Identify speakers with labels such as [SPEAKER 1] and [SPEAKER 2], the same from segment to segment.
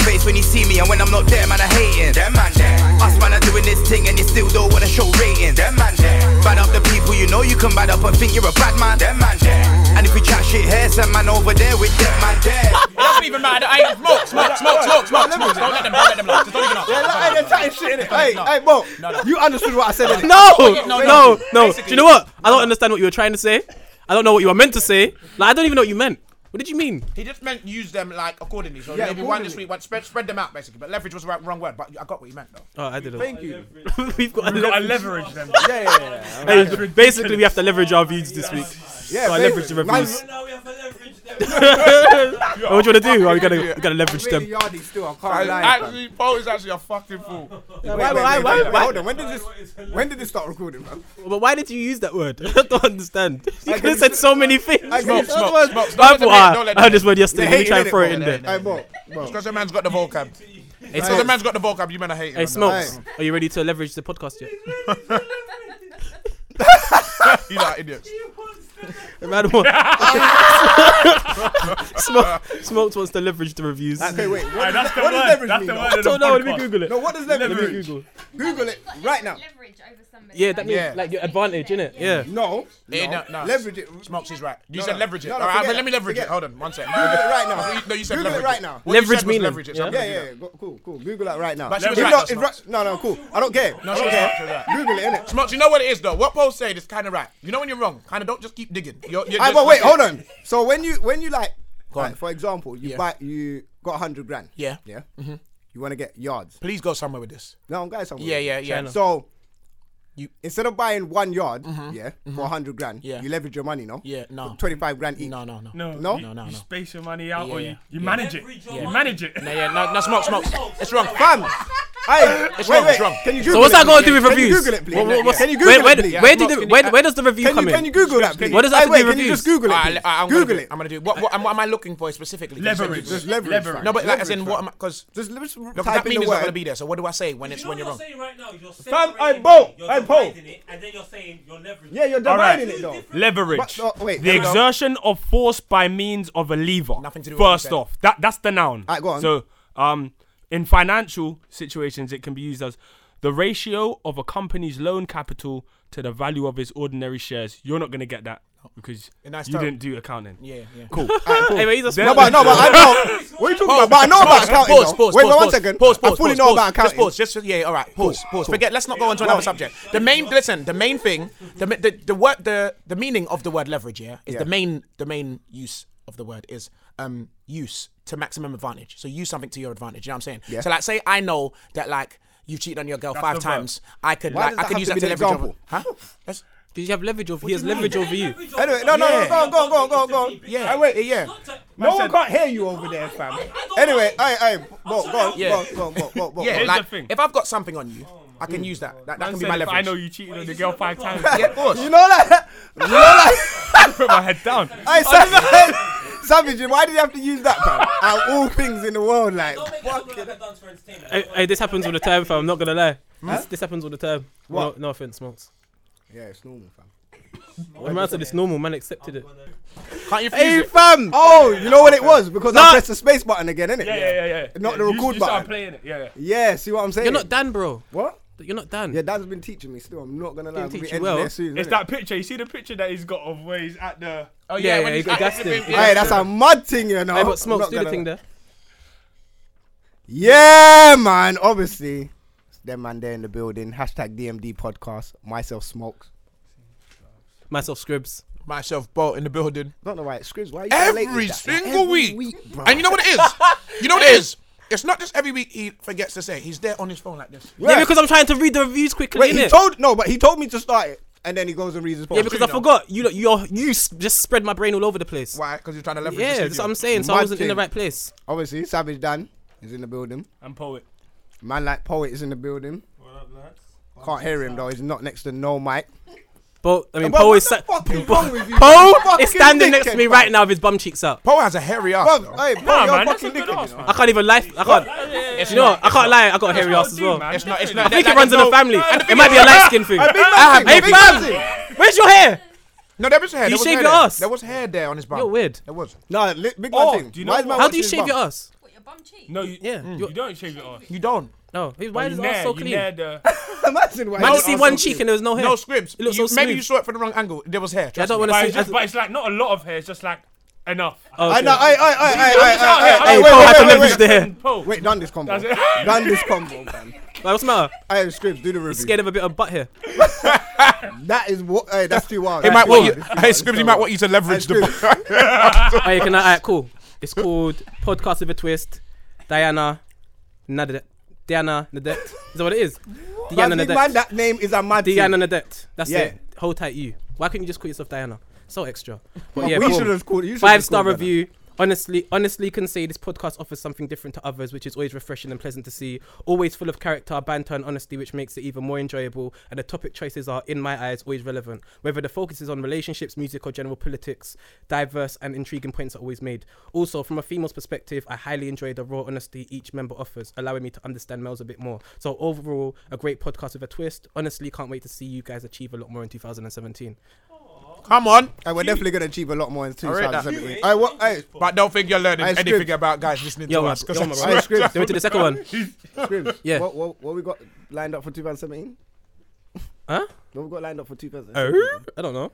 [SPEAKER 1] face when you see me, and when I'm not there, man, I hating.
[SPEAKER 2] Them man there.
[SPEAKER 1] Us man are doing this thing, and you still don't wanna show ratings.
[SPEAKER 2] Them man there.
[SPEAKER 1] Bad up the people you know you can bad up and think you're a bad man.
[SPEAKER 2] Them man there.
[SPEAKER 1] And if we chat shit here, some man over there with them man there.
[SPEAKER 3] It doesn't even matter. Hey, smoke, smoke, smoke, smoke, smoke, smoke. Don't let them, don't let them laugh. Just don't even laugh.
[SPEAKER 4] Yeah, like, they're chatting shit in it. Hey,
[SPEAKER 3] No.
[SPEAKER 4] hey, Mo,
[SPEAKER 3] No, no.
[SPEAKER 4] you understood what I said in it.
[SPEAKER 5] No,
[SPEAKER 3] yeah, no,
[SPEAKER 5] no,
[SPEAKER 3] no.
[SPEAKER 5] no. Do
[SPEAKER 3] Basically-
[SPEAKER 5] you know what? I don't understand what you were trying to say. I don't know what you were meant to say. Like, I don't even know what you meant. What did you mean?
[SPEAKER 3] He just meant use them like accordingly. So
[SPEAKER 4] Yeah,
[SPEAKER 3] maybe one this
[SPEAKER 4] accordingly.
[SPEAKER 3] week, one spread, spread them out basically. But leverage was the right, wrong word. But I got what he meant though.
[SPEAKER 5] Oh, I didn't.
[SPEAKER 4] Thank you.
[SPEAKER 5] We've got.
[SPEAKER 6] We've got to leverage them.
[SPEAKER 4] Yeah, yeah, yeah.
[SPEAKER 5] Hey, basically, we have to leverage our views this week.
[SPEAKER 4] Yeah,
[SPEAKER 5] so I leverage the
[SPEAKER 4] basically.
[SPEAKER 5] reviews.
[SPEAKER 4] Mine-
[SPEAKER 7] Now we have to leverage them.
[SPEAKER 5] Oh, what do you want to do? Are we gonna we gonna leverage
[SPEAKER 4] really
[SPEAKER 5] them?
[SPEAKER 4] yardy still, I can't lie.
[SPEAKER 3] Actually, Paul is actually a fucking fool.
[SPEAKER 4] Wait,
[SPEAKER 5] why-
[SPEAKER 4] wait, wait,
[SPEAKER 5] why-
[SPEAKER 4] wait,
[SPEAKER 5] why-
[SPEAKER 4] wait,
[SPEAKER 5] why-
[SPEAKER 4] Hold on, when did this, when did this start recording, man?
[SPEAKER 5] But why did you use that word? I don't understand. You could
[SPEAKER 4] can you
[SPEAKER 5] have said so many things.
[SPEAKER 4] I can you-
[SPEAKER 5] I
[SPEAKER 3] Smoke, smoke, smoke.
[SPEAKER 5] thought,
[SPEAKER 3] Don't let
[SPEAKER 5] ah,
[SPEAKER 3] them in, don't let
[SPEAKER 5] I
[SPEAKER 3] them
[SPEAKER 5] heard
[SPEAKER 3] in.
[SPEAKER 5] this word yesterday. Let me
[SPEAKER 4] hating,
[SPEAKER 5] try and
[SPEAKER 4] innit,
[SPEAKER 5] throw it
[SPEAKER 4] bro?
[SPEAKER 5] in there.
[SPEAKER 4] Hey, Mo, Mo.
[SPEAKER 3] Because the man's got the vocab. Because the man's got the vocab, you men are hating.
[SPEAKER 5] Hey,
[SPEAKER 3] on
[SPEAKER 5] Smokes,
[SPEAKER 4] Hey.
[SPEAKER 5] are you ready to leverage the podcast yet?
[SPEAKER 3] them. You lot are idiots.
[SPEAKER 5] Round one. Smoke, Smokes wants to leverage the reviews.
[SPEAKER 4] Okay, wait. What,
[SPEAKER 6] Alright,
[SPEAKER 4] does,
[SPEAKER 6] that's the
[SPEAKER 4] what does
[SPEAKER 6] word.
[SPEAKER 4] leverage
[SPEAKER 6] That's
[SPEAKER 4] mean?
[SPEAKER 6] the
[SPEAKER 4] though?
[SPEAKER 6] word. of the
[SPEAKER 5] don't know. Let me
[SPEAKER 6] podcast.
[SPEAKER 5] Google it.
[SPEAKER 4] No, what does leverage,
[SPEAKER 5] Let me
[SPEAKER 4] mean?
[SPEAKER 5] Google.
[SPEAKER 4] Google it right now.
[SPEAKER 8] Leverage over somebody.
[SPEAKER 5] Yeah, that means
[SPEAKER 3] Yeah.
[SPEAKER 5] like your advantage, innit?
[SPEAKER 8] Yeah.
[SPEAKER 4] No, no,
[SPEAKER 3] Yeah, no, no.
[SPEAKER 4] Leverage it. Google
[SPEAKER 3] Smokes is right. You
[SPEAKER 4] No,
[SPEAKER 3] said
[SPEAKER 4] no.
[SPEAKER 3] leverage it.
[SPEAKER 4] No, no,
[SPEAKER 3] Alright,
[SPEAKER 4] forget
[SPEAKER 3] let me
[SPEAKER 4] it.
[SPEAKER 3] leverage it.
[SPEAKER 4] Forget it.
[SPEAKER 3] Hold on, one sec.
[SPEAKER 4] it right now.
[SPEAKER 3] No, you said
[SPEAKER 4] Google
[SPEAKER 3] leverage.
[SPEAKER 4] it right now.
[SPEAKER 3] What you
[SPEAKER 5] Leverage
[SPEAKER 3] said was
[SPEAKER 5] meaning,
[SPEAKER 3] leverage it, so I'm
[SPEAKER 5] yeah?
[SPEAKER 4] Yeah,
[SPEAKER 3] gonna do
[SPEAKER 4] yeah,
[SPEAKER 3] that.
[SPEAKER 4] yeah. go- Cool, cool. Google it right now.
[SPEAKER 3] But she was
[SPEAKER 4] If
[SPEAKER 3] right,
[SPEAKER 4] not-
[SPEAKER 3] that's
[SPEAKER 4] if
[SPEAKER 3] not-
[SPEAKER 4] right- no, no, cool. I don't care.
[SPEAKER 3] No,
[SPEAKER 4] I
[SPEAKER 3] she
[SPEAKER 4] don't
[SPEAKER 3] was right, she was
[SPEAKER 4] care.
[SPEAKER 3] right.
[SPEAKER 4] Google it, innit?
[SPEAKER 3] Smokes, you know what it is though. What Paul said is kind of right. You know when you're wrong, kind of don't just keep digging. You're, you're,
[SPEAKER 4] Aye,
[SPEAKER 3] just-
[SPEAKER 4] but wait, hold on. So when you when you like,
[SPEAKER 3] Go on.
[SPEAKER 4] like, for example, you
[SPEAKER 3] Yeah.
[SPEAKER 4] buy you got hundred grand.
[SPEAKER 3] Yeah.
[SPEAKER 4] Yeah.
[SPEAKER 5] Mm-hmm.
[SPEAKER 4] You want to get yards.
[SPEAKER 3] Please go somewhere with this.
[SPEAKER 4] No, I'm going somewhere.
[SPEAKER 3] Yeah, yeah, yeah.
[SPEAKER 4] So
[SPEAKER 3] You-
[SPEAKER 4] you instead of buying one yard,
[SPEAKER 5] Mm-hmm.
[SPEAKER 4] yeah, for hundred grand,
[SPEAKER 3] Yeah.
[SPEAKER 4] you leverage your money, no?
[SPEAKER 3] Yeah, no.
[SPEAKER 4] Twenty five grand each.
[SPEAKER 3] No, no, no.
[SPEAKER 6] No,
[SPEAKER 4] No?
[SPEAKER 6] you,
[SPEAKER 4] No,
[SPEAKER 3] no,
[SPEAKER 6] you
[SPEAKER 3] no.
[SPEAKER 6] space your money out, or
[SPEAKER 3] Yeah,
[SPEAKER 6] you,
[SPEAKER 3] yeah.
[SPEAKER 6] you manage it.
[SPEAKER 7] Yeah.
[SPEAKER 6] You manage it.
[SPEAKER 3] No, yeah, no, no, smoke, smoke. It's wrong.
[SPEAKER 4] Fam. Hey,
[SPEAKER 3] It's
[SPEAKER 4] wait,
[SPEAKER 3] wrong,
[SPEAKER 4] wait.
[SPEAKER 3] it's wrong.
[SPEAKER 4] Can you Google
[SPEAKER 5] So what's
[SPEAKER 4] it,
[SPEAKER 5] that got to do
[SPEAKER 4] please?
[SPEAKER 5] with reviews?
[SPEAKER 4] Can you Google it, please?
[SPEAKER 5] What- what- what's-
[SPEAKER 4] can you Google
[SPEAKER 5] where, where,
[SPEAKER 4] it, please?
[SPEAKER 5] Where,
[SPEAKER 3] Can
[SPEAKER 5] did the,
[SPEAKER 3] you-
[SPEAKER 5] where, where does the review
[SPEAKER 4] can
[SPEAKER 5] come
[SPEAKER 4] you,
[SPEAKER 5] in?
[SPEAKER 4] can you Google that, please?
[SPEAKER 5] What does that
[SPEAKER 4] Hey,
[SPEAKER 5] have to
[SPEAKER 4] wait,
[SPEAKER 5] do with
[SPEAKER 4] can you just
[SPEAKER 5] reviews?
[SPEAKER 4] Google it?
[SPEAKER 3] Alright,
[SPEAKER 4] please?
[SPEAKER 3] I- I'm
[SPEAKER 4] Google
[SPEAKER 3] gonna do,
[SPEAKER 4] it.
[SPEAKER 3] I'm gonna do what, what, am, what am I looking for specifically? Just
[SPEAKER 6] Leverage.
[SPEAKER 3] Google it.
[SPEAKER 4] Just leverage.
[SPEAKER 6] Leverage.
[SPEAKER 4] fam.
[SPEAKER 3] No, but like, as in
[SPEAKER 4] Leverage,
[SPEAKER 3] what
[SPEAKER 4] fam.
[SPEAKER 3] am I? Because
[SPEAKER 4] Just let's
[SPEAKER 3] that
[SPEAKER 4] type in
[SPEAKER 3] meme
[SPEAKER 4] the
[SPEAKER 3] is not gonna
[SPEAKER 4] word.
[SPEAKER 3] be there. So what do I say when it's
[SPEAKER 7] You know
[SPEAKER 3] when
[SPEAKER 7] what
[SPEAKER 3] you're
[SPEAKER 7] you're
[SPEAKER 3] wrong?
[SPEAKER 7] saying right now? You're
[SPEAKER 4] Fam,
[SPEAKER 7] separating
[SPEAKER 4] hey, Bo,
[SPEAKER 7] it, You're
[SPEAKER 4] hey, Bo.
[SPEAKER 7] dividing it, and then you're saying you're leveraging.
[SPEAKER 4] Yeah, you're
[SPEAKER 6] All right.
[SPEAKER 4] dividing it though.
[SPEAKER 6] Leverage.
[SPEAKER 4] But- oh, wait,
[SPEAKER 6] the
[SPEAKER 4] there we go.
[SPEAKER 6] exertion of force by means of a lever.
[SPEAKER 3] Nothing to do with what you
[SPEAKER 6] First
[SPEAKER 3] said.
[SPEAKER 6] off, that that's the noun.
[SPEAKER 4] Alright, go on.
[SPEAKER 6] So, um, in financial situations, it can be used as the ratio of a company's loan capital to the value of its ordinary shares. You're not gonna get that because
[SPEAKER 3] nice
[SPEAKER 6] you
[SPEAKER 3] term.
[SPEAKER 6] didn't do accounting.
[SPEAKER 3] Yeah, yeah.
[SPEAKER 6] Cool.
[SPEAKER 5] Hey, but he's a
[SPEAKER 4] No,
[SPEAKER 5] smart
[SPEAKER 4] but no, but I know. What are you talking about? But I know about accounting.
[SPEAKER 3] Pause,
[SPEAKER 4] though.
[SPEAKER 3] pause,
[SPEAKER 4] Wait,
[SPEAKER 3] pause,
[SPEAKER 4] wait, one
[SPEAKER 3] pause,
[SPEAKER 4] second.
[SPEAKER 3] Pause, pause,
[SPEAKER 4] I fully
[SPEAKER 3] pause,
[SPEAKER 4] know
[SPEAKER 3] pause,
[SPEAKER 4] about accounting.
[SPEAKER 3] Just pause. Just yeah. All right. Pause. Pause. Forget. Let's not go on to another subject. The main. Listen. The main thing. The ma- the the word the the meaning of the word leverage. Yeah. Is the
[SPEAKER 4] Yeah.
[SPEAKER 3] main the main use of the word is um use to maximum advantage. So use something to your advantage. You know what I'm saying?
[SPEAKER 4] Yeah.
[SPEAKER 3] So like say I know that like you cheated on your girl
[SPEAKER 6] That's
[SPEAKER 3] five
[SPEAKER 6] the verb.
[SPEAKER 3] times. I could like
[SPEAKER 4] Why does
[SPEAKER 3] I
[SPEAKER 4] that
[SPEAKER 3] could
[SPEAKER 4] have
[SPEAKER 3] use that
[SPEAKER 4] to be
[SPEAKER 3] to
[SPEAKER 4] the
[SPEAKER 3] leverage. Over,
[SPEAKER 4] example?
[SPEAKER 3] huh? That's,
[SPEAKER 5] Because you have leverage over. He has leverage over you.
[SPEAKER 4] Anyway, no, no, no, go on, go on, go on, go on, go on.
[SPEAKER 3] yeah.
[SPEAKER 4] Hey, wait,
[SPEAKER 3] Yeah.
[SPEAKER 4] No one can't hear you over there, fam. Anyway, I, I, go, on, go, on,
[SPEAKER 3] Yeah.
[SPEAKER 4] go, on, go, on, go, on, go, on, go. on.
[SPEAKER 3] Yeah.
[SPEAKER 6] Here's
[SPEAKER 3] Like
[SPEAKER 6] the thing.
[SPEAKER 3] if I've got something on you, I can use that. That, that
[SPEAKER 6] Man
[SPEAKER 3] can be
[SPEAKER 6] said
[SPEAKER 3] my
[SPEAKER 6] if
[SPEAKER 3] leverage.
[SPEAKER 6] I know you cheated on the girl five times.
[SPEAKER 3] Yeah. Of course.
[SPEAKER 4] You know that? You know that?
[SPEAKER 6] I put my head down.
[SPEAKER 4] Hey, Savage, Savage, why did you have to use that, fam? Out of all things in the world, like.
[SPEAKER 5] Hey, hey, this happens all the time, fam. I'm not gonna lie. This, this happens all the time. No, no offense, Smokes.
[SPEAKER 4] Yeah, it's normal, fam.
[SPEAKER 5] The man said it's normal. Man accepted it.
[SPEAKER 3] Can't you fuse
[SPEAKER 5] Hey,
[SPEAKER 3] it?
[SPEAKER 5] fam.
[SPEAKER 4] Oh, you know what it was? Because I
[SPEAKER 5] Nah.
[SPEAKER 4] pressed the space button again, innit?
[SPEAKER 6] Yeah, yeah, yeah, yeah.
[SPEAKER 4] Not
[SPEAKER 6] yeah.
[SPEAKER 4] the
[SPEAKER 6] you,
[SPEAKER 4] record
[SPEAKER 6] you start
[SPEAKER 4] button.
[SPEAKER 6] playing it. Yeah, yeah.
[SPEAKER 4] Yeah, see what I'm saying?
[SPEAKER 5] You're not Dan, bro.
[SPEAKER 4] What?
[SPEAKER 5] You're not Dan.
[SPEAKER 4] Yeah, Dan's been teaching me still. I'm not gonna lie. I'm
[SPEAKER 5] Didn't
[SPEAKER 4] gonna
[SPEAKER 5] teach
[SPEAKER 4] be
[SPEAKER 5] you
[SPEAKER 4] ending
[SPEAKER 5] well.
[SPEAKER 4] there soon.
[SPEAKER 6] It's
[SPEAKER 4] innit?
[SPEAKER 6] that picture. You see the picture that he's got of where he's at the.
[SPEAKER 3] Oh
[SPEAKER 5] Yeah, yeah,
[SPEAKER 3] when
[SPEAKER 5] he
[SPEAKER 3] he's-
[SPEAKER 5] gassed him.
[SPEAKER 3] yeah.
[SPEAKER 4] Hey, that's a mud thing, you know.
[SPEAKER 5] Hey, but
[SPEAKER 4] I'm
[SPEAKER 5] Smokes,
[SPEAKER 4] not
[SPEAKER 5] do the
[SPEAKER 4] gonna-
[SPEAKER 5] thing there.
[SPEAKER 4] Yeah, man. Obviously, it's them man there in the building. Hashtag DMD podcast. Myself smokes.
[SPEAKER 5] Myself, Scribs.
[SPEAKER 3] myself Bolt in the building
[SPEAKER 4] Don't know why it scribs. Why are you so late
[SPEAKER 3] every
[SPEAKER 4] with that? Like,
[SPEAKER 3] single
[SPEAKER 4] every
[SPEAKER 3] week.
[SPEAKER 4] bro.
[SPEAKER 3] and you know what it is? You know what it is? It's not just every week he forgets to say. He's there on his phone like this.
[SPEAKER 5] Yeah, because I'm trying to read the reviews quickly.
[SPEAKER 4] wait, he
[SPEAKER 5] innit?
[SPEAKER 4] told no, but he told me to start it, and then he goes and reads his post.
[SPEAKER 5] Yeah, because I forgot. You lot- you you s- just spread my brain all over the place.
[SPEAKER 3] Why? Because you're trying to leverage.
[SPEAKER 5] Yeah,
[SPEAKER 3] the
[SPEAKER 5] that's what
[SPEAKER 3] studio.
[SPEAKER 5] I'm saying. So I
[SPEAKER 4] Mad
[SPEAKER 5] wasn't in the
[SPEAKER 4] thing.
[SPEAKER 5] right place.
[SPEAKER 4] obviously Savage Dan is in the building.
[SPEAKER 6] I'm poet.
[SPEAKER 4] Man like poet is in the building. Can't hear him though. He's not next to no mic.
[SPEAKER 5] But I mean,
[SPEAKER 4] Bro,
[SPEAKER 5] Poe
[SPEAKER 4] what
[SPEAKER 5] is
[SPEAKER 4] the
[SPEAKER 5] sa-
[SPEAKER 4] fuck is
[SPEAKER 5] Bo-
[SPEAKER 4] wrong with you?
[SPEAKER 5] Poe
[SPEAKER 4] You fucking
[SPEAKER 5] is standing next to
[SPEAKER 4] dickhead,
[SPEAKER 5] me
[SPEAKER 4] bro.
[SPEAKER 5] right now with his bum cheeks out.
[SPEAKER 3] Poe has a hairy ass.
[SPEAKER 4] Bro,
[SPEAKER 3] though.
[SPEAKER 4] hey, bro,
[SPEAKER 6] Nah,
[SPEAKER 4] you're
[SPEAKER 6] man, that's a
[SPEAKER 4] fucking
[SPEAKER 6] good
[SPEAKER 4] dickhead,
[SPEAKER 6] ass,
[SPEAKER 4] you know.
[SPEAKER 6] man.
[SPEAKER 5] I can't even lie. I can't. you know, what? I can't lie. I got a hairy ass as well.
[SPEAKER 3] It's not. It's
[SPEAKER 5] I
[SPEAKER 3] not.
[SPEAKER 5] think
[SPEAKER 3] that-
[SPEAKER 5] it runs in
[SPEAKER 3] that- no.
[SPEAKER 5] the family. It might be a light skin thing.
[SPEAKER 4] Hey, big man
[SPEAKER 5] Hey,
[SPEAKER 4] thing, big man
[SPEAKER 5] fam.
[SPEAKER 4] thing.
[SPEAKER 5] Where's your hair?
[SPEAKER 3] No, there was hair.
[SPEAKER 5] You
[SPEAKER 3] there was
[SPEAKER 5] shave
[SPEAKER 3] hair
[SPEAKER 5] your
[SPEAKER 3] there.
[SPEAKER 5] ass?
[SPEAKER 3] There was hair there on his bum.
[SPEAKER 5] You're weird.
[SPEAKER 3] There was.
[SPEAKER 4] No, li- big man
[SPEAKER 6] Oh,
[SPEAKER 4] thing.
[SPEAKER 6] do you know
[SPEAKER 4] Why is my
[SPEAKER 6] what?
[SPEAKER 5] How
[SPEAKER 4] watch
[SPEAKER 5] do you
[SPEAKER 4] his
[SPEAKER 5] shave
[SPEAKER 4] bum?
[SPEAKER 5] your ass?
[SPEAKER 2] your bum cheek?
[SPEAKER 6] No, you,
[SPEAKER 5] Yeah.
[SPEAKER 6] you
[SPEAKER 5] you're-
[SPEAKER 6] don't shave your ass.
[SPEAKER 3] You don't.
[SPEAKER 5] No. he- Why
[SPEAKER 6] You
[SPEAKER 5] is his
[SPEAKER 6] nair-
[SPEAKER 5] ass so
[SPEAKER 6] you
[SPEAKER 5] clean?
[SPEAKER 6] nair
[SPEAKER 5] I
[SPEAKER 6] the-
[SPEAKER 4] Imagine why.
[SPEAKER 5] just see one cheek and there was no hair.
[SPEAKER 3] No scripts.
[SPEAKER 5] It looks
[SPEAKER 3] You-
[SPEAKER 5] so
[SPEAKER 3] maybe
[SPEAKER 5] smooth.
[SPEAKER 3] you saw it from the wrong angle. There was hair.
[SPEAKER 5] I
[SPEAKER 3] Trust
[SPEAKER 5] don't
[SPEAKER 3] me.
[SPEAKER 5] want
[SPEAKER 6] but,
[SPEAKER 5] to
[SPEAKER 6] it's
[SPEAKER 5] see. I-
[SPEAKER 6] just, but it's like not a lot of hair. It's just like enough.
[SPEAKER 5] okay.
[SPEAKER 4] I know. I. I.
[SPEAKER 6] out
[SPEAKER 4] I. I.
[SPEAKER 6] here.
[SPEAKER 5] Hey,
[SPEAKER 6] Hey,
[SPEAKER 5] Paul
[SPEAKER 6] wait,
[SPEAKER 5] had to
[SPEAKER 6] wait, wait,
[SPEAKER 5] leverage the hair.
[SPEAKER 6] And Paul,
[SPEAKER 4] Wait, done this combo.
[SPEAKER 6] That's it.
[SPEAKER 4] Done this combo, man.
[SPEAKER 5] Like, what's the matter?
[SPEAKER 4] I have scripts. Do the review.
[SPEAKER 5] Scared of a bit of butt here.
[SPEAKER 4] That is what. Hey, that's too wild.
[SPEAKER 3] He
[SPEAKER 4] That's
[SPEAKER 3] might
[SPEAKER 4] too
[SPEAKER 3] want
[SPEAKER 4] wild.
[SPEAKER 3] you. Hey, Scribs, he might want you to leverage the.
[SPEAKER 4] Scribs.
[SPEAKER 5] Oh, you can. Alright, cool. It's called Podcast with a Twist. Diana Nadet. Diana Nadet. Is that what it is? Diana
[SPEAKER 4] Man, man,
[SPEAKER 5] Nadet.
[SPEAKER 4] that name is a mad.
[SPEAKER 5] Diana
[SPEAKER 4] thing.
[SPEAKER 5] Nadet. That's
[SPEAKER 4] Yeah.
[SPEAKER 5] it. Hold tight, you. Why couldn't you just call yourself Diana? So extra. But
[SPEAKER 4] We
[SPEAKER 5] yeah, boom.
[SPEAKER 4] should have called. you should have
[SPEAKER 5] Five star
[SPEAKER 4] called that.
[SPEAKER 5] review. Honestly, honestly, can say this podcast offers something different to others, which is always refreshing and pleasant to see. Always full of character, banter, and honesty, which makes it even more enjoyable. And the topic choices are, in my eyes, always relevant. Whether the focus is on relationships, music, or general politics, diverse and intriguing points are always made. Also, from a female's perspective, I highly enjoy the raw honesty each member offers, allowing me to understand males a bit more. So overall, a great podcast with a twist. Honestly, can't wait to see you guys achieve a lot more in 2017.
[SPEAKER 3] Come on.
[SPEAKER 4] Hey, we're definitely gonna achieve a lot more in
[SPEAKER 3] read that.
[SPEAKER 4] 2017. I what? Hey,
[SPEAKER 3] But don't think you're learning
[SPEAKER 4] Hey, Scribs.
[SPEAKER 3] anything about guys listening
[SPEAKER 5] Yo,
[SPEAKER 3] to
[SPEAKER 5] my,
[SPEAKER 3] us. 'cause
[SPEAKER 5] yo, my,
[SPEAKER 3] I
[SPEAKER 5] bro.
[SPEAKER 3] swear-
[SPEAKER 4] script.
[SPEAKER 5] They went to the second one.
[SPEAKER 4] Scribs,
[SPEAKER 5] Yeah.
[SPEAKER 4] What, what what we got lined up for 2017?
[SPEAKER 5] Huh?
[SPEAKER 4] What we got lined up for 2017?
[SPEAKER 5] Er? I don't know.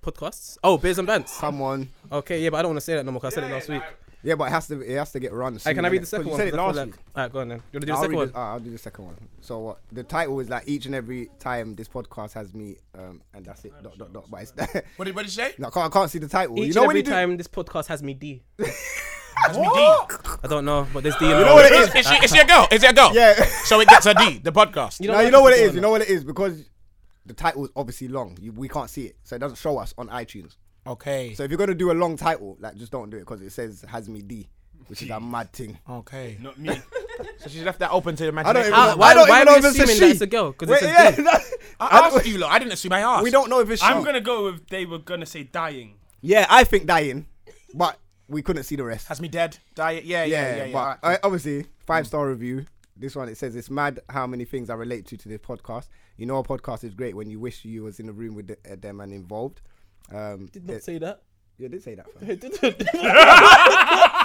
[SPEAKER 5] Podcasts? Oh, Beers and Bants.
[SPEAKER 4] Come on.
[SPEAKER 5] Okay, yeah, but I don't want to say that no more 'cause I said it last week.
[SPEAKER 4] Yeah, but it has to it has to get run.
[SPEAKER 5] Hey,
[SPEAKER 4] soon,
[SPEAKER 5] can I read
[SPEAKER 4] innit?
[SPEAKER 5] the second
[SPEAKER 4] 'Cause You
[SPEAKER 5] one?
[SPEAKER 4] said it
[SPEAKER 5] 'Cause I
[SPEAKER 4] last
[SPEAKER 5] feel
[SPEAKER 4] week.
[SPEAKER 5] like- Alright, go on then. You want to do the
[SPEAKER 4] I'll,
[SPEAKER 5] second
[SPEAKER 4] read
[SPEAKER 5] one?
[SPEAKER 4] The, ah, I'll do the second one. So what? The title is like each and every time this podcast has me, um, and that's it. Dot dot dot. But it's
[SPEAKER 3] What did what did you say?
[SPEAKER 4] no, I can't, I can't see the title.
[SPEAKER 5] Each
[SPEAKER 4] you know
[SPEAKER 5] and
[SPEAKER 4] when
[SPEAKER 5] every
[SPEAKER 4] you do.
[SPEAKER 5] time this podcast has me D.
[SPEAKER 6] that's me deep.
[SPEAKER 5] I don't know, but there's D in
[SPEAKER 4] know what it
[SPEAKER 5] it.
[SPEAKER 4] is?
[SPEAKER 3] Is she, is she a girl? Is it a girl?
[SPEAKER 4] Yeah.
[SPEAKER 3] So it gets a D, the podcast.
[SPEAKER 5] You
[SPEAKER 4] Now you know what it is. You know what it is because the title is obviously long. You, we can't see it, so it doesn't show us on iTunes.
[SPEAKER 3] Okay.
[SPEAKER 4] So if you're gonna do a long title, like just don't do it because it says has me D, which is a mad thing.
[SPEAKER 3] Okay.
[SPEAKER 6] Not me.
[SPEAKER 3] So she's left that open to the
[SPEAKER 4] I don't
[SPEAKER 3] imagination.
[SPEAKER 4] even
[SPEAKER 5] Ah,
[SPEAKER 4] know.
[SPEAKER 5] why-
[SPEAKER 4] I don't
[SPEAKER 5] why
[SPEAKER 4] even
[SPEAKER 5] are
[SPEAKER 4] know
[SPEAKER 5] we
[SPEAKER 4] if it's
[SPEAKER 5] assuming
[SPEAKER 4] a
[SPEAKER 5] that
[SPEAKER 4] she.
[SPEAKER 5] it's a girl? 'Cause it
[SPEAKER 4] Wait,
[SPEAKER 5] says
[SPEAKER 4] yeah,
[SPEAKER 5] D.
[SPEAKER 4] that-
[SPEAKER 3] I
[SPEAKER 4] I
[SPEAKER 3] asked
[SPEAKER 4] don't-
[SPEAKER 3] you, lot. I didn't assume I asked.
[SPEAKER 4] We don't know if it's.
[SPEAKER 6] I'm
[SPEAKER 4] she.
[SPEAKER 6] gonna go with they were gonna say dying.
[SPEAKER 4] Yeah, I think dying, but we couldn't see the rest.
[SPEAKER 3] Has me dead. Diet. Yeah, yeah, yeah.
[SPEAKER 4] yeah,
[SPEAKER 3] yeah, Mm.
[SPEAKER 4] but I, obviously five star review. This one it says it's mad how many things I relate to to this podcast. You know a podcast is great when you wish you was in the room with the, uh, them and involved. Um,
[SPEAKER 5] Did not
[SPEAKER 4] it-
[SPEAKER 5] say that.
[SPEAKER 4] you did say that. fam.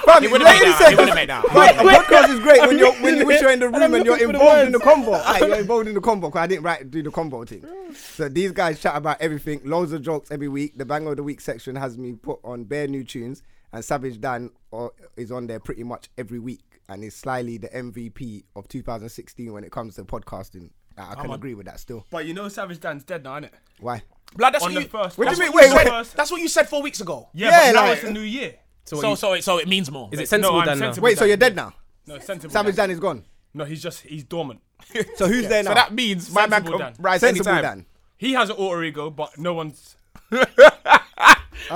[SPEAKER 4] Fam,
[SPEAKER 3] He would've made
[SPEAKER 4] literally
[SPEAKER 3] that.
[SPEAKER 4] said
[SPEAKER 3] He would've
[SPEAKER 4] this.
[SPEAKER 3] made that.
[SPEAKER 4] Fam, a podcast is great when you when you wish you're in the room and you're
[SPEAKER 5] looking for the
[SPEAKER 4] involved in the
[SPEAKER 5] words.
[SPEAKER 4] combo. Aye, you're involved in the combo because I didn't write do the combo thing. So these guys chat about everything, loads of jokes every week. The bang of the week section has me put on bare new tunes, and Savage Dan or, is on there pretty much every week, and is slyly the MVP of 2016 when it comes to podcasting. I, I can agree with that still.
[SPEAKER 6] But you know Savage Dan's dead now, innit?
[SPEAKER 4] Why?
[SPEAKER 3] Blood, that's
[SPEAKER 6] On
[SPEAKER 3] what
[SPEAKER 6] the
[SPEAKER 3] you,
[SPEAKER 6] first-
[SPEAKER 3] that's
[SPEAKER 4] What do you
[SPEAKER 3] what
[SPEAKER 4] mean? Wait,
[SPEAKER 3] said-
[SPEAKER 6] wait.
[SPEAKER 3] That's what you said four weeks ago.
[SPEAKER 6] Yeah,
[SPEAKER 4] Yeah,
[SPEAKER 6] but now
[SPEAKER 4] like-
[SPEAKER 6] it's the new year.
[SPEAKER 5] So, what
[SPEAKER 3] So,
[SPEAKER 5] you-
[SPEAKER 3] so, it, so it means more.
[SPEAKER 5] is it
[SPEAKER 6] No,
[SPEAKER 5] sensible
[SPEAKER 6] I'm
[SPEAKER 5] Dan now?
[SPEAKER 6] sensible.
[SPEAKER 4] Wait, so you're dead now?
[SPEAKER 6] No, sensible.
[SPEAKER 4] Savage
[SPEAKER 6] Dan.
[SPEAKER 4] Dan is gone.
[SPEAKER 6] No, he's just he's dormant.
[SPEAKER 4] So who's there now?
[SPEAKER 3] So that means my man
[SPEAKER 6] Sensible
[SPEAKER 3] can
[SPEAKER 6] Dan.
[SPEAKER 3] rise
[SPEAKER 4] Sensible
[SPEAKER 3] anytime.
[SPEAKER 4] Dan.
[SPEAKER 6] He has an alter ego, but no one's.
[SPEAKER 4] I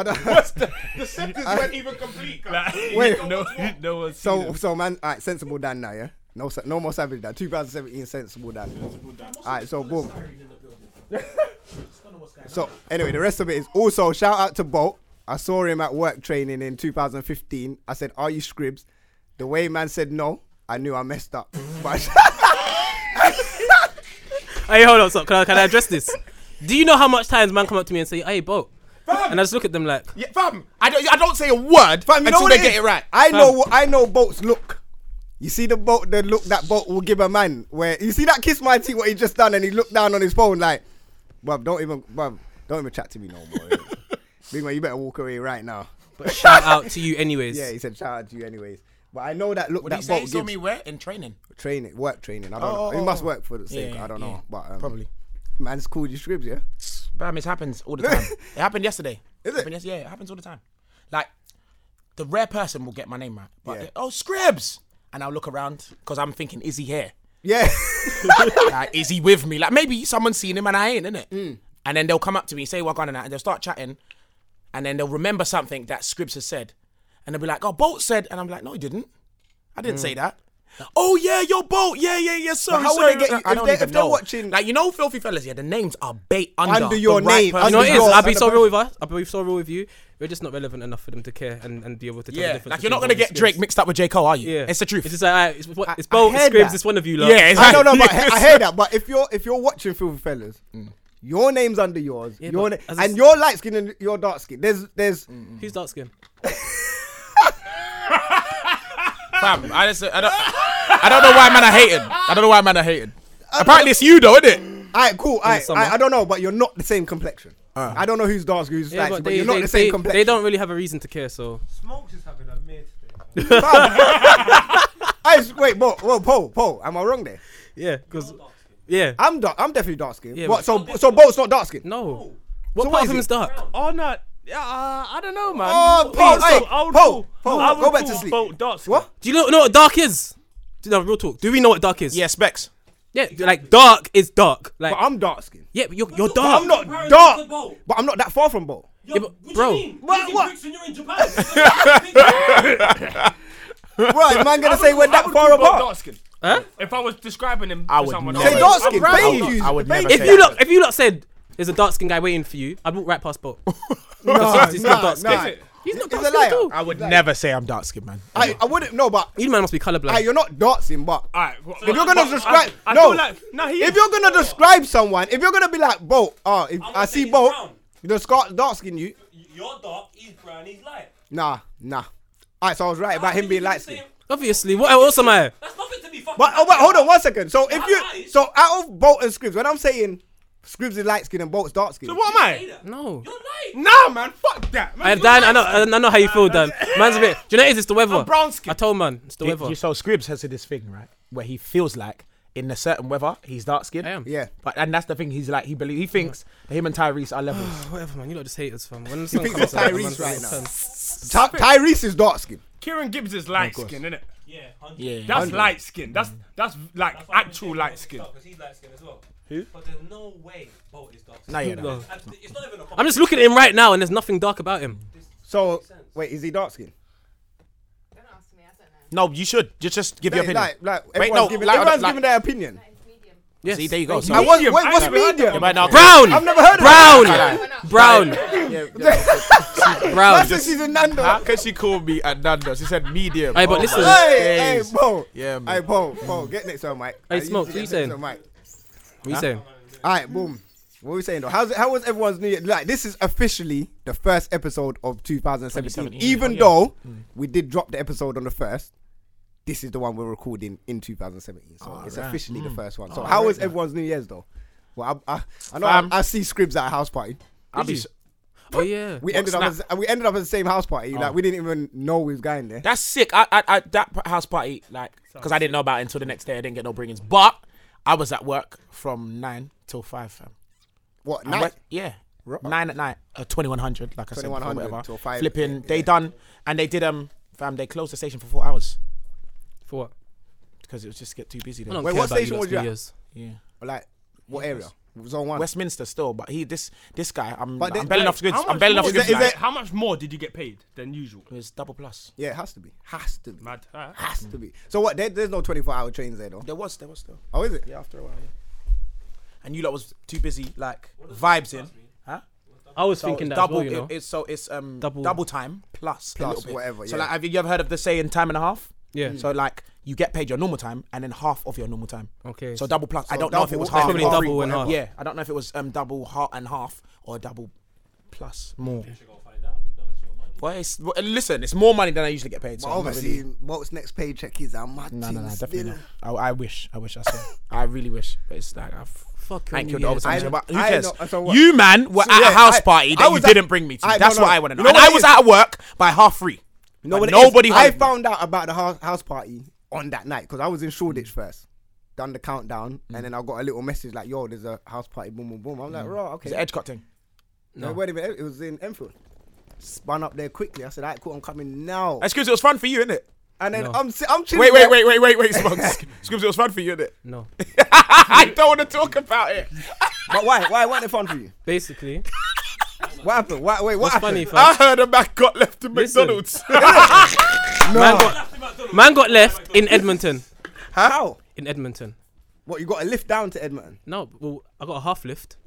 [SPEAKER 4] don't-
[SPEAKER 3] The sentence weren't even complete.
[SPEAKER 6] Like,
[SPEAKER 4] Wait.
[SPEAKER 6] no, no one's. seen
[SPEAKER 4] So
[SPEAKER 6] him.
[SPEAKER 4] so man, alright, sensible Dan now, yeah. No, sa- no more savage Dan. 2017 sensible Dan. Alright, so boom. so anyway, the rest of it is also shout out to Bolt. I saw him at work training in 2015. I said, "Are you Scribs?" The way man said no, I knew I messed up. But
[SPEAKER 5] Hey, hold on, so can I, can I address this? Do you know how much times man come up to me and say, hey, Bo? And I just look at them like,
[SPEAKER 3] Yeah, fam, I don't, I don't say a word
[SPEAKER 4] Fam, you know
[SPEAKER 3] until
[SPEAKER 4] what
[SPEAKER 3] they
[SPEAKER 4] it
[SPEAKER 3] get
[SPEAKER 4] is?
[SPEAKER 3] it right.
[SPEAKER 4] I know what I know Bolt's look. You see the boat, the look that boat will give a man. Where you see that kiss my teeth, what he just done, and he looked down on his phone like, "Bruv, don't even, bruv, don't even chat to me no more." innit? Big man, you better walk away right now.
[SPEAKER 5] but shout out to you anyways.
[SPEAKER 4] Yeah, he said, "Shout out to you, anyways." But I know that look
[SPEAKER 3] What did he
[SPEAKER 4] that
[SPEAKER 3] say?
[SPEAKER 4] boat
[SPEAKER 3] He saw
[SPEAKER 4] gives.
[SPEAKER 3] me where? In training.
[SPEAKER 4] Training, work training. I don't.
[SPEAKER 3] Oh,
[SPEAKER 4] know. He
[SPEAKER 3] oh,
[SPEAKER 4] must
[SPEAKER 3] oh.
[SPEAKER 4] work for the sake.
[SPEAKER 3] Yeah,
[SPEAKER 4] I don't
[SPEAKER 3] yeah.
[SPEAKER 4] know, but um,
[SPEAKER 3] Probably.
[SPEAKER 4] Man's called you scribs, yeah.
[SPEAKER 3] Bam, it happens all the time. it happened yesterday.
[SPEAKER 4] Is it?
[SPEAKER 3] Happened yes- yeah, it happens all the time. Like, the rare person will get my name right. But,
[SPEAKER 4] Yeah.
[SPEAKER 3] oh, Scribs! And I'll look around because I'm thinking, is he here?
[SPEAKER 4] Yeah.
[SPEAKER 3] like, is he with me? Like, maybe someone's seen him and I ain't, innit? Mm. And then they'll come up to me, say, well, gone and that, and they'll start chatting. And then they'll remember something that Scribs has said. And they'll be like, oh, Bolt said. And I'm like, no, he didn't. I didn't say that. Oh, yeah, your Bolt. Yeah, yeah, yeah, sorry.
[SPEAKER 4] Mm. how would
[SPEAKER 3] sorry.
[SPEAKER 4] they get you-
[SPEAKER 3] I
[SPEAKER 4] if
[SPEAKER 3] don't
[SPEAKER 4] they-
[SPEAKER 3] even
[SPEAKER 4] if they're
[SPEAKER 3] know.
[SPEAKER 4] watching-
[SPEAKER 3] Like, you know, Filthy Fellas, yeah, the names are bait under,
[SPEAKER 4] Under your
[SPEAKER 3] the right
[SPEAKER 4] name,
[SPEAKER 3] person.
[SPEAKER 4] under
[SPEAKER 5] You know what it is?
[SPEAKER 4] Yours,
[SPEAKER 5] I'll be
[SPEAKER 4] and
[SPEAKER 5] so
[SPEAKER 4] the
[SPEAKER 5] real with us. I'll be so real with you. We're just not relevant enough for them to care and, and be able to tell the
[SPEAKER 3] Yeah,
[SPEAKER 5] difference.
[SPEAKER 3] like you're not
[SPEAKER 5] between
[SPEAKER 3] gonna
[SPEAKER 5] Bo and
[SPEAKER 3] get Drake
[SPEAKER 5] Scribs.
[SPEAKER 3] mixed up with J Cole, are you?
[SPEAKER 5] Yeah,
[SPEAKER 3] it's the truth.
[SPEAKER 5] It's just like, alright, it's, what, it's
[SPEAKER 4] I
[SPEAKER 5] Bo,
[SPEAKER 4] heard
[SPEAKER 5] Scribs,
[SPEAKER 4] that.
[SPEAKER 5] it's one of you lot.
[SPEAKER 3] yeah, it's
[SPEAKER 4] I
[SPEAKER 3] like-
[SPEAKER 4] don't know, but
[SPEAKER 3] Yeah.
[SPEAKER 4] I hear that. But if you're if you're watching Filthy Fellas, your name's under yours,
[SPEAKER 5] Mm. Yeah,
[SPEAKER 4] your na-
[SPEAKER 5] but as a
[SPEAKER 4] and
[SPEAKER 5] s-
[SPEAKER 4] your light skin and your dark skin. There's there's
[SPEAKER 5] Who's dark skin?
[SPEAKER 3] Fam, I just, I don't, I don't know why man are hating. I don't know why man are hating. Apparently it's you though, isn't it?
[SPEAKER 4] Alright, cool. Alright,
[SPEAKER 5] summer.
[SPEAKER 4] I, I don't know, but you're not the same complexion. I don't know who's dark, who's light, but, you're not the same
[SPEAKER 5] Ah. they,
[SPEAKER 4] complexion.
[SPEAKER 5] they don't really have a reason to care, so
[SPEAKER 7] Smokes is having a mid today.
[SPEAKER 4] I just- wait, whoa, whoa, Paul, Paul, am I wrong there?
[SPEAKER 5] yeah, because yeah,
[SPEAKER 4] I'm dark. I'm definitely dark skinned.
[SPEAKER 5] Yeah,
[SPEAKER 4] what?
[SPEAKER 5] but-
[SPEAKER 4] So, so Bolt's not dark skinned.
[SPEAKER 5] no. What
[SPEAKER 4] So what
[SPEAKER 5] part
[SPEAKER 4] is
[SPEAKER 5] of him
[SPEAKER 4] it?
[SPEAKER 5] is dark?
[SPEAKER 6] Oh no. Yeah, uh, I don't know, man.
[SPEAKER 4] Oh,
[SPEAKER 6] Bolt-
[SPEAKER 4] Paul,
[SPEAKER 6] Bolt-
[SPEAKER 4] hey,
[SPEAKER 6] I would
[SPEAKER 4] Paul,
[SPEAKER 6] call-
[SPEAKER 4] Paul,
[SPEAKER 6] I would
[SPEAKER 4] go back to
[SPEAKER 6] call
[SPEAKER 4] sleep.
[SPEAKER 6] Bolt dark skin.
[SPEAKER 4] What?
[SPEAKER 5] Do you know, know what dark is? Do you know, real talk. Do we know what dark is?
[SPEAKER 3] Yeah, specs.
[SPEAKER 5] Yeah, like dark is dark. Like
[SPEAKER 4] But I'm dark skinned.
[SPEAKER 5] yeah, but you're, you're
[SPEAKER 7] But
[SPEAKER 5] dark.
[SPEAKER 4] I'm not
[SPEAKER 7] Comparison to
[SPEAKER 4] dark,
[SPEAKER 7] Bolt.
[SPEAKER 4] but I'm not that far from Bolt.
[SPEAKER 7] Yo,
[SPEAKER 5] Yeah, but
[SPEAKER 7] what do
[SPEAKER 5] bro.
[SPEAKER 7] you mean?
[SPEAKER 4] What-
[SPEAKER 7] Using
[SPEAKER 4] what?
[SPEAKER 7] bricks when you're in Japan.
[SPEAKER 4] Right, man, gonna say we're
[SPEAKER 6] I
[SPEAKER 4] that
[SPEAKER 6] would
[SPEAKER 4] far
[SPEAKER 6] call Bolt dark
[SPEAKER 4] apart.
[SPEAKER 6] skin.
[SPEAKER 5] Huh?
[SPEAKER 6] If I was describing him,
[SPEAKER 3] I
[SPEAKER 6] to
[SPEAKER 3] would
[SPEAKER 6] someone
[SPEAKER 3] never
[SPEAKER 4] Say
[SPEAKER 6] else,
[SPEAKER 4] dark
[SPEAKER 6] I'm
[SPEAKER 4] skin,
[SPEAKER 6] proud
[SPEAKER 4] babe.
[SPEAKER 6] of
[SPEAKER 4] Use
[SPEAKER 3] I would
[SPEAKER 4] the
[SPEAKER 3] never
[SPEAKER 4] baby.
[SPEAKER 3] say
[SPEAKER 5] If you
[SPEAKER 3] that.
[SPEAKER 5] look, if you lot said there's a dark skinned guy waiting for you, I'd walk right past Bolt.
[SPEAKER 4] Nah,
[SPEAKER 5] He's
[SPEAKER 4] nah,
[SPEAKER 5] not dark
[SPEAKER 4] nah.
[SPEAKER 5] skinned. He's not
[SPEAKER 4] He's
[SPEAKER 5] dark
[SPEAKER 4] a
[SPEAKER 5] skinned
[SPEAKER 4] liar.
[SPEAKER 5] at all.
[SPEAKER 3] I would never say I'm dark skinned, man.
[SPEAKER 4] I, I wouldn't. No, but
[SPEAKER 5] You man must be
[SPEAKER 4] ah,
[SPEAKER 5] colorblind.
[SPEAKER 4] you're not dark skinned, but
[SPEAKER 6] Alright, well,
[SPEAKER 4] if you're gonna
[SPEAKER 6] but I-
[SPEAKER 4] describe,
[SPEAKER 6] I
[SPEAKER 4] no,
[SPEAKER 6] feel like- no, he
[SPEAKER 4] if
[SPEAKER 6] is.
[SPEAKER 4] you're gonna describe someone, if you're gonna be like Bolt, oh, if
[SPEAKER 7] would
[SPEAKER 4] I
[SPEAKER 7] say
[SPEAKER 4] see
[SPEAKER 7] he's
[SPEAKER 4] Bolt,
[SPEAKER 7] brown.
[SPEAKER 4] the scar dark skin you,
[SPEAKER 7] You're dark, he's brown, he's light.
[SPEAKER 4] nah, nah. Alright, so I was right
[SPEAKER 7] How
[SPEAKER 4] about
[SPEAKER 7] can
[SPEAKER 4] him
[SPEAKER 7] you
[SPEAKER 4] being
[SPEAKER 7] be the
[SPEAKER 4] light
[SPEAKER 7] same-
[SPEAKER 4] skinned.
[SPEAKER 5] Obviously, what else am I?
[SPEAKER 7] That's nothing to be fucking.
[SPEAKER 4] But oh, but hold on one second. So if you
[SPEAKER 7] Alright.
[SPEAKER 4] so out of Bolt and Scribs, when I'm saying Scribs is light skinned and Bolt's dark skinned.
[SPEAKER 6] What am I?
[SPEAKER 5] No.
[SPEAKER 7] You're light.
[SPEAKER 6] Nah, man, fuck that. Man,
[SPEAKER 5] I,
[SPEAKER 6] you're
[SPEAKER 5] Dan, I
[SPEAKER 6] right.
[SPEAKER 5] know, I know how you feel, Dan. Man's a bit. Do you know it is? It's the weather.
[SPEAKER 6] I'm brown skinned.
[SPEAKER 5] I told man, it's the weather.
[SPEAKER 3] You, so Scribs has this thing, right, where he feels like in a certain weather he's dark skinned.
[SPEAKER 5] I am.
[SPEAKER 4] Yeah.
[SPEAKER 3] But and that's the thing. He's like he believe he thinks that him and Tyrese are levels.
[SPEAKER 5] Whatever, man. You lot just haters, fam. When the song
[SPEAKER 4] think
[SPEAKER 5] comes
[SPEAKER 4] it's
[SPEAKER 5] out,
[SPEAKER 4] Tyrese
[SPEAKER 5] man's
[SPEAKER 4] right
[SPEAKER 5] just
[SPEAKER 4] now?
[SPEAKER 5] fans.
[SPEAKER 4] Ty- Tyrese is dark skinned.
[SPEAKER 6] Kieran Gibbs is light skin, isn't it?
[SPEAKER 7] Yeah, 100.
[SPEAKER 3] yeah.
[SPEAKER 6] That's light skin. That's that's like
[SPEAKER 7] That's why I'm
[SPEAKER 6] actual
[SPEAKER 7] saying
[SPEAKER 6] light
[SPEAKER 7] Bolt is
[SPEAKER 6] skin.
[SPEAKER 7] dark, 'cause he's light skin as well. Who? But there's no way Bolt is dark.
[SPEAKER 3] Nah, yeah, nah.
[SPEAKER 7] And It's not even a
[SPEAKER 5] I'm just looking at him right now, and there's nothing dark about him.
[SPEAKER 4] So wait, is he dark skinned?
[SPEAKER 2] Don't ask me. I don't know.
[SPEAKER 3] No, you should. Just just give your
[SPEAKER 4] Like,
[SPEAKER 3] opinion.
[SPEAKER 4] like, like
[SPEAKER 3] Wait,
[SPEAKER 4] everyone's,
[SPEAKER 3] no,
[SPEAKER 4] giving,
[SPEAKER 3] like-
[SPEAKER 4] everyone's
[SPEAKER 3] like-
[SPEAKER 4] giving their opinion.
[SPEAKER 2] That is medium.
[SPEAKER 3] See, there you go. So
[SPEAKER 4] I was, wait,
[SPEAKER 6] Medium, I
[SPEAKER 4] what's
[SPEAKER 6] never heard
[SPEAKER 4] medium?
[SPEAKER 3] Yeah, but now-
[SPEAKER 5] Brown.
[SPEAKER 4] I've never heard of
[SPEAKER 5] brown.
[SPEAKER 2] not?
[SPEAKER 5] Brown. Brown.
[SPEAKER 4] That's since he's in Nando.
[SPEAKER 8] How can she call me a Nando's? She said medium.
[SPEAKER 5] Hey, but listen.
[SPEAKER 4] Hey, hey, Bo.
[SPEAKER 8] Yeah,
[SPEAKER 4] Hey,
[SPEAKER 8] man.
[SPEAKER 4] Bo, Bo, get next to her, Mike.
[SPEAKER 5] Hey, Smoke, what you saying?
[SPEAKER 4] All right,
[SPEAKER 5] What you saying?
[SPEAKER 4] boom. What we saying though? How's it, how was everyone's new year? Like this is officially the first episode of 2017.
[SPEAKER 3] 2017,
[SPEAKER 4] Even
[SPEAKER 3] yeah. Hmm.
[SPEAKER 4] though we did drop the episode on the first, this is the one we're recording in 2017. So
[SPEAKER 3] Oh,
[SPEAKER 4] it's officially
[SPEAKER 3] Hmm.
[SPEAKER 4] the first one. So how was everyone's new year's though? Well, I, I, I know I,
[SPEAKER 3] Fam.
[SPEAKER 4] I see Scribs at a house party.
[SPEAKER 3] I'll be, s-
[SPEAKER 5] Oh yeah.
[SPEAKER 4] We ended up as, we ended up at the same house party.
[SPEAKER 3] Oh.
[SPEAKER 4] Like we didn't even know we was going there.
[SPEAKER 3] that's sick. I, I, I that p- house party like because I didn't know about it until the next day. I didn't get no bringings, but I was at work from nine till five, fam.
[SPEAKER 4] What?
[SPEAKER 3] I
[SPEAKER 4] Night?
[SPEAKER 3] went- yeah. Nine at night, uh, twenty one hundred, like I said, before,
[SPEAKER 4] 2100
[SPEAKER 3] whatever.
[SPEAKER 4] till five,
[SPEAKER 3] Flipping,
[SPEAKER 4] yeah,
[SPEAKER 3] they
[SPEAKER 4] yeah.
[SPEAKER 3] done, and they did um, fam, they closed the station for four hours
[SPEAKER 5] For what?
[SPEAKER 3] because it was just get too busy.
[SPEAKER 5] I
[SPEAKER 3] Then.
[SPEAKER 5] don't
[SPEAKER 4] Wait,
[SPEAKER 5] care
[SPEAKER 4] what
[SPEAKER 5] about
[SPEAKER 4] station
[SPEAKER 5] you
[SPEAKER 4] was
[SPEAKER 5] lot's
[SPEAKER 4] you
[SPEAKER 5] New
[SPEAKER 4] at?
[SPEAKER 5] Year's.
[SPEAKER 3] Yeah.
[SPEAKER 4] Like what area? Zone one.
[SPEAKER 3] Westminster still, but he this this guy, I'm
[SPEAKER 4] But
[SPEAKER 3] I'm
[SPEAKER 4] they-
[SPEAKER 3] belling
[SPEAKER 4] like,
[SPEAKER 3] off scripts. I'm
[SPEAKER 6] How much
[SPEAKER 3] belling
[SPEAKER 6] more-
[SPEAKER 3] off
[SPEAKER 4] is that-
[SPEAKER 3] scripts.
[SPEAKER 4] is
[SPEAKER 3] like-
[SPEAKER 4] that-
[SPEAKER 6] How much more did you get paid than usual?
[SPEAKER 3] It was double plus.
[SPEAKER 4] Yeah, it has to be. Has to be.
[SPEAKER 6] Mad. alright.
[SPEAKER 4] Has to be. So what? There, there's no 24 hour trains there though.
[SPEAKER 3] There was there was still.
[SPEAKER 4] Oh, is it?
[SPEAKER 3] Yeah, after a while. Yeah. And you lot was too busy like vibes in. Huh?
[SPEAKER 5] I was
[SPEAKER 3] So
[SPEAKER 5] thinking
[SPEAKER 3] it's
[SPEAKER 5] that
[SPEAKER 3] double.
[SPEAKER 5] as well, you know.
[SPEAKER 3] it- it's so it's um
[SPEAKER 5] Double-
[SPEAKER 3] double, time plus a
[SPEAKER 4] Plus
[SPEAKER 3] little bit.
[SPEAKER 4] whatever,
[SPEAKER 3] So
[SPEAKER 4] yeah.
[SPEAKER 3] like, have you ever heard of the saying time and a half?
[SPEAKER 5] Yeah. Mm.
[SPEAKER 3] So like, you get paid your normal time and then half of your normal time.
[SPEAKER 5] Okay,
[SPEAKER 3] So
[SPEAKER 5] so-
[SPEAKER 3] double plus. I don't know if it
[SPEAKER 4] double
[SPEAKER 3] was
[SPEAKER 4] and
[SPEAKER 3] half.
[SPEAKER 5] Probably
[SPEAKER 3] or
[SPEAKER 5] double
[SPEAKER 3] three,
[SPEAKER 5] and
[SPEAKER 3] whatever.
[SPEAKER 5] half.
[SPEAKER 3] Yeah, I don't know if it was um double half and half or double plus more.
[SPEAKER 7] Go find out. We know that's your money.
[SPEAKER 3] Well, it's well, listen, it's more money than I usually get paid. So
[SPEAKER 4] But
[SPEAKER 3] I'm not
[SPEAKER 4] obviously,
[SPEAKER 3] really-
[SPEAKER 4] Bolt's next paycheck is how much?
[SPEAKER 3] no, no, no, definitely not. I, I wish, I wish I saw. I really wish, but it's like I've.
[SPEAKER 5] Fuck
[SPEAKER 3] I ain't
[SPEAKER 5] your
[SPEAKER 3] killed
[SPEAKER 5] New
[SPEAKER 3] the
[SPEAKER 5] Year's.
[SPEAKER 3] overtime,
[SPEAKER 4] I-
[SPEAKER 3] but who
[SPEAKER 4] I
[SPEAKER 3] cares?
[SPEAKER 4] know- so what?
[SPEAKER 3] you man were at
[SPEAKER 4] yeah,
[SPEAKER 3] a house
[SPEAKER 4] I-
[SPEAKER 3] party
[SPEAKER 4] I
[SPEAKER 3] that you
[SPEAKER 4] was at-
[SPEAKER 3] didn't bring me to.
[SPEAKER 4] I- no,
[SPEAKER 3] That's
[SPEAKER 4] no.
[SPEAKER 3] what I want to know.
[SPEAKER 4] You know
[SPEAKER 3] and I
[SPEAKER 4] what it
[SPEAKER 3] was
[SPEAKER 4] is?
[SPEAKER 3] out of work by half three.
[SPEAKER 4] No,
[SPEAKER 3] But nobody.
[SPEAKER 4] but nobody. I
[SPEAKER 3] hired me.
[SPEAKER 4] found out about the house, house party on that night because I was in Shoreditch first. Done the countdown,
[SPEAKER 3] Mm.
[SPEAKER 4] and then I got a little message like, "Yo, there's a house party." Boom, boom, boom. I'm like, "Raw, okay."
[SPEAKER 3] It's an edge cut thing.
[SPEAKER 4] No, it, wasn't even, it was in Enfield. Spun up there quickly. I said, "Alright, cool, I'm coming now."
[SPEAKER 3] Excuse, it was fun for you, innit?
[SPEAKER 4] And then
[SPEAKER 5] No.
[SPEAKER 4] I'm si- I'm chilling.
[SPEAKER 3] Wait, wait,
[SPEAKER 4] there.
[SPEAKER 3] wait, wait, wait, wait, Smugs. Excuse, it was fun for you, innit?
[SPEAKER 5] No.
[SPEAKER 3] I don't want to talk about it.
[SPEAKER 4] But why? Why wasn't it fun for you?
[SPEAKER 5] Basically,
[SPEAKER 4] What happened? Why, wait, what
[SPEAKER 5] what's
[SPEAKER 4] happened?
[SPEAKER 5] funny, fam?
[SPEAKER 8] I heard a man got left to
[SPEAKER 5] Listen.
[SPEAKER 8] McDonald's.
[SPEAKER 5] Man got, man got left in Edmonton.
[SPEAKER 4] How?
[SPEAKER 5] In Edmonton.
[SPEAKER 4] What you got a lift down to Edmonton?
[SPEAKER 5] No, well, I got a half lift.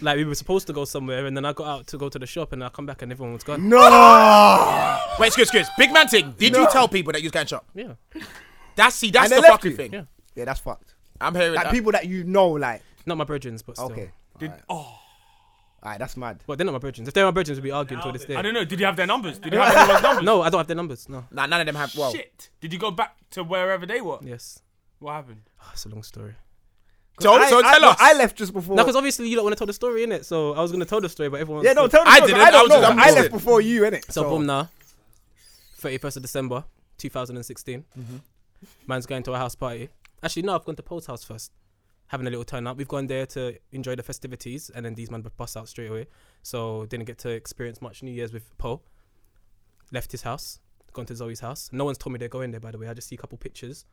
[SPEAKER 5] like we were supposed to go somewhere, and then I got out to go to the shop, and I come back, and everyone was gone.
[SPEAKER 4] No.
[SPEAKER 3] Wait, excuse, excuse. Big man thing. Did you tell people that you was going shop?
[SPEAKER 5] Yeah.
[SPEAKER 3] That's see, that's
[SPEAKER 4] And they
[SPEAKER 3] the
[SPEAKER 4] left
[SPEAKER 3] fucking
[SPEAKER 4] you?
[SPEAKER 3] thing.
[SPEAKER 5] Yeah.
[SPEAKER 4] yeah, that's fucked.
[SPEAKER 3] I'm hearing
[SPEAKER 4] Like
[SPEAKER 3] that.
[SPEAKER 4] people that you know, like
[SPEAKER 5] Not my brethren's, but still.
[SPEAKER 4] okay.
[SPEAKER 6] Did, oh,
[SPEAKER 4] Alright, that's mad.
[SPEAKER 5] Well, they're not my brethren. If they're my brethren, we'll be arguing till this
[SPEAKER 6] I
[SPEAKER 5] day.
[SPEAKER 6] don't know. Did you have their numbers? Did you have anyone's numbers?
[SPEAKER 5] No, I don't have their numbers. No.
[SPEAKER 3] Nah, none of them have. Well,
[SPEAKER 6] Shit. Did you go back to wherever they were?
[SPEAKER 5] Yes.
[SPEAKER 6] What happened?
[SPEAKER 5] Oh, it's a long story.
[SPEAKER 3] so,
[SPEAKER 4] I,
[SPEAKER 3] so
[SPEAKER 4] I-
[SPEAKER 3] tell
[SPEAKER 4] no,
[SPEAKER 3] us.
[SPEAKER 4] I left just before.
[SPEAKER 5] No, because obviously you don't want to tell the story, innit? So I was going to tell the story, but everyone.
[SPEAKER 4] yeah, no, tell me.
[SPEAKER 3] I
[SPEAKER 4] I
[SPEAKER 3] didn't,
[SPEAKER 4] I
[SPEAKER 3] I
[SPEAKER 4] don't
[SPEAKER 3] was
[SPEAKER 4] know.
[SPEAKER 3] just
[SPEAKER 4] I
[SPEAKER 3] unbothered.
[SPEAKER 4] left before you, innit?
[SPEAKER 5] So, boom now. 31st of December, 2016. Man's going to a house party. Actually, no, I've gone to Paul's house first. Having a little turn up. We've gone there to enjoy the festivities, and then these men bust out straight away. So didn't get to experience much New Year's with Paul. Left his house, gone to Zoe's house. No one's told me they're going there, by the way. I just see a couple pictures.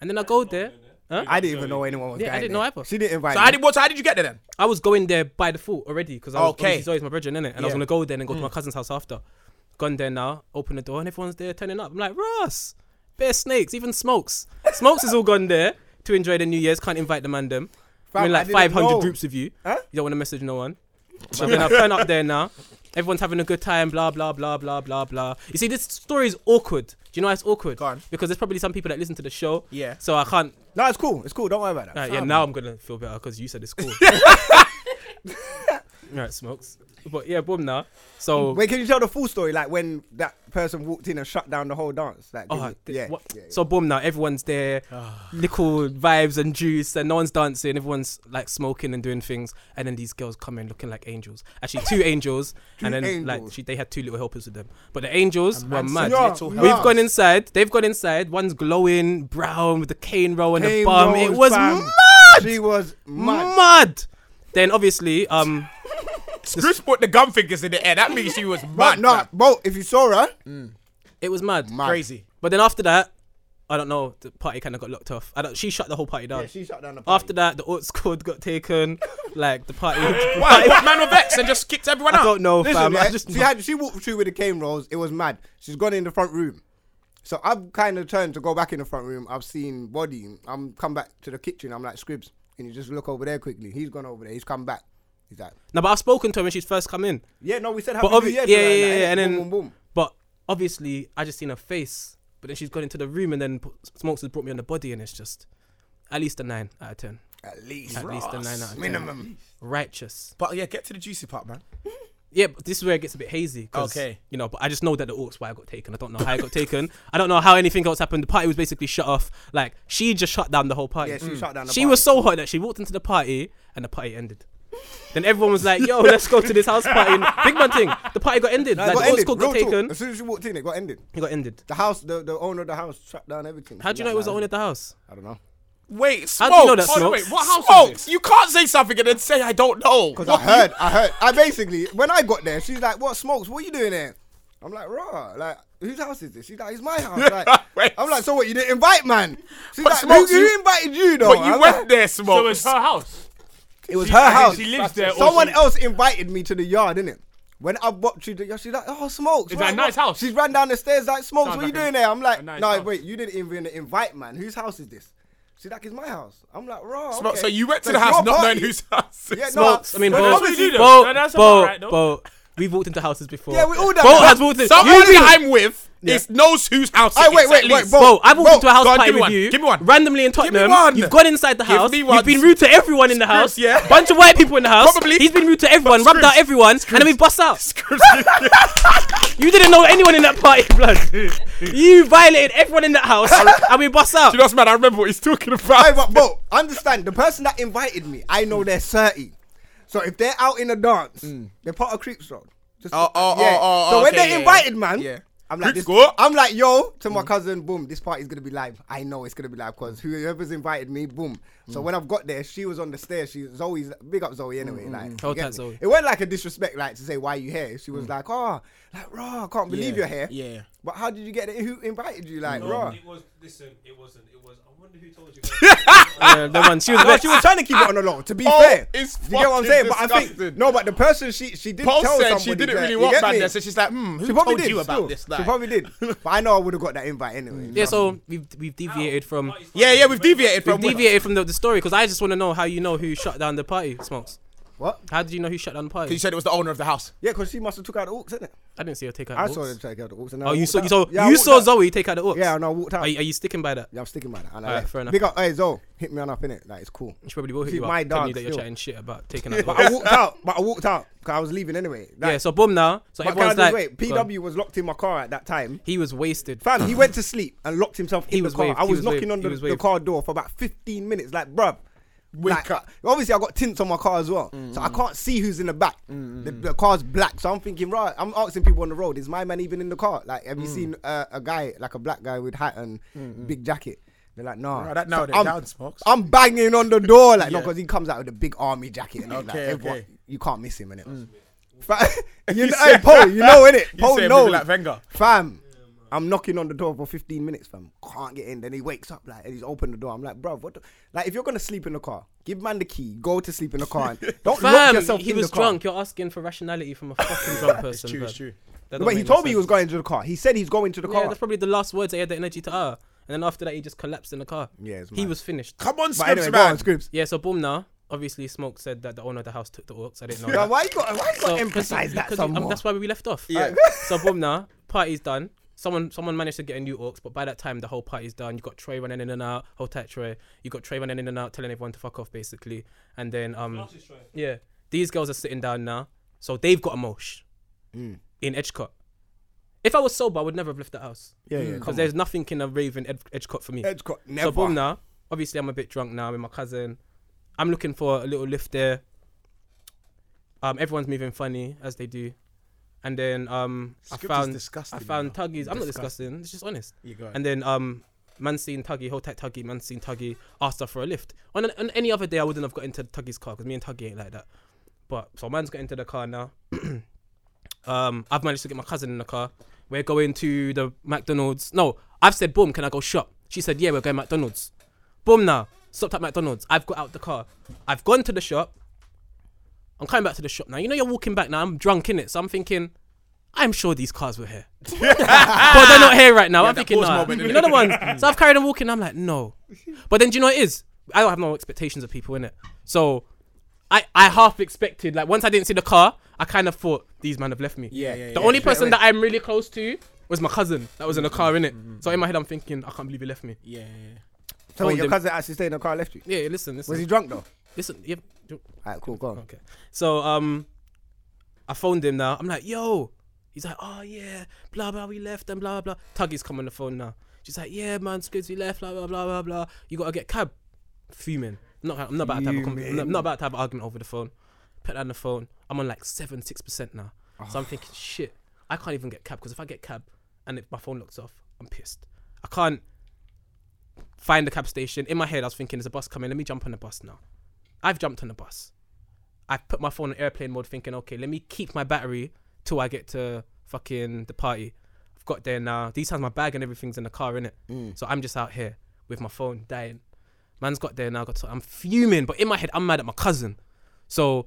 [SPEAKER 5] And then I go there. Huh?
[SPEAKER 4] I didn't even know anyone was
[SPEAKER 5] Yeah, I
[SPEAKER 4] going
[SPEAKER 5] didn't
[SPEAKER 4] there.
[SPEAKER 5] know either.
[SPEAKER 4] She didn't invite
[SPEAKER 3] so how
[SPEAKER 4] me.
[SPEAKER 3] did, what, so how did you get there then?
[SPEAKER 5] I was going there by default already because I was
[SPEAKER 3] Okay.
[SPEAKER 5] okay. always my brethren, innit? And I was gonna go there and go to my cousin's house after. Gone there now, open the door and everyone's there turning up. I'm like, Ross, bare snakes, even smokes. Smokes is all gone there to enjoy the New Year's. Can't invite the man them. We're in
[SPEAKER 4] I
[SPEAKER 5] like
[SPEAKER 4] didn't
[SPEAKER 5] 500
[SPEAKER 4] know.
[SPEAKER 5] groups of you.
[SPEAKER 4] Huh?
[SPEAKER 5] You don't want to message no one. So then I turn up there now. Everyone's having a good time. Blah blah blah blah blah blah. You see, this story is awkward. Do you know why it's awkward?
[SPEAKER 3] Go on.
[SPEAKER 5] Because there's probably some people that listen to the show.
[SPEAKER 3] Yeah.
[SPEAKER 5] So I can't.
[SPEAKER 4] No, it's cool. It's cool. Don't worry about that.
[SPEAKER 5] Alright, yeah.
[SPEAKER 4] Fam.
[SPEAKER 5] Now I'm gonna feel better because you said it's cool. Right, smokes. But yeah, boom now. So
[SPEAKER 4] Wait, can you tell the full story? Like when that person walked in and shut down the whole dance. Like,
[SPEAKER 5] Oh,
[SPEAKER 4] did-
[SPEAKER 5] th-
[SPEAKER 4] yeah,
[SPEAKER 5] what-
[SPEAKER 4] yeah, Ah. yeah.
[SPEAKER 5] So boom now, everyone's there, little vibes and juice, and no one's dancing. Everyone's like smoking and doing things, and then these girls come in looking like angels. Actually, two angels, and
[SPEAKER 4] Two
[SPEAKER 5] then like
[SPEAKER 4] angels.
[SPEAKER 5] she, they had two little helpers with them. But the angels were mad.
[SPEAKER 4] Yeah,
[SPEAKER 3] Little
[SPEAKER 4] yeah.
[SPEAKER 3] help.
[SPEAKER 5] We've gone inside. They've gone inside. One's glowing brown with the cane roll and the
[SPEAKER 4] Came
[SPEAKER 5] bum.
[SPEAKER 4] rolls,
[SPEAKER 5] It was
[SPEAKER 4] fam. She was
[SPEAKER 5] mud.
[SPEAKER 4] mad.
[SPEAKER 5] mud. Then obviously, um,
[SPEAKER 3] Chris put the gun fingers in the air. That means she was
[SPEAKER 4] But
[SPEAKER 3] mad.
[SPEAKER 4] no,
[SPEAKER 3] fam.
[SPEAKER 4] Bo, if you saw her,
[SPEAKER 5] it was mad.
[SPEAKER 3] crazy.
[SPEAKER 5] But then after that, I don't know. The party kind of got locked off. I don't, she shut the whole party down.
[SPEAKER 4] she shut down the party.
[SPEAKER 5] After that, the Orts squad got taken. like the party.
[SPEAKER 3] Why? What man were vexed and just kicked everyone
[SPEAKER 5] I
[SPEAKER 3] out?
[SPEAKER 5] don't know,
[SPEAKER 4] Listen,
[SPEAKER 5] fam.
[SPEAKER 4] yeah,
[SPEAKER 5] I just
[SPEAKER 4] she had she walked through with the cane rolls. It was mad. She's gone in the front room. So I've kind of turned to go back in the front room. I've seen body. I'm come back to the kitchen. I'm like Scribs, and you just look over there quickly. He's gone over there. He's come back. He's like,
[SPEAKER 5] no, but I've spoken to her when she's first come in.
[SPEAKER 4] yeah, no, we said happy
[SPEAKER 5] But
[SPEAKER 4] New
[SPEAKER 5] obvi-
[SPEAKER 4] Year
[SPEAKER 5] yeah,
[SPEAKER 4] tonight,
[SPEAKER 5] yeah,
[SPEAKER 4] like,
[SPEAKER 5] yeah, and
[SPEAKER 4] boom,
[SPEAKER 5] then
[SPEAKER 4] boom, boom.
[SPEAKER 5] But obviously, I just seen her face. But then she's gone into the room, and then P- Smokes has brought me on the body, and it's just at least a nine out of ten.
[SPEAKER 4] At least,
[SPEAKER 5] At least a nine out of
[SPEAKER 4] minimum.
[SPEAKER 5] ten. Righteous.
[SPEAKER 3] But yeah, get to the juicy part, man.
[SPEAKER 5] Yeah, but this is where it gets a bit hazy. 'cause,
[SPEAKER 3] Okay.
[SPEAKER 5] You know, but I just know that the Orcs why I got taken. I don't know how I got taken. I don't know how anything else happened. The party was basically shut off. Like she just shut down the whole party.
[SPEAKER 4] Yeah, she shut down. The
[SPEAKER 5] she
[SPEAKER 4] party.
[SPEAKER 5] was so hot that she walked into the party and the party ended. then everyone was like, "Yo, let's go to this house party." And big man thing. The party got ended.
[SPEAKER 4] No, it
[SPEAKER 5] like
[SPEAKER 4] got
[SPEAKER 5] the old
[SPEAKER 4] ended.
[SPEAKER 5] school got
[SPEAKER 4] Real talk.
[SPEAKER 5] taken.
[SPEAKER 4] As soon as she walked in, it got ended.
[SPEAKER 5] It got ended.
[SPEAKER 4] The house, the, the owner of the house shut down everything.
[SPEAKER 5] How do you know it was the owner of the house?
[SPEAKER 4] I don't know.
[SPEAKER 3] Wait,
[SPEAKER 5] How
[SPEAKER 3] smokes.
[SPEAKER 5] do you know that,
[SPEAKER 3] Hold on,
[SPEAKER 5] Smokes?
[SPEAKER 3] wait, what house smokes? You can't say something and then say I don't know.
[SPEAKER 4] Because I heard, I heard. I basically, when I got there, she's like, "What smokes? What you doing there?" I'm like, "Raw, like whose house is this?" She's like, "It's my house."
[SPEAKER 3] Wait.
[SPEAKER 4] Like, I'm like, "So what? You didn't invite, man?" She's
[SPEAKER 3] But
[SPEAKER 4] like,
[SPEAKER 3] Smokes,
[SPEAKER 4] who,
[SPEAKER 3] you-
[SPEAKER 4] who invited you though?"
[SPEAKER 3] but you
[SPEAKER 4] I'm
[SPEAKER 3] went
[SPEAKER 4] like,
[SPEAKER 3] there,
[SPEAKER 6] So
[SPEAKER 3] smokes.
[SPEAKER 6] it's her house.
[SPEAKER 4] It was
[SPEAKER 6] She-
[SPEAKER 4] her
[SPEAKER 6] I think
[SPEAKER 4] house.
[SPEAKER 6] she lives there or
[SPEAKER 4] Someone
[SPEAKER 6] she-
[SPEAKER 4] else invited me to the yard, innit? When I walked through the yard, she's like, "Oh, smokes."
[SPEAKER 6] Is
[SPEAKER 4] right,
[SPEAKER 6] that a nice
[SPEAKER 4] what?"
[SPEAKER 6] house?
[SPEAKER 4] She's ran down the stairs like, "Smokes,
[SPEAKER 6] Sounds
[SPEAKER 4] what are you
[SPEAKER 6] like a-
[SPEAKER 4] doing there?" I'm like,
[SPEAKER 6] a nice
[SPEAKER 4] "No,
[SPEAKER 6] house."
[SPEAKER 4] wait, you didn't even invite, man. Whose house is this?" She's like, "It's my house." I'm like, "Raw."
[SPEAKER 3] Smokes,
[SPEAKER 4] okay.
[SPEAKER 3] So you went to
[SPEAKER 4] So
[SPEAKER 3] the
[SPEAKER 4] it's
[SPEAKER 3] house
[SPEAKER 4] your
[SPEAKER 3] not knowing
[SPEAKER 4] party.
[SPEAKER 3] whose house. it
[SPEAKER 4] Yeah,
[SPEAKER 3] is.
[SPEAKER 4] no,
[SPEAKER 5] Smokes, I mean,
[SPEAKER 4] but
[SPEAKER 5] Bo,
[SPEAKER 6] that's what you do,
[SPEAKER 5] Bo,
[SPEAKER 6] though. That's
[SPEAKER 5] Bo,
[SPEAKER 6] alright, though.
[SPEAKER 5] Bo. We've walked into houses before.
[SPEAKER 4] Yeah, we all done
[SPEAKER 5] Bo
[SPEAKER 4] that.
[SPEAKER 5] has walked in.
[SPEAKER 3] Someone
[SPEAKER 5] You
[SPEAKER 3] that
[SPEAKER 5] did.
[SPEAKER 3] I'm with is knows whose house.
[SPEAKER 4] Aye,
[SPEAKER 3] it
[SPEAKER 4] wait,
[SPEAKER 3] is,
[SPEAKER 4] wait,
[SPEAKER 3] at
[SPEAKER 4] wait,
[SPEAKER 3] least.
[SPEAKER 4] Bo,
[SPEAKER 5] Bo, I've walked
[SPEAKER 4] Bo,
[SPEAKER 5] into a house
[SPEAKER 3] go on,
[SPEAKER 5] party
[SPEAKER 3] give me
[SPEAKER 5] with
[SPEAKER 3] one,
[SPEAKER 5] you.
[SPEAKER 3] give me one.
[SPEAKER 5] Randomly in
[SPEAKER 3] me
[SPEAKER 5] Tottenham.
[SPEAKER 3] one.
[SPEAKER 5] You've gone inside the
[SPEAKER 3] Give
[SPEAKER 5] house.
[SPEAKER 3] me
[SPEAKER 5] You've
[SPEAKER 3] one.
[SPEAKER 5] been rude to everyone in the house.
[SPEAKER 3] Scripps, yeah.
[SPEAKER 5] Bunch of white people in the house.
[SPEAKER 3] Probably.
[SPEAKER 5] He's been rude to everyone, rubbed
[SPEAKER 3] Scripps.
[SPEAKER 5] out everyone, and then we bust out. You didn't know anyone in that party, blood. you violated everyone in that house, and we bust out.
[SPEAKER 3] You know what's mad? I remember what he's talking
[SPEAKER 4] Hey,
[SPEAKER 3] about.
[SPEAKER 4] but bro, understand the person that invited me, I know they're 30. So if they're out in a dance, they're part of Creeps Road. Just,
[SPEAKER 3] Mm. Oh, oh,
[SPEAKER 4] yeah.
[SPEAKER 3] oh, oh,
[SPEAKER 4] So when
[SPEAKER 3] okay,
[SPEAKER 4] they
[SPEAKER 3] yeah,
[SPEAKER 4] invited,
[SPEAKER 3] yeah.
[SPEAKER 4] man,
[SPEAKER 3] Yeah.
[SPEAKER 4] I'm like,
[SPEAKER 3] Creeps
[SPEAKER 4] this,
[SPEAKER 3] go. Mm.
[SPEAKER 4] I'm like, yo, to my cousin, boom, this party's gonna be live. I know it's gonna be live because whoever's invited me, boom. So
[SPEAKER 3] Mm.
[SPEAKER 4] when I've got there, she was on the stairs. She Zoe's big up Zoe anyway. Like, you
[SPEAKER 5] Hold
[SPEAKER 4] get
[SPEAKER 5] tight,
[SPEAKER 4] me?
[SPEAKER 5] Zoe.
[SPEAKER 4] It wasn't like a disrespect, like to say why you here. She was like, oh, like raw, I can't believe
[SPEAKER 3] Mm. Yeah,
[SPEAKER 4] you're here.
[SPEAKER 3] yeah.
[SPEAKER 4] But how did you get it? Who invited you? Like, raw.
[SPEAKER 7] It was. Listen, it wasn't. It was. I wonder who told you. Guys.
[SPEAKER 5] Yeah, that one, she was
[SPEAKER 4] No,
[SPEAKER 5] vexed.
[SPEAKER 4] she was trying to keep it on the low. To be
[SPEAKER 3] Oh,
[SPEAKER 4] fair,
[SPEAKER 3] it's
[SPEAKER 4] you get what I'm
[SPEAKER 3] fucking
[SPEAKER 4] saying. But I think
[SPEAKER 3] disgusting.
[SPEAKER 4] no, but the person she she did
[SPEAKER 3] Bo
[SPEAKER 4] tell
[SPEAKER 3] said
[SPEAKER 4] somebody
[SPEAKER 3] she didn't
[SPEAKER 4] that,
[SPEAKER 3] really
[SPEAKER 4] you
[SPEAKER 3] want
[SPEAKER 4] get
[SPEAKER 3] man
[SPEAKER 4] me?
[SPEAKER 3] there, so she's like, hmm,
[SPEAKER 4] she
[SPEAKER 3] who
[SPEAKER 4] probably
[SPEAKER 3] told
[SPEAKER 4] did.
[SPEAKER 3] you about
[SPEAKER 4] still.
[SPEAKER 3] this?
[SPEAKER 4] She
[SPEAKER 3] Like-
[SPEAKER 4] probably did. But I know I would have got that invite anyway.
[SPEAKER 5] Yeah, so we've we've deviated from
[SPEAKER 3] yeah, yeah, we've deviated
[SPEAKER 5] we've
[SPEAKER 3] from.
[SPEAKER 5] deviated from the, the story because I just want to know how you know who shut down the party, Smokes.
[SPEAKER 4] What?
[SPEAKER 5] How did you know who shut down the party?
[SPEAKER 3] You said it was the owner of the house.
[SPEAKER 4] Yeah, because she must have took out the orcs, innit?
[SPEAKER 5] I didn't see her take out.
[SPEAKER 4] I
[SPEAKER 5] the
[SPEAKER 4] saw
[SPEAKER 5] orcs.
[SPEAKER 4] them take out the orcs. And I
[SPEAKER 5] Oh, you
[SPEAKER 4] walked
[SPEAKER 5] saw you
[SPEAKER 4] out.
[SPEAKER 5] saw
[SPEAKER 4] Yeah, I
[SPEAKER 5] you
[SPEAKER 4] walked
[SPEAKER 5] saw
[SPEAKER 4] out.
[SPEAKER 5] Zoe take out the orcs.
[SPEAKER 4] Yeah, and I walked out.
[SPEAKER 5] Are you, are you sticking by that?
[SPEAKER 4] yeah, I'm sticking by that. And I
[SPEAKER 5] Alright,
[SPEAKER 4] left.
[SPEAKER 5] fair enough.
[SPEAKER 4] Big up, hey Zo, hit me on up, innit? Like it's cool.
[SPEAKER 5] She probably will hit
[SPEAKER 4] Keep
[SPEAKER 5] you up.
[SPEAKER 4] my
[SPEAKER 5] telling
[SPEAKER 4] dog
[SPEAKER 5] you that you're
[SPEAKER 4] still.
[SPEAKER 5] chatting shit about taking out. the
[SPEAKER 4] But I
[SPEAKER 5] orcs.
[SPEAKER 4] walked out. But I walked out because I was leaving anyway. Like,
[SPEAKER 5] yeah, so boom now. So
[SPEAKER 4] but
[SPEAKER 5] everyone's
[SPEAKER 4] can I
[SPEAKER 5] like,
[SPEAKER 4] just wait,
[SPEAKER 5] go on.
[SPEAKER 4] PW was locked in my car at that time.
[SPEAKER 5] He was wasted.
[SPEAKER 4] Fam, he went to sleep and locked himself
[SPEAKER 5] He
[SPEAKER 4] in
[SPEAKER 5] was
[SPEAKER 4] the car.
[SPEAKER 5] waved,
[SPEAKER 4] I
[SPEAKER 5] he
[SPEAKER 4] was,
[SPEAKER 5] was waved,
[SPEAKER 4] knocking on
[SPEAKER 5] he
[SPEAKER 4] the,
[SPEAKER 5] was
[SPEAKER 4] the
[SPEAKER 5] waved.
[SPEAKER 4] car door for about 15 minutes. Like, bruv. like, Obviously, I got tints on my car as well. So
[SPEAKER 5] Mm-hmm.
[SPEAKER 4] I can't see who's in the back. The, the car's black. So I'm thinking, right, I'm asking people on the road, is my man even in the car? Like, have you
[SPEAKER 5] Mm.
[SPEAKER 4] seen uh, a guy, like a black guy with hat and
[SPEAKER 5] Mm-hmm.
[SPEAKER 4] big jacket? They're like, nah.
[SPEAKER 3] Right, that now
[SPEAKER 4] So
[SPEAKER 3] they
[SPEAKER 4] I'm,
[SPEAKER 3] down smokes.
[SPEAKER 4] I'm banging on the door, like, no,
[SPEAKER 3] Yeah.
[SPEAKER 4] because he comes out with a big army jacket. And like,
[SPEAKER 3] Okay,
[SPEAKER 4] everyone-
[SPEAKER 3] okay.
[SPEAKER 4] You can't miss him, innit?
[SPEAKER 5] Mm.
[SPEAKER 4] Fa- you know, hey, Paul, you know, innit?
[SPEAKER 3] You
[SPEAKER 4] Paul
[SPEAKER 3] said maybe
[SPEAKER 4] knows.
[SPEAKER 3] like Wenger.
[SPEAKER 4] Oh, Fam, I'm knocking on the door for 15 minutes, fam. Can't get in. Then he wakes up, like, and he's opened the door. I'm like, bruv, what the? Like, if you're going to sleep in the car, give man the key, go to sleep in the car. And don't lock
[SPEAKER 5] Fam,
[SPEAKER 4] yourself
[SPEAKER 5] he
[SPEAKER 4] in
[SPEAKER 5] was
[SPEAKER 4] the car.
[SPEAKER 5] drunk. You're asking for rationality from a fucking drunk person.
[SPEAKER 3] true,
[SPEAKER 5] bruv.
[SPEAKER 3] it's true.
[SPEAKER 5] That don't
[SPEAKER 4] But he
[SPEAKER 5] make no
[SPEAKER 4] told me he was
[SPEAKER 5] sense.
[SPEAKER 4] going to the car. He said he's going to the
[SPEAKER 5] Yeah,
[SPEAKER 4] car.
[SPEAKER 5] that's probably the last words I had the energy to utter. And then after that, he just collapsed in the car.
[SPEAKER 4] Yeah, it's
[SPEAKER 5] he
[SPEAKER 4] mad.
[SPEAKER 5] was finished.
[SPEAKER 3] Come on,
[SPEAKER 4] But
[SPEAKER 3] Scribs,
[SPEAKER 4] anyway, go
[SPEAKER 3] man.
[SPEAKER 4] on, Scribs.
[SPEAKER 5] Yeah, so boom now. Obviously, Smoke said that the owner of the house took the orcs. I didn't know.
[SPEAKER 4] Now,
[SPEAKER 5] that.
[SPEAKER 4] why you got why you got
[SPEAKER 5] So-
[SPEAKER 4] to emphasize
[SPEAKER 5] 'cause-
[SPEAKER 4] that
[SPEAKER 5] because
[SPEAKER 4] some
[SPEAKER 5] um,
[SPEAKER 4] more?
[SPEAKER 5] That's why we left off.
[SPEAKER 3] Yeah.
[SPEAKER 5] so boom now, party's done. Someone someone managed to get a new orcs, but by that time the whole party's done. You got Trey running in and out. Hold tight, Trey. You got Trey running in and out, telling everyone to fuck off, basically. And then um, yeah, these girls are sitting down now, so they've got a mosh
[SPEAKER 4] Mm.
[SPEAKER 5] in Edgecote. If I was sober, I would never have left the house
[SPEAKER 4] yeah, yeah.
[SPEAKER 5] because there's nothing in a rave in Ed- Edgecote for me.
[SPEAKER 4] Edgecote,
[SPEAKER 5] So
[SPEAKER 4] never.
[SPEAKER 5] boom now. Obviously, I'm a bit drunk now with my cousin. I'm looking for a little lift there. Um, everyone's moving funny as they do, and then um, I
[SPEAKER 3] Script is
[SPEAKER 5] found
[SPEAKER 3] disgusting,
[SPEAKER 5] I found
[SPEAKER 3] you know.
[SPEAKER 5] Tuggies. I'm not disgusting. It's just honest.
[SPEAKER 3] You go ahead.
[SPEAKER 5] And then um, man seen Tuggy, hold tight Tuggy, man seen Tuggy, asked her for a lift. On, an, on any other day, I wouldn't have got into Tuggy's car because me and Tuggy ain't like that. But so man's got into the car now. um, I've managed to get my cousin in the car. We're going to the McDonald's. No, I've said, boom, can I go shop? She said, yeah, we're going McDonald's. Boom now. Stopped at McDonald's. I've got out the car. I've gone to the shop. I'm coming back to the shop now. You know, you're walking back now. I'm drunk in it, so I'm thinking, I'm sure these cars were here, but they're not here right now. I'm
[SPEAKER 3] that
[SPEAKER 5] thinking,
[SPEAKER 3] pause
[SPEAKER 5] nah.
[SPEAKER 3] moment,
[SPEAKER 5] you know the ones. So I've carried on walking. I'm like, no. But then, do you know what it is? I don't have no expectations of people in it. So I, I half expected. Like once I didn't see the car, I kind of thought these men have left me.
[SPEAKER 3] Yeah, yeah, yeah,
[SPEAKER 5] The only
[SPEAKER 3] straight
[SPEAKER 5] person that I'm really close to was my cousin that was in the car in it. So in my head, I'm thinking, I can't believe he left me.
[SPEAKER 3] Mm-hmm. Yeah, yeah, yeah.
[SPEAKER 4] So wait, your
[SPEAKER 5] Told him-
[SPEAKER 4] cousin actually stayed in the car and left you.
[SPEAKER 5] Yeah, listen, listen,
[SPEAKER 4] Was he drunk though?
[SPEAKER 5] listen. Yeah, do-
[SPEAKER 4] Alright, cool, go on.
[SPEAKER 5] Okay. So um, I phoned him now. I'm like, yo. He's like, oh yeah, blah blah. We left and blah blah. Tuggy's come on the phone now. She's like, yeah man, Skids, we left. Blah blah blah blah blah. You gotta get cab. Fuming. I'm not. I'm not about to have a com- I'm not- I'm not about to have an argument over the phone. Put down the phone. I'm on like seven six percent now. So I'm thinking, shit, I can't even get cab because if I get cab and if my phone locks off, I'm pissed. I can't find the cab station. In my head, I was thinking, there's a bus coming. Let me jump on the bus now. I've jumped on the bus. I put my phone on airplane mode, thinking, okay, let me keep my battery till I get to fucking the party. I've got there now. These times my bag and everything's in the car, innit?
[SPEAKER 3] Mm.
[SPEAKER 5] So I'm just out here with my phone dying. Man's got there now. Got to, I'm fuming, but in my head, I'm mad at my cousin. So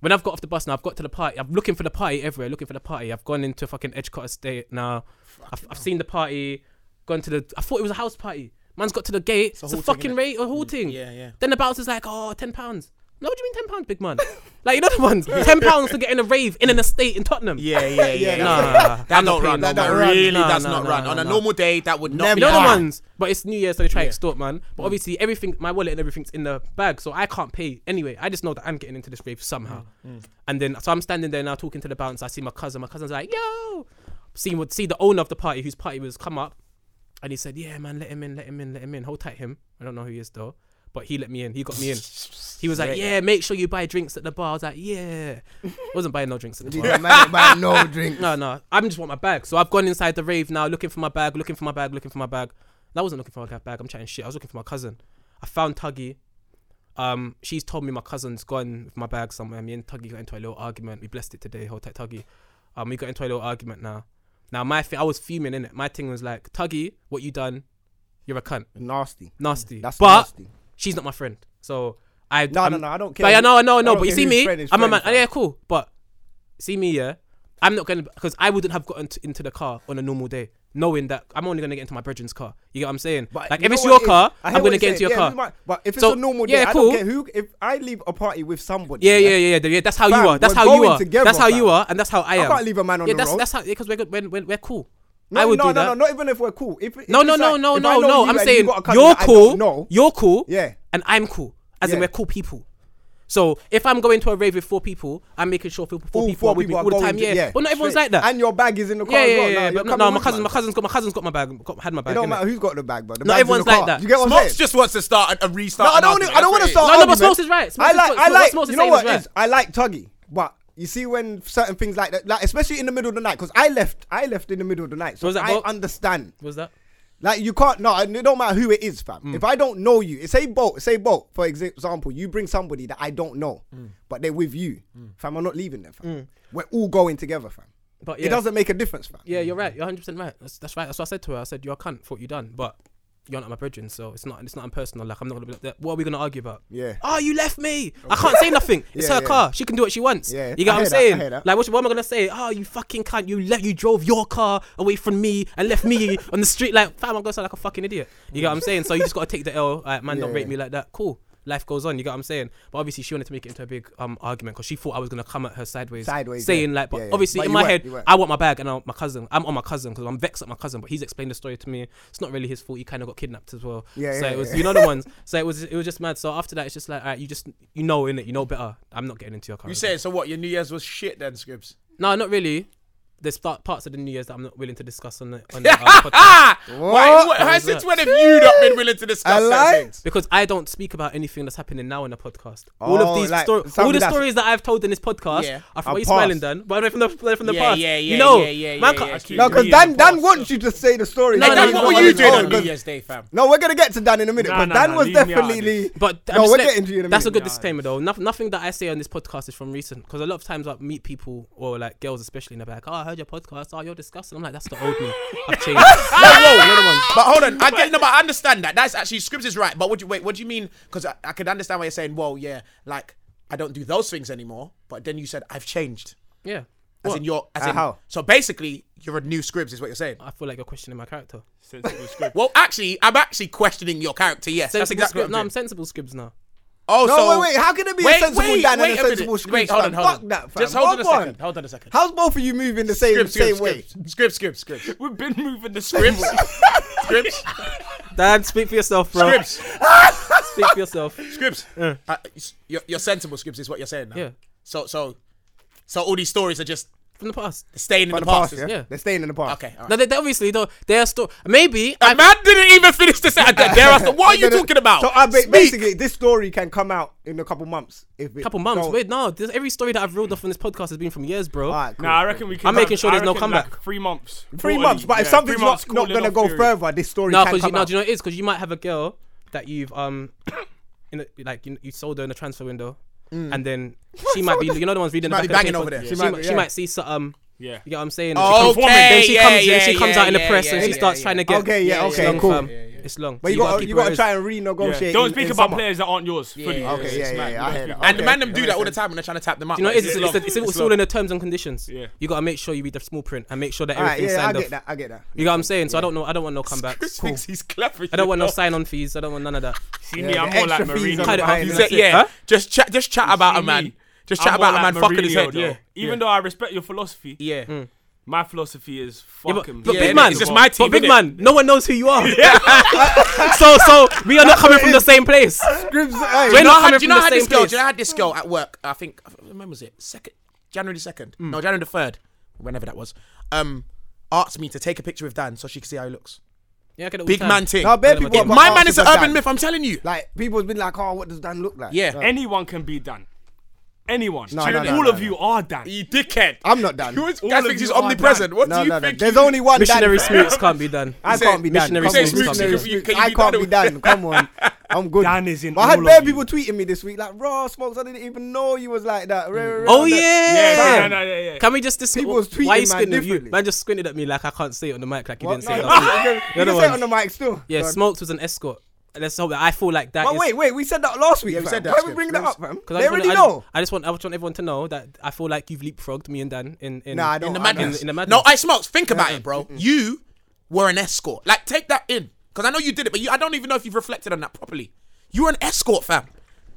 [SPEAKER 5] when I've got off the bus now, I've got to the party. I'm looking for the party everywhere. Looking for the party. I've gone into fucking Edgecote Estate now. I've, I've seen the party. Gone to the. I thought it was a house party. Man's got to the gate. It's a,
[SPEAKER 3] hooting,
[SPEAKER 5] fucking
[SPEAKER 3] innit? Mm.
[SPEAKER 5] rate, a halting.
[SPEAKER 3] yeah, yeah.
[SPEAKER 5] Then the bouncer's like, oh, 10 pounds. No, what do you mean 10 pounds, big man? like, you know the ones? 10 pounds to get in a rave in an estate in Tottenham.
[SPEAKER 3] Yeah, yeah, yeah.
[SPEAKER 5] Nah,
[SPEAKER 3] yeah.
[SPEAKER 5] I'm
[SPEAKER 3] That
[SPEAKER 5] not
[SPEAKER 3] don't
[SPEAKER 5] paying
[SPEAKER 3] run.
[SPEAKER 5] no
[SPEAKER 3] That don't
[SPEAKER 5] money.
[SPEAKER 3] really
[SPEAKER 5] Nah,
[SPEAKER 3] does
[SPEAKER 5] nah,
[SPEAKER 3] not
[SPEAKER 5] nah,
[SPEAKER 3] run.
[SPEAKER 5] nah,
[SPEAKER 3] On a
[SPEAKER 5] nah.
[SPEAKER 3] normal day, that would not
[SPEAKER 4] Never.
[SPEAKER 3] be
[SPEAKER 5] You know the
[SPEAKER 3] done.
[SPEAKER 5] ones, Mm. but it's New Year, so they try to extort, man. But obviously, everything, my wallet and everything's in the bag, so I can't pay anyway. I just know that I'm getting into this rave somehow. And then, so I'm standing there now talking to the bouncer. I see my cousin. My cousin's like, "Yo," see what see the owner of the party, whose party was come up, and he said, "Yeah, man, let him in, let him in, let him in. Hold tight him. I don't know who he is though, but he let me in. He got me in. He was like, "Yeah, make sure you buy drinks at the bar." I was like, "Yeah," wasn't buying no drinks at the bar.
[SPEAKER 4] Yeah, man, man, no drink.
[SPEAKER 5] No, no. I am just want my bag. So I've gone inside the rave now, looking for my bag, looking for my bag, looking for my bag. And I wasn't looking for my bag. I'm chatting shit. I was looking for my cousin. I found Tuggy. Um, she's told me my cousin's gone with my bag somewhere. Me and Tuggy got into a little argument. We blessed it today. Hold tight, Tuggy. Um, we got into a little argument now. Now my thing, I was fuming in it. My thing was like, Tuggy, what you done? You're a cunt.
[SPEAKER 4] Nasty.
[SPEAKER 5] Nasty.
[SPEAKER 4] That's
[SPEAKER 5] but
[SPEAKER 4] nasty.
[SPEAKER 5] she's not my friend. So I
[SPEAKER 4] No,
[SPEAKER 5] I'm-
[SPEAKER 4] no, no, I don't care.
[SPEAKER 5] But yeah, no, no,
[SPEAKER 4] I
[SPEAKER 5] no.
[SPEAKER 4] don't
[SPEAKER 5] But you
[SPEAKER 4] care
[SPEAKER 5] see
[SPEAKER 4] who's
[SPEAKER 5] me,
[SPEAKER 4] friend is
[SPEAKER 5] I'm a
[SPEAKER 4] friend,
[SPEAKER 5] man.
[SPEAKER 4] fam.
[SPEAKER 5] Yeah, cool. But see me, yeah. I'm not gonna because I wouldn't have gotten to, into the car on a normal day. knowing that I'm only gonna get into my brethren's car. You get what I'm saying?
[SPEAKER 4] But
[SPEAKER 5] like
[SPEAKER 4] you
[SPEAKER 5] if
[SPEAKER 4] know
[SPEAKER 5] it's
[SPEAKER 4] what
[SPEAKER 5] your
[SPEAKER 4] it is?
[SPEAKER 5] car,
[SPEAKER 4] I
[SPEAKER 5] I'm
[SPEAKER 4] hear what
[SPEAKER 5] gonna
[SPEAKER 4] you're
[SPEAKER 5] get into your
[SPEAKER 4] saying. Yeah,
[SPEAKER 5] car.
[SPEAKER 4] you might- But if it's
[SPEAKER 5] So,
[SPEAKER 4] a normal day,
[SPEAKER 5] yeah,
[SPEAKER 4] I
[SPEAKER 5] cool.
[SPEAKER 4] don't care who. If I leave a party with somebody,
[SPEAKER 5] Yeah, yeah, yeah, yeah, yeah. That's how
[SPEAKER 4] Fam,
[SPEAKER 5] you are. That's
[SPEAKER 4] we're
[SPEAKER 5] how you
[SPEAKER 4] going
[SPEAKER 5] are.
[SPEAKER 4] together,
[SPEAKER 5] that's how you
[SPEAKER 4] fam.
[SPEAKER 5] are, and that's how I
[SPEAKER 4] I
[SPEAKER 5] am.
[SPEAKER 4] can't leave a man on
[SPEAKER 5] yeah,
[SPEAKER 4] the
[SPEAKER 5] that's,
[SPEAKER 4] road.
[SPEAKER 5] That's how because we're good when, when we're cool.
[SPEAKER 4] No,
[SPEAKER 5] I would
[SPEAKER 4] no,
[SPEAKER 5] do
[SPEAKER 4] no,
[SPEAKER 5] that.
[SPEAKER 4] no, not even if we're cool. If, if
[SPEAKER 5] No,
[SPEAKER 4] it's
[SPEAKER 5] no, no,
[SPEAKER 4] like-
[SPEAKER 5] no,
[SPEAKER 4] if I
[SPEAKER 5] no,
[SPEAKER 4] know
[SPEAKER 5] no.
[SPEAKER 4] you
[SPEAKER 5] I'm
[SPEAKER 4] and
[SPEAKER 5] saying
[SPEAKER 4] you got a cousin
[SPEAKER 5] you're
[SPEAKER 4] that I don't
[SPEAKER 5] cool.
[SPEAKER 4] know,
[SPEAKER 5] You're cool.
[SPEAKER 4] Yeah.
[SPEAKER 5] And I'm cool. As in
[SPEAKER 4] Yeah.
[SPEAKER 5] we're cool people. So if I'm going to a rave with four people, I'm making sure four, four
[SPEAKER 4] all
[SPEAKER 5] people are with me all the
[SPEAKER 4] going
[SPEAKER 5] time.
[SPEAKER 4] to-
[SPEAKER 5] Yeah. But not everyone's
[SPEAKER 4] straight.
[SPEAKER 5] like that.
[SPEAKER 4] And your bag is in the car.
[SPEAKER 5] yeah,
[SPEAKER 4] as
[SPEAKER 5] yeah,
[SPEAKER 4] well.
[SPEAKER 5] yeah.
[SPEAKER 4] Nah,
[SPEAKER 5] yeah,
[SPEAKER 4] you're
[SPEAKER 5] But
[SPEAKER 4] coming
[SPEAKER 5] no, my
[SPEAKER 4] with,
[SPEAKER 5] cousin, my
[SPEAKER 4] man.
[SPEAKER 5] cousin's got my cousin's got my bag. Got, had my bag.
[SPEAKER 4] It don't
[SPEAKER 5] innit?
[SPEAKER 4] matter who's got the bag, but the
[SPEAKER 5] Not
[SPEAKER 4] bag's in
[SPEAKER 5] everyone's
[SPEAKER 4] the
[SPEAKER 5] like
[SPEAKER 4] car.
[SPEAKER 5] that.
[SPEAKER 4] You get what I'm
[SPEAKER 3] Smokes
[SPEAKER 4] saying?
[SPEAKER 3] just wants to start and restart.
[SPEAKER 4] No, I don't.
[SPEAKER 3] an
[SPEAKER 4] I don't
[SPEAKER 3] argument.
[SPEAKER 4] want to start.
[SPEAKER 5] No, no, but
[SPEAKER 4] argument.
[SPEAKER 5] Smokes is right. Smokes
[SPEAKER 4] I
[SPEAKER 5] is-
[SPEAKER 4] like.
[SPEAKER 5] Smokes-
[SPEAKER 4] I like.
[SPEAKER 5] Smokes is
[SPEAKER 4] you know
[SPEAKER 5] saying
[SPEAKER 4] what?
[SPEAKER 5] is right.
[SPEAKER 4] Is, I like Tuggy, but you see when certain things like that, like especially in the middle of the night, because I left. I left in the middle of the night, so
[SPEAKER 5] Was that
[SPEAKER 4] I
[SPEAKER 5] Bolt?
[SPEAKER 4] understand.
[SPEAKER 5] What was that?
[SPEAKER 4] Like you can't. No, and it don't matter who it is, fam. If I don't know you, say Bolt. Say Bolt. For exa- example, you bring somebody that I don't know, but they're with you, fam. I'm not leaving them, fam. We're all going together, fam.
[SPEAKER 5] But
[SPEAKER 4] It
[SPEAKER 5] yeah.
[SPEAKER 4] doesn't make a difference, fam.
[SPEAKER 5] Yeah, you're right. You're 100 percent right. That's, that's right. That's what I said to her. I said you're a cunt for what you done, but you're not my brethren, so it's not. It's not impersonal. Like I'm not gonna be like that. What are we gonna argue about?
[SPEAKER 4] Yeah.
[SPEAKER 5] Oh, you left me. I can't say nothing. It's
[SPEAKER 4] Yeah,
[SPEAKER 5] her
[SPEAKER 4] yeah.
[SPEAKER 5] car. She can do what she wants.
[SPEAKER 4] Yeah,
[SPEAKER 5] You get
[SPEAKER 4] I
[SPEAKER 5] what I'm
[SPEAKER 4] hear that, I
[SPEAKER 5] saying?
[SPEAKER 4] hear that.
[SPEAKER 5] Like what, what am I gonna say? Oh, you fucking cunt. You left. You drove your car away from me and left me on the street. Like fam, I'm gonna sound like a fucking idiot. You get what I'm saying? So you just gotta take the L. Like, man, don't
[SPEAKER 4] Yeah.
[SPEAKER 5] rate me like that. Cool. Life goes on, you get what I'm saying, but obviously she wanted to make it into a big um argument because she thought I was gonna come at her sideways,
[SPEAKER 4] Sideways,
[SPEAKER 5] saying
[SPEAKER 4] yeah.
[SPEAKER 5] like, but
[SPEAKER 4] Yeah, yeah.
[SPEAKER 5] obviously
[SPEAKER 4] But
[SPEAKER 5] in
[SPEAKER 4] you
[SPEAKER 5] my
[SPEAKER 4] weren't,
[SPEAKER 5] head
[SPEAKER 4] you weren't.
[SPEAKER 5] I want my bag and I, my cousin. I'm on my cousin because I'm vexed at my cousin, but he's explained the story to me. It's not really his fault. He kind of got kidnapped as well.
[SPEAKER 4] Yeah,
[SPEAKER 5] So
[SPEAKER 4] yeah,
[SPEAKER 5] it was,
[SPEAKER 4] yeah.
[SPEAKER 5] you know, the ones. So it was, it was just mad. So after that, it's just like, all right, you just, you know, in it, you know better. I'm not getting into your car.
[SPEAKER 3] You saying so? What your New Year's was shit then, Scribs?
[SPEAKER 5] No, not really. There's part, parts of the New Year's that I'm not willing to discuss on the, on the uh, podcast
[SPEAKER 3] Why? What? How, since when have you not been willing to discuss
[SPEAKER 4] I
[SPEAKER 3] certain
[SPEAKER 4] like-
[SPEAKER 3] things?
[SPEAKER 5] because I don't speak about anything that's happening now in the podcast. all
[SPEAKER 4] Oh,
[SPEAKER 5] of these
[SPEAKER 4] like
[SPEAKER 5] stories, all
[SPEAKER 4] something
[SPEAKER 5] the
[SPEAKER 4] that's-
[SPEAKER 5] stories that I've told in this podcast
[SPEAKER 3] Yeah.
[SPEAKER 5] are from
[SPEAKER 4] Are
[SPEAKER 5] what you smiling,
[SPEAKER 4] past.
[SPEAKER 5] Dan, but they're from the they're from the
[SPEAKER 3] Yeah,
[SPEAKER 5] past.
[SPEAKER 3] yeah, yeah,
[SPEAKER 5] you know,
[SPEAKER 3] yeah, yeah,
[SPEAKER 5] man,
[SPEAKER 3] yeah,
[SPEAKER 5] can't-
[SPEAKER 3] yeah,
[SPEAKER 5] I keep-
[SPEAKER 4] No, because
[SPEAKER 3] Three in
[SPEAKER 4] Dan
[SPEAKER 3] the
[SPEAKER 4] Dan
[SPEAKER 3] past,
[SPEAKER 4] wants you to say the story.
[SPEAKER 5] No,
[SPEAKER 4] Like,
[SPEAKER 5] no,
[SPEAKER 3] Dan,
[SPEAKER 4] he's
[SPEAKER 5] no,
[SPEAKER 3] what
[SPEAKER 4] not
[SPEAKER 3] were
[SPEAKER 5] no,
[SPEAKER 3] you
[SPEAKER 4] willing to
[SPEAKER 3] doing
[SPEAKER 4] go,
[SPEAKER 3] on New
[SPEAKER 4] 'cause-
[SPEAKER 3] Year's Day, fam?
[SPEAKER 4] No, we're gonna get to Dan in a minute,
[SPEAKER 6] Nah,
[SPEAKER 4] but
[SPEAKER 6] nah,
[SPEAKER 4] Dan
[SPEAKER 6] nah,
[SPEAKER 4] was
[SPEAKER 6] leave me out of
[SPEAKER 4] definitely.
[SPEAKER 6] this.
[SPEAKER 5] But I'm
[SPEAKER 4] no,
[SPEAKER 5] just
[SPEAKER 4] we're
[SPEAKER 5] let-
[SPEAKER 4] getting to you in a minute.
[SPEAKER 5] That's a good disclaimer though. Noth- nothing that I say on this podcast is from recent because a lot of times I meet people or like girls especially and they're like, "Oh, I heard your podcast. Oh, you're disgusting." I'm like, "That's the old me. I've changed."
[SPEAKER 3] But hold on, I get no, but I understand that. That's actually Scribs is right. But what do you wait? What do you mean? Because I, I could understand why you're saying, well, yeah, like I don't do those things anymore. But then you said I've changed.
[SPEAKER 5] yeah,
[SPEAKER 3] As
[SPEAKER 5] What?
[SPEAKER 3] in your, as
[SPEAKER 4] Uh,
[SPEAKER 3] in,
[SPEAKER 4] how?
[SPEAKER 3] so basically, you're a new Scribs, is what you're saying.
[SPEAKER 5] I feel like you're questioning my character.
[SPEAKER 6] Sensible script.
[SPEAKER 3] Well, actually, I'm actually questioning your character. Yes, that's
[SPEAKER 5] Sensible
[SPEAKER 3] exactly.
[SPEAKER 5] Scrib-
[SPEAKER 3] What
[SPEAKER 5] no,
[SPEAKER 3] I'm
[SPEAKER 5] I'm
[SPEAKER 3] doing.
[SPEAKER 5] sensible scribs now.
[SPEAKER 3] Oh,
[SPEAKER 4] No,
[SPEAKER 3] so
[SPEAKER 4] wait, wait. How can it be a
[SPEAKER 3] wait,
[SPEAKER 4] sensible
[SPEAKER 3] wait,
[SPEAKER 4] Dan
[SPEAKER 3] wait
[SPEAKER 4] and a
[SPEAKER 3] a minute.
[SPEAKER 4] sensible Scribs?
[SPEAKER 3] Wait, hold
[SPEAKER 4] fam?
[SPEAKER 3] on, hold
[SPEAKER 4] Fuck
[SPEAKER 3] on.
[SPEAKER 4] that, fam.
[SPEAKER 3] Just hold on a
[SPEAKER 4] Come
[SPEAKER 3] second, hold on a second.
[SPEAKER 4] How's both of you moving the same
[SPEAKER 3] Scribs,
[SPEAKER 4] same
[SPEAKER 3] Scribs,
[SPEAKER 4] way?
[SPEAKER 3] Scribs, Scribs, Scribs, Scribs,
[SPEAKER 6] We've been moving the script.
[SPEAKER 3] Scribs, Scribs,
[SPEAKER 5] Dan, speak for yourself, bro.
[SPEAKER 3] Scribs.
[SPEAKER 5] Speak for yourself.
[SPEAKER 3] Scripts. Uh, s- you're, you're sensible scripts is what you're saying now.
[SPEAKER 5] Yeah.
[SPEAKER 3] So so so all these stories are just
[SPEAKER 5] From the past.
[SPEAKER 3] staying in the,
[SPEAKER 4] From the
[SPEAKER 3] past.
[SPEAKER 4] past, yeah?
[SPEAKER 5] yeah.
[SPEAKER 4] They're staying in the past.
[SPEAKER 3] Okay. All
[SPEAKER 5] No,
[SPEAKER 3] right.
[SPEAKER 5] they, they obviously though they are still maybe
[SPEAKER 3] The man didn't even finish the sentence. Thereafter, what are you talking about?
[SPEAKER 4] So I ba-
[SPEAKER 3] Speak.
[SPEAKER 4] basically, this story can come out in a couple months. If it
[SPEAKER 5] couple months.
[SPEAKER 4] don't-
[SPEAKER 5] Wait, no, this, every story that I've rolled off on this podcast has been from years, bro.
[SPEAKER 4] Alright, cool.
[SPEAKER 6] Nah, I reckon we can.
[SPEAKER 5] I'm making
[SPEAKER 6] have-
[SPEAKER 5] sure
[SPEAKER 6] I
[SPEAKER 5] there's no
[SPEAKER 6] reckon,
[SPEAKER 5] comeback.
[SPEAKER 6] like, three months.
[SPEAKER 4] Three
[SPEAKER 6] quarterly.
[SPEAKER 4] months, but if
[SPEAKER 6] Yeah,
[SPEAKER 4] something's
[SPEAKER 6] three months
[SPEAKER 4] not, not
[SPEAKER 6] cooling
[SPEAKER 4] gonna
[SPEAKER 6] off
[SPEAKER 4] go
[SPEAKER 6] period.
[SPEAKER 4] further, this story
[SPEAKER 5] No,
[SPEAKER 4] can
[SPEAKER 5] because you,
[SPEAKER 4] come
[SPEAKER 5] no,
[SPEAKER 4] out.
[SPEAKER 5] do you know what it is because you might have a girl that you've um, in a, like you, you sold her in a transfer window,
[SPEAKER 4] Mm.
[SPEAKER 5] and then she might be you know the ones reading the
[SPEAKER 3] might
[SPEAKER 5] back
[SPEAKER 3] be banging
[SPEAKER 5] of the paper.
[SPEAKER 3] over there.
[SPEAKER 5] She,
[SPEAKER 3] She
[SPEAKER 5] might,
[SPEAKER 4] might be,
[SPEAKER 5] she
[SPEAKER 4] yeah. Oh,
[SPEAKER 5] might see some.
[SPEAKER 6] Yeah.
[SPEAKER 5] You get what I'm saying?
[SPEAKER 3] Okay,
[SPEAKER 5] she comes, then she
[SPEAKER 3] yeah,
[SPEAKER 5] comes, then she
[SPEAKER 3] yeah,
[SPEAKER 5] comes out in the
[SPEAKER 3] yeah,
[SPEAKER 5] press and
[SPEAKER 3] yeah,
[SPEAKER 5] she
[SPEAKER 3] yeah,
[SPEAKER 5] starts
[SPEAKER 3] yeah.
[SPEAKER 5] trying to get.
[SPEAKER 4] Okay, yeah,
[SPEAKER 5] it's
[SPEAKER 4] okay,
[SPEAKER 5] long,
[SPEAKER 4] cool.
[SPEAKER 5] fam. It's long.
[SPEAKER 4] but
[SPEAKER 5] So
[SPEAKER 4] you got
[SPEAKER 5] keep
[SPEAKER 4] you
[SPEAKER 5] it
[SPEAKER 4] got to
[SPEAKER 5] as-
[SPEAKER 4] try and
[SPEAKER 6] Yeah.
[SPEAKER 4] renegotiate.
[SPEAKER 6] Don't
[SPEAKER 4] in-
[SPEAKER 6] speak
[SPEAKER 4] in
[SPEAKER 6] about
[SPEAKER 4] summer.
[SPEAKER 6] players that aren't yours. fully.
[SPEAKER 3] yeah,
[SPEAKER 4] Okay, yeah, yeah, yeah, I hear that.
[SPEAKER 3] And the
[SPEAKER 4] Okay,
[SPEAKER 3] man them do
[SPEAKER 4] yeah,
[SPEAKER 3] that all the time when they're trying to tap them up.
[SPEAKER 5] You know,
[SPEAKER 3] like,
[SPEAKER 5] what it
[SPEAKER 3] it's
[SPEAKER 5] is? it's,
[SPEAKER 3] love.
[SPEAKER 5] it's, it's, it's,
[SPEAKER 3] It's
[SPEAKER 5] all
[SPEAKER 3] love.
[SPEAKER 5] in the terms and conditions.
[SPEAKER 6] Yeah.
[SPEAKER 5] You gotta make sure you read the small print and make sure that
[SPEAKER 4] Alright,
[SPEAKER 5] everything's
[SPEAKER 4] yeah, I
[SPEAKER 5] signed
[SPEAKER 4] get
[SPEAKER 5] off.
[SPEAKER 4] that. I get that.
[SPEAKER 5] You know what I'm saying? So I don't know. I don't want no comebacks.
[SPEAKER 3] Thinks he's clever.
[SPEAKER 5] I don't want no sign-on fees. I don't want none of that.
[SPEAKER 6] See
[SPEAKER 4] Yeah,
[SPEAKER 6] me,
[SPEAKER 4] the
[SPEAKER 6] I'm more like
[SPEAKER 4] extra fees on the
[SPEAKER 6] Mourinho. man.
[SPEAKER 4] behind.
[SPEAKER 3] You
[SPEAKER 5] That's
[SPEAKER 3] said,
[SPEAKER 5] it.
[SPEAKER 3] yeah.
[SPEAKER 5] Huh?
[SPEAKER 3] Just chat. Just chat about a
[SPEAKER 6] See
[SPEAKER 3] man.
[SPEAKER 6] me.
[SPEAKER 3] Just
[SPEAKER 6] I'm
[SPEAKER 3] chat
[SPEAKER 6] more
[SPEAKER 3] about a
[SPEAKER 6] like
[SPEAKER 3] man fucking his
[SPEAKER 6] Mourinho,
[SPEAKER 3] head.
[SPEAKER 6] though.
[SPEAKER 3] Yeah.
[SPEAKER 6] Even though I respect your philosophy,
[SPEAKER 3] Yeah.
[SPEAKER 5] Mm.
[SPEAKER 6] my philosophy is
[SPEAKER 5] Yeah,
[SPEAKER 6] fuck
[SPEAKER 5] but,
[SPEAKER 6] him.
[SPEAKER 5] but
[SPEAKER 3] Yeah,
[SPEAKER 5] big
[SPEAKER 3] innit?
[SPEAKER 5] man,
[SPEAKER 3] It's just my team,
[SPEAKER 5] But
[SPEAKER 3] innit?
[SPEAKER 5] big man, no one knows who you are. so, so we are not coming from the same place.
[SPEAKER 4] Scribs, hey,
[SPEAKER 5] We're
[SPEAKER 3] Do you know
[SPEAKER 5] not
[SPEAKER 3] how-
[SPEAKER 5] coming
[SPEAKER 3] do
[SPEAKER 5] from
[SPEAKER 3] you know
[SPEAKER 5] the
[SPEAKER 3] how
[SPEAKER 5] same
[SPEAKER 3] this girl?
[SPEAKER 5] place.
[SPEAKER 3] Do you know how this girl at work? I think when was it? Second January second?
[SPEAKER 5] Mm.
[SPEAKER 3] No, January the third. Whenever that was. Um, asked me to take a picture with Dan so she could see how he looks.
[SPEAKER 5] Yeah, I get it all
[SPEAKER 3] Big
[SPEAKER 5] the
[SPEAKER 3] man
[SPEAKER 5] time.
[SPEAKER 3] thing.
[SPEAKER 4] No, bare
[SPEAKER 3] It-
[SPEAKER 4] people have got
[SPEAKER 3] my
[SPEAKER 4] arse
[SPEAKER 3] man is an
[SPEAKER 4] with
[SPEAKER 3] urban
[SPEAKER 4] Dan.
[SPEAKER 3] myth. I'm telling you.
[SPEAKER 4] Like people's been like, oh, what does Dan look like?
[SPEAKER 3] Yeah.
[SPEAKER 6] Anyone can be Dan. Anyone.
[SPEAKER 4] No,
[SPEAKER 6] Do you
[SPEAKER 4] no,
[SPEAKER 6] know-
[SPEAKER 4] no,
[SPEAKER 6] all
[SPEAKER 4] no,
[SPEAKER 6] of
[SPEAKER 4] no.
[SPEAKER 6] you are Dan.
[SPEAKER 3] You dickhead.
[SPEAKER 4] I'm not Dan.
[SPEAKER 3] You always-
[SPEAKER 6] All
[SPEAKER 3] guys
[SPEAKER 6] of
[SPEAKER 3] think
[SPEAKER 6] you
[SPEAKER 3] he's
[SPEAKER 6] are
[SPEAKER 3] omnipresent.
[SPEAKER 6] Dan.
[SPEAKER 3] What
[SPEAKER 4] No,
[SPEAKER 3] do you
[SPEAKER 4] no, no.
[SPEAKER 3] think?
[SPEAKER 4] There's only one
[SPEAKER 5] Missionary
[SPEAKER 4] Dan.
[SPEAKER 5] smoots can't be done.
[SPEAKER 4] I
[SPEAKER 3] say-
[SPEAKER 4] can't be Dan.
[SPEAKER 5] missionary
[SPEAKER 4] Come on.
[SPEAKER 5] smoots can't be
[SPEAKER 4] Missionary
[SPEAKER 5] done.
[SPEAKER 4] smoots.
[SPEAKER 3] Can you
[SPEAKER 4] I
[SPEAKER 3] be
[SPEAKER 4] can't
[SPEAKER 3] Dan?
[SPEAKER 4] be Dan. Come on. I'm good.
[SPEAKER 6] Dan is in
[SPEAKER 4] But I had
[SPEAKER 6] all
[SPEAKER 4] bare
[SPEAKER 6] of you.
[SPEAKER 4] people tweeting me this week like, raw smokes. I didn't even know you was like that. Rah, rah, rah,
[SPEAKER 5] Oh
[SPEAKER 4] that-
[SPEAKER 5] yeah.
[SPEAKER 6] Yeah, no, no, yeah, yeah.
[SPEAKER 5] Can we just discuss?
[SPEAKER 4] People was tweeting,
[SPEAKER 5] Why you
[SPEAKER 4] man,
[SPEAKER 5] squinting at you?
[SPEAKER 4] differently.
[SPEAKER 5] Man just squinted at me like I can't say it on the mic like you
[SPEAKER 4] What?
[SPEAKER 5] didn't
[SPEAKER 4] No,
[SPEAKER 5] say
[SPEAKER 4] you
[SPEAKER 5] it last week.
[SPEAKER 4] can- you
[SPEAKER 5] You're the
[SPEAKER 4] can say it on
[SPEAKER 5] one.
[SPEAKER 4] the mic still.
[SPEAKER 5] Yeah,
[SPEAKER 4] Go on.
[SPEAKER 5] Smokes was an escort. Let's hope that I feel like that.
[SPEAKER 4] But
[SPEAKER 5] is-
[SPEAKER 4] wait, wait, we said that last week.
[SPEAKER 3] Yeah, we
[SPEAKER 4] fam.
[SPEAKER 3] said that,
[SPEAKER 4] Why are we
[SPEAKER 3] Skip.
[SPEAKER 4] bringing that up, man?
[SPEAKER 5] 'cause I
[SPEAKER 4] They
[SPEAKER 5] just wanna-
[SPEAKER 4] already
[SPEAKER 5] I just-
[SPEAKER 4] know.
[SPEAKER 5] I just want I just want everyone to know that I feel like you've leapfrogged me and Dan in in
[SPEAKER 4] Nah, I don't-
[SPEAKER 5] in the
[SPEAKER 4] I
[SPEAKER 5] madness.
[SPEAKER 4] don't.
[SPEAKER 5] In the
[SPEAKER 3] No,
[SPEAKER 5] madness.
[SPEAKER 3] I smokes. Think about it, bro. You were an escort. Like, take that in. Because I know you did it, but you, I don't even know if you've reflected on that properly. You were an escort, fam.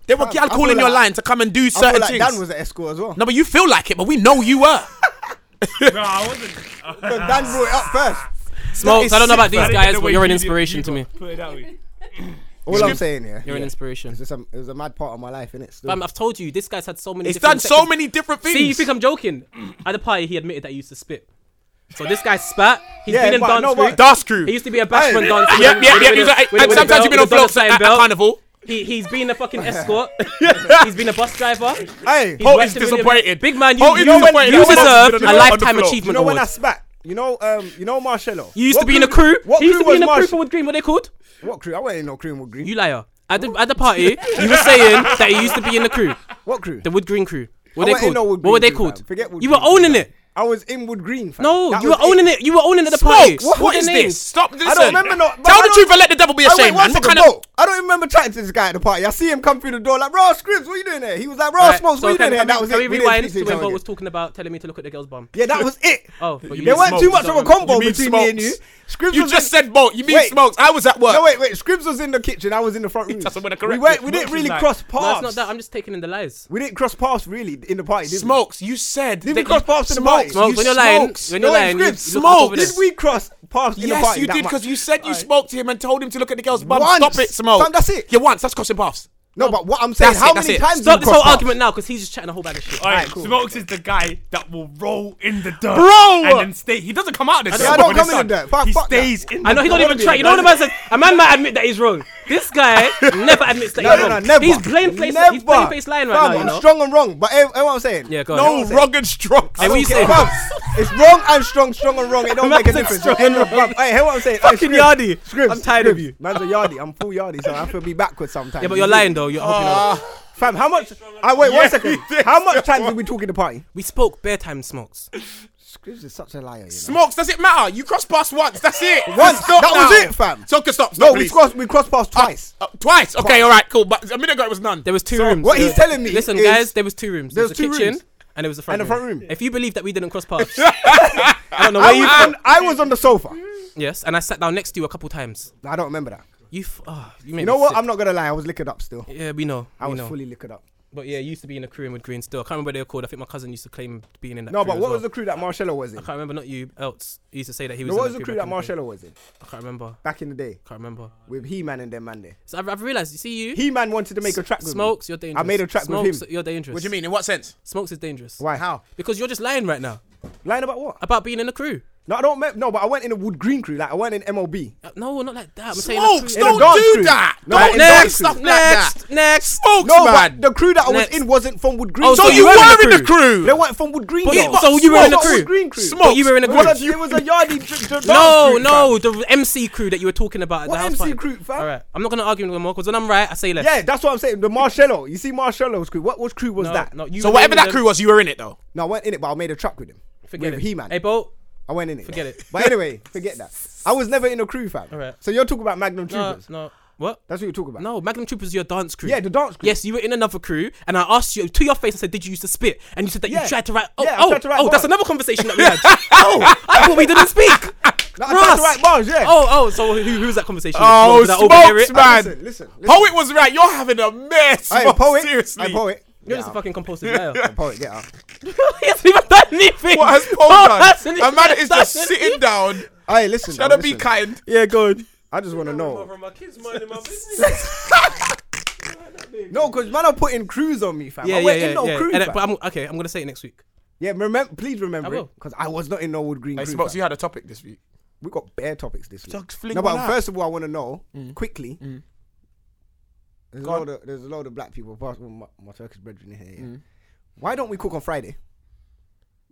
[SPEAKER 3] There were
[SPEAKER 4] Fam, I
[SPEAKER 3] gal
[SPEAKER 4] feel
[SPEAKER 3] calling your
[SPEAKER 4] like-
[SPEAKER 3] line to come and do
[SPEAKER 4] I feel
[SPEAKER 3] certain
[SPEAKER 4] like
[SPEAKER 3] things.
[SPEAKER 4] Dan was an escort as well.
[SPEAKER 3] no, but you feel like it, but we know you were.
[SPEAKER 6] No, I wasn't.
[SPEAKER 4] But Dan brought it up first.
[SPEAKER 5] Smokes, I don't know about
[SPEAKER 6] I
[SPEAKER 5] these
[SPEAKER 6] didn't
[SPEAKER 5] guys,
[SPEAKER 6] know
[SPEAKER 5] but
[SPEAKER 6] what
[SPEAKER 5] you're an
[SPEAKER 6] you did.
[SPEAKER 5] inspiration
[SPEAKER 6] You
[SPEAKER 5] to me.
[SPEAKER 6] got- Put it that way.
[SPEAKER 4] All I'm saying, yeah.
[SPEAKER 5] You're an
[SPEAKER 4] yeah.
[SPEAKER 5] inspiration.
[SPEAKER 4] It's just a- it was a mad part of my life, innit? Still.
[SPEAKER 5] Fam, I've told you, this guy's had so many.
[SPEAKER 3] It's
[SPEAKER 5] different
[SPEAKER 3] done so
[SPEAKER 5] sectors.
[SPEAKER 3] many different things.
[SPEAKER 5] See, you think I'm joking? At the party, he admitted that he used to spit. So this guy spat. He's
[SPEAKER 4] Yeah,
[SPEAKER 5] been in
[SPEAKER 4] but
[SPEAKER 5] dance
[SPEAKER 4] no,
[SPEAKER 5] crew.
[SPEAKER 4] but-
[SPEAKER 3] Dance crew.
[SPEAKER 5] He used to be a bashman dancer.
[SPEAKER 3] Yep,
[SPEAKER 5] with a-
[SPEAKER 3] yep,
[SPEAKER 5] with a-
[SPEAKER 3] yep. he's like-
[SPEAKER 5] with a- with a
[SPEAKER 3] And sometimes
[SPEAKER 5] belt-
[SPEAKER 3] you've been
[SPEAKER 5] with
[SPEAKER 3] on
[SPEAKER 5] a dollar
[SPEAKER 3] floats
[SPEAKER 5] sign
[SPEAKER 3] at, at
[SPEAKER 5] belt.
[SPEAKER 3] carnival.
[SPEAKER 5] He, he's been a fucking escort. he's been a bus driver.
[SPEAKER 4] Hey,
[SPEAKER 5] He's
[SPEAKER 3] Holt
[SPEAKER 5] worked
[SPEAKER 3] is
[SPEAKER 5] in-
[SPEAKER 3] disappointed.
[SPEAKER 5] Big man, you,
[SPEAKER 3] Holt is
[SPEAKER 5] you,
[SPEAKER 3] disappointed.
[SPEAKER 5] you
[SPEAKER 3] Holt is
[SPEAKER 5] deserve
[SPEAKER 3] disappointed
[SPEAKER 5] a
[SPEAKER 3] on the
[SPEAKER 5] lifetime
[SPEAKER 3] floor.
[SPEAKER 5] achievement
[SPEAKER 4] you know
[SPEAKER 5] award.
[SPEAKER 4] when I spat? You know, um, you know Marcello.
[SPEAKER 5] you used
[SPEAKER 4] What
[SPEAKER 5] to be in a crew.
[SPEAKER 4] What
[SPEAKER 5] he used to
[SPEAKER 4] crew
[SPEAKER 5] be in a
[SPEAKER 4] was
[SPEAKER 5] crew
[SPEAKER 4] Marsh-
[SPEAKER 5] for Wood Green. What are they called?
[SPEAKER 4] What crew? I wasn't in no crew in Wood Green.
[SPEAKER 5] You liar. At the, at the party, you were saying that he used to be in the crew,
[SPEAKER 4] what crew?
[SPEAKER 5] the Wood Green crew.
[SPEAKER 4] I
[SPEAKER 5] What they
[SPEAKER 4] wasn't in
[SPEAKER 5] called?
[SPEAKER 4] no Wood
[SPEAKER 5] what were
[SPEAKER 4] Green
[SPEAKER 5] they
[SPEAKER 4] crew,
[SPEAKER 5] called?
[SPEAKER 4] fam. Forget Wood
[SPEAKER 5] you
[SPEAKER 4] Green
[SPEAKER 5] were owning
[SPEAKER 4] crew,
[SPEAKER 5] it.
[SPEAKER 4] fam. I was in Wood Green. Fam.
[SPEAKER 5] No,
[SPEAKER 4] That
[SPEAKER 5] you were
[SPEAKER 4] was
[SPEAKER 5] owning it. You were owning it at the party.
[SPEAKER 3] Smokes,
[SPEAKER 5] What
[SPEAKER 3] what
[SPEAKER 5] are
[SPEAKER 3] is
[SPEAKER 5] their names?
[SPEAKER 3] this? Stop this.
[SPEAKER 4] I don't remember no- but
[SPEAKER 3] Tell
[SPEAKER 4] I
[SPEAKER 3] the
[SPEAKER 4] don't-
[SPEAKER 3] truth and let the devil be
[SPEAKER 4] Oh, wait,
[SPEAKER 3] ashamed,
[SPEAKER 4] one
[SPEAKER 3] man. What
[SPEAKER 4] second,
[SPEAKER 3] kind of
[SPEAKER 4] bro. I don't even remember chatting to this guy at the party. I see him come through the door like, "Raw Scripps, what you doing there?" He was like, "Raw
[SPEAKER 5] Right,
[SPEAKER 4] Smokes, what
[SPEAKER 5] so
[SPEAKER 4] you doing
[SPEAKER 5] can,
[SPEAKER 4] there?"
[SPEAKER 5] can,
[SPEAKER 4] That
[SPEAKER 5] we,
[SPEAKER 4] was
[SPEAKER 5] can
[SPEAKER 4] it.
[SPEAKER 5] we
[SPEAKER 4] didn't
[SPEAKER 5] rewind
[SPEAKER 4] speak
[SPEAKER 5] to
[SPEAKER 4] each
[SPEAKER 5] when
[SPEAKER 4] other
[SPEAKER 5] Bolt was
[SPEAKER 4] again.
[SPEAKER 5] talking about telling me to look at the girl's bum?
[SPEAKER 4] Yeah, that was it.
[SPEAKER 5] Oh, but you
[SPEAKER 4] There
[SPEAKER 5] mean
[SPEAKER 4] weren't too
[SPEAKER 5] smokes,
[SPEAKER 4] much of a
[SPEAKER 5] don't
[SPEAKER 4] combo
[SPEAKER 3] You mean
[SPEAKER 4] between me
[SPEAKER 3] Smokes.
[SPEAKER 4] and you. Scribs
[SPEAKER 3] You
[SPEAKER 4] was
[SPEAKER 3] just
[SPEAKER 4] in-
[SPEAKER 3] said Bolt. You mean
[SPEAKER 4] Wait.
[SPEAKER 3] smokes? I was at work.
[SPEAKER 4] No, wait, wait. Scribs was in the kitchen. I was in the front room.
[SPEAKER 3] doesn't wanna
[SPEAKER 4] we,
[SPEAKER 3] correct
[SPEAKER 4] weren't-
[SPEAKER 3] it.
[SPEAKER 4] we didn't
[SPEAKER 6] Smokes is
[SPEAKER 4] really
[SPEAKER 6] like-
[SPEAKER 4] cross
[SPEAKER 5] No,
[SPEAKER 4] paths.
[SPEAKER 5] it's not that. I'm just taking in the lies.
[SPEAKER 4] We didn't cross paths really in the party. Did
[SPEAKER 3] Smokes, you said. that
[SPEAKER 4] Did we cross
[SPEAKER 3] you-
[SPEAKER 4] paths in the
[SPEAKER 3] Smokes,
[SPEAKER 4] party?
[SPEAKER 5] Smokes,
[SPEAKER 3] you
[SPEAKER 5] when you're lying,
[SPEAKER 3] smokes.
[SPEAKER 5] when
[SPEAKER 4] We? No,
[SPEAKER 5] you're
[SPEAKER 4] wait,
[SPEAKER 5] lying, you
[SPEAKER 4] Scribs.
[SPEAKER 5] look up over
[SPEAKER 3] Smokes.
[SPEAKER 4] Did
[SPEAKER 5] this.
[SPEAKER 4] we cross paths in the
[SPEAKER 3] Yes,
[SPEAKER 4] party?
[SPEAKER 3] you
[SPEAKER 4] that
[SPEAKER 3] did
[SPEAKER 4] much?
[SPEAKER 3] because you said you spoke to him and told him to look at the girl's bum.
[SPEAKER 4] Once.
[SPEAKER 3] Stop it, Smoke.
[SPEAKER 4] Fam, that's it.
[SPEAKER 3] Yeah, once. That's crossing paths.
[SPEAKER 4] No, but what I'm saying,
[SPEAKER 3] That's
[SPEAKER 4] how
[SPEAKER 3] it, that's
[SPEAKER 4] many
[SPEAKER 3] it.
[SPEAKER 4] times?
[SPEAKER 5] Stop
[SPEAKER 4] did
[SPEAKER 5] this
[SPEAKER 4] we
[SPEAKER 5] whole
[SPEAKER 4] cross
[SPEAKER 5] argument now because he's just chatting a whole bag of shit.
[SPEAKER 6] All right,
[SPEAKER 4] cool.
[SPEAKER 6] Smokes is the guy that will roll in the dirt,
[SPEAKER 3] Bro!
[SPEAKER 6] and then stay. He doesn't come out of this.
[SPEAKER 4] Yeah, I
[SPEAKER 6] side,
[SPEAKER 4] don't come
[SPEAKER 6] but
[SPEAKER 4] in
[SPEAKER 6] this
[SPEAKER 4] the
[SPEAKER 6] side,
[SPEAKER 4] dirt. Fuck-
[SPEAKER 6] He
[SPEAKER 4] fuck
[SPEAKER 6] stays
[SPEAKER 4] that.
[SPEAKER 6] in.
[SPEAKER 5] I know he
[SPEAKER 6] the
[SPEAKER 5] don't even
[SPEAKER 6] dirt.
[SPEAKER 5] try. You know what a man says? A man might admit that he's wrong. This guy never admits that
[SPEAKER 4] No,
[SPEAKER 5] he's
[SPEAKER 4] no, no,
[SPEAKER 5] wrong.
[SPEAKER 4] never.
[SPEAKER 5] He's plain face.
[SPEAKER 4] never.
[SPEAKER 5] He's plain face lying right
[SPEAKER 4] Fam,
[SPEAKER 5] now. You
[SPEAKER 4] I'm
[SPEAKER 5] know.
[SPEAKER 4] strong and wrong, but eh, eh, what I'm saying.
[SPEAKER 5] Yeah, go on.
[SPEAKER 3] No, wrong and strong.
[SPEAKER 5] Hey, what you
[SPEAKER 4] Okay,
[SPEAKER 5] saying?
[SPEAKER 4] fam, it's wrong and strong, strong and wrong. It don't make a difference.
[SPEAKER 5] Strong and wrong.
[SPEAKER 4] Hey, hear what I'm saying? Hey,
[SPEAKER 5] Fucking
[SPEAKER 4] Scribs,
[SPEAKER 5] yardie.
[SPEAKER 4] Scribs,
[SPEAKER 5] I'm tired of
[SPEAKER 4] Scribs.
[SPEAKER 5] you.
[SPEAKER 4] Man's a yardie. I'm full yardie, so I feel be backwards sometimes.
[SPEAKER 5] Yeah, but you're lying though. You're hoping not.
[SPEAKER 4] Fam, how much? I wait one second. How much times did we talk in the party?
[SPEAKER 5] We spoke bare time smokes.
[SPEAKER 4] Scribs is such a liar. You know?
[SPEAKER 3] Smokes, does it matter? You cross past once. That's it.
[SPEAKER 4] Once,
[SPEAKER 3] Stop
[SPEAKER 4] that
[SPEAKER 3] now.
[SPEAKER 4] was it, fam.
[SPEAKER 3] So, okay, stop. stop
[SPEAKER 4] No, we
[SPEAKER 3] please.
[SPEAKER 4] crossed. We crossed paths twice.
[SPEAKER 3] Uh, twice. Okay, all right, cool. But a minute ago it was none.
[SPEAKER 5] There was two
[SPEAKER 4] So,
[SPEAKER 5] rooms.
[SPEAKER 4] what
[SPEAKER 5] There
[SPEAKER 4] he's
[SPEAKER 5] was-
[SPEAKER 4] telling me
[SPEAKER 5] Listen,
[SPEAKER 4] is-
[SPEAKER 5] guys, there was two rooms. There
[SPEAKER 4] There
[SPEAKER 5] was a
[SPEAKER 4] was two
[SPEAKER 5] kitchen
[SPEAKER 4] rooms.
[SPEAKER 5] and there was a
[SPEAKER 4] And
[SPEAKER 5] front
[SPEAKER 4] a front room.
[SPEAKER 5] If you believe that we didn't cross paths, I don't know
[SPEAKER 4] I
[SPEAKER 5] where you.
[SPEAKER 4] was, on, I was on the sofa.
[SPEAKER 5] Yes, and I sat down next to you a couple times.
[SPEAKER 4] I don't remember that.
[SPEAKER 5] You, f- oh, you, made
[SPEAKER 4] You
[SPEAKER 5] me
[SPEAKER 4] know what?
[SPEAKER 5] sick.
[SPEAKER 4] I'm not gonna lie. I was liquored up still.
[SPEAKER 5] Yeah, we know.
[SPEAKER 4] I
[SPEAKER 5] we
[SPEAKER 4] was
[SPEAKER 5] know.
[SPEAKER 4] fully liquored up.
[SPEAKER 5] But yeah, you used to be in a crew in Wood Green still. I can't remember what they were called. I think my cousin used to claim being in that.
[SPEAKER 4] No,
[SPEAKER 5] crew
[SPEAKER 4] but
[SPEAKER 5] as
[SPEAKER 4] what
[SPEAKER 5] well.
[SPEAKER 4] was the crew that Marcello was in?
[SPEAKER 5] I can't remember. Not you. Else he used to say that he was.
[SPEAKER 4] No,
[SPEAKER 5] in
[SPEAKER 4] what was the crew
[SPEAKER 5] crew
[SPEAKER 4] that
[SPEAKER 5] back in the day.
[SPEAKER 4] Marcello was in
[SPEAKER 5] I can't remember.
[SPEAKER 4] back in the day
[SPEAKER 5] Can't remember.
[SPEAKER 4] with He Man and them man there?
[SPEAKER 5] So I've, I've realized. You see, you
[SPEAKER 4] He Man wanted to make a track with
[SPEAKER 5] smokes.
[SPEAKER 4] Me.
[SPEAKER 5] You're dangerous.
[SPEAKER 4] I made a track with
[SPEAKER 5] smokes,
[SPEAKER 4] him.
[SPEAKER 5] You're dangerous.
[SPEAKER 3] What do you mean? In what sense?
[SPEAKER 5] Smokes is dangerous.
[SPEAKER 4] Why? How?
[SPEAKER 5] Because you're just lying right now
[SPEAKER 4] Lying about what?
[SPEAKER 5] about being in a crew.
[SPEAKER 4] No, I don't. Me- no, but I went in a Wood Green crew. Like I went in MLB. In
[SPEAKER 5] Uh, No, not like that. I'm saying a
[SPEAKER 3] Smokes,
[SPEAKER 5] crew.
[SPEAKER 4] a
[SPEAKER 3] don't
[SPEAKER 4] dance
[SPEAKER 3] do
[SPEAKER 4] crew.
[SPEAKER 3] that.
[SPEAKER 4] No,
[SPEAKER 3] don't
[SPEAKER 4] in
[SPEAKER 3] do
[SPEAKER 4] dance
[SPEAKER 5] Next,
[SPEAKER 4] crew.
[SPEAKER 3] stuff like
[SPEAKER 5] next,
[SPEAKER 3] that.
[SPEAKER 5] next.
[SPEAKER 3] Smokes,
[SPEAKER 4] No,
[SPEAKER 3] man.
[SPEAKER 4] but the crew that I was
[SPEAKER 5] Next.
[SPEAKER 4] in wasn't from Wood Green.
[SPEAKER 5] Oh,
[SPEAKER 3] so,
[SPEAKER 5] so
[SPEAKER 3] you
[SPEAKER 5] you were
[SPEAKER 3] were
[SPEAKER 5] in
[SPEAKER 3] in
[SPEAKER 5] the
[SPEAKER 3] the crew.
[SPEAKER 4] They weren't from Wood Green.
[SPEAKER 5] But
[SPEAKER 4] though.
[SPEAKER 5] yeah, so you were in the
[SPEAKER 4] Not
[SPEAKER 5] crew.
[SPEAKER 4] Wood Green crew.
[SPEAKER 3] Smokes.
[SPEAKER 5] But you were in a
[SPEAKER 4] It
[SPEAKER 5] crew.
[SPEAKER 4] was a, it was a Yardie. d- d- dance
[SPEAKER 5] No,
[SPEAKER 4] crew,
[SPEAKER 5] no,
[SPEAKER 4] fam.
[SPEAKER 5] the MC crew that you were talking about. at
[SPEAKER 4] What
[SPEAKER 5] the house
[SPEAKER 4] MC
[SPEAKER 5] party.
[SPEAKER 4] crew, fam?
[SPEAKER 5] All right, I'm not gonna argue no more because when I'm right, I say less.
[SPEAKER 4] Yeah, that's what I'm saying. The Marcello. You see Marcello's crew. What, what crew was
[SPEAKER 5] no,
[SPEAKER 4] that?
[SPEAKER 5] No, you
[SPEAKER 3] So
[SPEAKER 5] were
[SPEAKER 3] whatever
[SPEAKER 5] in
[SPEAKER 3] that
[SPEAKER 5] the-
[SPEAKER 3] crew was, you were in it though.
[SPEAKER 4] No, I went in it, but I made a track with him.
[SPEAKER 5] Forget
[SPEAKER 4] with
[SPEAKER 5] it.
[SPEAKER 4] He Man.
[SPEAKER 5] Hey, Bolt.
[SPEAKER 4] I went in it.
[SPEAKER 5] Forget
[SPEAKER 4] though.
[SPEAKER 5] it.
[SPEAKER 4] But anyway, forget that. I was never in a crew, fam.
[SPEAKER 5] Alright.
[SPEAKER 4] So you're talking about Magnum
[SPEAKER 5] No,
[SPEAKER 4] Troopers.
[SPEAKER 5] no. What?
[SPEAKER 4] That's what you're talking about.
[SPEAKER 5] No, Magnum Troopers, your dance crew.
[SPEAKER 4] Yeah, the dance crew.
[SPEAKER 5] Yes, you were in another crew, and I asked you to your face and said, "Did you used to spit?" And you said that
[SPEAKER 4] Yeah.
[SPEAKER 5] you tried to write. Oh,
[SPEAKER 4] Yeah, I
[SPEAKER 5] oh,
[SPEAKER 4] tried to write
[SPEAKER 5] oh, that's
[SPEAKER 4] bars.
[SPEAKER 5] another conversation that we had. oh, I thought we didn't speak.
[SPEAKER 4] No, I tried to
[SPEAKER 5] Ross.
[SPEAKER 4] write bars, yeah.
[SPEAKER 5] Oh, oh, so who, who was that conversation?
[SPEAKER 3] Oh,
[SPEAKER 5] Did I overhear
[SPEAKER 3] smokes,
[SPEAKER 5] it?
[SPEAKER 3] man.
[SPEAKER 4] Listen, listen. listen.
[SPEAKER 3] Poet was right. You're having a mess.
[SPEAKER 4] Hey,
[SPEAKER 3] Smokes,
[SPEAKER 4] poet.
[SPEAKER 3] Seriously.
[SPEAKER 4] Hey, poet.
[SPEAKER 5] You're just a fucking compulsive liar.
[SPEAKER 4] Poet, get out.
[SPEAKER 5] he hasn't even done anything.
[SPEAKER 3] What has Paul
[SPEAKER 5] Paul
[SPEAKER 3] done?
[SPEAKER 5] hasn't
[SPEAKER 3] A man
[SPEAKER 5] even
[SPEAKER 3] is
[SPEAKER 5] done
[SPEAKER 3] just
[SPEAKER 5] anything.
[SPEAKER 3] sitting down,
[SPEAKER 4] Hey, listen.
[SPEAKER 3] trying
[SPEAKER 4] though,
[SPEAKER 3] to be
[SPEAKER 4] listen.
[SPEAKER 3] kind.
[SPEAKER 5] Yeah, go on.
[SPEAKER 4] I just want to know.
[SPEAKER 7] Over my kids minding my business.
[SPEAKER 4] No, because man are putting crews on me, fam.
[SPEAKER 5] Yeah,
[SPEAKER 4] I
[SPEAKER 5] yeah,
[SPEAKER 4] went
[SPEAKER 5] yeah.
[SPEAKER 4] in no
[SPEAKER 5] yeah.
[SPEAKER 4] crew,
[SPEAKER 5] And, uh,
[SPEAKER 4] fam.
[SPEAKER 5] but I'm okay. I'm gonna say it next week.
[SPEAKER 4] yeah, remember, please remember
[SPEAKER 5] I
[SPEAKER 4] it.
[SPEAKER 5] will.
[SPEAKER 4] Because I was not in Norwood Green
[SPEAKER 3] Hey,
[SPEAKER 4] crew,
[SPEAKER 3] Smokes,
[SPEAKER 4] fam.
[SPEAKER 3] you had a topic this week.
[SPEAKER 4] We got bare topics this week.
[SPEAKER 3] Just fling
[SPEAKER 4] no, but
[SPEAKER 3] one out.
[SPEAKER 4] first of all, I want to know quickly. There's a, load of, there's a load of black people, apart from my, my Turkish brethren here. Yeah. Why don't we cook on Friday?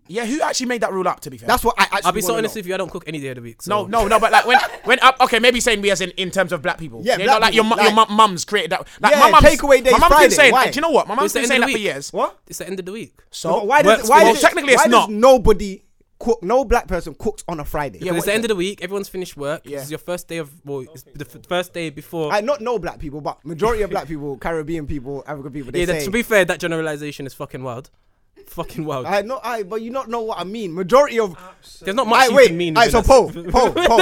[SPEAKER 3] Yeah, who actually made that rule up? To be fair,
[SPEAKER 4] That's what I actually
[SPEAKER 5] I'll be so
[SPEAKER 4] wanna
[SPEAKER 5] honest
[SPEAKER 4] know.
[SPEAKER 5] with you. I don't cook any day of the week. So.
[SPEAKER 3] no, no, no. But like when, when up, okay, maybe saying we as in in terms of black people.
[SPEAKER 4] Yeah,
[SPEAKER 3] not
[SPEAKER 4] black
[SPEAKER 3] like your
[SPEAKER 4] people,
[SPEAKER 3] mu- your
[SPEAKER 4] like-
[SPEAKER 3] mu- mums created that. Like
[SPEAKER 4] Yeah,
[SPEAKER 3] my mum's,
[SPEAKER 4] takeaway days
[SPEAKER 3] My mum's
[SPEAKER 4] Friday,
[SPEAKER 3] been saying,
[SPEAKER 4] why?
[SPEAKER 3] do you know what? My mum's
[SPEAKER 5] It's the
[SPEAKER 3] been
[SPEAKER 5] end
[SPEAKER 3] saying that
[SPEAKER 5] of the
[SPEAKER 3] for
[SPEAKER 5] week.
[SPEAKER 3] years.
[SPEAKER 4] What?
[SPEAKER 5] It's the end of the week.
[SPEAKER 3] So
[SPEAKER 4] But why does,
[SPEAKER 3] works
[SPEAKER 4] why
[SPEAKER 3] for-
[SPEAKER 4] does,
[SPEAKER 3] technically it's
[SPEAKER 4] why does
[SPEAKER 3] not.
[SPEAKER 4] nobody cook? No black person cooks on a Friday.
[SPEAKER 5] Yeah, it's the end of the week. Everyone's finished work. This is your first day of well, it's the f- first day before.
[SPEAKER 4] I not no black people, but majority of black people, Caribbean people, African people. They
[SPEAKER 5] yeah, that,
[SPEAKER 4] say,
[SPEAKER 5] to be fair, that generalization is fucking wild. fucking wild.
[SPEAKER 4] I know, I but you not know what I mean. Majority of
[SPEAKER 5] There's not much
[SPEAKER 4] I
[SPEAKER 5] you
[SPEAKER 4] wait,
[SPEAKER 5] can mean.
[SPEAKER 4] I
[SPEAKER 5] within
[SPEAKER 4] so
[SPEAKER 5] us.
[SPEAKER 4] Paul, Paul, Paul.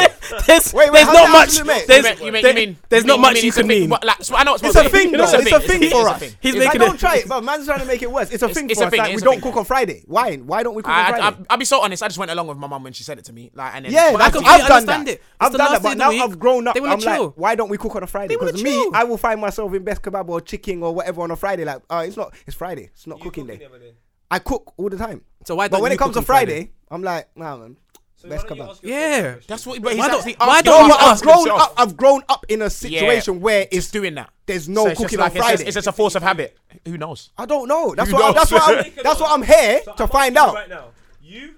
[SPEAKER 5] there's,
[SPEAKER 4] Wait, wait,
[SPEAKER 5] there's
[SPEAKER 4] how
[SPEAKER 5] not
[SPEAKER 4] do
[SPEAKER 5] much.
[SPEAKER 4] you actually mean?
[SPEAKER 5] There's,
[SPEAKER 3] You mean- you
[SPEAKER 5] there-
[SPEAKER 3] mean-
[SPEAKER 5] there's not
[SPEAKER 3] mean-
[SPEAKER 5] much
[SPEAKER 3] mean
[SPEAKER 5] you
[SPEAKER 3] it's a
[SPEAKER 5] can
[SPEAKER 3] thing,
[SPEAKER 5] mean.
[SPEAKER 3] but like, so I know it's
[SPEAKER 4] It's a thing,
[SPEAKER 3] It's
[SPEAKER 4] though. It's a thing
[SPEAKER 3] It
[SPEAKER 4] for
[SPEAKER 3] is a
[SPEAKER 4] us.
[SPEAKER 3] thing.
[SPEAKER 5] He's
[SPEAKER 3] It's-
[SPEAKER 4] I
[SPEAKER 5] making
[SPEAKER 4] don't
[SPEAKER 5] it.
[SPEAKER 4] try it, but man's trying to make it worse. It's a thing
[SPEAKER 3] it's
[SPEAKER 4] for
[SPEAKER 3] a
[SPEAKER 4] us.
[SPEAKER 3] thing,
[SPEAKER 4] like,
[SPEAKER 3] it's
[SPEAKER 4] we
[SPEAKER 3] a
[SPEAKER 4] don't
[SPEAKER 3] thing.
[SPEAKER 4] cook on Friday. Why? Why don't we cook on
[SPEAKER 3] I, I,
[SPEAKER 4] Friday?
[SPEAKER 3] I'll be so honest. I just went along with my mum when she said it to me, like, and then
[SPEAKER 4] yeah,
[SPEAKER 5] But I
[SPEAKER 4] that's
[SPEAKER 5] completely
[SPEAKER 4] I've done
[SPEAKER 5] understand
[SPEAKER 4] that.
[SPEAKER 5] it. It's
[SPEAKER 4] I've
[SPEAKER 5] the
[SPEAKER 4] done
[SPEAKER 5] last
[SPEAKER 4] that,
[SPEAKER 5] day
[SPEAKER 4] but
[SPEAKER 5] of
[SPEAKER 4] now
[SPEAKER 5] the
[SPEAKER 4] I've
[SPEAKER 5] week.
[SPEAKER 4] grown up.
[SPEAKER 5] They wanna
[SPEAKER 4] I'm like,
[SPEAKER 5] chill.
[SPEAKER 4] why don't we cook on a Friday?
[SPEAKER 5] wanna
[SPEAKER 4] Because me,
[SPEAKER 5] chill.
[SPEAKER 4] I will find myself in best kebab or chicken or whatever on a Friday. Like, oh, it's not. It's Friday. It's not cooking day. I cook all the time.
[SPEAKER 5] So why
[SPEAKER 4] But
[SPEAKER 5] don't
[SPEAKER 4] when
[SPEAKER 5] you
[SPEAKER 4] it comes
[SPEAKER 5] cook
[SPEAKER 4] to
[SPEAKER 5] on Friday?
[SPEAKER 4] Friday, I'm like, nah, man. Best kebab.
[SPEAKER 5] Yeah.
[SPEAKER 3] that's what. But he's
[SPEAKER 5] Why don't-
[SPEAKER 3] actually
[SPEAKER 5] why
[SPEAKER 3] asking
[SPEAKER 5] don't
[SPEAKER 4] No,
[SPEAKER 5] you
[SPEAKER 4] but
[SPEAKER 3] us
[SPEAKER 4] I've
[SPEAKER 5] ask
[SPEAKER 4] grown
[SPEAKER 3] himself.
[SPEAKER 4] up. I've grown up in a
[SPEAKER 3] Yeah,
[SPEAKER 4] situation where
[SPEAKER 3] just
[SPEAKER 4] it's
[SPEAKER 3] doing that.
[SPEAKER 4] there's no
[SPEAKER 3] So it's just
[SPEAKER 4] cooking
[SPEAKER 3] like- it's
[SPEAKER 4] on
[SPEAKER 3] just-
[SPEAKER 4] Friday.
[SPEAKER 3] It's just a force of habit. Who knows?
[SPEAKER 4] I don't know. That's
[SPEAKER 3] You
[SPEAKER 4] what. I-
[SPEAKER 3] don't.
[SPEAKER 4] That's what. I'm,
[SPEAKER 7] Make a
[SPEAKER 4] that's what
[SPEAKER 7] note.
[SPEAKER 4] I'm here
[SPEAKER 7] So I'm
[SPEAKER 4] to
[SPEAKER 7] asking
[SPEAKER 4] find
[SPEAKER 7] you
[SPEAKER 4] out.
[SPEAKER 7] Right now, you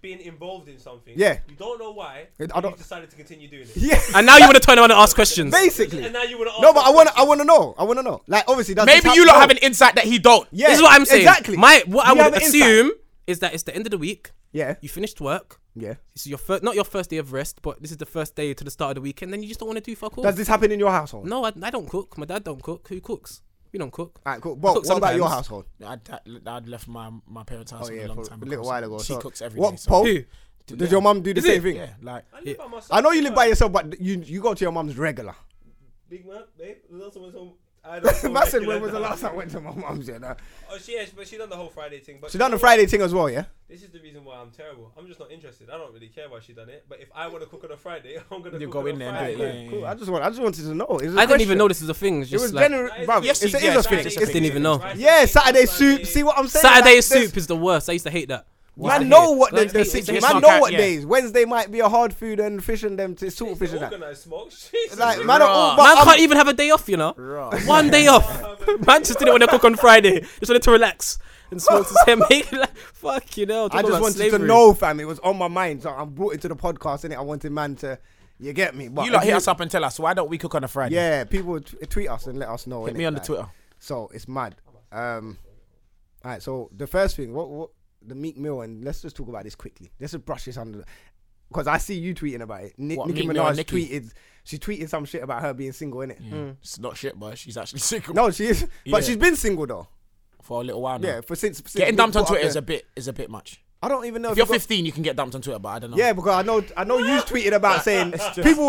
[SPEAKER 7] being involved in something.
[SPEAKER 4] Yeah.
[SPEAKER 7] You don't know why.
[SPEAKER 4] I
[SPEAKER 7] I
[SPEAKER 4] don't-
[SPEAKER 7] don't. You decided to continue doing it.
[SPEAKER 4] Yeah.
[SPEAKER 5] And now you want to turn around and ask questions.
[SPEAKER 4] Basically.
[SPEAKER 7] And now you want to.
[SPEAKER 4] No, but I want. to I want to know. I want to know. Like, obviously, that's
[SPEAKER 3] Maybe you lot have an insight that he don't.
[SPEAKER 4] Yeah.
[SPEAKER 5] this is what I'm saying.
[SPEAKER 4] Exactly.
[SPEAKER 5] My what
[SPEAKER 4] You
[SPEAKER 5] I
[SPEAKER 4] have
[SPEAKER 5] would
[SPEAKER 4] an
[SPEAKER 5] assume is that it's the end of the week.
[SPEAKER 4] Yeah.
[SPEAKER 5] You finished work.
[SPEAKER 4] Yeah.
[SPEAKER 5] This is your first, not your first day of rest, but this is the first day to the start of the weekend. Then you just don't want to do fuck all.
[SPEAKER 4] Does this happen in your household?
[SPEAKER 5] no, I, I don't cook. My dad don't cook. Who cooks? We don't cook.
[SPEAKER 4] Alright, cool. But
[SPEAKER 5] cook
[SPEAKER 4] what about your
[SPEAKER 5] sometimes.
[SPEAKER 4] household?
[SPEAKER 3] I'd, I'd left my my parents' house
[SPEAKER 4] Oh
[SPEAKER 3] a
[SPEAKER 4] yeah,
[SPEAKER 3] long
[SPEAKER 4] for
[SPEAKER 3] time
[SPEAKER 4] a little
[SPEAKER 3] ago,
[SPEAKER 4] while ago.
[SPEAKER 3] She
[SPEAKER 4] so
[SPEAKER 3] cooks every day.
[SPEAKER 4] what,
[SPEAKER 3] so-
[SPEAKER 4] Paul?
[SPEAKER 5] Who?
[SPEAKER 4] Does your mum do the
[SPEAKER 5] Is
[SPEAKER 4] same
[SPEAKER 5] it?
[SPEAKER 4] thing?
[SPEAKER 3] Yeah, like
[SPEAKER 7] I live by myself.
[SPEAKER 4] I know you live by
[SPEAKER 7] man.
[SPEAKER 4] yourself, but you you go to your mum's regular.
[SPEAKER 7] Big man, babe. The last time I was home. I
[SPEAKER 4] I said, when was the last time I went to my mum's? Yeah, nah.
[SPEAKER 7] Oh, she, yeah, but she done the whole Friday thing. But
[SPEAKER 4] She done the Friday thing as well, yeah.
[SPEAKER 7] This is the reason why I'm terrible. I'm just not interested. I don't really care why she done it. But if I want to cook on a Friday, I'm gonna
[SPEAKER 3] You
[SPEAKER 7] cook
[SPEAKER 3] go
[SPEAKER 7] on
[SPEAKER 3] in
[SPEAKER 7] a
[SPEAKER 3] there and
[SPEAKER 7] Friday.
[SPEAKER 3] do it, yeah.
[SPEAKER 4] Cool. I just want. I just wanted to know. It was a
[SPEAKER 5] I didn't even
[SPEAKER 4] question.
[SPEAKER 5] know this was a thing. It's
[SPEAKER 4] It
[SPEAKER 5] just
[SPEAKER 4] was
[SPEAKER 5] like,
[SPEAKER 4] general,
[SPEAKER 7] That is-
[SPEAKER 4] bruv.
[SPEAKER 7] Yes,
[SPEAKER 4] it's
[SPEAKER 3] you-
[SPEAKER 4] an
[SPEAKER 3] yes,
[SPEAKER 4] English
[SPEAKER 3] Saturday
[SPEAKER 4] thing.
[SPEAKER 3] is
[SPEAKER 4] It's
[SPEAKER 3] a
[SPEAKER 5] just didn't
[SPEAKER 3] thing.
[SPEAKER 5] even know.
[SPEAKER 7] Friday,
[SPEAKER 4] Yeah, Saturday
[SPEAKER 7] Sunday.
[SPEAKER 4] soup. See what I'm saying?
[SPEAKER 5] Saturday
[SPEAKER 4] Like, there's-
[SPEAKER 5] soup is the worst. I used to hate that. I
[SPEAKER 4] Man
[SPEAKER 5] hate
[SPEAKER 4] know
[SPEAKER 5] it.
[SPEAKER 4] what the,
[SPEAKER 5] Like,
[SPEAKER 4] the
[SPEAKER 5] it's-
[SPEAKER 4] situ-
[SPEAKER 5] it's
[SPEAKER 4] man
[SPEAKER 5] not
[SPEAKER 4] know
[SPEAKER 3] cat-
[SPEAKER 4] what
[SPEAKER 3] yeah.
[SPEAKER 4] days. Wednesday might be a hard food and fish and them to sort fish
[SPEAKER 7] It's
[SPEAKER 4] and that.
[SPEAKER 7] Organized smoke. Jesus.
[SPEAKER 4] Like man, are all, but
[SPEAKER 5] Man
[SPEAKER 4] I'm-
[SPEAKER 5] can't even have a day off, you know. One day off. Man just didn't want to cook on Friday. Just wanted to relax and smoke his hair. Make it like, fuck, you know.
[SPEAKER 4] I
[SPEAKER 5] talk
[SPEAKER 4] just
[SPEAKER 5] about
[SPEAKER 4] wanted to
[SPEAKER 5] slavery.
[SPEAKER 4] know, fam. It was on my mind, so I'm brought into the podcast, and I wanted man to, you get me. But
[SPEAKER 3] you lot
[SPEAKER 4] if
[SPEAKER 3] hit us up and tell us why don't we cook on a Friday?
[SPEAKER 4] Yeah, people would t- tweet us and let us know.
[SPEAKER 3] hit
[SPEAKER 4] innit?
[SPEAKER 3] me on the
[SPEAKER 4] Like,
[SPEAKER 3] Twitter.
[SPEAKER 4] So it's mad. Um, all right. So the first thing, what, what the Meek Mill, and let's just talk about this quickly. Let's just brush this under, because I see you tweeting about it. Ni-
[SPEAKER 3] What,
[SPEAKER 4] Nicki
[SPEAKER 3] Meek Mill and
[SPEAKER 4] Minaj
[SPEAKER 3] Nicki?
[SPEAKER 4] tweeted, she tweeted some shit about her being single, innit?
[SPEAKER 3] It's not shit, but she's actually sick
[SPEAKER 4] No, she is,
[SPEAKER 3] Yeah.
[SPEAKER 4] but she's been single though.
[SPEAKER 3] for a little while now.
[SPEAKER 4] Yeah, for since, since
[SPEAKER 3] Getting
[SPEAKER 4] we
[SPEAKER 3] dumped on
[SPEAKER 4] put up
[SPEAKER 3] Twitter is
[SPEAKER 4] the-
[SPEAKER 3] a bit is a bit much.
[SPEAKER 4] I don't even know
[SPEAKER 3] If you're
[SPEAKER 4] you got-
[SPEAKER 3] 15, you can get dumped on Twitter, but I don't know.
[SPEAKER 4] Yeah, because I know I know you tweeted about saying people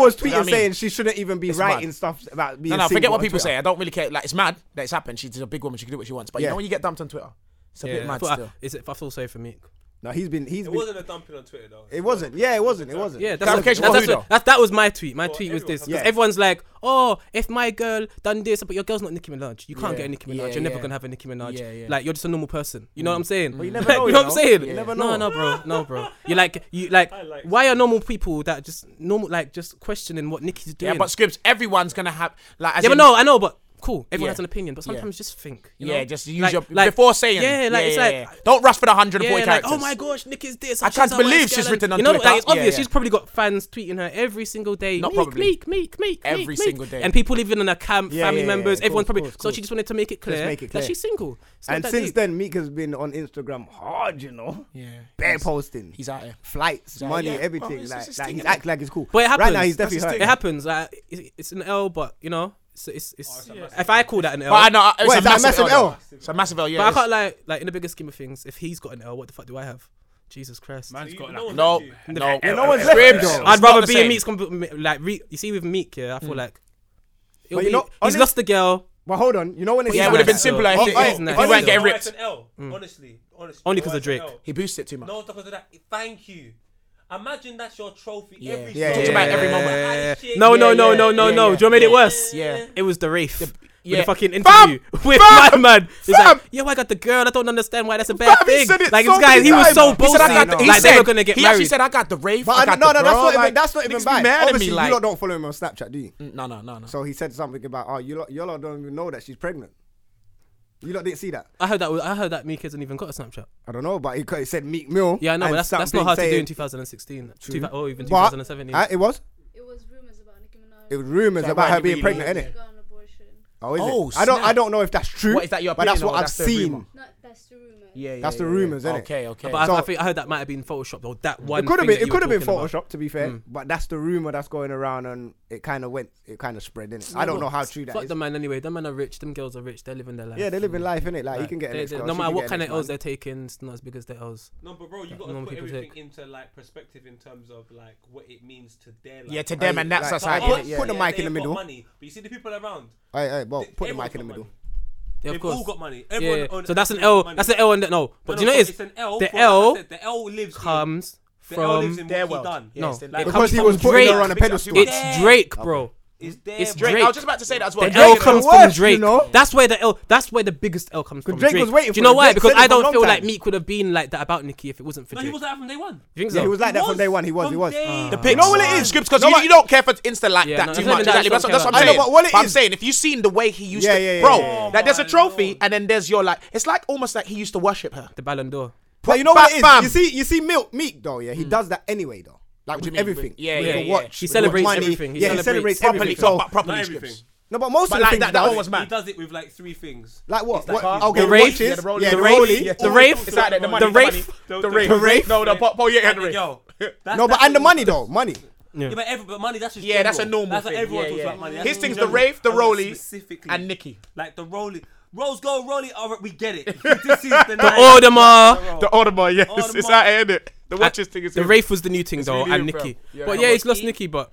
[SPEAKER 4] was tweeting
[SPEAKER 3] what I mean?
[SPEAKER 4] saying she shouldn't even be
[SPEAKER 3] It's
[SPEAKER 4] writing
[SPEAKER 3] mad.
[SPEAKER 4] stuff about being.
[SPEAKER 3] No, no, forget
[SPEAKER 4] single
[SPEAKER 3] what
[SPEAKER 4] on
[SPEAKER 3] people say.
[SPEAKER 4] Twitter.
[SPEAKER 3] I don't really care. Like, it's mad that it's happened. She's a big woman. She can do what she wants. But
[SPEAKER 4] Yeah.
[SPEAKER 3] you know when you get dumped on Twitter, it's a
[SPEAKER 5] Yeah,
[SPEAKER 3] bit
[SPEAKER 5] I
[SPEAKER 3] mad
[SPEAKER 5] thought I-
[SPEAKER 3] still.
[SPEAKER 5] is it, I feel sorry for Meek.
[SPEAKER 4] No, he's been he's
[SPEAKER 7] It
[SPEAKER 4] been.
[SPEAKER 7] wasn't a dumping on Twitter though.
[SPEAKER 4] It wasn't. Yeah, it wasn't. It wasn't.
[SPEAKER 5] Yeah, that's
[SPEAKER 3] Clarification
[SPEAKER 5] that's,
[SPEAKER 3] for who,
[SPEAKER 5] that's-
[SPEAKER 3] though?
[SPEAKER 5] that's- that was my tweet. My
[SPEAKER 7] For
[SPEAKER 5] tweet was this.
[SPEAKER 7] everyone.
[SPEAKER 5] 'cause
[SPEAKER 4] Yeah.
[SPEAKER 5] Everyone's like, oh, if my girl done this, but your girl's not Nicki Minaj. You can't get a Nicki Minaj.
[SPEAKER 3] Yeah,
[SPEAKER 5] you're never
[SPEAKER 3] yeah.
[SPEAKER 5] going to have a Nicki Minaj.
[SPEAKER 3] Yeah, Mm. yeah.
[SPEAKER 5] Like, you're just a normal person. You know what I'm saying? Like, you
[SPEAKER 4] never know, you
[SPEAKER 5] know what I'm
[SPEAKER 4] know?
[SPEAKER 5] saying?
[SPEAKER 4] You never know.
[SPEAKER 5] No, no, bro. No, bro. You're like, you like,
[SPEAKER 7] I like
[SPEAKER 5] why are normal people that just normal, like, just questioning what Nicki's doing?
[SPEAKER 3] Yeah, but scripts, everyone's gonna have like. As
[SPEAKER 5] Yeah, but
[SPEAKER 3] in-
[SPEAKER 5] no, I know, but cool. Everyone
[SPEAKER 3] Yeah.
[SPEAKER 5] has an opinion, but sometimes just think. You know?
[SPEAKER 3] Yeah, just use
[SPEAKER 5] Like-
[SPEAKER 3] your
[SPEAKER 5] like-
[SPEAKER 3] before saying.
[SPEAKER 5] Yeah, like it's like.
[SPEAKER 3] don't rush for the 140
[SPEAKER 5] Yeah, like,
[SPEAKER 3] characters.
[SPEAKER 5] oh my gosh, Nicki's this.
[SPEAKER 3] I
[SPEAKER 5] and
[SPEAKER 3] can't
[SPEAKER 5] she's a white
[SPEAKER 3] believe
[SPEAKER 5] girl
[SPEAKER 3] she's
[SPEAKER 5] and-
[SPEAKER 3] written on
[SPEAKER 5] you know,
[SPEAKER 3] Twitter.
[SPEAKER 5] Like, it's
[SPEAKER 3] Yeah,
[SPEAKER 5] obvious.
[SPEAKER 3] yeah.
[SPEAKER 5] She's probably got fans tweeting her every single day.
[SPEAKER 3] Not
[SPEAKER 5] Meek,
[SPEAKER 3] probably.
[SPEAKER 5] Meek, Meek, Meek,
[SPEAKER 3] Every
[SPEAKER 5] Meek,
[SPEAKER 3] single
[SPEAKER 5] Meek.
[SPEAKER 3] day.
[SPEAKER 5] And people even in her camp,
[SPEAKER 4] Yeah,
[SPEAKER 5] family
[SPEAKER 4] yeah, yeah,
[SPEAKER 5] members,
[SPEAKER 4] yeah,
[SPEAKER 5] everyone's
[SPEAKER 4] course,
[SPEAKER 5] probably.
[SPEAKER 4] course,
[SPEAKER 5] so
[SPEAKER 4] course.
[SPEAKER 5] she just wanted to make it clear,
[SPEAKER 4] make it
[SPEAKER 5] that
[SPEAKER 4] clear.
[SPEAKER 5] she's single. It's not
[SPEAKER 4] And
[SPEAKER 5] that
[SPEAKER 4] since
[SPEAKER 5] deep.
[SPEAKER 4] then, Meek has been on Instagram hard, you know.
[SPEAKER 3] Yeah.
[SPEAKER 4] Bare posting.
[SPEAKER 3] He's out here.
[SPEAKER 4] flights,
[SPEAKER 3] out
[SPEAKER 4] money,
[SPEAKER 3] here.
[SPEAKER 4] everything.
[SPEAKER 3] Well, Oh, it's
[SPEAKER 4] like,
[SPEAKER 3] just his
[SPEAKER 4] like
[SPEAKER 3] thing,
[SPEAKER 4] he's
[SPEAKER 3] innit?
[SPEAKER 4] acting like it's cool.
[SPEAKER 5] But it happens.
[SPEAKER 4] Right now, he's
[SPEAKER 5] That's
[SPEAKER 4] definitely hurt.
[SPEAKER 5] it happens. Like it's, it's an L, but you know, it's it's, it's if I call that an L,
[SPEAKER 3] But I know it's
[SPEAKER 4] Wait,
[SPEAKER 3] a
[SPEAKER 4] is that
[SPEAKER 3] massive,
[SPEAKER 4] a massive
[SPEAKER 3] L.
[SPEAKER 4] L?
[SPEAKER 3] though. It's a massive L. Yeah.
[SPEAKER 5] but I
[SPEAKER 3] it's-
[SPEAKER 5] can't like like in the bigger scheme of things, if he's got an L, what the fuck do I have? Jesus Christ.
[SPEAKER 6] Man's got
[SPEAKER 7] No,
[SPEAKER 6] like.
[SPEAKER 3] No,
[SPEAKER 7] you.
[SPEAKER 3] no,
[SPEAKER 4] no one's left
[SPEAKER 3] Scribs,
[SPEAKER 4] though.
[SPEAKER 3] it's not
[SPEAKER 5] I'd rather
[SPEAKER 3] the
[SPEAKER 5] be in
[SPEAKER 3] same.
[SPEAKER 5] Meek's comp- like re- you see with Meek, yeah. I feel like it'll
[SPEAKER 4] But you
[SPEAKER 5] be-
[SPEAKER 4] know,
[SPEAKER 5] he's
[SPEAKER 4] honest-
[SPEAKER 5] lost the girl.
[SPEAKER 4] But hold on, you know when it's
[SPEAKER 3] Yeah,
[SPEAKER 5] He's
[SPEAKER 3] it would have
[SPEAKER 5] nice,
[SPEAKER 3] been
[SPEAKER 5] though.
[SPEAKER 3] simpler if
[SPEAKER 5] Oh,
[SPEAKER 3] it-
[SPEAKER 5] oh,
[SPEAKER 3] if
[SPEAKER 5] he's nice,
[SPEAKER 3] you weren't
[SPEAKER 5] though.
[SPEAKER 3] getting
[SPEAKER 7] Your wife's
[SPEAKER 3] ripped.
[SPEAKER 7] an L. Honestly, honestly.
[SPEAKER 5] Only
[SPEAKER 7] your
[SPEAKER 5] 'cause of
[SPEAKER 7] wife's an
[SPEAKER 5] Drake.
[SPEAKER 7] L.
[SPEAKER 3] He boosted too much.
[SPEAKER 7] No, because of that. Thank you. Imagine that's your trophy.
[SPEAKER 3] Yeah.
[SPEAKER 7] Every
[SPEAKER 3] Yeah,
[SPEAKER 7] single
[SPEAKER 3] Talks about
[SPEAKER 7] day.
[SPEAKER 3] every moment.
[SPEAKER 7] That is shit.
[SPEAKER 5] No, no,
[SPEAKER 3] Yeah,
[SPEAKER 5] no,
[SPEAKER 3] yeah,
[SPEAKER 5] no, no,
[SPEAKER 3] yeah,
[SPEAKER 5] no.
[SPEAKER 3] yeah.
[SPEAKER 5] Do you know what made it
[SPEAKER 7] Yeah.
[SPEAKER 5] worse?
[SPEAKER 3] Yeah.
[SPEAKER 5] It was the Rafe. with
[SPEAKER 3] yeah.
[SPEAKER 5] the fucking
[SPEAKER 3] Fam!
[SPEAKER 5] interview with
[SPEAKER 3] Fam!
[SPEAKER 5] my man. He's like,
[SPEAKER 3] Fam!
[SPEAKER 5] yo, I got the girl. I don't understand why that's a bad
[SPEAKER 3] Fam, he
[SPEAKER 5] thing.
[SPEAKER 3] said it
[SPEAKER 5] Like
[SPEAKER 3] so
[SPEAKER 5] this guy,
[SPEAKER 3] many
[SPEAKER 5] he was
[SPEAKER 3] times.
[SPEAKER 5] so
[SPEAKER 3] He said,
[SPEAKER 5] boasting.
[SPEAKER 3] I got the- he
[SPEAKER 5] Like
[SPEAKER 3] said-
[SPEAKER 5] they were gonna get
[SPEAKER 3] he
[SPEAKER 5] married.
[SPEAKER 3] actually said, "I got the rave."
[SPEAKER 4] But
[SPEAKER 3] I
[SPEAKER 4] I
[SPEAKER 3] got
[SPEAKER 4] no,
[SPEAKER 3] the
[SPEAKER 4] no, that's
[SPEAKER 3] bra,
[SPEAKER 4] not even
[SPEAKER 3] like,
[SPEAKER 4] that's not even
[SPEAKER 3] niggas be
[SPEAKER 4] bad.
[SPEAKER 3] mad at me,
[SPEAKER 4] Obviously,
[SPEAKER 3] like-
[SPEAKER 4] you lot don't follow him on Snapchat, do you?
[SPEAKER 5] Mm.
[SPEAKER 3] No, no, no, no.
[SPEAKER 4] So he said something about, oh, you lot, you lot don't even know that she's pregnant. You lot didn't see that.
[SPEAKER 5] I heard that. I heard that Meek hasn't even got a Snapchat.
[SPEAKER 4] I don't know, but he, he said Meek Mill.
[SPEAKER 5] Yeah, I know,
[SPEAKER 4] and
[SPEAKER 5] but that's, that's
[SPEAKER 4] something
[SPEAKER 5] not hard to do
[SPEAKER 4] saying-
[SPEAKER 5] in 2016. Two, thou- oh, even
[SPEAKER 4] But,
[SPEAKER 5] 2017.
[SPEAKER 4] uh, it was.
[SPEAKER 9] It was rumors about Nicki Minaj.
[SPEAKER 4] It was rumors
[SPEAKER 3] So
[SPEAKER 4] about
[SPEAKER 3] why
[SPEAKER 4] her
[SPEAKER 3] did
[SPEAKER 4] being
[SPEAKER 3] we
[SPEAKER 4] pregnant,
[SPEAKER 3] leave
[SPEAKER 4] innit?
[SPEAKER 9] Got an abortion.
[SPEAKER 4] Oh, is
[SPEAKER 3] Oh,
[SPEAKER 4] it? I don't. I
[SPEAKER 3] snap.
[SPEAKER 4] don't know if that's true.
[SPEAKER 3] What, is that your
[SPEAKER 4] But that's
[SPEAKER 3] opinion
[SPEAKER 4] what
[SPEAKER 3] or
[SPEAKER 4] I've
[SPEAKER 3] that's the
[SPEAKER 4] seen.
[SPEAKER 3] rumor?
[SPEAKER 9] Not That's the rumor.
[SPEAKER 8] Yeah, yeah,
[SPEAKER 4] That's the
[SPEAKER 8] yeah,
[SPEAKER 4] rumors, isn't it?
[SPEAKER 3] Okay, okay.
[SPEAKER 5] But I-
[SPEAKER 4] So-
[SPEAKER 5] I, think I heard that might have been photoshopped or that one.
[SPEAKER 4] It could have
[SPEAKER 5] thing
[SPEAKER 4] been.
[SPEAKER 5] that
[SPEAKER 4] It
[SPEAKER 5] you
[SPEAKER 4] could have
[SPEAKER 5] were
[SPEAKER 4] been
[SPEAKER 5] talking about.
[SPEAKER 4] Photoshop, to be fair. But that's the rumor that's going around, and it kind of went. It kind of spread in. I don't know how true that
[SPEAKER 5] Fuck
[SPEAKER 4] is.
[SPEAKER 5] them man anyway. Them men are rich. Them girls are rich. They're living their life.
[SPEAKER 4] Yeah, they're living life in it. Like, you can get an
[SPEAKER 5] They-
[SPEAKER 4] ex
[SPEAKER 5] they-
[SPEAKER 4] girl,
[SPEAKER 5] no
[SPEAKER 4] she
[SPEAKER 5] matter
[SPEAKER 4] can
[SPEAKER 5] what
[SPEAKER 4] get
[SPEAKER 5] kind
[SPEAKER 4] an
[SPEAKER 5] of L's
[SPEAKER 4] ex man.
[SPEAKER 5] they're taking, it's not as big as their L's.
[SPEAKER 7] No, but bro, you
[SPEAKER 5] That
[SPEAKER 7] got to
[SPEAKER 5] normal
[SPEAKER 7] put
[SPEAKER 5] people
[SPEAKER 7] everything
[SPEAKER 5] take.
[SPEAKER 7] into like perspective in terms of like what it means to their life.
[SPEAKER 3] yeah, to them,
[SPEAKER 4] Aye,
[SPEAKER 3] and that
[SPEAKER 4] like,
[SPEAKER 3] society.
[SPEAKER 4] put-
[SPEAKER 3] innit?
[SPEAKER 4] put the
[SPEAKER 7] yeah,
[SPEAKER 4] mic in the
[SPEAKER 7] they've got
[SPEAKER 4] middle.
[SPEAKER 7] Money, but you see the people around.
[SPEAKER 4] Aye, aye, well,
[SPEAKER 7] they-
[SPEAKER 4] put the
[SPEAKER 7] everyone's
[SPEAKER 4] mic in the
[SPEAKER 7] got
[SPEAKER 4] middle.
[SPEAKER 7] money.
[SPEAKER 5] Yeah, of
[SPEAKER 7] They've all
[SPEAKER 5] course.
[SPEAKER 7] got money.
[SPEAKER 5] Yeah,
[SPEAKER 7] Everyone
[SPEAKER 5] yeah.
[SPEAKER 7] owns-
[SPEAKER 5] So that's an
[SPEAKER 7] everyone's
[SPEAKER 5] L.
[SPEAKER 7] got money.
[SPEAKER 5] That's an L. And no, but do you
[SPEAKER 7] No,
[SPEAKER 5] know
[SPEAKER 7] no,
[SPEAKER 5] it
[SPEAKER 7] It's
[SPEAKER 5] is
[SPEAKER 7] an L.
[SPEAKER 5] the
[SPEAKER 7] for, like I
[SPEAKER 5] L
[SPEAKER 7] said, the L lives in,
[SPEAKER 5] comes
[SPEAKER 7] the L lives
[SPEAKER 5] from
[SPEAKER 7] in
[SPEAKER 3] their
[SPEAKER 7] what
[SPEAKER 3] world.
[SPEAKER 7] he done.
[SPEAKER 3] Yeah,
[SPEAKER 5] No,
[SPEAKER 3] it's their
[SPEAKER 5] it
[SPEAKER 3] life.
[SPEAKER 5] comes
[SPEAKER 4] Because he
[SPEAKER 5] from
[SPEAKER 4] was putting
[SPEAKER 5] Drake.
[SPEAKER 4] her on a pedestal.
[SPEAKER 5] It's Drake, bro.
[SPEAKER 7] It's their
[SPEAKER 5] It's
[SPEAKER 7] brand.
[SPEAKER 5] Drake.
[SPEAKER 3] I was just about to say that as well.
[SPEAKER 5] The L
[SPEAKER 4] Drake is
[SPEAKER 5] comes
[SPEAKER 4] the
[SPEAKER 5] from
[SPEAKER 4] worst,
[SPEAKER 5] Drake.
[SPEAKER 4] you know?
[SPEAKER 5] That's where the L. That's where the biggest L comes from.
[SPEAKER 4] Drake was waiting
[SPEAKER 5] Do you
[SPEAKER 4] for
[SPEAKER 5] know
[SPEAKER 4] it.
[SPEAKER 5] why?
[SPEAKER 4] Drake
[SPEAKER 5] Because
[SPEAKER 4] said it
[SPEAKER 5] I
[SPEAKER 4] for a
[SPEAKER 5] don't
[SPEAKER 4] long
[SPEAKER 5] feel
[SPEAKER 4] time.
[SPEAKER 5] like Meek would have been like that about Nicki if it wasn't for
[SPEAKER 7] No,
[SPEAKER 5] Drake.
[SPEAKER 7] he was that from day one.
[SPEAKER 5] You think so?
[SPEAKER 4] Yeah, he was like that from day one. He was. Ah. He was.
[SPEAKER 7] From
[SPEAKER 3] You know what it is, Scripts, because
[SPEAKER 4] No,
[SPEAKER 3] you,
[SPEAKER 4] but-
[SPEAKER 3] you don't care for Insta like
[SPEAKER 5] Yeah,
[SPEAKER 3] that
[SPEAKER 5] no,
[SPEAKER 3] too much.
[SPEAKER 5] it's not even that,
[SPEAKER 3] Exactly.
[SPEAKER 5] I
[SPEAKER 3] That's,
[SPEAKER 5] don't
[SPEAKER 3] that's what I'm
[SPEAKER 4] care
[SPEAKER 3] saying.
[SPEAKER 4] about- I know, but what it
[SPEAKER 3] I'm
[SPEAKER 4] is-
[SPEAKER 3] saying, if you've seen the way he used
[SPEAKER 4] Yeah,
[SPEAKER 3] to,
[SPEAKER 4] yeah, yeah,
[SPEAKER 3] bro,
[SPEAKER 4] yeah, yeah.
[SPEAKER 3] that there's a
[SPEAKER 7] Oh my
[SPEAKER 3] trophy,
[SPEAKER 7] Lord.
[SPEAKER 3] and then there's your like, it's like almost like he used to worship her.
[SPEAKER 5] The Ballon d'Or.
[SPEAKER 4] But you know what it
[SPEAKER 3] Bam.
[SPEAKER 4] is? You see, you see, Milk Meek though. Yeah, he does that anyway though. Like with
[SPEAKER 3] mean?
[SPEAKER 4] everything.
[SPEAKER 3] With- yeah,
[SPEAKER 4] With
[SPEAKER 3] yeah,
[SPEAKER 4] the
[SPEAKER 3] yeah.
[SPEAKER 4] watch,
[SPEAKER 5] He
[SPEAKER 4] with
[SPEAKER 5] celebrates
[SPEAKER 4] money.
[SPEAKER 5] everything. He
[SPEAKER 4] yeah, he celebrates
[SPEAKER 5] celebrates
[SPEAKER 3] Properly,
[SPEAKER 4] everything.
[SPEAKER 3] so,
[SPEAKER 4] So,
[SPEAKER 3] but properly,
[SPEAKER 7] not
[SPEAKER 3] Scripts.
[SPEAKER 7] everything.
[SPEAKER 4] no, but most
[SPEAKER 3] But
[SPEAKER 4] of the
[SPEAKER 3] like
[SPEAKER 4] things
[SPEAKER 3] that- that
[SPEAKER 4] does
[SPEAKER 3] one
[SPEAKER 4] it.
[SPEAKER 3] was mad.
[SPEAKER 7] He does it with like three things.
[SPEAKER 4] Like what?
[SPEAKER 7] It's like
[SPEAKER 4] What-
[SPEAKER 7] his-
[SPEAKER 4] okay,
[SPEAKER 5] The
[SPEAKER 4] the
[SPEAKER 5] rave,
[SPEAKER 4] watches,
[SPEAKER 5] yeah,
[SPEAKER 4] yeah,
[SPEAKER 5] the
[SPEAKER 3] rollie,
[SPEAKER 4] the
[SPEAKER 3] the rave,
[SPEAKER 4] rollie.
[SPEAKER 3] yeah.
[SPEAKER 5] The
[SPEAKER 7] All
[SPEAKER 5] rave?
[SPEAKER 7] those
[SPEAKER 5] It's
[SPEAKER 7] sort
[SPEAKER 3] like
[SPEAKER 7] of
[SPEAKER 3] that, the
[SPEAKER 7] money,
[SPEAKER 5] money, the
[SPEAKER 7] money.
[SPEAKER 3] The
[SPEAKER 7] Don't-
[SPEAKER 3] rave.
[SPEAKER 7] don't-
[SPEAKER 4] rave?
[SPEAKER 3] No, the Paul, Paul, yeah,
[SPEAKER 7] Like,
[SPEAKER 3] the rave.
[SPEAKER 7] Yo, that's-
[SPEAKER 4] No, but
[SPEAKER 7] that's
[SPEAKER 4] and the
[SPEAKER 7] what-
[SPEAKER 4] money though, money.
[SPEAKER 7] Yeah, but every, but money that's just
[SPEAKER 3] Yeah, that's a normal
[SPEAKER 7] That's what
[SPEAKER 3] thing.
[SPEAKER 7] everyone
[SPEAKER 3] Yeah,
[SPEAKER 7] talks
[SPEAKER 3] yeah.
[SPEAKER 7] about money.
[SPEAKER 3] His
[SPEAKER 7] That's in
[SPEAKER 3] thing's the
[SPEAKER 7] general.
[SPEAKER 3] rave, the
[SPEAKER 7] I'm talking
[SPEAKER 3] rollie,
[SPEAKER 7] specifically.
[SPEAKER 3] and Nicki.
[SPEAKER 7] Like the rollie, Rose gold rollie. All right, we get it. this is the night.
[SPEAKER 5] Audemars.
[SPEAKER 7] Bro.
[SPEAKER 3] The Audemars, yes,
[SPEAKER 7] Audemars.
[SPEAKER 3] it's out here, innit? The watches thing is
[SPEAKER 5] The
[SPEAKER 3] here.
[SPEAKER 5] Rafe was the new thing though,
[SPEAKER 3] really
[SPEAKER 5] and
[SPEAKER 3] him,
[SPEAKER 5] Nicki.
[SPEAKER 3] bro. Yeah,
[SPEAKER 5] but
[SPEAKER 3] no,
[SPEAKER 5] yeah,
[SPEAKER 3] but
[SPEAKER 5] he's lost
[SPEAKER 7] he-
[SPEAKER 5] Nicki, but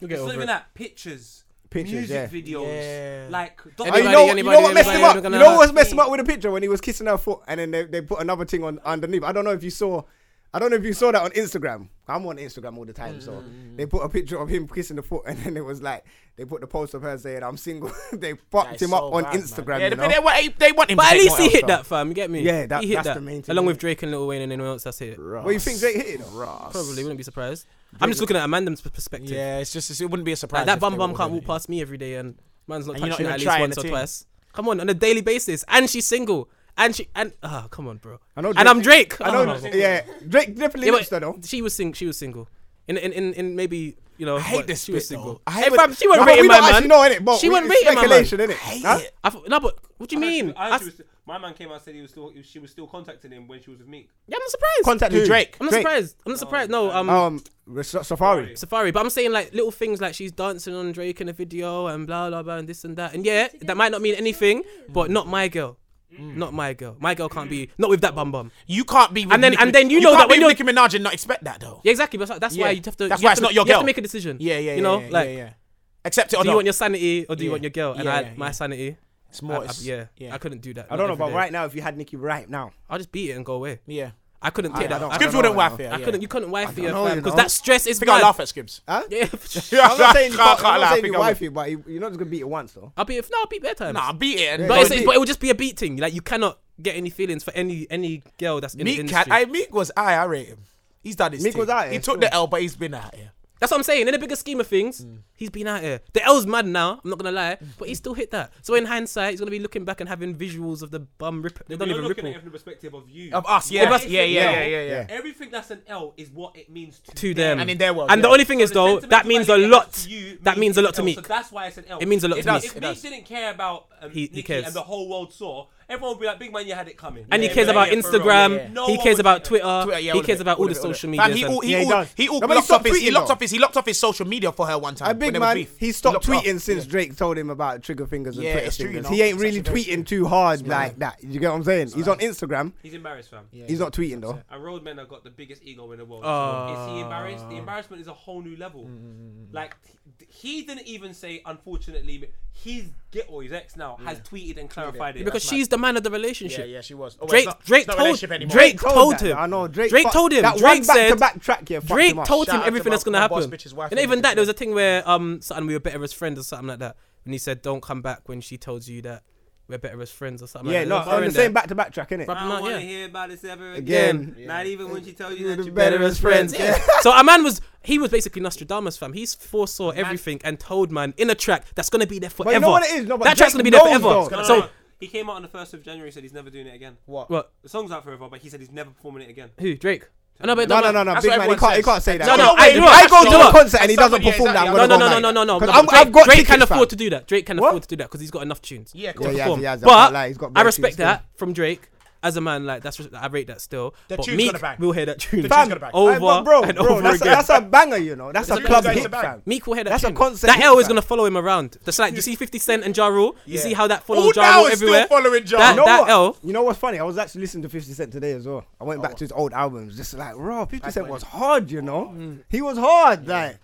[SPEAKER 5] we'll get
[SPEAKER 7] It's not
[SPEAKER 5] over
[SPEAKER 7] even
[SPEAKER 5] it.
[SPEAKER 7] that. Pictures.
[SPEAKER 4] Pictures, yeah.
[SPEAKER 7] Music videos.
[SPEAKER 3] Yeah.
[SPEAKER 7] Like
[SPEAKER 4] Oh, you
[SPEAKER 5] Anybody,
[SPEAKER 4] know, you
[SPEAKER 5] anybody,
[SPEAKER 4] know what messed him
[SPEAKER 5] anybody,
[SPEAKER 4] up?
[SPEAKER 5] we're
[SPEAKER 4] You know
[SPEAKER 5] gonna-
[SPEAKER 4] what was messed him up with the picture when he was kissing her foot, and then they, they put another thing on underneath. I don't know if you saw, I don't know if you saw that on Instagram. I'm on Instagram all the time, so they put a picture of him kissing the foot, and then it was like they put the post of her saying "I'm single." they fucked him up
[SPEAKER 3] so
[SPEAKER 4] on
[SPEAKER 3] bad, man.
[SPEAKER 4] Instagram.
[SPEAKER 3] Yeah,
[SPEAKER 4] you
[SPEAKER 3] they,
[SPEAKER 4] know?
[SPEAKER 3] they, want- they want him.
[SPEAKER 5] But
[SPEAKER 3] to
[SPEAKER 5] at
[SPEAKER 3] take
[SPEAKER 5] least he
[SPEAKER 3] more
[SPEAKER 5] hit
[SPEAKER 3] L's,
[SPEAKER 5] that, fam. You get me?
[SPEAKER 4] Yeah, that-
[SPEAKER 5] he hit
[SPEAKER 4] that's
[SPEAKER 5] that.
[SPEAKER 4] the main thing,
[SPEAKER 5] Along
[SPEAKER 4] yeah.
[SPEAKER 5] with Drake and Lil Wayne and anyone else, that's it.
[SPEAKER 4] what do you think Drake hit it? though?
[SPEAKER 5] Probably wouldn't be surprised. I'm just looking at Amanda's p- perspective.
[SPEAKER 3] though. Yeah, it's just it's- it wouldn't be a surprise.
[SPEAKER 5] Like, that
[SPEAKER 3] if
[SPEAKER 5] bum
[SPEAKER 3] they
[SPEAKER 5] bum
[SPEAKER 3] were
[SPEAKER 5] can't walk
[SPEAKER 3] winning.
[SPEAKER 5] past me every day, and man's not
[SPEAKER 3] And you're not even
[SPEAKER 5] touching it at least
[SPEAKER 3] trying
[SPEAKER 5] once
[SPEAKER 3] the
[SPEAKER 5] or
[SPEAKER 3] thing.
[SPEAKER 5] twice. Come on, on a daily basis, and she's single, and she and ah, come on, bro.
[SPEAKER 4] I know
[SPEAKER 5] and
[SPEAKER 4] Drake-
[SPEAKER 5] I'm Drake.
[SPEAKER 4] I know.
[SPEAKER 5] Ah.
[SPEAKER 4] Yeah, Drake definitely
[SPEAKER 5] Yeah,
[SPEAKER 4] yeah,
[SPEAKER 5] but
[SPEAKER 4] though.
[SPEAKER 5] she was sing. She was single. In in in, in maybe you know.
[SPEAKER 3] I hate
[SPEAKER 5] what,
[SPEAKER 3] this
[SPEAKER 5] She was
[SPEAKER 3] bit, though.
[SPEAKER 5] single.
[SPEAKER 3] I
[SPEAKER 5] Hey,
[SPEAKER 3] hate when-
[SPEAKER 5] fam, she went
[SPEAKER 4] No, but
[SPEAKER 5] rating
[SPEAKER 4] we
[SPEAKER 5] my
[SPEAKER 4] don't actually
[SPEAKER 5] man.
[SPEAKER 4] know it, but
[SPEAKER 5] She
[SPEAKER 4] we-
[SPEAKER 5] went
[SPEAKER 4] it's
[SPEAKER 5] rating my man.
[SPEAKER 4] speculation, innit?
[SPEAKER 5] I hate
[SPEAKER 4] Huh?
[SPEAKER 5] it. I thought- No, but what do you mean?
[SPEAKER 7] I
[SPEAKER 5] I-
[SPEAKER 7] actually was, my man came out and said he was still she was still contacting him when she was with me.
[SPEAKER 5] Yeah, I'm not surprised.
[SPEAKER 4] Contacted
[SPEAKER 5] Dude,
[SPEAKER 4] Drake.
[SPEAKER 5] I'm not
[SPEAKER 4] Drake.
[SPEAKER 5] surprised. I'm not surprised. No, um,
[SPEAKER 4] Um, Sa- Safari.
[SPEAKER 5] Safari. But I'm saying like little things like she's dancing on Drake in a video and blah blah blah and this and that. And yeah, that might not mean anything, but not my girl.
[SPEAKER 3] Mm.
[SPEAKER 5] Not my girl. My girl can't be not with that bum bum.
[SPEAKER 3] You can't be. with
[SPEAKER 5] And then-
[SPEAKER 3] Nicki-
[SPEAKER 5] and then you know
[SPEAKER 3] can't
[SPEAKER 5] that
[SPEAKER 3] be
[SPEAKER 5] when
[SPEAKER 3] with
[SPEAKER 5] you're-
[SPEAKER 3] Nicki Minaj and not expect that though.
[SPEAKER 5] Yeah, exactly. But that's why
[SPEAKER 3] Yeah.
[SPEAKER 5] you have to.
[SPEAKER 3] That's
[SPEAKER 5] you
[SPEAKER 3] why
[SPEAKER 5] have
[SPEAKER 3] it's
[SPEAKER 5] to-
[SPEAKER 3] not your
[SPEAKER 5] You have to
[SPEAKER 3] girl.
[SPEAKER 5] make a decision.
[SPEAKER 3] Yeah, yeah,
[SPEAKER 5] You know,
[SPEAKER 3] yeah, yeah,
[SPEAKER 5] like,
[SPEAKER 3] yeah, yeah. Accept it or
[SPEAKER 5] do you
[SPEAKER 3] not.
[SPEAKER 5] want your sanity or do you
[SPEAKER 3] Yeah.
[SPEAKER 5] want your girl? And
[SPEAKER 3] Yeah,
[SPEAKER 5] I,
[SPEAKER 3] yeah,
[SPEAKER 5] my
[SPEAKER 3] yeah.
[SPEAKER 5] sanity.
[SPEAKER 3] It's more.
[SPEAKER 5] I-
[SPEAKER 3] it's-
[SPEAKER 5] yeah,
[SPEAKER 3] yeah.
[SPEAKER 5] I couldn't do that.
[SPEAKER 4] I don't know, but right now, if you had Nicki right now,
[SPEAKER 5] I'll just beat it and go away.
[SPEAKER 3] Yeah.
[SPEAKER 5] I couldn't
[SPEAKER 4] I
[SPEAKER 5] take that.
[SPEAKER 4] don't-
[SPEAKER 5] I,
[SPEAKER 3] Scribs
[SPEAKER 4] know,
[SPEAKER 3] wouldn't
[SPEAKER 4] I
[SPEAKER 3] wife
[SPEAKER 4] don't
[SPEAKER 3] it.
[SPEAKER 5] I couldn't. You couldn't wife
[SPEAKER 4] don't
[SPEAKER 5] it
[SPEAKER 4] know, you
[SPEAKER 5] because
[SPEAKER 4] know.
[SPEAKER 5] that stress is
[SPEAKER 3] I think I
[SPEAKER 5] bad.
[SPEAKER 3] laugh at Scribs.
[SPEAKER 4] huh?
[SPEAKER 5] Yeah,
[SPEAKER 4] I'm not saying
[SPEAKER 3] Can't-
[SPEAKER 4] you
[SPEAKER 3] can't lie,
[SPEAKER 4] can't- I'm not
[SPEAKER 3] I
[SPEAKER 4] saying
[SPEAKER 3] think
[SPEAKER 4] you
[SPEAKER 3] I would.
[SPEAKER 4] wife you, but you- you're not just gonna beat it once though.
[SPEAKER 5] I'll be if no, I'll be better.
[SPEAKER 3] Nah, beat it. and
[SPEAKER 5] But,
[SPEAKER 3] go
[SPEAKER 5] it's,
[SPEAKER 3] and
[SPEAKER 5] it's,
[SPEAKER 3] beat
[SPEAKER 5] but it would just be a beating. Like you cannot get any feelings for any any girl that's in the
[SPEAKER 3] Meek had,
[SPEAKER 5] industry.
[SPEAKER 3] I Meek was I, I rate him. He's done his
[SPEAKER 4] Meek
[SPEAKER 3] thing.
[SPEAKER 4] was out
[SPEAKER 3] He
[SPEAKER 4] here,
[SPEAKER 3] took
[SPEAKER 4] still.
[SPEAKER 3] the L, but he's been out here.
[SPEAKER 5] That's what I'm saying. In the bigger scheme of things,
[SPEAKER 3] Mm.
[SPEAKER 5] he's been out here. The L's mad now. I'm not gonna lie, but he still hit that. So in hindsight, he's gonna be looking back and having visuals of the bum rip. They don't
[SPEAKER 7] You're
[SPEAKER 5] even
[SPEAKER 7] looking at
[SPEAKER 5] ripple
[SPEAKER 7] it from the perspective of you.
[SPEAKER 3] Of us,
[SPEAKER 7] What
[SPEAKER 3] yeah,
[SPEAKER 7] is
[SPEAKER 3] yeah,
[SPEAKER 7] an
[SPEAKER 3] yeah,
[SPEAKER 7] L?
[SPEAKER 3] yeah, yeah, yeah.
[SPEAKER 7] Everything that's an L is what it means to,
[SPEAKER 5] Eh. to them.
[SPEAKER 3] And in their world,
[SPEAKER 5] And the
[SPEAKER 3] yeah.
[SPEAKER 5] only thing is
[SPEAKER 7] the
[SPEAKER 5] though, that
[SPEAKER 7] sentimental
[SPEAKER 5] means a
[SPEAKER 7] value
[SPEAKER 5] lot.
[SPEAKER 7] to you
[SPEAKER 5] That means a lot to
[SPEAKER 7] an L,
[SPEAKER 5] me.
[SPEAKER 7] So that's why it's an L.
[SPEAKER 5] It means a lot
[SPEAKER 3] It
[SPEAKER 5] to me.
[SPEAKER 3] does.
[SPEAKER 7] If Meek didn't care about um,
[SPEAKER 5] He- he
[SPEAKER 7] Nicki
[SPEAKER 5] cares.
[SPEAKER 7] and the whole world saw, everyone would be like, "Big man, you had it coming."
[SPEAKER 5] And
[SPEAKER 7] Yeah,
[SPEAKER 5] he cares
[SPEAKER 7] yeah,
[SPEAKER 5] about
[SPEAKER 7] yeah, for real.
[SPEAKER 5] Instagram.
[SPEAKER 7] No
[SPEAKER 5] He
[SPEAKER 7] one
[SPEAKER 5] cares
[SPEAKER 7] would
[SPEAKER 5] about
[SPEAKER 7] care.
[SPEAKER 5] Twitter.
[SPEAKER 3] Twitter, yeah,
[SPEAKER 5] he
[SPEAKER 3] all of
[SPEAKER 5] cares
[SPEAKER 3] it,
[SPEAKER 5] about all,
[SPEAKER 3] all
[SPEAKER 5] the
[SPEAKER 3] of it, all of
[SPEAKER 5] social
[SPEAKER 3] it.
[SPEAKER 5] media.
[SPEAKER 3] Fam, he all, he
[SPEAKER 4] Yeah, he
[SPEAKER 3] all,
[SPEAKER 4] does.
[SPEAKER 3] he all
[SPEAKER 4] No, but he
[SPEAKER 3] blocked
[SPEAKER 4] stopped
[SPEAKER 3] off his, he
[SPEAKER 4] tweeting,
[SPEAKER 3] locked
[SPEAKER 4] though.
[SPEAKER 3] off his, he locked off his social media for her one time.
[SPEAKER 4] A big
[SPEAKER 3] when there was
[SPEAKER 4] man,
[SPEAKER 3] beef.
[SPEAKER 4] he stopped
[SPEAKER 3] locked her off.
[SPEAKER 4] tweeting since Drake told him about trigger fingers and
[SPEAKER 3] Yeah,
[SPEAKER 4] Twitter
[SPEAKER 3] it's true, you
[SPEAKER 4] fingers.
[SPEAKER 3] know.
[SPEAKER 4] He ain't
[SPEAKER 3] It's
[SPEAKER 4] really
[SPEAKER 3] actually very
[SPEAKER 4] tweeting too hard like that. You get what I'm saying? He's on Instagram.
[SPEAKER 7] He's embarrassed, fam.
[SPEAKER 4] He's not tweeting though.
[SPEAKER 7] And road men have got the biggest ego in the world.
[SPEAKER 5] Oh.
[SPEAKER 7] So is he embarrassed? The embarrassment is a whole new
[SPEAKER 5] Mm,
[SPEAKER 7] level. Like he- he didn't even say, unfortunately, but his get or his ex now has tweeted and clarified it.
[SPEAKER 5] because she's the man of the relationship.
[SPEAKER 3] Yeah, yeah, she was. Oh, wait,
[SPEAKER 5] Drake,
[SPEAKER 3] it's not-
[SPEAKER 5] Drake
[SPEAKER 3] it's not
[SPEAKER 5] told,
[SPEAKER 3] relationship anymore.
[SPEAKER 5] Drake told,
[SPEAKER 4] that,
[SPEAKER 5] him.
[SPEAKER 4] I know Drake.
[SPEAKER 5] Drake
[SPEAKER 4] fuck-
[SPEAKER 5] told him.
[SPEAKER 4] That
[SPEAKER 5] Drake
[SPEAKER 4] one
[SPEAKER 5] said.
[SPEAKER 4] back to back track here. fucked him
[SPEAKER 5] Drake
[SPEAKER 4] up.
[SPEAKER 5] told
[SPEAKER 3] Shout
[SPEAKER 5] him
[SPEAKER 3] out to
[SPEAKER 5] everything that's
[SPEAKER 3] my-
[SPEAKER 5] gonna
[SPEAKER 3] my boss
[SPEAKER 5] happen.
[SPEAKER 3] bitch's wife
[SPEAKER 5] and
[SPEAKER 3] who
[SPEAKER 5] even
[SPEAKER 3] did
[SPEAKER 5] that, there
[SPEAKER 3] this.
[SPEAKER 5] was a thing where um, something we were better as friends or something like that. And he said, "Don't come back when she tells you that we're better as friends or something."
[SPEAKER 4] Yeah,
[SPEAKER 5] like
[SPEAKER 4] no,
[SPEAKER 5] that. There was
[SPEAKER 4] on the
[SPEAKER 5] a bar
[SPEAKER 4] same back to back track, innit?
[SPEAKER 5] Bruh,
[SPEAKER 7] I don't
[SPEAKER 5] Yeah.
[SPEAKER 7] want to hear about this ever again.
[SPEAKER 4] Again.
[SPEAKER 7] Not even when she tells you
[SPEAKER 4] You're the
[SPEAKER 7] that you're
[SPEAKER 5] in there.
[SPEAKER 4] better as friends.
[SPEAKER 5] Yeah. so a man was. He was basically Nostradamus, fam. He's foresaw everything and told man in a track that's gonna be there forever.
[SPEAKER 4] you know what it is? No, but
[SPEAKER 5] that track's
[SPEAKER 4] Drake
[SPEAKER 5] gonna be there
[SPEAKER 4] knows,
[SPEAKER 5] forever.
[SPEAKER 4] though.
[SPEAKER 7] No, no,
[SPEAKER 5] So
[SPEAKER 7] no. he came out on the first of January, said he's never doing it again.
[SPEAKER 5] what?
[SPEAKER 7] The song's out forever, but he said he's never performing it again.
[SPEAKER 5] Who? Drake? Oh, no, but it
[SPEAKER 4] No,
[SPEAKER 5] don't
[SPEAKER 4] no, no,
[SPEAKER 5] matter.
[SPEAKER 4] no,
[SPEAKER 3] That's
[SPEAKER 4] big
[SPEAKER 3] what
[SPEAKER 4] man. He
[SPEAKER 3] everyone
[SPEAKER 4] can't, he
[SPEAKER 3] says.
[SPEAKER 4] can't say that.
[SPEAKER 5] No,
[SPEAKER 4] If
[SPEAKER 5] no,
[SPEAKER 4] I,
[SPEAKER 5] I do.
[SPEAKER 4] if I go
[SPEAKER 5] That's
[SPEAKER 4] to a
[SPEAKER 5] not-
[SPEAKER 4] concert and he
[SPEAKER 3] that's not-
[SPEAKER 4] doesn't
[SPEAKER 3] yeah,
[SPEAKER 4] perform that. I'm
[SPEAKER 5] No,
[SPEAKER 4] gonna
[SPEAKER 5] no,
[SPEAKER 4] go
[SPEAKER 5] no, no,
[SPEAKER 4] mad.
[SPEAKER 5] no, no, no.
[SPEAKER 4] 'Cause
[SPEAKER 5] no,
[SPEAKER 4] I'm-
[SPEAKER 5] but
[SPEAKER 4] I've
[SPEAKER 5] Drake,
[SPEAKER 4] got
[SPEAKER 5] Drake
[SPEAKER 4] tickets,
[SPEAKER 5] can afford
[SPEAKER 4] fam.
[SPEAKER 5] to do that. Drake can
[SPEAKER 4] What?
[SPEAKER 5] afford to do that because he's got enough tunes.
[SPEAKER 3] Yeah,
[SPEAKER 5] to
[SPEAKER 3] cool.
[SPEAKER 4] he has,
[SPEAKER 5] perform.
[SPEAKER 4] he has, I can't
[SPEAKER 5] but
[SPEAKER 4] lie, he's got
[SPEAKER 5] I
[SPEAKER 4] bare
[SPEAKER 5] respect
[SPEAKER 4] tunes,
[SPEAKER 5] that from Drake. as a man, like that's I rate that still.
[SPEAKER 8] The
[SPEAKER 5] but
[SPEAKER 8] tune's
[SPEAKER 5] Meek
[SPEAKER 8] gonna bang.
[SPEAKER 5] will hear that tune
[SPEAKER 8] tune's gonna bang.
[SPEAKER 5] over
[SPEAKER 4] But bro,
[SPEAKER 5] and
[SPEAKER 4] bro,
[SPEAKER 5] over
[SPEAKER 4] that's, a,
[SPEAKER 5] again.
[SPEAKER 4] that's a banger, you know. That's a
[SPEAKER 8] a
[SPEAKER 4] club
[SPEAKER 8] bang, it's a
[SPEAKER 4] hit,
[SPEAKER 8] bang.
[SPEAKER 4] fam.
[SPEAKER 5] Meek will hear that.
[SPEAKER 4] That's a
[SPEAKER 5] tune.
[SPEAKER 4] concept
[SPEAKER 5] That hell is
[SPEAKER 4] track.
[SPEAKER 5] gonna follow him around. That's like you see Fifty Cent and Ja Rule. You see how that
[SPEAKER 8] All
[SPEAKER 5] follows Ja
[SPEAKER 8] now
[SPEAKER 5] Rule
[SPEAKER 8] is still
[SPEAKER 5] everywhere.
[SPEAKER 8] following Ja
[SPEAKER 5] That,
[SPEAKER 8] Rule.
[SPEAKER 5] Ah, that L.
[SPEAKER 4] You know what's funny? I was actually listening to 50 Cent today as well. I went back to his old albums, just like, raw. 50 Cent was hard, you know.
[SPEAKER 8] Mm.
[SPEAKER 4] He was hard, like.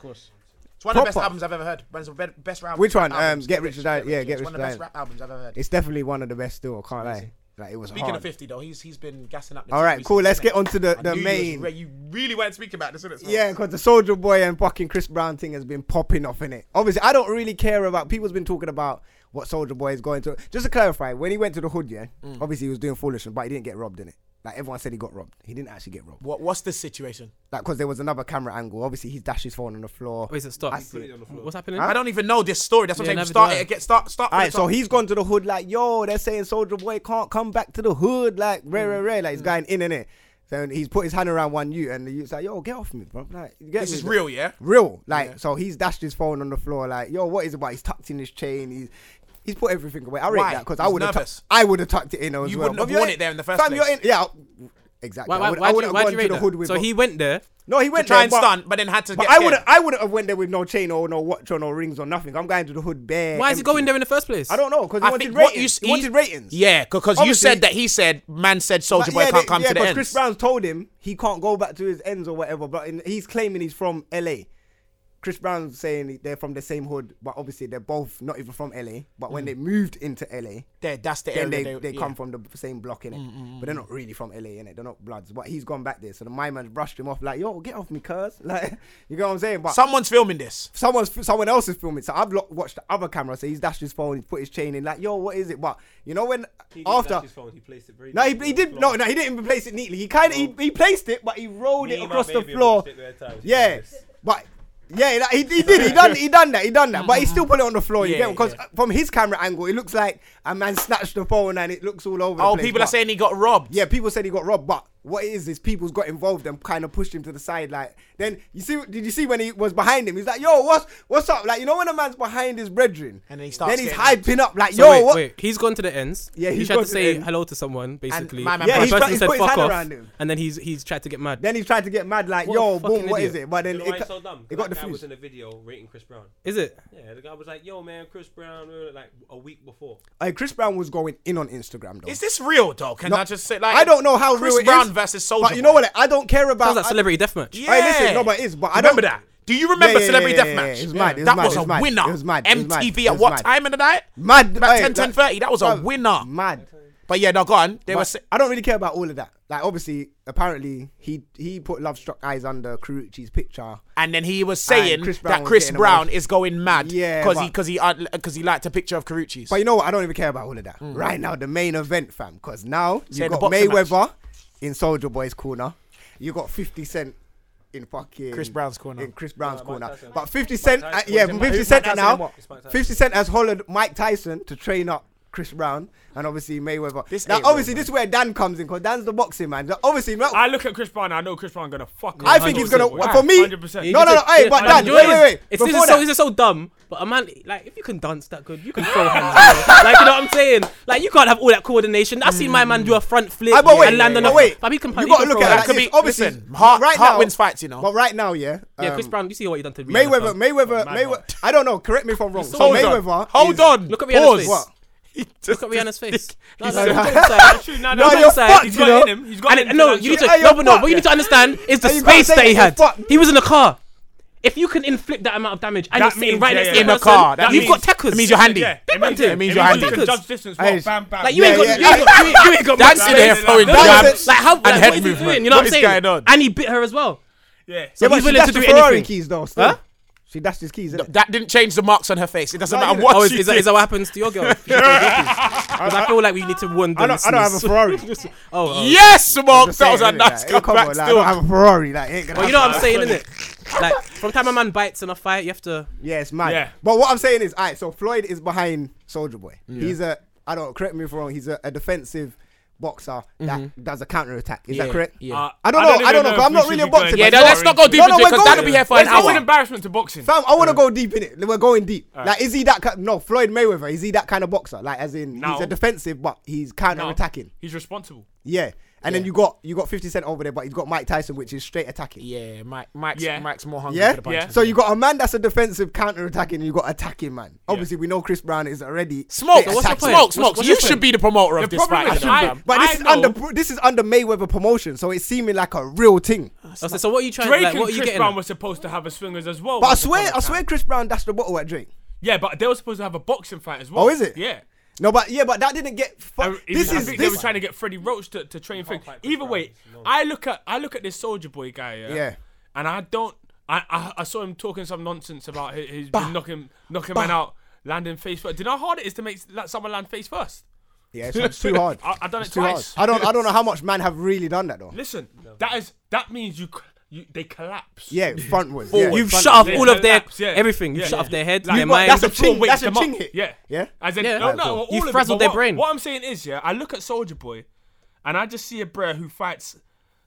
[SPEAKER 8] It's one of the best
[SPEAKER 4] Proper.
[SPEAKER 8] albums I've ever heard. One of the be- best albums.
[SPEAKER 4] Which one?
[SPEAKER 8] Albums.
[SPEAKER 4] Um, Get Rich or Die- yeah,
[SPEAKER 8] It's
[SPEAKER 4] Get
[SPEAKER 8] One
[SPEAKER 4] Rich or
[SPEAKER 8] of the best
[SPEAKER 4] Die.
[SPEAKER 8] rap albums I've ever heard.
[SPEAKER 4] It's definitely one of the best still. I can't lie. Like it was
[SPEAKER 8] Speaking
[SPEAKER 4] hard.
[SPEAKER 8] of 50 though, he's he's been gassing up. The
[SPEAKER 4] All
[SPEAKER 8] team
[SPEAKER 4] right, cool.
[SPEAKER 8] recently,
[SPEAKER 4] Let's
[SPEAKER 8] innit?
[SPEAKER 4] get onto the,
[SPEAKER 8] I
[SPEAKER 4] the
[SPEAKER 8] knew you was
[SPEAKER 4] main.
[SPEAKER 8] re- You really weren't speaking about this, innit?
[SPEAKER 4] Yeah, because the Soldier Boy and fucking Chris Brown thing has been popping off in it. Obviously, I don't really care about. People's been talking about what Soldier Boy is going to. Just to clarify, when he went to the hood, yeah,
[SPEAKER 8] Mm.
[SPEAKER 4] obviously he was doing foolishness, but he didn't get robbed in it. Like everyone said, he got robbed. He didn't actually get robbed.
[SPEAKER 3] What, what's the situation?
[SPEAKER 4] Like because there was another camera angle. Obviously, he dashed his phone on the floor.
[SPEAKER 5] Wait, is it stop?
[SPEAKER 4] I see.
[SPEAKER 5] What's happening?
[SPEAKER 3] I don't even know this story. That's what
[SPEAKER 5] Yeah,
[SPEAKER 3] I'm saying.
[SPEAKER 5] neither
[SPEAKER 3] Start
[SPEAKER 5] do I.
[SPEAKER 3] it. Get start. Start.
[SPEAKER 4] All
[SPEAKER 3] from the
[SPEAKER 4] right, so
[SPEAKER 3] top.
[SPEAKER 4] he's gone to the hood like, yo, they're saying Soldier Boy can't come back to the hood, like, rare, rare, rare, like
[SPEAKER 3] Mm.
[SPEAKER 4] he's going in in it. So he's put his hand around one youth, and the youth's like, yo, get off me, bro. Like, you get
[SPEAKER 3] This
[SPEAKER 4] me?
[SPEAKER 3] is real, yeah.
[SPEAKER 4] real. Like, so he's dashed his phone on the floor, like, yo, what is it about? He's tucked in his chain. He's he's put everything away. I rate
[SPEAKER 3] Why?
[SPEAKER 4] that because I
[SPEAKER 3] He's
[SPEAKER 4] would have
[SPEAKER 3] nervous.
[SPEAKER 4] tucked I would have tucked it in as
[SPEAKER 3] You
[SPEAKER 4] well.
[SPEAKER 3] wouldn't
[SPEAKER 4] But
[SPEAKER 3] have
[SPEAKER 4] you're
[SPEAKER 3] worn
[SPEAKER 4] in-
[SPEAKER 3] it there in the first
[SPEAKER 4] fam,
[SPEAKER 3] place.
[SPEAKER 4] You're in, yeah, I- exactly.
[SPEAKER 5] Why,
[SPEAKER 4] I
[SPEAKER 5] why,
[SPEAKER 4] would,
[SPEAKER 5] why,
[SPEAKER 4] I
[SPEAKER 5] do
[SPEAKER 4] would
[SPEAKER 5] you,
[SPEAKER 4] have
[SPEAKER 5] why do
[SPEAKER 4] gone
[SPEAKER 5] you
[SPEAKER 4] to
[SPEAKER 5] rate
[SPEAKER 4] the
[SPEAKER 5] that?
[SPEAKER 4] hood with.
[SPEAKER 5] so
[SPEAKER 4] my-
[SPEAKER 5] he went there.
[SPEAKER 4] no, he
[SPEAKER 3] to
[SPEAKER 4] went
[SPEAKER 3] try
[SPEAKER 4] there,
[SPEAKER 3] and
[SPEAKER 4] but-
[SPEAKER 3] stunt, but then had to.
[SPEAKER 4] But
[SPEAKER 3] get
[SPEAKER 4] I
[SPEAKER 3] scared.
[SPEAKER 4] would I would have went there with no chain or no watch or no rings or nothing. I'm going to the hood bare.
[SPEAKER 5] Why is he
[SPEAKER 4] empty.
[SPEAKER 5] going there in the first place?
[SPEAKER 4] I don't know because he
[SPEAKER 3] I
[SPEAKER 4] wanted
[SPEAKER 3] think what you
[SPEAKER 4] ratings.
[SPEAKER 3] s-
[SPEAKER 4] He
[SPEAKER 3] he-
[SPEAKER 4] wanted ratings.
[SPEAKER 3] Yeah, because you
[SPEAKER 4] Obviously-
[SPEAKER 3] said that he said, man said Soldier
[SPEAKER 4] Like,
[SPEAKER 3] Boy
[SPEAKER 4] yeah,
[SPEAKER 3] can't
[SPEAKER 4] they-
[SPEAKER 3] come
[SPEAKER 4] yeah,
[SPEAKER 3] to the
[SPEAKER 4] because
[SPEAKER 3] ends.
[SPEAKER 4] Chris Brown's told him he can't go back to his ends or whatever, but in, he's claiming he's from LA. Chris Brown's saying they're from the same hood, but obviously they're both not even from LA. But when they moved into LA,
[SPEAKER 3] There, that's the
[SPEAKER 4] then
[SPEAKER 3] area
[SPEAKER 4] they, they,
[SPEAKER 3] Mm. yeah. Mm,
[SPEAKER 4] come from the same block in it, but they're not really from LA in it. They're not bloods. But he's gone back there, so the my man brushed him off like, "Yo, get off me, cuz." Like, you get what I'm saying? But
[SPEAKER 3] Someone's filming this.
[SPEAKER 4] someone's someone else is filming. So I've lo- watched the other camera. So he's dashed his phone. He's put his chain in. Like, yo, what is it? But you know when
[SPEAKER 7] He didn't
[SPEAKER 4] after
[SPEAKER 7] touch his phone, he placed it very
[SPEAKER 4] no, he,
[SPEAKER 7] neatly
[SPEAKER 4] he
[SPEAKER 7] on
[SPEAKER 4] did
[SPEAKER 7] the
[SPEAKER 4] no,
[SPEAKER 7] floor.
[SPEAKER 4] no, he didn't place it neatly. He kind of he, he placed it, but he rolled
[SPEAKER 7] Me
[SPEAKER 4] it
[SPEAKER 7] and my
[SPEAKER 4] across the
[SPEAKER 7] baby
[SPEAKER 4] floor.
[SPEAKER 7] watched it there times,
[SPEAKER 4] Yeah,
[SPEAKER 7] yes.
[SPEAKER 4] but yeah, like, he, he did. He done he done that. He done that. But he still put it on the floor. you
[SPEAKER 3] Yeah,
[SPEAKER 4] get because
[SPEAKER 3] yeah.
[SPEAKER 4] from his camera angle, it looks like a man snatched the phone and it looks all over. the
[SPEAKER 3] Oh,
[SPEAKER 4] place,
[SPEAKER 3] people are
[SPEAKER 4] but-
[SPEAKER 3] saying he got robbed.
[SPEAKER 4] yeah, people said he got robbed, but what it is is people's got involved and kind of pushed him to the side. Like then you see, did you see when he was behind him? He's like, "Yo, what's what's up?" Like you know when a man's behind his brethren,
[SPEAKER 3] And then he starts
[SPEAKER 4] then he's
[SPEAKER 3] getting-
[SPEAKER 4] hyping up like,
[SPEAKER 5] So
[SPEAKER 4] "Yo,
[SPEAKER 5] wait,
[SPEAKER 4] what?"
[SPEAKER 5] wait, he's gone to the ends.
[SPEAKER 4] Yeah,
[SPEAKER 5] he's
[SPEAKER 4] he's
[SPEAKER 5] tried
[SPEAKER 4] gone
[SPEAKER 5] to
[SPEAKER 4] to the
[SPEAKER 5] say
[SPEAKER 4] end.
[SPEAKER 5] hello to someone, basically.
[SPEAKER 3] my man
[SPEAKER 5] The
[SPEAKER 3] Yeah, he's
[SPEAKER 5] person
[SPEAKER 4] put- he's
[SPEAKER 5] said
[SPEAKER 4] put his
[SPEAKER 5] fuck
[SPEAKER 4] hand
[SPEAKER 5] off,
[SPEAKER 4] around him.
[SPEAKER 5] and then he's he's tried to get mad.
[SPEAKER 4] Then he tried to get mad, like,
[SPEAKER 5] What a
[SPEAKER 4] "Yo,
[SPEAKER 5] fucking
[SPEAKER 4] boom, what is
[SPEAKER 5] idiot.
[SPEAKER 4] it?" But then
[SPEAKER 7] You know why
[SPEAKER 4] it,
[SPEAKER 7] it's so dumb?
[SPEAKER 4] it
[SPEAKER 7] 'Cause
[SPEAKER 4] got
[SPEAKER 7] that guy was
[SPEAKER 4] defused.
[SPEAKER 7] in a video rating Chris Brown.
[SPEAKER 5] Is it?
[SPEAKER 7] Yeah, the guy was like, "Yo, man, Chris Brown," uh, like a week before.
[SPEAKER 4] Hey, Chris Brown was going in on Instagram though.
[SPEAKER 3] Is this real though? Can
[SPEAKER 4] No,
[SPEAKER 3] I just say like
[SPEAKER 4] I don't know how
[SPEAKER 3] Chris
[SPEAKER 4] real it
[SPEAKER 3] Brown
[SPEAKER 4] is,
[SPEAKER 3] versus Soldier?
[SPEAKER 4] But you know what? I don't care about.
[SPEAKER 5] Sounds like celebrity deathmatch.
[SPEAKER 3] Yeah.
[SPEAKER 4] I, hey, listen, no, but it is. But I don't
[SPEAKER 3] remember that. Do you remember
[SPEAKER 4] yeah,
[SPEAKER 3] Celebrity
[SPEAKER 4] yeah, yeah,
[SPEAKER 3] Deathmatch?
[SPEAKER 4] yeah, it was mad, it was
[SPEAKER 3] that
[SPEAKER 4] mad,
[SPEAKER 3] was
[SPEAKER 4] it
[SPEAKER 3] a
[SPEAKER 4] was mad,
[SPEAKER 3] winner.
[SPEAKER 4] it was mad, it was mad,
[SPEAKER 3] MTV
[SPEAKER 4] it
[SPEAKER 3] at
[SPEAKER 4] was
[SPEAKER 3] what
[SPEAKER 4] mad.
[SPEAKER 3] time of the night?
[SPEAKER 4] Mad.
[SPEAKER 3] About
[SPEAKER 4] hey,
[SPEAKER 3] 10, 10, 30. That was a
[SPEAKER 4] bruv,
[SPEAKER 3] winner.
[SPEAKER 4] Mad.
[SPEAKER 3] But yeah, no, go on. They were.
[SPEAKER 4] But
[SPEAKER 3] sa-
[SPEAKER 4] I don't really care about all of that. Like obviously, apparently he he put Love Struck Eyes under Kuruchi's picture.
[SPEAKER 3] and then he was saying
[SPEAKER 4] And Chris Brown
[SPEAKER 3] that
[SPEAKER 4] was
[SPEAKER 3] Chris
[SPEAKER 4] getting
[SPEAKER 3] Brown
[SPEAKER 4] emotional.
[SPEAKER 3] is going mad.
[SPEAKER 4] Yeah,
[SPEAKER 3] because he
[SPEAKER 4] but-
[SPEAKER 3] because he because he liked a picture of Karuchi's.
[SPEAKER 4] But you know what? I don't even care about all of that. Right now, the main event, fam, because now you
[SPEAKER 3] Mm. Say the
[SPEAKER 4] got
[SPEAKER 3] boxing match.
[SPEAKER 4] Mayweather in Soldier Boy's corner. You got Fifty Cent. In fucking
[SPEAKER 3] Chris Brown's corner.
[SPEAKER 4] in Chris Brown's
[SPEAKER 7] Mike
[SPEAKER 4] corner,
[SPEAKER 7] Tyson.
[SPEAKER 4] but Fifty Cent,
[SPEAKER 7] Tyson.
[SPEAKER 4] uh, yeah,
[SPEAKER 7] Who's
[SPEAKER 4] Fifty
[SPEAKER 7] Mike
[SPEAKER 4] Cent
[SPEAKER 7] Tyson and
[SPEAKER 4] now,
[SPEAKER 7] what? It's Mike Tyson.
[SPEAKER 4] Fifty Cent has hollered Mike Tyson to train up Chris Brown and obviously Mayweather.
[SPEAKER 3] This
[SPEAKER 4] now,
[SPEAKER 3] ain't real,
[SPEAKER 4] obviously, this is where Dan comes in because Dan's the boxing man. Now, Obviously, no-
[SPEAKER 6] I look at Chris Brown. I know Chris Brown gonna fuck.
[SPEAKER 4] I
[SPEAKER 6] up.
[SPEAKER 4] think he's gonna.
[SPEAKER 6] 100%.
[SPEAKER 4] For me,
[SPEAKER 6] 100%.
[SPEAKER 4] no, no, no. Hey, but
[SPEAKER 6] I
[SPEAKER 4] Dan,
[SPEAKER 6] do
[SPEAKER 4] wait, wait, wait.
[SPEAKER 5] It's,
[SPEAKER 4] Before
[SPEAKER 5] this is so
[SPEAKER 4] that-
[SPEAKER 5] this is so dumb. But a man, like, if you can dance that good, you can throw hands. bro. Like, you know what I'm saying? Like, you can't have all that coordination. I've seen my man do a front flip
[SPEAKER 4] Ah, but wait,
[SPEAKER 5] and land on
[SPEAKER 4] but
[SPEAKER 5] a
[SPEAKER 4] wait.
[SPEAKER 5] But he can.
[SPEAKER 4] you
[SPEAKER 5] he
[SPEAKER 4] got to
[SPEAKER 5] can
[SPEAKER 4] look
[SPEAKER 5] throw
[SPEAKER 4] at
[SPEAKER 5] hands.
[SPEAKER 4] it. Like
[SPEAKER 3] could
[SPEAKER 4] this.
[SPEAKER 3] be-
[SPEAKER 4] Obviously,
[SPEAKER 3] listen, heart-
[SPEAKER 4] right
[SPEAKER 3] heart
[SPEAKER 4] now-
[SPEAKER 3] wins fights, you know.
[SPEAKER 4] But right now, yeah.
[SPEAKER 5] Yeah,
[SPEAKER 4] um,
[SPEAKER 5] Chris Brown. You see what he done to Rihanna,
[SPEAKER 4] Mayweather,
[SPEAKER 5] fam.
[SPEAKER 4] Mayweather, Mayweather. I don't know. Correct me if I'm wrong. So
[SPEAKER 3] Hold
[SPEAKER 4] Mayweather.
[SPEAKER 3] on. Hold
[SPEAKER 4] is-
[SPEAKER 3] on.
[SPEAKER 5] Look at Rihanna's face.
[SPEAKER 4] What?
[SPEAKER 5] Look at Rihanna's face. No, no,
[SPEAKER 4] said-
[SPEAKER 5] don't say it.
[SPEAKER 6] No,
[SPEAKER 4] No,
[SPEAKER 6] no,
[SPEAKER 4] you're
[SPEAKER 6] no.
[SPEAKER 5] Side,
[SPEAKER 4] fucked,
[SPEAKER 6] He's
[SPEAKER 4] you
[SPEAKER 6] got it
[SPEAKER 4] know.
[SPEAKER 6] in him. He's got
[SPEAKER 5] And
[SPEAKER 6] it. in
[SPEAKER 5] it-
[SPEAKER 6] him.
[SPEAKER 5] no, you need to
[SPEAKER 4] Hey,
[SPEAKER 5] no,
[SPEAKER 4] you're
[SPEAKER 5] but no.
[SPEAKER 4] fucked,
[SPEAKER 5] What you need to understand is the
[SPEAKER 4] Hey, you can't
[SPEAKER 5] space
[SPEAKER 4] say
[SPEAKER 5] that he
[SPEAKER 4] you're
[SPEAKER 5] had.
[SPEAKER 4] fucked.
[SPEAKER 5] He was in a car. If you can inflict that amount of damage and
[SPEAKER 6] That
[SPEAKER 5] you're sitting
[SPEAKER 6] means-
[SPEAKER 5] right
[SPEAKER 6] yeah,
[SPEAKER 5] next
[SPEAKER 6] yeah.
[SPEAKER 5] to
[SPEAKER 6] In a
[SPEAKER 5] the
[SPEAKER 3] car,
[SPEAKER 5] person,
[SPEAKER 3] that
[SPEAKER 5] you've
[SPEAKER 3] means-
[SPEAKER 5] got tackles.
[SPEAKER 3] that means you're handy.
[SPEAKER 6] Yeah,
[SPEAKER 5] Big man
[SPEAKER 6] it
[SPEAKER 5] thing.
[SPEAKER 3] means
[SPEAKER 6] means
[SPEAKER 3] you're
[SPEAKER 6] you can
[SPEAKER 5] handy.
[SPEAKER 6] judge distance.
[SPEAKER 4] Hey,
[SPEAKER 6] Well, bam, bam.
[SPEAKER 5] Like you ain't
[SPEAKER 4] Yeah,
[SPEAKER 5] got,
[SPEAKER 4] yeah.
[SPEAKER 5] you ain't got, you ain't, you ain't got.
[SPEAKER 3] That's
[SPEAKER 5] back.
[SPEAKER 3] in there throwing
[SPEAKER 4] No, no,
[SPEAKER 3] jabs
[SPEAKER 5] Like how? Like,
[SPEAKER 3] and head
[SPEAKER 5] what is he doing?
[SPEAKER 3] movement.
[SPEAKER 5] You know what I'm
[SPEAKER 3] What is
[SPEAKER 5] saying?
[SPEAKER 3] going on?
[SPEAKER 5] And he bit her as well.
[SPEAKER 6] Yeah.
[SPEAKER 5] So
[SPEAKER 4] Yeah, but
[SPEAKER 5] he's
[SPEAKER 4] she
[SPEAKER 5] willing to
[SPEAKER 4] dashed
[SPEAKER 5] do
[SPEAKER 4] the Ferrari
[SPEAKER 5] anything.
[SPEAKER 4] keys though. Still.
[SPEAKER 5] Huh?
[SPEAKER 4] She dashed his keys. innit?
[SPEAKER 3] That didn't change the marks on her face. It doesn't
[SPEAKER 4] No,
[SPEAKER 3] matter
[SPEAKER 4] you-
[SPEAKER 3] what
[SPEAKER 5] Oh, is,
[SPEAKER 3] she
[SPEAKER 5] is, that,
[SPEAKER 3] did.
[SPEAKER 5] is that what happens to your girl? Because I feel like we need to warn the
[SPEAKER 4] I don't, I don't have a
[SPEAKER 5] listeners.
[SPEAKER 4] Ferrari.
[SPEAKER 6] Uh,
[SPEAKER 5] Oh, oh.
[SPEAKER 3] Yes, Mark.
[SPEAKER 4] Just
[SPEAKER 3] That was a
[SPEAKER 4] saying, innit?
[SPEAKER 3] nice
[SPEAKER 4] Like, hey, come on,
[SPEAKER 3] comeback.
[SPEAKER 4] like, I don't
[SPEAKER 3] Still,
[SPEAKER 4] have a Ferrari. Like, it ain't gonna
[SPEAKER 5] Well, you know what I'm
[SPEAKER 4] happen.
[SPEAKER 5] saying, innit? Like, from time a man bites in a fight, you have to.
[SPEAKER 4] Yeah, it's mad.
[SPEAKER 6] Yeah.
[SPEAKER 4] But what I'm saying is, all right, so Floyd is behind Soldier Boy. He's a, I don't, correct me if I'm wrong, he's a, a defensive boxer
[SPEAKER 5] Mm-hmm.
[SPEAKER 4] that does a counter attack. Is
[SPEAKER 3] Yeah,
[SPEAKER 4] that correct?
[SPEAKER 3] yeah.
[SPEAKER 6] Uh,
[SPEAKER 4] I don't know. I
[SPEAKER 6] even
[SPEAKER 4] don't know. 'cause I'm
[SPEAKER 6] if
[SPEAKER 4] not really
[SPEAKER 6] we should
[SPEAKER 4] a
[SPEAKER 6] be
[SPEAKER 4] boxer.
[SPEAKER 6] going
[SPEAKER 3] Yeah,
[SPEAKER 4] but
[SPEAKER 3] no, let's not go
[SPEAKER 4] No,
[SPEAKER 3] deep into
[SPEAKER 4] no,
[SPEAKER 3] it
[SPEAKER 4] we're
[SPEAKER 3] because that'll
[SPEAKER 4] going-
[SPEAKER 3] be here for
[SPEAKER 4] we're
[SPEAKER 3] an
[SPEAKER 4] going-
[SPEAKER 6] It's
[SPEAKER 3] hour.
[SPEAKER 6] an embarrassment to boxing.
[SPEAKER 4] Fam, I want to go deep in it. We're going deep. Like, is he that? ki- No, Floyd Mayweather. Is he that kind of boxer? Like, as in
[SPEAKER 6] No.
[SPEAKER 4] he's a defensive, but he's counter attacking.
[SPEAKER 6] He's responsible.
[SPEAKER 4] Yeah. And then you got you got 50 Cent over there, but he's got Mike Tyson, which is straight attacking.
[SPEAKER 3] Yeah, Mike, Mike's,
[SPEAKER 6] Yeah.
[SPEAKER 3] Mike's more hungry
[SPEAKER 4] Yeah?
[SPEAKER 3] for the punch.
[SPEAKER 6] Yeah.
[SPEAKER 4] So you got a man that's a defensive counter attacking, and you got attacking man. Obviously, we know Chris Brown is already
[SPEAKER 3] Smoke,
[SPEAKER 4] straight
[SPEAKER 3] smoke,
[SPEAKER 4] attacking.
[SPEAKER 3] smoke, smoke.
[SPEAKER 5] what's
[SPEAKER 3] You
[SPEAKER 5] your
[SPEAKER 3] should
[SPEAKER 5] point?
[SPEAKER 3] be the promoter of this
[SPEAKER 6] problem
[SPEAKER 3] fight.
[SPEAKER 6] is
[SPEAKER 3] innit,
[SPEAKER 6] I-
[SPEAKER 3] fam?
[SPEAKER 4] But this
[SPEAKER 6] I
[SPEAKER 4] is
[SPEAKER 6] know-
[SPEAKER 4] under this is under Mayweather promotion, so it's seeming like a real thing.
[SPEAKER 6] Oh,
[SPEAKER 5] So, so what are you trying?
[SPEAKER 6] Drake
[SPEAKER 5] like,
[SPEAKER 6] and
[SPEAKER 5] what are you
[SPEAKER 6] Chris
[SPEAKER 5] getting?
[SPEAKER 6] Brown
[SPEAKER 5] at?
[SPEAKER 6] were supposed to have a swingers as well.
[SPEAKER 4] But I
[SPEAKER 6] once upon
[SPEAKER 4] swear,
[SPEAKER 6] a
[SPEAKER 4] I
[SPEAKER 6] time.
[SPEAKER 4] swear, Chris Brown dashed the bottle at Drake.
[SPEAKER 6] Yeah, but they were supposed to have a boxing fight as well.
[SPEAKER 4] Oh, is it?
[SPEAKER 6] Yeah.
[SPEAKER 4] No, but yeah, but that didn't get. Fu-
[SPEAKER 6] I, it
[SPEAKER 4] this
[SPEAKER 6] was- I
[SPEAKER 4] is
[SPEAKER 6] think they
[SPEAKER 4] this.
[SPEAKER 6] were trying to get Freddie Roach to, to train things. Either way, I look at I look at this Soldier Boy guy. Yeah.
[SPEAKER 4] Yeah.
[SPEAKER 6] And I don't. I, I I saw him talking some nonsense about he, he's been knocking knocking men out, landing face first. Do you know how hard it is to make like, someone land face first?
[SPEAKER 4] yeah, it's, it's too hard.
[SPEAKER 6] I- I've done
[SPEAKER 4] It's
[SPEAKER 6] it
[SPEAKER 4] too hard.
[SPEAKER 6] twice.
[SPEAKER 4] I don't. I don't know how much man have really done that though.
[SPEAKER 6] Listen, that is that means you c- you they collapse.
[SPEAKER 4] Yeah, frontwards.
[SPEAKER 5] Forward.
[SPEAKER 4] Yeah.
[SPEAKER 5] You've
[SPEAKER 4] front-
[SPEAKER 5] shut off
[SPEAKER 6] Yeah,
[SPEAKER 5] all of their
[SPEAKER 6] collapse, yeah.
[SPEAKER 5] everything. You
[SPEAKER 6] Yeah.
[SPEAKER 5] have shut off their head,
[SPEAKER 6] Like,
[SPEAKER 5] their
[SPEAKER 6] what-
[SPEAKER 5] mind.
[SPEAKER 4] That's a
[SPEAKER 6] the floor
[SPEAKER 4] chin.
[SPEAKER 6] wakes
[SPEAKER 4] That's a
[SPEAKER 6] them up.
[SPEAKER 4] chin hit.
[SPEAKER 6] Yeah.
[SPEAKER 4] Yeah.
[SPEAKER 6] As in,
[SPEAKER 5] Yeah.
[SPEAKER 6] no,
[SPEAKER 5] Right,
[SPEAKER 6] no,
[SPEAKER 5] cool.
[SPEAKER 6] all
[SPEAKER 5] You
[SPEAKER 6] of it,
[SPEAKER 5] frazzled
[SPEAKER 6] but
[SPEAKER 5] their
[SPEAKER 6] what-
[SPEAKER 5] brain.
[SPEAKER 6] What I'm saying is, yeah, I look at Soldier Boy, and I just see a brer who fights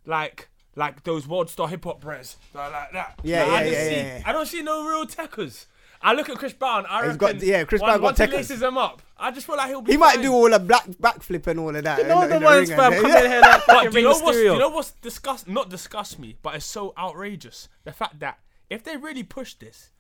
[SPEAKER 6] like like those world star hip hop bres, like, like that.
[SPEAKER 4] Yeah,
[SPEAKER 6] Like, I
[SPEAKER 4] yeah,
[SPEAKER 6] just
[SPEAKER 4] yeah,
[SPEAKER 6] see,
[SPEAKER 4] yeah, yeah.
[SPEAKER 6] I don't see no real techers. I look at Chris Brown. I
[SPEAKER 4] He's
[SPEAKER 6] reckon.
[SPEAKER 4] got- yeah, Chris
[SPEAKER 6] once-
[SPEAKER 4] Brown got
[SPEAKER 6] once he
[SPEAKER 4] techers.
[SPEAKER 6] laces him up. I just feel like he'll be.
[SPEAKER 4] He might
[SPEAKER 6] fine.
[SPEAKER 4] do all the black backflip and all of that.
[SPEAKER 5] You know
[SPEAKER 4] in
[SPEAKER 5] the
[SPEAKER 4] in
[SPEAKER 5] ones,
[SPEAKER 4] ring
[SPEAKER 5] fam.
[SPEAKER 4] and-
[SPEAKER 5] Come
[SPEAKER 4] yeah.
[SPEAKER 5] in here like
[SPEAKER 6] But
[SPEAKER 5] fucking
[SPEAKER 6] do you
[SPEAKER 5] Rey
[SPEAKER 6] know what's do you know
[SPEAKER 5] Mysterio.
[SPEAKER 6] what's disgust not disgust me, but it's so outrageous. The fact that if they really push this,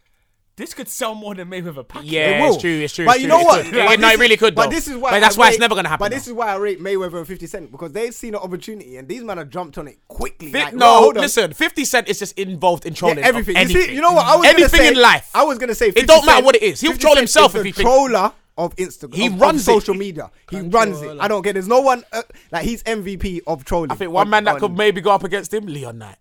[SPEAKER 6] this could sell more than Mayweather. Pacquiao.
[SPEAKER 3] Yeah,
[SPEAKER 4] It
[SPEAKER 3] it's
[SPEAKER 4] will.
[SPEAKER 3] true, it's true.
[SPEAKER 4] But
[SPEAKER 3] it's
[SPEAKER 4] you
[SPEAKER 3] true,
[SPEAKER 4] know
[SPEAKER 3] it's
[SPEAKER 4] what?
[SPEAKER 3] true. Yeah,
[SPEAKER 4] But
[SPEAKER 3] no,
[SPEAKER 4] this
[SPEAKER 3] it
[SPEAKER 4] is-
[SPEAKER 3] really could.
[SPEAKER 4] But
[SPEAKER 3] though.
[SPEAKER 4] this is why.
[SPEAKER 3] But
[SPEAKER 4] I
[SPEAKER 3] that's why it's
[SPEAKER 4] rate-
[SPEAKER 3] never gonna happen.
[SPEAKER 4] But this is why I rate Mayweather and 50 Cent because they've seen an opportunity and these men have jumped on it quickly.
[SPEAKER 3] Fi-
[SPEAKER 4] Like,
[SPEAKER 3] no,
[SPEAKER 4] wow, hold on.
[SPEAKER 3] listen. Fifty Cent is just involved in
[SPEAKER 4] Yeah,
[SPEAKER 3] trolling of
[SPEAKER 4] everything. You,
[SPEAKER 3] anything.
[SPEAKER 4] see, you know what? I was
[SPEAKER 3] anything
[SPEAKER 4] gonna say,
[SPEAKER 3] in life.
[SPEAKER 4] I was gonna say. 50
[SPEAKER 3] it don't matter
[SPEAKER 4] Cent-
[SPEAKER 3] what it is. He'll
[SPEAKER 4] 50
[SPEAKER 3] troll
[SPEAKER 4] Cent
[SPEAKER 3] himself
[SPEAKER 4] is
[SPEAKER 3] if he
[SPEAKER 4] the
[SPEAKER 3] thinks.
[SPEAKER 4] troller of Instagram.
[SPEAKER 3] He
[SPEAKER 4] of- of
[SPEAKER 3] runs it.
[SPEAKER 4] social media. He runs it. I don't get. There's no one uh, like he's MVP of trolling.
[SPEAKER 3] I think one
[SPEAKER 4] on-
[SPEAKER 3] man that could
[SPEAKER 4] on-
[SPEAKER 3] maybe go up against him, Leon Knight.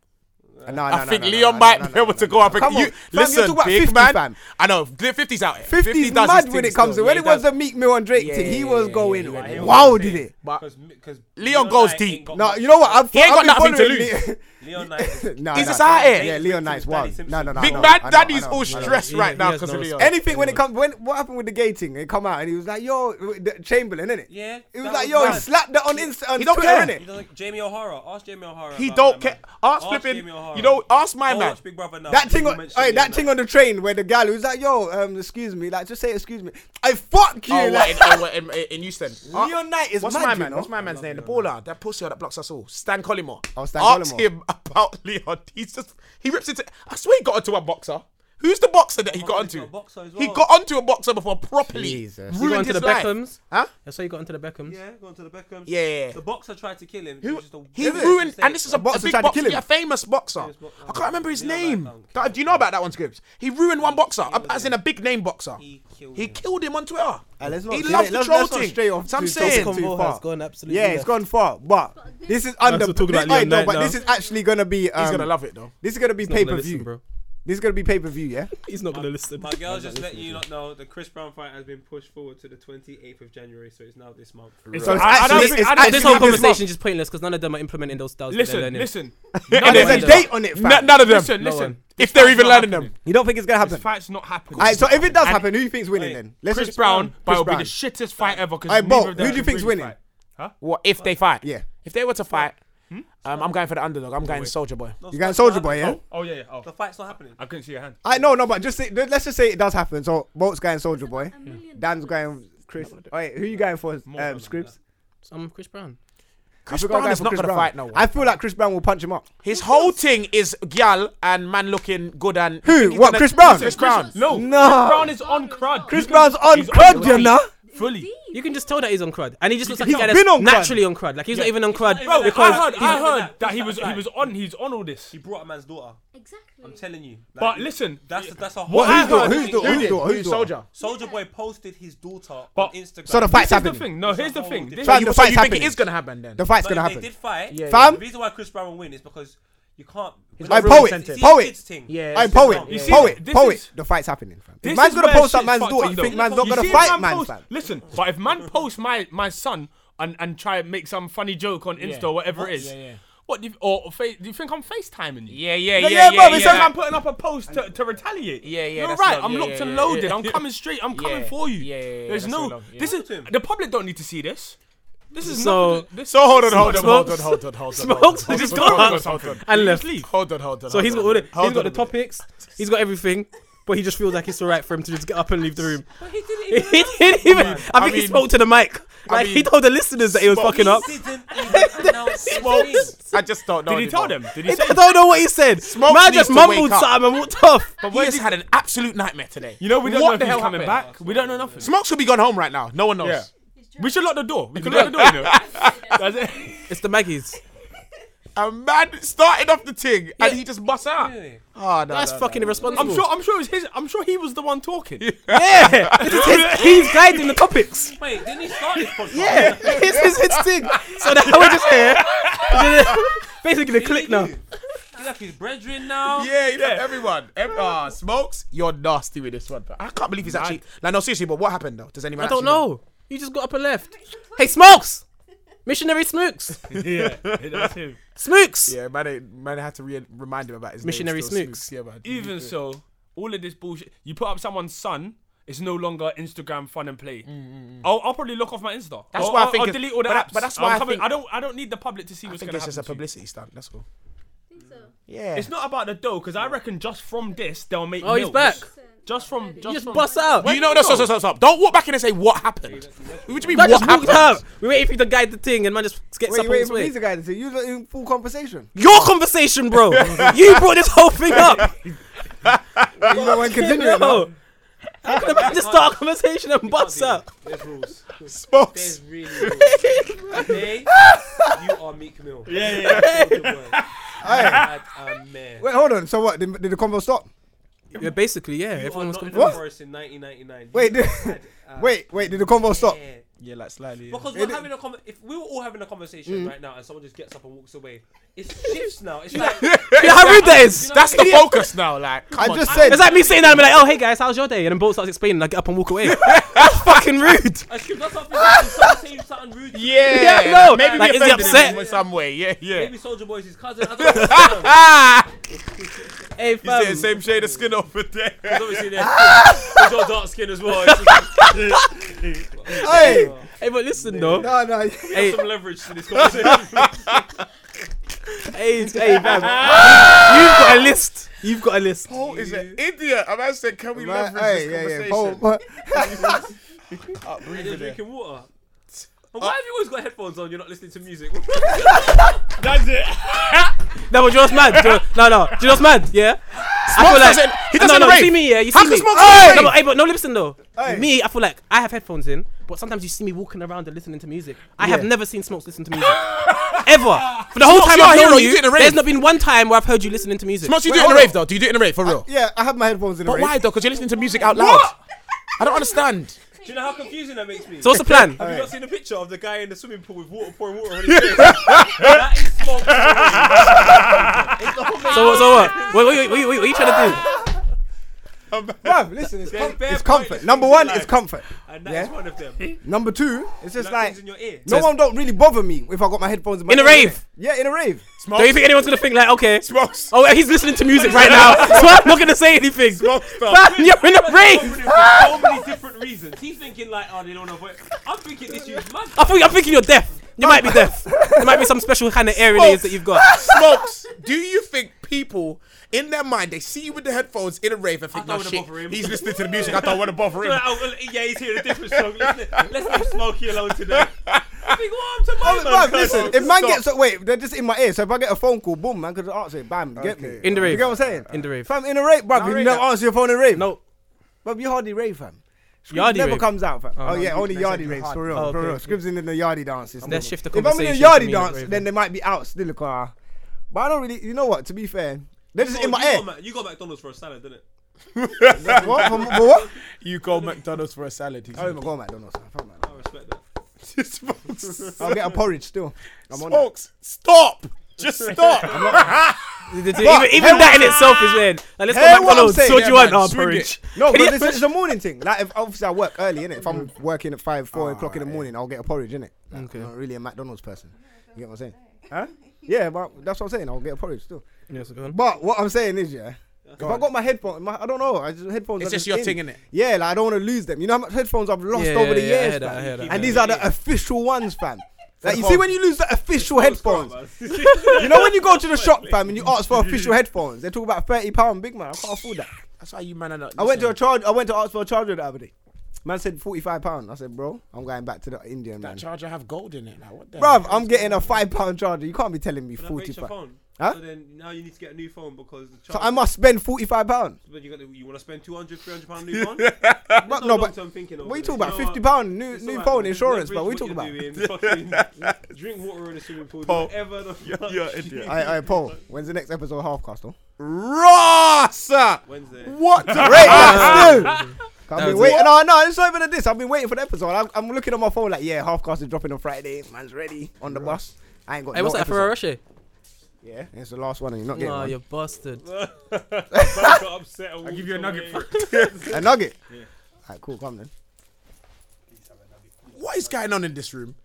[SPEAKER 4] No, no,
[SPEAKER 3] I
[SPEAKER 4] no,
[SPEAKER 3] think
[SPEAKER 4] no, no,
[SPEAKER 3] Leon
[SPEAKER 4] no,
[SPEAKER 3] might
[SPEAKER 4] no,
[SPEAKER 3] be
[SPEAKER 4] no,
[SPEAKER 3] able
[SPEAKER 4] no,
[SPEAKER 3] to
[SPEAKER 4] no,
[SPEAKER 3] go
[SPEAKER 4] no.
[SPEAKER 3] up against
[SPEAKER 4] Come on.
[SPEAKER 3] you.
[SPEAKER 4] Fam, you're
[SPEAKER 3] Listen,
[SPEAKER 4] talking about
[SPEAKER 3] big
[SPEAKER 4] 50,
[SPEAKER 3] man.
[SPEAKER 4] fam.
[SPEAKER 3] I know 50's out here.
[SPEAKER 4] 50's
[SPEAKER 3] 50 does his
[SPEAKER 4] mad
[SPEAKER 3] thing
[SPEAKER 4] when it
[SPEAKER 3] still.
[SPEAKER 4] comes to when
[SPEAKER 3] Yeah,
[SPEAKER 4] it
[SPEAKER 3] he
[SPEAKER 4] was
[SPEAKER 3] does.
[SPEAKER 4] the Meek Mill and Drake thing, he was going
[SPEAKER 7] yeah.
[SPEAKER 4] wild, did it?
[SPEAKER 7] Because because
[SPEAKER 3] Leon goes deep.
[SPEAKER 4] No, you know what? I've,
[SPEAKER 3] He ain't
[SPEAKER 4] I've
[SPEAKER 3] got nothing
[SPEAKER 4] been
[SPEAKER 3] to
[SPEAKER 4] following
[SPEAKER 3] lose.
[SPEAKER 4] Le-
[SPEAKER 7] Leon Knight.
[SPEAKER 4] Nah,
[SPEAKER 3] He's
[SPEAKER 4] nah.
[SPEAKER 3] just out here.
[SPEAKER 4] Yeah, Leon Knight's
[SPEAKER 7] Daddy
[SPEAKER 4] wild.
[SPEAKER 7] Simpson.
[SPEAKER 4] No, no, no. I
[SPEAKER 3] Big
[SPEAKER 4] know, I
[SPEAKER 3] man,
[SPEAKER 4] know,
[SPEAKER 3] Daddy's
[SPEAKER 4] I know,
[SPEAKER 3] all
[SPEAKER 4] I know.
[SPEAKER 3] stressed
[SPEAKER 5] He-
[SPEAKER 3] right
[SPEAKER 5] he
[SPEAKER 3] now
[SPEAKER 5] has
[SPEAKER 3] because
[SPEAKER 5] no
[SPEAKER 3] of Leon.
[SPEAKER 5] respect.
[SPEAKER 4] Anything when it comes, when what happened with the gay thing? It come out and he was like, "Yo, the Chamberlain, innit?
[SPEAKER 7] Yeah,
[SPEAKER 4] He was
[SPEAKER 7] that
[SPEAKER 4] like,
[SPEAKER 7] was
[SPEAKER 4] "Yo, he
[SPEAKER 7] mad.
[SPEAKER 4] slapped that on Insta, on
[SPEAKER 3] He don't
[SPEAKER 4] Twitter,
[SPEAKER 3] care.
[SPEAKER 4] innit?
[SPEAKER 7] He does like Jamie O'Hara. Ask Jamie O'Hara.
[SPEAKER 3] He
[SPEAKER 7] about
[SPEAKER 3] don't
[SPEAKER 7] that,
[SPEAKER 3] care.
[SPEAKER 7] man.
[SPEAKER 3] Ask
[SPEAKER 7] Jamie
[SPEAKER 3] flipping.
[SPEAKER 7] O'Hara.
[SPEAKER 3] You know, ask my
[SPEAKER 7] Or
[SPEAKER 3] man.
[SPEAKER 7] watch Big Brother now.
[SPEAKER 4] That thing,
[SPEAKER 7] You
[SPEAKER 4] on,
[SPEAKER 7] mentioned
[SPEAKER 4] hey,
[SPEAKER 7] Leon
[SPEAKER 4] that thing
[SPEAKER 7] Knight.
[SPEAKER 4] on the train where the gal was like, "Yo, um, excuse me, like, just say excuse me." I fuck you,
[SPEAKER 3] Oh, what,
[SPEAKER 4] like.
[SPEAKER 3] in, oh, what, in, in Houston. Uh,
[SPEAKER 4] Leon Knight is
[SPEAKER 3] What's
[SPEAKER 4] mad,
[SPEAKER 3] my
[SPEAKER 4] you
[SPEAKER 3] man?
[SPEAKER 4] know?
[SPEAKER 3] What's my man's name? The baller, that pussy that blocks us all. Stan Collymore.
[SPEAKER 4] Oh, Stan
[SPEAKER 3] Ask
[SPEAKER 4] Collymore.
[SPEAKER 3] him about Leon. He's just he rips into. I swear he got onto a boxer. Who's the boxer that he got
[SPEAKER 7] Oh, he's
[SPEAKER 3] onto?
[SPEAKER 7] got a boxer as
[SPEAKER 3] He
[SPEAKER 7] well.
[SPEAKER 3] got onto a boxer before properly.
[SPEAKER 4] Jesus.
[SPEAKER 5] You got
[SPEAKER 3] Ruined
[SPEAKER 5] into
[SPEAKER 3] his
[SPEAKER 5] the
[SPEAKER 3] life.
[SPEAKER 5] Beckhams.
[SPEAKER 4] Huh?
[SPEAKER 5] That's how you got into the Beckhams.
[SPEAKER 7] Yeah, going to the Beckhams.
[SPEAKER 3] Yeah.
[SPEAKER 7] The boxer tried to kill him. It
[SPEAKER 3] Who,
[SPEAKER 7] was just a
[SPEAKER 3] he
[SPEAKER 7] weird
[SPEAKER 3] ruined,
[SPEAKER 7] mistake,
[SPEAKER 3] and this is a,
[SPEAKER 7] bro.
[SPEAKER 3] a
[SPEAKER 4] boxer
[SPEAKER 3] big
[SPEAKER 4] tried to
[SPEAKER 3] boxer,
[SPEAKER 4] kill him.
[SPEAKER 3] yeah, a famous boxer.
[SPEAKER 7] boxer.
[SPEAKER 3] I can't remember his
[SPEAKER 7] You know that
[SPEAKER 3] name.
[SPEAKER 7] one.
[SPEAKER 3] That- do you know about that one, Scribs? He ruined one boxer, uh, as in a big name boxer. He
[SPEAKER 7] He
[SPEAKER 3] killed,
[SPEAKER 7] killed
[SPEAKER 3] he
[SPEAKER 7] him.
[SPEAKER 3] killed him on Twitter.
[SPEAKER 4] Ah, let's not-
[SPEAKER 3] he
[SPEAKER 4] let's-
[SPEAKER 3] loved the
[SPEAKER 4] let's-
[SPEAKER 3] troll
[SPEAKER 4] let's not
[SPEAKER 3] thing.
[SPEAKER 4] stray off
[SPEAKER 3] So I'm
[SPEAKER 4] too-
[SPEAKER 3] saying,
[SPEAKER 4] too
[SPEAKER 5] Convo
[SPEAKER 4] far.
[SPEAKER 5] has gone absolutely
[SPEAKER 4] Yeah, it's
[SPEAKER 5] left.
[SPEAKER 4] gone far, but this is under.
[SPEAKER 5] still talking
[SPEAKER 4] this,
[SPEAKER 5] about Leon
[SPEAKER 4] I know,
[SPEAKER 5] Knight
[SPEAKER 4] but
[SPEAKER 5] now.
[SPEAKER 4] this is actually gonna be. Um,
[SPEAKER 3] he's gonna love it though.
[SPEAKER 4] This is gonna be
[SPEAKER 5] He's not
[SPEAKER 4] pay
[SPEAKER 5] gonna
[SPEAKER 4] per
[SPEAKER 5] listen,
[SPEAKER 4] view.
[SPEAKER 5] bro.
[SPEAKER 4] This is gonna be pay per view, yeah.
[SPEAKER 5] He's not gonna listen.
[SPEAKER 7] My girl just let you not know the Chris Brown fight has been pushed forward to the 28th of January, so it's now this month.
[SPEAKER 6] It's-
[SPEAKER 4] So it's
[SPEAKER 6] I- I don't
[SPEAKER 4] actually-
[SPEAKER 6] think-
[SPEAKER 4] it's
[SPEAKER 6] I don't
[SPEAKER 5] This
[SPEAKER 6] think
[SPEAKER 5] whole
[SPEAKER 6] this month-
[SPEAKER 5] conversation is just pointless because none of them are implementing those styles. that they're
[SPEAKER 6] Listen,
[SPEAKER 5] learning.
[SPEAKER 6] listen.
[SPEAKER 4] And
[SPEAKER 6] None of
[SPEAKER 4] there's a
[SPEAKER 6] them.
[SPEAKER 4] date on it, fam.
[SPEAKER 3] N- none of them.
[SPEAKER 6] Listen,
[SPEAKER 5] No
[SPEAKER 6] listen.
[SPEAKER 5] one.
[SPEAKER 3] if they're even learning
[SPEAKER 6] learning
[SPEAKER 3] them.
[SPEAKER 4] You don't think it's gonna happen?
[SPEAKER 6] This fight's not happening.
[SPEAKER 4] Alright, so if it does
[SPEAKER 6] And
[SPEAKER 4] happen, who you think's winning
[SPEAKER 7] Wait,
[SPEAKER 4] then? Let's
[SPEAKER 6] Chris
[SPEAKER 4] just-
[SPEAKER 6] Brown, but
[SPEAKER 4] Chris
[SPEAKER 6] it'll be
[SPEAKER 4] Brown.
[SPEAKER 6] the shittest fight ever. Because
[SPEAKER 4] Alright, Bo, who do you think's winning?
[SPEAKER 3] What if they fight? Yeah. If they were to fight, um, I'm going for the underdog. I'm going Soldier Boy.
[SPEAKER 4] You got Soldier Boy, yeah.
[SPEAKER 6] Oh yeah, yeah. Oh,
[SPEAKER 7] The fight's not happening.
[SPEAKER 6] I couldn't see your hand.
[SPEAKER 4] I no, no, but just say, let's just say it does happen. So Bolt's going Soldier Boy, Dan's going Chris. Alright, who you going for? Um, Scripps.
[SPEAKER 5] I'm Chris Brown.
[SPEAKER 3] Chris
[SPEAKER 4] I think
[SPEAKER 3] Brown
[SPEAKER 4] I'm going
[SPEAKER 3] is
[SPEAKER 4] for
[SPEAKER 3] not
[SPEAKER 4] Chris
[SPEAKER 3] gonna
[SPEAKER 4] Brown.
[SPEAKER 3] fight no one.
[SPEAKER 4] I feel like Chris Brown will punch him up.
[SPEAKER 3] His whole thing is gyal and man looking good and
[SPEAKER 4] Who?
[SPEAKER 3] He's
[SPEAKER 4] What?
[SPEAKER 3] gonna-
[SPEAKER 4] Chris Brown?
[SPEAKER 3] Chris Brown.
[SPEAKER 6] No,
[SPEAKER 4] No.
[SPEAKER 6] Chris Brown is on crud.
[SPEAKER 4] Chris
[SPEAKER 6] You can-
[SPEAKER 4] Brown's on
[SPEAKER 6] he's
[SPEAKER 4] crud, you know.
[SPEAKER 6] fully.
[SPEAKER 5] You can just tell that he's on crud, and he just looks like
[SPEAKER 4] He's
[SPEAKER 5] a guy
[SPEAKER 4] been
[SPEAKER 5] that's
[SPEAKER 4] on crud.
[SPEAKER 5] naturally on crud. Like he's not even on crud.
[SPEAKER 6] Bro,
[SPEAKER 5] because
[SPEAKER 6] I heard,
[SPEAKER 5] he's-
[SPEAKER 6] I heard that he
[SPEAKER 7] He's
[SPEAKER 6] was,
[SPEAKER 7] that
[SPEAKER 6] he was on, he's on all this.
[SPEAKER 7] He brought a man's daughter.
[SPEAKER 9] Exactly.
[SPEAKER 7] I'm telling you. Like,
[SPEAKER 6] But listen,
[SPEAKER 7] that's that's a whole.
[SPEAKER 6] What I
[SPEAKER 4] Who's door?
[SPEAKER 6] heard-
[SPEAKER 4] Who's door? Who's door? Who's door?
[SPEAKER 3] Soldier.
[SPEAKER 7] Soldier Boy posted his daughter
[SPEAKER 6] But-
[SPEAKER 7] on Instagram.
[SPEAKER 4] So the fight's
[SPEAKER 6] this is the
[SPEAKER 4] happening.
[SPEAKER 6] thing. No,
[SPEAKER 7] It's a
[SPEAKER 6] here's the
[SPEAKER 7] whole
[SPEAKER 6] thing.
[SPEAKER 7] different-
[SPEAKER 3] So
[SPEAKER 4] Fam,
[SPEAKER 3] you so
[SPEAKER 4] the
[SPEAKER 3] you
[SPEAKER 4] fight's
[SPEAKER 3] think
[SPEAKER 4] happening.
[SPEAKER 3] it is gonna happen then?
[SPEAKER 4] The fight's
[SPEAKER 7] But if
[SPEAKER 4] gonna
[SPEAKER 7] they did
[SPEAKER 4] happen.
[SPEAKER 7] fight,
[SPEAKER 4] Fam?
[SPEAKER 7] the reason why Chris Brown will win is because you can't.
[SPEAKER 4] Like,
[SPEAKER 7] it's-
[SPEAKER 4] poet,
[SPEAKER 7] it's his
[SPEAKER 4] poet.
[SPEAKER 7] kid's thing.
[SPEAKER 3] Yeah.
[SPEAKER 4] Hey,
[SPEAKER 3] This is
[SPEAKER 4] poet,
[SPEAKER 3] wrong. You
[SPEAKER 6] see,
[SPEAKER 4] poet,
[SPEAKER 6] this
[SPEAKER 4] poet.
[SPEAKER 6] is-
[SPEAKER 4] the fight's happening, fam. If
[SPEAKER 6] This
[SPEAKER 4] man's
[SPEAKER 6] is
[SPEAKER 4] gonna
[SPEAKER 6] where
[SPEAKER 4] post up
[SPEAKER 6] shit's
[SPEAKER 4] man's
[SPEAKER 6] fucked
[SPEAKER 4] daughter,
[SPEAKER 6] up,
[SPEAKER 4] you
[SPEAKER 6] though.
[SPEAKER 4] think man's not
[SPEAKER 6] You
[SPEAKER 4] gonna
[SPEAKER 6] see
[SPEAKER 4] fight
[SPEAKER 6] if man
[SPEAKER 4] man's
[SPEAKER 6] post-
[SPEAKER 4] fam?
[SPEAKER 6] Listen, but if man posts my my son and and try and make some funny joke on Insta or whatever it is.
[SPEAKER 3] Yeah, yeah.
[SPEAKER 6] What do you, or fa- do you think I'm FaceTiming you?
[SPEAKER 3] Yeah, yeah,
[SPEAKER 6] No,
[SPEAKER 3] yeah,
[SPEAKER 6] bro,
[SPEAKER 3] yeah,
[SPEAKER 6] it's
[SPEAKER 3] yeah.
[SPEAKER 6] like I'm putting up a post to, to retaliate.
[SPEAKER 3] Yeah, yeah,
[SPEAKER 6] You're
[SPEAKER 3] that's
[SPEAKER 6] right.
[SPEAKER 3] love.
[SPEAKER 6] I'm
[SPEAKER 3] Yeah,
[SPEAKER 6] locked
[SPEAKER 3] yeah,
[SPEAKER 6] and
[SPEAKER 3] yeah,
[SPEAKER 6] loaded.
[SPEAKER 3] yeah.
[SPEAKER 6] I'm coming straight. I'm coming
[SPEAKER 3] Yeah.
[SPEAKER 6] for you.
[SPEAKER 3] Yeah, yeah, yeah,
[SPEAKER 6] There's
[SPEAKER 3] that's
[SPEAKER 6] no.
[SPEAKER 3] real love. Yeah.
[SPEAKER 6] This is the public don't need to see this. This is
[SPEAKER 5] So-
[SPEAKER 6] not. This,
[SPEAKER 3] So hold on, hold on, hold on,
[SPEAKER 5] Smokes.
[SPEAKER 3] hold on, hold on.
[SPEAKER 5] Smokes
[SPEAKER 3] hold on,
[SPEAKER 5] and just
[SPEAKER 3] hold on,
[SPEAKER 5] gone.
[SPEAKER 3] hold on, hold on,
[SPEAKER 5] and left.
[SPEAKER 3] Hold on, hold on.
[SPEAKER 5] So he's got all the, he's
[SPEAKER 3] Hold
[SPEAKER 5] got
[SPEAKER 3] on
[SPEAKER 5] the
[SPEAKER 3] a minute.
[SPEAKER 5] topics, he's got everything, but he just feels like it's alright for him to just get up and leave the room.
[SPEAKER 7] But he didn't
[SPEAKER 5] he
[SPEAKER 7] even. announce
[SPEAKER 5] didn't even. I
[SPEAKER 3] mean-
[SPEAKER 5] think
[SPEAKER 3] I
[SPEAKER 5] he
[SPEAKER 3] mean-
[SPEAKER 5] spoke to the mic.
[SPEAKER 3] I
[SPEAKER 5] Like he
[SPEAKER 3] mean,
[SPEAKER 5] told the listeners that he was
[SPEAKER 3] Smokes.
[SPEAKER 5] fucking up.
[SPEAKER 7] He didn't even announce his name.
[SPEAKER 3] Smokes. I just don't know.
[SPEAKER 6] did he tell
[SPEAKER 3] anymore.
[SPEAKER 6] them? Did he say?
[SPEAKER 5] I don't know what he said.
[SPEAKER 3] Smokes
[SPEAKER 5] Man
[SPEAKER 3] needs
[SPEAKER 5] just
[SPEAKER 3] to wake
[SPEAKER 5] mumbled
[SPEAKER 3] up.
[SPEAKER 5] something and walked off.
[SPEAKER 3] He just had an absolute nightmare today.
[SPEAKER 6] You know, we don't
[SPEAKER 3] what
[SPEAKER 6] know if
[SPEAKER 3] the
[SPEAKER 6] he's
[SPEAKER 3] hell
[SPEAKER 6] coming
[SPEAKER 3] happened?
[SPEAKER 6] back. We don't know nothing.
[SPEAKER 3] Smokes could be gone home right now. No one knows.
[SPEAKER 6] Yeah.
[SPEAKER 9] He's
[SPEAKER 6] We
[SPEAKER 9] drunk.
[SPEAKER 6] should lock the door. We can lock the door. You know? That's it.
[SPEAKER 5] It's the Maggies.
[SPEAKER 3] A man started off the thing and he just busts out. Oh, no,
[SPEAKER 5] That's
[SPEAKER 3] no, no.
[SPEAKER 5] fucking irresponsible.
[SPEAKER 6] I'm sure. I'm sure it was his. I'm sure he was the one talking.
[SPEAKER 5] Yeah, This is his- he's guiding the topics.
[SPEAKER 7] Wait, didn't he start this podcast?
[SPEAKER 5] Yeah, it's his, his thing. So now we're just here. We're just- Basically, the click now.
[SPEAKER 7] He left his brethren now.
[SPEAKER 3] Yeah, yeah. everyone. Ev- ah, Smokes, you're nasty with this one. Bro. I can't believe he's actually. Like, no, seriously, but what happened though? Does anyone?
[SPEAKER 5] I don't
[SPEAKER 3] actually
[SPEAKER 5] know. You just got up and left. Hey, Smokes! Missionary Smokes!
[SPEAKER 6] yeah, that's him.
[SPEAKER 5] Smokes!
[SPEAKER 3] Yeah, man, it- man, I had to re- remind him about his name
[SPEAKER 5] Missionary
[SPEAKER 3] still,
[SPEAKER 5] Smokes.
[SPEAKER 3] Yeah, man.
[SPEAKER 6] Even so, all of this bullshit. You put up someone's son. It's no longer Instagram fun and play. I'll, I'll probably lock off my Insta.
[SPEAKER 3] That's
[SPEAKER 6] I'll,
[SPEAKER 3] why I
[SPEAKER 6] I'll-
[SPEAKER 3] think
[SPEAKER 6] I'll
[SPEAKER 3] it-
[SPEAKER 6] delete all the
[SPEAKER 3] but I-
[SPEAKER 6] apps.
[SPEAKER 3] but that's
[SPEAKER 6] I'm
[SPEAKER 3] why I
[SPEAKER 6] coming-
[SPEAKER 3] think-
[SPEAKER 6] I don't. I don't need the public to see
[SPEAKER 3] I
[SPEAKER 6] what's
[SPEAKER 3] think
[SPEAKER 6] going to
[SPEAKER 3] it's
[SPEAKER 6] happen.
[SPEAKER 3] just a
[SPEAKER 6] to you.
[SPEAKER 3] publicity stunt. That's cool.
[SPEAKER 9] think so.
[SPEAKER 3] Yeah.
[SPEAKER 6] It's not about the dough because I reckon just from this they'll make.
[SPEAKER 5] Oh, he's
[SPEAKER 6] milks.
[SPEAKER 5] back.
[SPEAKER 6] Just from just,
[SPEAKER 5] You just
[SPEAKER 6] from,
[SPEAKER 5] bust out.
[SPEAKER 3] you know, no, stop, stop, stop, stop. Don't walk back in and say what happened. What do you mean
[SPEAKER 5] Man
[SPEAKER 3] what
[SPEAKER 5] just walked
[SPEAKER 3] happened?
[SPEAKER 5] out. We waited for you to guide the thing, and man just gets
[SPEAKER 4] Wait,
[SPEAKER 5] up on
[SPEAKER 4] wait
[SPEAKER 5] his
[SPEAKER 4] for
[SPEAKER 5] way.
[SPEAKER 4] these guys to say you lot in full conversation.
[SPEAKER 5] Your conversation, bro. you brought this whole thing up.
[SPEAKER 4] You know when continuing. huh?
[SPEAKER 5] No. How can a man just start a conversation and bust out?
[SPEAKER 7] There's rules.
[SPEAKER 3] Smokes.
[SPEAKER 7] There's really rules. Today, you are Meek Mill. Yeah, yeah. I had a man.
[SPEAKER 4] Wait, hold on. So what? Did, did the convo stop?
[SPEAKER 5] Yeah, basically, yeah.
[SPEAKER 7] You are
[SPEAKER 5] Everyone's
[SPEAKER 7] not in
[SPEAKER 5] confused.
[SPEAKER 7] the
[SPEAKER 4] What?
[SPEAKER 7] forest in 1999. You
[SPEAKER 4] Wait, did,
[SPEAKER 7] had a
[SPEAKER 4] wait, wait. Did the convo stop?
[SPEAKER 7] man.
[SPEAKER 3] Yeah, like slightly.
[SPEAKER 7] Because we're having a com- if we were all having a conversation right now and someone just gets up and walks away, it shifts now. It's like
[SPEAKER 5] You know how rude that is?
[SPEAKER 3] That's the focus now. Like,
[SPEAKER 4] I
[SPEAKER 3] come on.
[SPEAKER 4] just said.
[SPEAKER 5] It's like me sitting there and be like, oh, hey guys, how's your day? And then Bolt starts explaining, and I get up and walk away. That's fucking rude.
[SPEAKER 7] I should not something someone saying something rude. to me.
[SPEAKER 3] Yeah,
[SPEAKER 5] Yeah, no.
[SPEAKER 3] Maybe
[SPEAKER 5] Like,
[SPEAKER 3] we
[SPEAKER 5] is he
[SPEAKER 3] offended
[SPEAKER 5] upset?
[SPEAKER 3] him in some way. Yeah, yeah.
[SPEAKER 7] Maybe Soldier Boy's his cousin. I don't know.
[SPEAKER 5] Hey,
[SPEAKER 3] You see the
[SPEAKER 5] fam.
[SPEAKER 3] same shade of skin over there.
[SPEAKER 7] Obviously, they're- they've got dark skin as well. It's just-
[SPEAKER 4] Hey,
[SPEAKER 5] Hey, but listen though.
[SPEAKER 4] no, no.
[SPEAKER 5] Hey,
[SPEAKER 7] some leverage to this conversation.
[SPEAKER 5] hey, hey, fam. You've got a list. You've got a list.
[SPEAKER 3] Paul is an idiot. I'm actually saying, can we
[SPEAKER 4] Man,
[SPEAKER 3] leverage
[SPEAKER 4] hey,
[SPEAKER 3] this
[SPEAKER 4] yeah, yeah.
[SPEAKER 3] conversation?
[SPEAKER 4] Paul,
[SPEAKER 7] They're drinking water. But why have you always got headphones on? You're not listening to music.
[SPEAKER 6] That's it.
[SPEAKER 5] No, but Joel's mad. Joel, no, no, Joel's mad. Yeah. I feel
[SPEAKER 3] doesn't- he
[SPEAKER 5] No,
[SPEAKER 3] doesn't
[SPEAKER 5] no,
[SPEAKER 3] rave.
[SPEAKER 5] You see me, yeah. You
[SPEAKER 3] How
[SPEAKER 5] see
[SPEAKER 3] can
[SPEAKER 5] me.
[SPEAKER 3] Smoke
[SPEAKER 5] Hey!
[SPEAKER 3] rave?
[SPEAKER 5] No, but, hey, but no, listen though.
[SPEAKER 4] Hey.
[SPEAKER 5] Me, I feel like I have headphones in, but sometimes you see me walking around and listening to music. I have never seen Smokes listen to music ever. For the whole
[SPEAKER 3] Smokes,
[SPEAKER 5] time
[SPEAKER 3] you're a
[SPEAKER 5] I've
[SPEAKER 3] hero,
[SPEAKER 5] known
[SPEAKER 3] you do
[SPEAKER 5] you,
[SPEAKER 3] it in a rave.
[SPEAKER 5] there's not been one time where I've heard you listening to music.
[SPEAKER 3] Smokes, you do it in a rave though. Do you do it in a rave for real?
[SPEAKER 4] yeah, I have my headphones in the
[SPEAKER 3] But
[SPEAKER 4] rain.
[SPEAKER 3] why though? Because you're listening to music out loud. I don't understand.
[SPEAKER 7] Do you know how confusing that makes me?
[SPEAKER 5] So what's the plan?
[SPEAKER 7] Have you not seen the picture of the guy in the swimming pool with water pouring water on his face? that is smoke. It's the whole thing.
[SPEAKER 5] So, so what? What, what, what, what, what are you trying to do?
[SPEAKER 4] Bruv, listen, it's,
[SPEAKER 7] There's
[SPEAKER 4] com-
[SPEAKER 7] bare
[SPEAKER 4] it's
[SPEAKER 7] point
[SPEAKER 4] comfort.
[SPEAKER 7] that's
[SPEAKER 4] Number
[SPEAKER 7] really
[SPEAKER 4] one
[SPEAKER 7] like-
[SPEAKER 4] is comfort.
[SPEAKER 7] And that is one of them. Like
[SPEAKER 4] Number two, it's just like
[SPEAKER 7] things in your ear.
[SPEAKER 4] no one don't really bother me if I got my headphones in. My
[SPEAKER 5] In a
[SPEAKER 4] ear,
[SPEAKER 5] rave?
[SPEAKER 4] innit? Yeah, in a rave.
[SPEAKER 5] Don't you think anyone's gonna think like, okay,
[SPEAKER 3] Smokes.
[SPEAKER 5] oh, he's listening to music right now, so I'm not gonna say anything. Fam, you're in a rave.
[SPEAKER 7] For so many different reasons. He's thinking like, oh, they don't know what. I'm thinking this is mad.
[SPEAKER 5] I think, I'm thinking you're deaf. You might be deaf. There might be some special kind of air areas that you've got.
[SPEAKER 3] Smokes. Do you think people in their mind they see you with the headphones in a rave and think,
[SPEAKER 7] don't
[SPEAKER 3] no
[SPEAKER 7] wanna
[SPEAKER 3] shit,
[SPEAKER 7] bother him."
[SPEAKER 3] he's listening to the music. I don't want to bother him.
[SPEAKER 7] Oh, well, yeah, he's hearing a different song. Let's, let's leave Smokey alone today. I think, what happened to my
[SPEAKER 4] Bruv,
[SPEAKER 7] man?
[SPEAKER 4] Oh,
[SPEAKER 7] Oh,
[SPEAKER 4] listen, if man gets a, wait, they're just in my ear. So if I get a phone call, boom, man could just answer it. Bam, get me.
[SPEAKER 5] In the
[SPEAKER 4] You
[SPEAKER 5] rave.
[SPEAKER 4] get what I'm saying?
[SPEAKER 5] In the rave.
[SPEAKER 4] Fam, in a rave, bruv, you
[SPEAKER 3] rave
[SPEAKER 4] never
[SPEAKER 3] that.
[SPEAKER 4] answer your phone in a rave.
[SPEAKER 5] No.
[SPEAKER 4] Bruv, you hardly rave, fam. Scribs
[SPEAKER 5] Yardie
[SPEAKER 4] never
[SPEAKER 5] rave?
[SPEAKER 4] comes out, fam. Oh, yeah, only
[SPEAKER 3] they said
[SPEAKER 4] Yardie
[SPEAKER 3] you
[SPEAKER 4] raves,
[SPEAKER 3] hard.
[SPEAKER 4] for real,
[SPEAKER 5] Oh,
[SPEAKER 4] for
[SPEAKER 5] okay,
[SPEAKER 4] real.
[SPEAKER 5] okay.
[SPEAKER 4] Scribs in, in the Yardie dance. It's normal.
[SPEAKER 5] Let's shift the
[SPEAKER 4] If I'm in a
[SPEAKER 5] conversation. to
[SPEAKER 4] Yardie
[SPEAKER 5] me and
[SPEAKER 4] dance,
[SPEAKER 5] Raven.
[SPEAKER 4] then they might be out still, like, ah. But I don't really, you know what, to be fair, they're just
[SPEAKER 7] You
[SPEAKER 4] in my
[SPEAKER 7] got- you
[SPEAKER 4] ear.
[SPEAKER 7] got Mac- You got McDonald's for a salad, didn't it?
[SPEAKER 4] What? For, for what?
[SPEAKER 3] You go McDonald's for a salad. He's
[SPEAKER 4] I don't even go McDonald's. fam. Fuck
[SPEAKER 7] I
[SPEAKER 4] McDonald's.
[SPEAKER 7] respect that.
[SPEAKER 3] Smokes.
[SPEAKER 4] I'll get a porridge still. I'm on that.
[SPEAKER 3] Smokes. Stop. Just stop.
[SPEAKER 5] Even, even that in itself is weird. Like, let's go
[SPEAKER 4] Hear
[SPEAKER 5] back
[SPEAKER 4] what
[SPEAKER 5] to
[SPEAKER 4] I'm
[SPEAKER 5] those.
[SPEAKER 4] saying,
[SPEAKER 5] So do
[SPEAKER 3] yeah,
[SPEAKER 5] you want
[SPEAKER 3] man,
[SPEAKER 5] our
[SPEAKER 3] swing
[SPEAKER 5] porridge?
[SPEAKER 4] No,
[SPEAKER 5] Can
[SPEAKER 4] but
[SPEAKER 5] you
[SPEAKER 4] this is a morning thing. Like, if, obviously, I work early, innit? If I'm working at 5, 4 o'clock in the morning, I'll get a porridge, innit? Like,
[SPEAKER 5] Okay.
[SPEAKER 4] I'm not really a McDonald's person. You get what I'm saying? Huh? Yeah, but that's what I'm saying. I'll get a porridge still.
[SPEAKER 5] Yes, go on.
[SPEAKER 4] But what I'm saying is, yeah. If I got my headphones, my, I don't know. I just, headphones.
[SPEAKER 3] It's
[SPEAKER 4] are
[SPEAKER 3] just your thing, innit?
[SPEAKER 4] Yeah, like I don't want to lose them. You know how much headphones I've lost
[SPEAKER 5] Yeah,
[SPEAKER 4] over the
[SPEAKER 5] yeah, yeah, I
[SPEAKER 4] years,
[SPEAKER 5] heard that, I
[SPEAKER 4] fam.
[SPEAKER 5] heard that, I
[SPEAKER 4] and
[SPEAKER 5] heard
[SPEAKER 4] these
[SPEAKER 5] that.
[SPEAKER 4] are the official ones, fam. Like, you see when you lose the official headphones. you know when you go to the shop, fam, and you ask for official headphones, they talk about thirty pound, big man. I can't afford that.
[SPEAKER 3] That's why you man are not.
[SPEAKER 4] I went to a charge. I went to ask for a charger the other day. Man said forty five pound. I said, bro, I'm going back to the Indian man.
[SPEAKER 3] that charger have gold in it. Like, what the
[SPEAKER 4] Bruv, I'm getting a five pound charger. You can't be telling me
[SPEAKER 7] But that
[SPEAKER 4] forty
[SPEAKER 7] breaks your
[SPEAKER 4] pound.
[SPEAKER 7] phone.
[SPEAKER 4] Huh?
[SPEAKER 7] So then now you need to get a new phone because the
[SPEAKER 4] So
[SPEAKER 7] charge.
[SPEAKER 4] I must spend forty five pound.
[SPEAKER 7] But you, got to, you want to spend 200, 300 pound new phone? There's
[SPEAKER 4] no, but
[SPEAKER 7] long-term thinking over
[SPEAKER 4] What are you
[SPEAKER 7] this.
[SPEAKER 4] talking about?
[SPEAKER 7] know
[SPEAKER 4] Fifty
[SPEAKER 7] what?
[SPEAKER 4] pound new
[SPEAKER 7] It's
[SPEAKER 4] new
[SPEAKER 7] alright,
[SPEAKER 4] phone
[SPEAKER 7] man.
[SPEAKER 4] insurance,
[SPEAKER 7] Leverage
[SPEAKER 4] but we
[SPEAKER 7] what
[SPEAKER 4] talking about.
[SPEAKER 7] you're doing, fucking drink water in the swimming pool. do Whatever the fuck.
[SPEAKER 6] you're an idiot.
[SPEAKER 4] All right, all right, Paul. When's the next episode of Half Castle?
[SPEAKER 3] Ross!
[SPEAKER 7] Wednesday.
[SPEAKER 3] What?
[SPEAKER 4] Great, that's new. I've been
[SPEAKER 5] was
[SPEAKER 4] waiting. No, no, it's not even a this. I've been waiting for the episode. I'm, I'm looking on my phone like, yeah, Half Cast is dropping on Friday. Man's ready on the bus. I ain't got.
[SPEAKER 5] Hey,
[SPEAKER 4] no
[SPEAKER 5] what's that,
[SPEAKER 4] episode.
[SPEAKER 5] Ferrero Rocher?
[SPEAKER 4] Yeah, it's the last one, and you're not getting
[SPEAKER 5] Nah,
[SPEAKER 4] one.
[SPEAKER 5] you bastard.
[SPEAKER 7] I got upset. I'll
[SPEAKER 6] give you a nugget for
[SPEAKER 4] A nugget. Alright, cool. Come then.
[SPEAKER 3] What is going on in this room?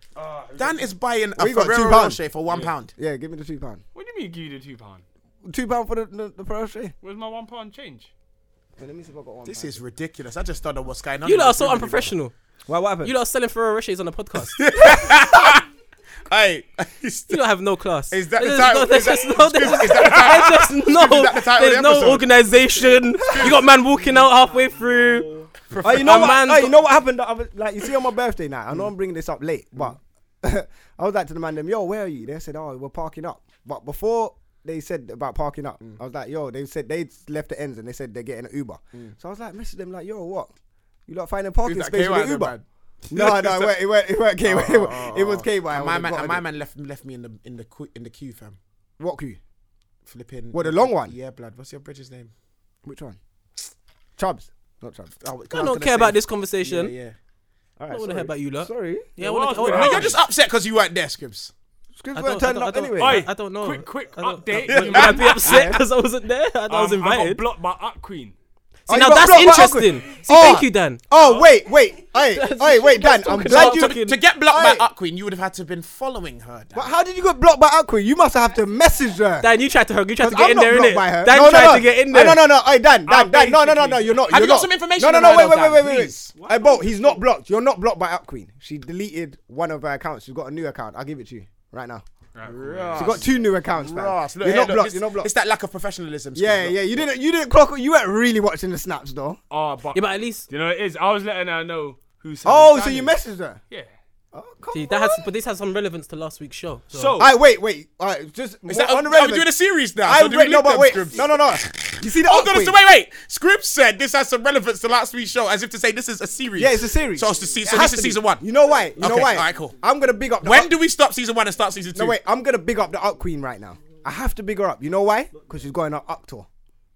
[SPEAKER 3] Dan is buying a
[SPEAKER 4] We got
[SPEAKER 3] Ferrero
[SPEAKER 4] two pound.
[SPEAKER 3] Rocher for one pound.
[SPEAKER 4] Yeah, give me the two pound.
[SPEAKER 6] What do you mean give you the two pound?
[SPEAKER 4] Two pound for the the, the Ferrero Rocher.
[SPEAKER 6] Where's my one pound change?
[SPEAKER 4] Wait, Let me see if I got one.
[SPEAKER 3] This
[SPEAKER 4] pound.
[SPEAKER 3] is ridiculous. I just don't know what's going on.
[SPEAKER 5] You
[SPEAKER 3] in
[SPEAKER 5] lot are
[SPEAKER 3] this
[SPEAKER 5] so
[SPEAKER 3] room
[SPEAKER 5] unprofessional.
[SPEAKER 4] Why? What happened?
[SPEAKER 5] You lot are selling Ferrero Rochers on a podcast.
[SPEAKER 3] anymore. Hey, is
[SPEAKER 5] You don't have no class.
[SPEAKER 3] Is that the
[SPEAKER 5] There's
[SPEAKER 3] title?
[SPEAKER 5] No, there's
[SPEAKER 3] Is that-
[SPEAKER 5] just no. There's
[SPEAKER 3] is that
[SPEAKER 5] there's no.
[SPEAKER 3] Is that the title of
[SPEAKER 5] There's
[SPEAKER 3] the
[SPEAKER 5] no
[SPEAKER 3] episode?
[SPEAKER 5] organization. You got man walking out halfway through.
[SPEAKER 4] Oh, you know
[SPEAKER 5] A
[SPEAKER 4] what?
[SPEAKER 5] man's
[SPEAKER 4] Oh, you
[SPEAKER 5] got-
[SPEAKER 4] know what happened? the other- like you see on my birthday night. I know I'm bringing this up late, but I was like to the man them, yo, where are you? They said, oh, we're parking up. But before they said about parking up,
[SPEAKER 5] Mm.
[SPEAKER 4] I was like, yo, they said they left the ends and they said they're getting an Uber.
[SPEAKER 5] Mm.
[SPEAKER 4] So I was like, message them like, yo, what? You lot find a parking
[SPEAKER 3] that
[SPEAKER 4] space
[SPEAKER 3] KY
[SPEAKER 4] with
[SPEAKER 3] then,
[SPEAKER 4] an Uber?
[SPEAKER 3] man?
[SPEAKER 4] No, no, it weren't, it weren't, it weren't KY. it wa- it
[SPEAKER 5] Oh,
[SPEAKER 4] was KY.
[SPEAKER 3] And
[SPEAKER 4] when
[SPEAKER 3] my
[SPEAKER 4] they
[SPEAKER 3] man, and
[SPEAKER 4] got on
[SPEAKER 3] my
[SPEAKER 4] it.
[SPEAKER 3] man left left me in the in the qu- in the queue, fam.
[SPEAKER 4] What queue?
[SPEAKER 3] Flipping.
[SPEAKER 4] What, the long one?
[SPEAKER 3] Yeah, blood. What's your bridge's name?
[SPEAKER 4] Which one? Chubbs. Not Chubbs.
[SPEAKER 3] Oh, 'cause
[SPEAKER 5] I
[SPEAKER 3] was
[SPEAKER 5] don't
[SPEAKER 3] gonna
[SPEAKER 5] care
[SPEAKER 3] say-
[SPEAKER 5] about this
[SPEAKER 3] Yeah,
[SPEAKER 5] conversation.
[SPEAKER 3] yeah.
[SPEAKER 4] All
[SPEAKER 5] I
[SPEAKER 4] right,
[SPEAKER 5] don't want to hear about you lot.
[SPEAKER 4] Sorry.
[SPEAKER 5] Yeah, I
[SPEAKER 6] Well,
[SPEAKER 5] wanna- I wanna-
[SPEAKER 6] well,
[SPEAKER 3] No, you're just upset because you weren't there, Scribs.
[SPEAKER 4] Scripts
[SPEAKER 5] I
[SPEAKER 4] weren't
[SPEAKER 5] don't, I
[SPEAKER 4] turning
[SPEAKER 5] don't, I
[SPEAKER 4] up
[SPEAKER 5] don't,
[SPEAKER 4] anyway.
[SPEAKER 6] Oi,
[SPEAKER 5] I don't know.
[SPEAKER 6] quick, quick
[SPEAKER 5] I don't-
[SPEAKER 6] update.
[SPEAKER 5] Would would I be upset because I wasn't there? I, I was
[SPEAKER 6] Um, I got
[SPEAKER 5] invited.
[SPEAKER 6] blocked by Up Queen.
[SPEAKER 5] See,
[SPEAKER 4] Oh,
[SPEAKER 5] now
[SPEAKER 4] you got
[SPEAKER 5] that's
[SPEAKER 4] blocked by Aqua-
[SPEAKER 5] interesting. See,
[SPEAKER 4] Oh.
[SPEAKER 5] thank you, Dan.
[SPEAKER 4] Oh wait, wait, hey, hey, wait, Dan. I'm glad
[SPEAKER 5] about
[SPEAKER 4] you.
[SPEAKER 5] talking-
[SPEAKER 3] To, to get blocked
[SPEAKER 4] Aye.
[SPEAKER 3] by Up Queen, you would have had to have been following her. Dan.
[SPEAKER 4] But how did you get blocked by Aqua? You must have to message her.
[SPEAKER 5] Dan, you tried to hug. You tried to
[SPEAKER 4] 'Cause
[SPEAKER 5] get
[SPEAKER 4] I'm
[SPEAKER 5] in
[SPEAKER 4] not
[SPEAKER 5] there,
[SPEAKER 4] blocked
[SPEAKER 5] innit?
[SPEAKER 4] by her.
[SPEAKER 5] Dan
[SPEAKER 4] no,
[SPEAKER 5] tried
[SPEAKER 4] no.
[SPEAKER 5] to get in
[SPEAKER 4] Oh,
[SPEAKER 5] there. Ah,
[SPEAKER 4] no, no, no. Hey, Dan, Dan,
[SPEAKER 6] I'm
[SPEAKER 4] Dan. No, no, no, no.
[SPEAKER 6] basically-
[SPEAKER 4] You're not.
[SPEAKER 3] Have
[SPEAKER 4] you're
[SPEAKER 3] you got
[SPEAKER 4] not.
[SPEAKER 3] some information
[SPEAKER 4] No, no,
[SPEAKER 3] on
[SPEAKER 4] no.
[SPEAKER 3] her
[SPEAKER 4] Wait,
[SPEAKER 3] though,
[SPEAKER 4] wait,
[SPEAKER 3] Dan?
[SPEAKER 4] wait, wait, wait.
[SPEAKER 3] Please.
[SPEAKER 4] Hey, Bo, he's not blocked. You're not blocked by Up Queen. She deleted one of her accounts. She's got a new account. I'll give it to you right now. She got two new accounts. fam.
[SPEAKER 3] Ross, look,
[SPEAKER 4] you're
[SPEAKER 3] hey,
[SPEAKER 4] not
[SPEAKER 3] look,
[SPEAKER 4] blocked.
[SPEAKER 3] It's,
[SPEAKER 4] You're not
[SPEAKER 3] It's
[SPEAKER 4] blocked.
[SPEAKER 3] that lack of professionalism. Scribs,
[SPEAKER 4] Yeah,
[SPEAKER 3] look.
[SPEAKER 4] yeah. You didn't. You didn't clock. You weren't really watching the snaps, though.
[SPEAKER 6] Oh, but,
[SPEAKER 5] Yeah, but at least.
[SPEAKER 6] you know what it is. I was letting her know who. said
[SPEAKER 4] Oh,
[SPEAKER 6] the
[SPEAKER 4] so
[SPEAKER 6] Dan
[SPEAKER 4] you
[SPEAKER 6] is.
[SPEAKER 4] messaged her.
[SPEAKER 6] Yeah.
[SPEAKER 4] Oh, come
[SPEAKER 5] See, that has,
[SPEAKER 4] on.
[SPEAKER 5] but this has some relevance to last week's show.
[SPEAKER 6] So
[SPEAKER 4] All right, wait, wait. All right, just
[SPEAKER 3] Is that,
[SPEAKER 4] on the
[SPEAKER 3] are we
[SPEAKER 4] relevant.
[SPEAKER 3] doing a series now?
[SPEAKER 4] I
[SPEAKER 3] So do we
[SPEAKER 4] wait, no,
[SPEAKER 3] link
[SPEAKER 4] but
[SPEAKER 3] them,
[SPEAKER 4] wait,
[SPEAKER 3] Scribs?
[SPEAKER 4] no, no, no. You see the
[SPEAKER 3] Hold on,
[SPEAKER 4] Aqua?
[SPEAKER 3] so wait, wait. Scribs said this has some relevance to last week's show, as if to say this is a series.
[SPEAKER 4] Yeah, it's a series.
[SPEAKER 3] So, it's the se-
[SPEAKER 4] It
[SPEAKER 3] so
[SPEAKER 4] has
[SPEAKER 3] this
[SPEAKER 4] to
[SPEAKER 3] is
[SPEAKER 4] be.
[SPEAKER 3] season one.
[SPEAKER 4] You know why? You know
[SPEAKER 3] Okay,
[SPEAKER 4] why?
[SPEAKER 3] alright, cool.
[SPEAKER 4] I'm gonna big up. The
[SPEAKER 3] when
[SPEAKER 4] Up-
[SPEAKER 3] do we stop season one and start season two?
[SPEAKER 4] No, wait. I'm gonna big up the Up Queen right now. I have to big her up. You know why? Because she's going on Up tour.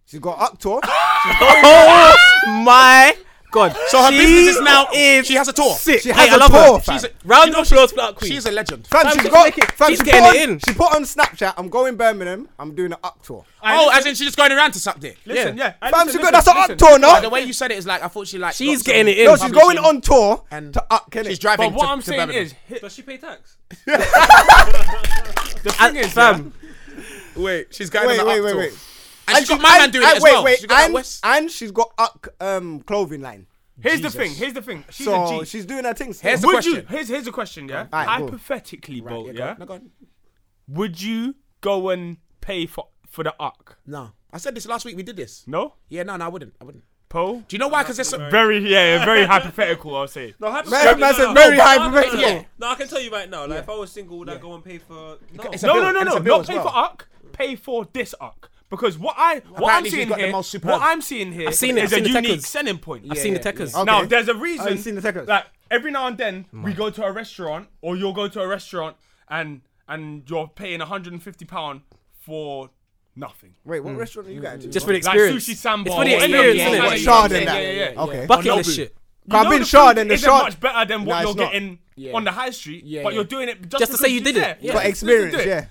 [SPEAKER 4] She's got Up tour.
[SPEAKER 5] Oh my god.
[SPEAKER 3] So her
[SPEAKER 5] She
[SPEAKER 3] business is now. She has a tour.
[SPEAKER 5] Sick.
[SPEAKER 4] She
[SPEAKER 5] Hey,
[SPEAKER 4] has
[SPEAKER 5] I
[SPEAKER 4] a
[SPEAKER 5] love
[SPEAKER 4] tour,
[SPEAKER 5] her.
[SPEAKER 4] fam.
[SPEAKER 5] She's a, round of applause for that queen.
[SPEAKER 3] She's a legend.
[SPEAKER 4] Fam,
[SPEAKER 5] Fam,
[SPEAKER 4] she's
[SPEAKER 5] she's
[SPEAKER 4] got.
[SPEAKER 5] making-
[SPEAKER 4] fam,
[SPEAKER 5] she's
[SPEAKER 4] she
[SPEAKER 5] getting
[SPEAKER 4] put
[SPEAKER 5] it
[SPEAKER 4] on-
[SPEAKER 5] in.
[SPEAKER 4] She put on Snapchat. I'm going Birmingham. I'm doing an Up tour.
[SPEAKER 3] oh, as in she's just going around to something.
[SPEAKER 6] listen, yeah. I
[SPEAKER 4] Fam,
[SPEAKER 6] listen,
[SPEAKER 4] she got. That's
[SPEAKER 6] listen,
[SPEAKER 4] an Up
[SPEAKER 6] listen.
[SPEAKER 4] tour,
[SPEAKER 3] The
[SPEAKER 4] no?
[SPEAKER 3] way you said it is like I thought she like.
[SPEAKER 5] She's
[SPEAKER 3] got
[SPEAKER 5] getting
[SPEAKER 3] some
[SPEAKER 5] it in.
[SPEAKER 4] No, she's going
[SPEAKER 3] publishing
[SPEAKER 4] on tour
[SPEAKER 3] And
[SPEAKER 4] to Up. Kenny.
[SPEAKER 3] She's driving.
[SPEAKER 6] But what
[SPEAKER 3] to,
[SPEAKER 6] I'm
[SPEAKER 3] to
[SPEAKER 6] saying
[SPEAKER 3] Birmingham.
[SPEAKER 6] is, hi-
[SPEAKER 7] Does she pay tax?
[SPEAKER 6] the thing is, yeah,
[SPEAKER 5] Fam,
[SPEAKER 3] wait, she's going
[SPEAKER 4] Wait,
[SPEAKER 3] on the
[SPEAKER 4] wait,
[SPEAKER 3] up
[SPEAKER 4] wait,
[SPEAKER 3] tour.
[SPEAKER 4] wait.
[SPEAKER 3] And, she's got my man doing it as
[SPEAKER 4] wait,
[SPEAKER 3] well.
[SPEAKER 4] Wait,
[SPEAKER 3] She's got that
[SPEAKER 4] and-
[SPEAKER 3] West-
[SPEAKER 4] and she's got Up um, clothing line.
[SPEAKER 6] here's the thing. Here's the thing. She's
[SPEAKER 4] So
[SPEAKER 6] a G.
[SPEAKER 4] she's doing her thing.
[SPEAKER 3] Here's
[SPEAKER 4] still.
[SPEAKER 3] the
[SPEAKER 6] Would
[SPEAKER 3] question.
[SPEAKER 6] you? Here's here's a question. Yeah.
[SPEAKER 4] Alright, go.
[SPEAKER 6] Hypothetically, Bolt.
[SPEAKER 3] Yeah, go
[SPEAKER 6] yeah.
[SPEAKER 3] on, no, go on.
[SPEAKER 6] Would you go and pay for for the arc?
[SPEAKER 3] No, I said this last week. We did this.
[SPEAKER 6] No.
[SPEAKER 3] Yeah, no, no, I wouldn't. I wouldn't.
[SPEAKER 6] Poe.
[SPEAKER 3] Do you know why? Because there's some.
[SPEAKER 6] Very yeah, very hypothetical. I'll say.
[SPEAKER 7] No,
[SPEAKER 4] Man, man said very
[SPEAKER 7] but
[SPEAKER 4] high
[SPEAKER 7] I can-
[SPEAKER 4] professional.
[SPEAKER 7] yeah. No, I can tell you right now. Like, if I was single, would I go and pay for? No.
[SPEAKER 3] It's a
[SPEAKER 6] No,
[SPEAKER 3] bill,
[SPEAKER 6] no, no,
[SPEAKER 3] and it's a
[SPEAKER 6] no.
[SPEAKER 3] bill
[SPEAKER 6] Not
[SPEAKER 3] as
[SPEAKER 6] pay
[SPEAKER 3] well.
[SPEAKER 6] for arc. Pay for this arc. Because what I what I'm
[SPEAKER 3] Apparently she's
[SPEAKER 6] seeing
[SPEAKER 3] got the
[SPEAKER 6] here,
[SPEAKER 3] most superb-
[SPEAKER 6] what I'm seeing here,
[SPEAKER 5] I've seen it,
[SPEAKER 6] is
[SPEAKER 5] I've seen
[SPEAKER 6] a
[SPEAKER 5] the
[SPEAKER 6] unique
[SPEAKER 5] Tekkers.
[SPEAKER 6] selling point.
[SPEAKER 5] I've seen the Tekkers.
[SPEAKER 6] Now
[SPEAKER 4] Okay.
[SPEAKER 6] there's a reason.
[SPEAKER 4] Oh, you've seen the Tekkers?
[SPEAKER 6] Like every now and then we go to a restaurant, or you'll go to a restaurant, and and you're paying 150 pound for nothing.
[SPEAKER 4] Wait, what restaurant are you going to?
[SPEAKER 5] just for the
[SPEAKER 6] Like
[SPEAKER 5] experience.
[SPEAKER 6] sushi sambar.
[SPEAKER 5] It's for the
[SPEAKER 6] or any of
[SPEAKER 5] experience,
[SPEAKER 6] these
[SPEAKER 5] innit?
[SPEAKER 6] kinda
[SPEAKER 5] What,
[SPEAKER 6] things.
[SPEAKER 4] shard and
[SPEAKER 6] Yeah,
[SPEAKER 4] that?
[SPEAKER 6] yeah, yeah.
[SPEAKER 4] Okay.
[SPEAKER 5] Fucking
[SPEAKER 6] Or
[SPEAKER 5] this
[SPEAKER 6] Nobu.
[SPEAKER 5] shit.
[SPEAKER 6] You
[SPEAKER 4] I've
[SPEAKER 6] know
[SPEAKER 4] been
[SPEAKER 6] the
[SPEAKER 4] shard
[SPEAKER 6] food
[SPEAKER 4] and the
[SPEAKER 6] isn't
[SPEAKER 4] shard.
[SPEAKER 6] much better than what
[SPEAKER 4] Nah,
[SPEAKER 6] you're
[SPEAKER 4] it's not.
[SPEAKER 6] getting on the high street, but you're doing it just,
[SPEAKER 5] Just to say
[SPEAKER 6] because
[SPEAKER 5] you
[SPEAKER 6] she's
[SPEAKER 5] did it.
[SPEAKER 6] there.
[SPEAKER 5] Yeah.
[SPEAKER 4] But
[SPEAKER 6] This is
[SPEAKER 4] experience,
[SPEAKER 6] the-
[SPEAKER 4] yeah.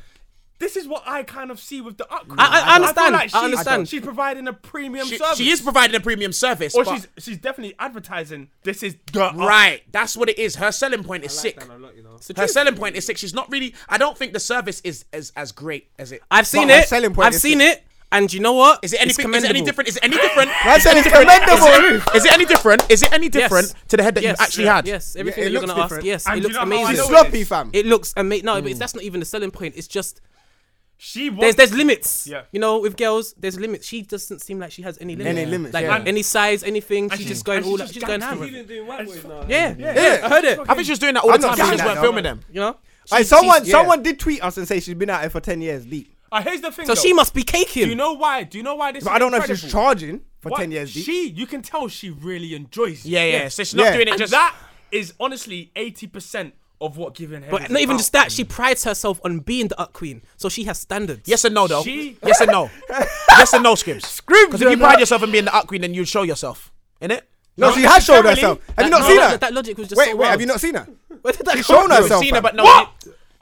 [SPEAKER 6] This is what I kind of see with the up.
[SPEAKER 5] I- I understand,
[SPEAKER 6] like
[SPEAKER 5] I
[SPEAKER 6] she-
[SPEAKER 5] understand.
[SPEAKER 6] She's providing a premium
[SPEAKER 3] She,
[SPEAKER 6] service.
[SPEAKER 3] she is providing a premium service.
[SPEAKER 6] or
[SPEAKER 3] but-
[SPEAKER 6] she's she's definitely advertising. This is the up.
[SPEAKER 3] right. That's what it is. Her selling point is sick.
[SPEAKER 7] I'm not, you know.
[SPEAKER 3] Her selling point is sick. She's not really. I don't think the service is as as great as it.
[SPEAKER 5] I've seen
[SPEAKER 4] But her
[SPEAKER 5] it.
[SPEAKER 4] selling point
[SPEAKER 5] I've
[SPEAKER 4] is
[SPEAKER 5] seen
[SPEAKER 4] this.
[SPEAKER 5] it. And you know what?
[SPEAKER 8] Is it
[SPEAKER 5] It's
[SPEAKER 8] anything? Is it any
[SPEAKER 5] commendable.
[SPEAKER 8] different? Is it any different?
[SPEAKER 4] I said it's commendable.
[SPEAKER 8] Is it any different? Is it any different
[SPEAKER 5] Yes.
[SPEAKER 8] to the head that
[SPEAKER 5] Yes,
[SPEAKER 8] you actually
[SPEAKER 5] yeah,
[SPEAKER 8] had?
[SPEAKER 5] Yes, everything
[SPEAKER 4] it
[SPEAKER 5] that you're
[SPEAKER 4] looks
[SPEAKER 5] gonna ask.
[SPEAKER 4] different.
[SPEAKER 5] Yes,
[SPEAKER 6] And
[SPEAKER 5] it
[SPEAKER 6] do
[SPEAKER 5] looks
[SPEAKER 6] you know how I
[SPEAKER 5] amazing.
[SPEAKER 4] It's
[SPEAKER 6] know
[SPEAKER 4] sloppy, fam.
[SPEAKER 5] It looks amazing. No, but that's not even the selling point. It's just
[SPEAKER 6] She wants.
[SPEAKER 5] there's there's limits.
[SPEAKER 6] Yeah.
[SPEAKER 5] You know, with girls, there's limits. She doesn't seem like she has any limits.
[SPEAKER 4] Any limits,
[SPEAKER 5] Like
[SPEAKER 4] yeah.
[SPEAKER 5] um, any size, anything. She's
[SPEAKER 6] she's-
[SPEAKER 5] just going
[SPEAKER 6] and
[SPEAKER 5] all.
[SPEAKER 6] she's
[SPEAKER 5] She's,
[SPEAKER 6] just
[SPEAKER 5] she's going
[SPEAKER 6] gangster.
[SPEAKER 5] ham.
[SPEAKER 7] Even
[SPEAKER 5] Yeah,
[SPEAKER 7] doing white boys now.
[SPEAKER 5] yeah,
[SPEAKER 4] Yeah.
[SPEAKER 5] I heard it.
[SPEAKER 3] I think she was doing that all the
[SPEAKER 4] I'm not
[SPEAKER 3] time. She just
[SPEAKER 4] down
[SPEAKER 3] weren't
[SPEAKER 4] that,
[SPEAKER 3] filming them.
[SPEAKER 5] You know.
[SPEAKER 4] Aye,
[SPEAKER 5] She-
[SPEAKER 4] someone,
[SPEAKER 5] she's- yeah.
[SPEAKER 4] someone did tweet us and say she's been out here for ten years deep.
[SPEAKER 6] Ah, here's the thing.
[SPEAKER 5] So
[SPEAKER 6] though.
[SPEAKER 5] she must be caking.
[SPEAKER 6] Do you know why? Do you know why this?
[SPEAKER 4] But
[SPEAKER 6] is
[SPEAKER 4] I don't know if she's
[SPEAKER 6] incredible?
[SPEAKER 4] charging for
[SPEAKER 6] What?
[SPEAKER 4] ten years deep.
[SPEAKER 6] She, you can tell she really enjoys. it.
[SPEAKER 3] Yeah, yeah. So she's not
[SPEAKER 4] Yeah.
[SPEAKER 3] doing it
[SPEAKER 6] And
[SPEAKER 3] just.
[SPEAKER 6] that is honestly eighty percent of what giving head.
[SPEAKER 5] But
[SPEAKER 6] is
[SPEAKER 5] not even
[SPEAKER 6] about.
[SPEAKER 5] just that. She prides herself on being the up queen, so she has standards.
[SPEAKER 3] Yes and no, though.
[SPEAKER 6] She-
[SPEAKER 3] Yes and no. yes and no, Scribs. Scribs. Because if
[SPEAKER 4] you're
[SPEAKER 3] you pride
[SPEAKER 4] not-
[SPEAKER 3] yourself in being the up queen, then you'd show yourself, innit?
[SPEAKER 4] no, she has shown herself. Have you
[SPEAKER 5] That-
[SPEAKER 4] not
[SPEAKER 5] no,
[SPEAKER 4] seen
[SPEAKER 5] that-
[SPEAKER 4] her?
[SPEAKER 5] That logic was just.
[SPEAKER 4] Wait,
[SPEAKER 5] so
[SPEAKER 4] wait.
[SPEAKER 5] wild.
[SPEAKER 4] Have you not seen her?
[SPEAKER 5] Where did that come
[SPEAKER 4] Shown
[SPEAKER 5] from?
[SPEAKER 4] herself.
[SPEAKER 3] Seen her,
[SPEAKER 4] fam.
[SPEAKER 3] but no.
[SPEAKER 4] What?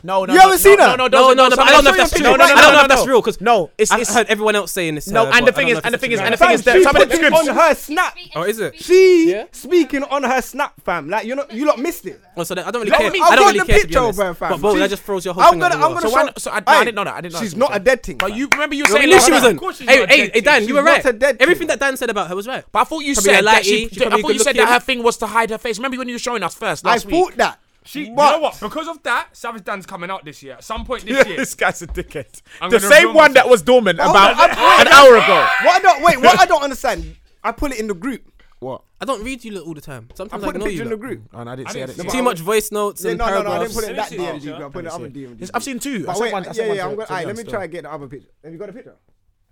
[SPEAKER 3] No, no.
[SPEAKER 4] You
[SPEAKER 3] no,
[SPEAKER 4] haven't seen
[SPEAKER 3] no,
[SPEAKER 4] her?
[SPEAKER 3] No, no,
[SPEAKER 5] No,
[SPEAKER 3] those-
[SPEAKER 5] no, no,
[SPEAKER 3] those-
[SPEAKER 5] but I don't know if that's
[SPEAKER 3] no,
[SPEAKER 5] true.
[SPEAKER 3] No, no,
[SPEAKER 5] I don't know
[SPEAKER 3] no,
[SPEAKER 5] if that's
[SPEAKER 3] no.
[SPEAKER 5] real because
[SPEAKER 3] No, it's
[SPEAKER 5] I've
[SPEAKER 3] it's
[SPEAKER 5] heard everyone else saying this.
[SPEAKER 3] no.
[SPEAKER 5] uh,
[SPEAKER 3] And the
[SPEAKER 5] but I
[SPEAKER 3] thing
[SPEAKER 5] don't
[SPEAKER 3] is,
[SPEAKER 5] know if
[SPEAKER 3] and the
[SPEAKER 5] it's
[SPEAKER 3] thing is,
[SPEAKER 5] true.
[SPEAKER 3] and the thing is that
[SPEAKER 4] She
[SPEAKER 3] some of
[SPEAKER 4] put
[SPEAKER 3] the
[SPEAKER 4] it on her snap.
[SPEAKER 5] Oh, is it?
[SPEAKER 4] She
[SPEAKER 5] Yeah.
[SPEAKER 4] speaking on her snap, fam. Like you know, you lot missed it.
[SPEAKER 5] Well, so then I don't really
[SPEAKER 4] Let
[SPEAKER 5] care.
[SPEAKER 4] me-
[SPEAKER 5] I
[SPEAKER 4] I've
[SPEAKER 5] don't
[SPEAKER 4] got
[SPEAKER 5] really
[SPEAKER 4] the
[SPEAKER 5] care to be
[SPEAKER 4] picture
[SPEAKER 5] honest.
[SPEAKER 4] over her, fam.
[SPEAKER 5] But bro,
[SPEAKER 4] She's-
[SPEAKER 5] that just throws your whole
[SPEAKER 4] I'm
[SPEAKER 5] thing
[SPEAKER 4] gonna-
[SPEAKER 5] under the
[SPEAKER 4] I'm
[SPEAKER 5] wall.
[SPEAKER 4] gonna
[SPEAKER 5] So
[SPEAKER 3] why
[SPEAKER 4] show-
[SPEAKER 3] not- so I- no, I
[SPEAKER 4] Aye.
[SPEAKER 3] didn't know that, I didn't know
[SPEAKER 4] She's
[SPEAKER 3] that.
[SPEAKER 4] not a dead thing.
[SPEAKER 3] But
[SPEAKER 4] fam.
[SPEAKER 3] you remember you were
[SPEAKER 5] we
[SPEAKER 3] saying
[SPEAKER 5] knew
[SPEAKER 3] that-
[SPEAKER 5] she was
[SPEAKER 6] Of
[SPEAKER 5] on.
[SPEAKER 6] course she's
[SPEAKER 5] Hey,
[SPEAKER 6] not
[SPEAKER 5] hey,
[SPEAKER 6] dead
[SPEAKER 5] hey, Dan,
[SPEAKER 6] chick.
[SPEAKER 5] you were
[SPEAKER 4] She's
[SPEAKER 5] right.
[SPEAKER 4] not a dead
[SPEAKER 5] Everything
[SPEAKER 4] chick.
[SPEAKER 5] that Dan said about her was right.
[SPEAKER 3] But I thought you
[SPEAKER 5] Probably
[SPEAKER 3] said
[SPEAKER 5] a
[SPEAKER 3] that
[SPEAKER 5] lighty,
[SPEAKER 3] she.
[SPEAKER 5] she
[SPEAKER 3] I
[SPEAKER 5] probably
[SPEAKER 3] thought you
[SPEAKER 5] good
[SPEAKER 3] said that
[SPEAKER 5] looking.
[SPEAKER 3] her thing was to hide her face. Remember when you were showing us first
[SPEAKER 4] I
[SPEAKER 3] last week?
[SPEAKER 4] thought that.
[SPEAKER 6] She, you
[SPEAKER 4] But-
[SPEAKER 6] know what? Because of that, Savage Dan's coming out this year. At some point this year,
[SPEAKER 3] guy's a dickhead.
[SPEAKER 6] I'm
[SPEAKER 3] the
[SPEAKER 6] gonna
[SPEAKER 3] same
[SPEAKER 6] ruin
[SPEAKER 3] one that
[SPEAKER 6] myself.
[SPEAKER 3] was dormant
[SPEAKER 4] Hold
[SPEAKER 3] about
[SPEAKER 4] on,
[SPEAKER 3] an
[SPEAKER 4] I'm-
[SPEAKER 3] hour ago.
[SPEAKER 4] What I don't wait. What I don't understand. I put it in the group. What?
[SPEAKER 5] I don't read you lot all the time.
[SPEAKER 4] I
[SPEAKER 5] Sometimes I
[SPEAKER 4] put the
[SPEAKER 5] ignore
[SPEAKER 4] picture
[SPEAKER 5] you.
[SPEAKER 4] in the
[SPEAKER 5] lot.
[SPEAKER 4] group.
[SPEAKER 3] And I didn't see
[SPEAKER 6] didn't
[SPEAKER 3] anything.
[SPEAKER 6] see
[SPEAKER 5] Too much voice notes
[SPEAKER 4] Yeah,
[SPEAKER 5] and
[SPEAKER 4] no, no, no. I didn't
[SPEAKER 5] paragraphs.
[SPEAKER 4] put it in that
[SPEAKER 7] Let me see
[SPEAKER 4] DMG
[SPEAKER 7] the
[SPEAKER 4] group. I put it in the other DMG group.
[SPEAKER 3] I've seen two. I
[SPEAKER 4] But
[SPEAKER 3] sent
[SPEAKER 4] wait,
[SPEAKER 3] one- I
[SPEAKER 4] yeah,
[SPEAKER 3] sent one
[SPEAKER 4] yeah.
[SPEAKER 3] to-
[SPEAKER 4] I'm gonna.
[SPEAKER 3] to
[SPEAKER 4] Alright,
[SPEAKER 3] Jan
[SPEAKER 4] let me
[SPEAKER 3] still.
[SPEAKER 4] try and get the other picture. Have you got a picture?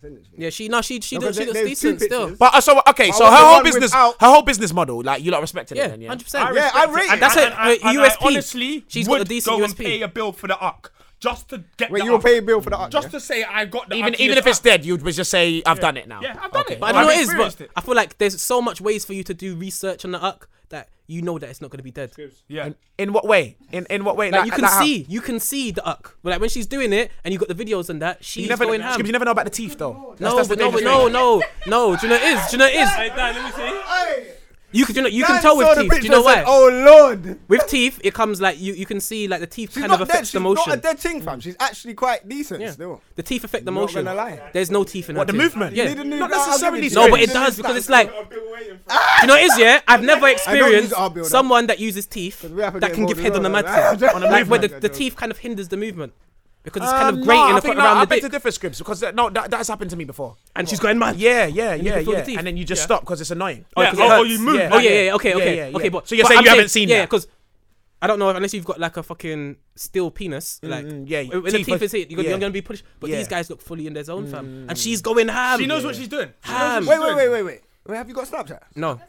[SPEAKER 4] Send it to me.
[SPEAKER 5] Yeah, she no, she she
[SPEAKER 4] No,
[SPEAKER 5] does-
[SPEAKER 4] 'cause
[SPEAKER 5] she
[SPEAKER 4] there-
[SPEAKER 5] looks
[SPEAKER 4] there's two
[SPEAKER 5] decent still.
[SPEAKER 4] pictures.
[SPEAKER 3] But uh, so okay,
[SPEAKER 4] But
[SPEAKER 3] so
[SPEAKER 4] I
[SPEAKER 3] her
[SPEAKER 4] want the
[SPEAKER 3] whole
[SPEAKER 4] one
[SPEAKER 3] business,
[SPEAKER 4] without-
[SPEAKER 3] her whole business model, like you lot respected it.
[SPEAKER 5] Yeah,
[SPEAKER 3] Then, yeah.
[SPEAKER 5] hundred
[SPEAKER 6] I
[SPEAKER 5] percent.
[SPEAKER 4] Yeah,
[SPEAKER 6] respect
[SPEAKER 4] I rate
[SPEAKER 6] it.
[SPEAKER 4] it. That's
[SPEAKER 5] it.
[SPEAKER 6] And I-
[SPEAKER 5] Uh,
[SPEAKER 6] and I
[SPEAKER 5] USP.
[SPEAKER 6] honestly,
[SPEAKER 5] She's got
[SPEAKER 6] would
[SPEAKER 5] a decent
[SPEAKER 6] go and
[SPEAKER 5] USP.
[SPEAKER 6] pay a bill for the arc just to get.
[SPEAKER 4] Wait,
[SPEAKER 6] the
[SPEAKER 4] you will
[SPEAKER 6] arc.
[SPEAKER 4] pay a bill for the art.
[SPEAKER 6] Just
[SPEAKER 4] yeah?
[SPEAKER 6] to say, I got the.
[SPEAKER 3] Even
[SPEAKER 6] arc in
[SPEAKER 3] even
[SPEAKER 6] this
[SPEAKER 3] if it's
[SPEAKER 6] arc.
[SPEAKER 3] dead, you'd just say I've done it now.
[SPEAKER 6] Yeah, I've done it.
[SPEAKER 5] But I know
[SPEAKER 6] I've
[SPEAKER 5] it is,
[SPEAKER 6] experienced
[SPEAKER 5] but
[SPEAKER 6] it.
[SPEAKER 5] I feel like there's so much ways for you to do research on the uck that you know that it's not going to be dead.
[SPEAKER 6] Yeah.
[SPEAKER 3] In what way? In in what way?
[SPEAKER 5] Like you can
[SPEAKER 3] how-
[SPEAKER 5] see, you can see the uck. But like when she's doing it, and you got the videos and that, she's
[SPEAKER 3] You never,
[SPEAKER 5] going ham.
[SPEAKER 3] Skips, you never know about the teeth though.
[SPEAKER 5] No,
[SPEAKER 3] that's
[SPEAKER 5] but
[SPEAKER 3] the
[SPEAKER 5] no, but
[SPEAKER 3] dangerous
[SPEAKER 5] no,
[SPEAKER 3] thing.
[SPEAKER 5] no, no. Do you know it is? Do you know it
[SPEAKER 7] Hey,
[SPEAKER 5] is?
[SPEAKER 7] Dan, let me see.
[SPEAKER 5] You can, you, know, you
[SPEAKER 4] Dan
[SPEAKER 5] can tell
[SPEAKER 4] saw
[SPEAKER 5] with
[SPEAKER 4] the
[SPEAKER 5] teeth. Do you
[SPEAKER 4] picture
[SPEAKER 5] know
[SPEAKER 4] and
[SPEAKER 5] why?
[SPEAKER 4] said, Oh lord.
[SPEAKER 5] With teeth, it comes like you, you can see like the teeth
[SPEAKER 4] She's
[SPEAKER 5] kind of
[SPEAKER 4] not dead.
[SPEAKER 5] affects
[SPEAKER 4] She's
[SPEAKER 5] the
[SPEAKER 4] not a
[SPEAKER 5] motion.
[SPEAKER 4] dead thing, fam. She's actually quite decent
[SPEAKER 5] Yeah.
[SPEAKER 4] still.
[SPEAKER 5] The teeth affect the
[SPEAKER 4] Not
[SPEAKER 5] motion.
[SPEAKER 4] gonna lie.
[SPEAKER 5] There's no teeth in
[SPEAKER 3] What,
[SPEAKER 5] that
[SPEAKER 3] the
[SPEAKER 5] thing.
[SPEAKER 3] movement?
[SPEAKER 5] Yeah.
[SPEAKER 4] Need a new-
[SPEAKER 3] Not
[SPEAKER 4] I'll give
[SPEAKER 3] necessarily
[SPEAKER 4] you this.
[SPEAKER 5] No, but
[SPEAKER 4] Need
[SPEAKER 5] it
[SPEAKER 4] a
[SPEAKER 5] does
[SPEAKER 4] new
[SPEAKER 5] because it's
[SPEAKER 4] style.
[SPEAKER 5] like you know it is, yeah? I've never experienced
[SPEAKER 4] our build-up.
[SPEAKER 5] someone that uses teeth
[SPEAKER 4] we have to
[SPEAKER 5] that
[SPEAKER 4] get
[SPEAKER 5] can give
[SPEAKER 4] involved
[SPEAKER 5] head on the
[SPEAKER 4] in
[SPEAKER 5] mad
[SPEAKER 4] all that. On
[SPEAKER 5] thing.
[SPEAKER 4] a
[SPEAKER 5] Like where the,
[SPEAKER 4] movement.
[SPEAKER 5] the teeth kind of hinders the movement. Because it's kind
[SPEAKER 3] Um,
[SPEAKER 5] of grating
[SPEAKER 3] no, I
[SPEAKER 5] acro-
[SPEAKER 3] think, no, I beg
[SPEAKER 5] around the
[SPEAKER 3] to
[SPEAKER 5] dick.
[SPEAKER 3] differ, Scribs, because that, no, that, that's happened to me before.
[SPEAKER 5] And she's going mad.
[SPEAKER 3] Yeah, yeah, yeah,
[SPEAKER 5] can feel the
[SPEAKER 3] yeah.
[SPEAKER 5] teeth.
[SPEAKER 3] And then you just stop because it's annoying.
[SPEAKER 6] Yeah,
[SPEAKER 5] because it
[SPEAKER 6] oh, oh,
[SPEAKER 5] hurts.
[SPEAKER 6] you move.
[SPEAKER 3] Yeah.
[SPEAKER 5] Oh yeah, yeah, okay,
[SPEAKER 3] Yeah,
[SPEAKER 5] okay,
[SPEAKER 3] yeah, yeah.
[SPEAKER 5] okay. But
[SPEAKER 3] So you're
[SPEAKER 5] but
[SPEAKER 3] saying
[SPEAKER 5] I'm
[SPEAKER 3] you haven't seen
[SPEAKER 5] yeah,
[SPEAKER 3] that?
[SPEAKER 5] because I don't know unless you've got like a fucking steel penis, like
[SPEAKER 3] mm, yeah,
[SPEAKER 5] when
[SPEAKER 3] teeth
[SPEAKER 5] the teeth
[SPEAKER 3] are-
[SPEAKER 5] is hit, you're,
[SPEAKER 3] yeah.
[SPEAKER 5] you're gonna be pushed. But
[SPEAKER 3] Yeah. Mm.
[SPEAKER 5] these guys look fully in their zone, fam, and she's going ham.
[SPEAKER 6] She knows what she's doing. She knows what
[SPEAKER 5] Ham.
[SPEAKER 6] she's
[SPEAKER 4] Wait, wait,
[SPEAKER 6] doing.
[SPEAKER 4] wait, wait, wait. Wait, have you got Snapchat?
[SPEAKER 5] No,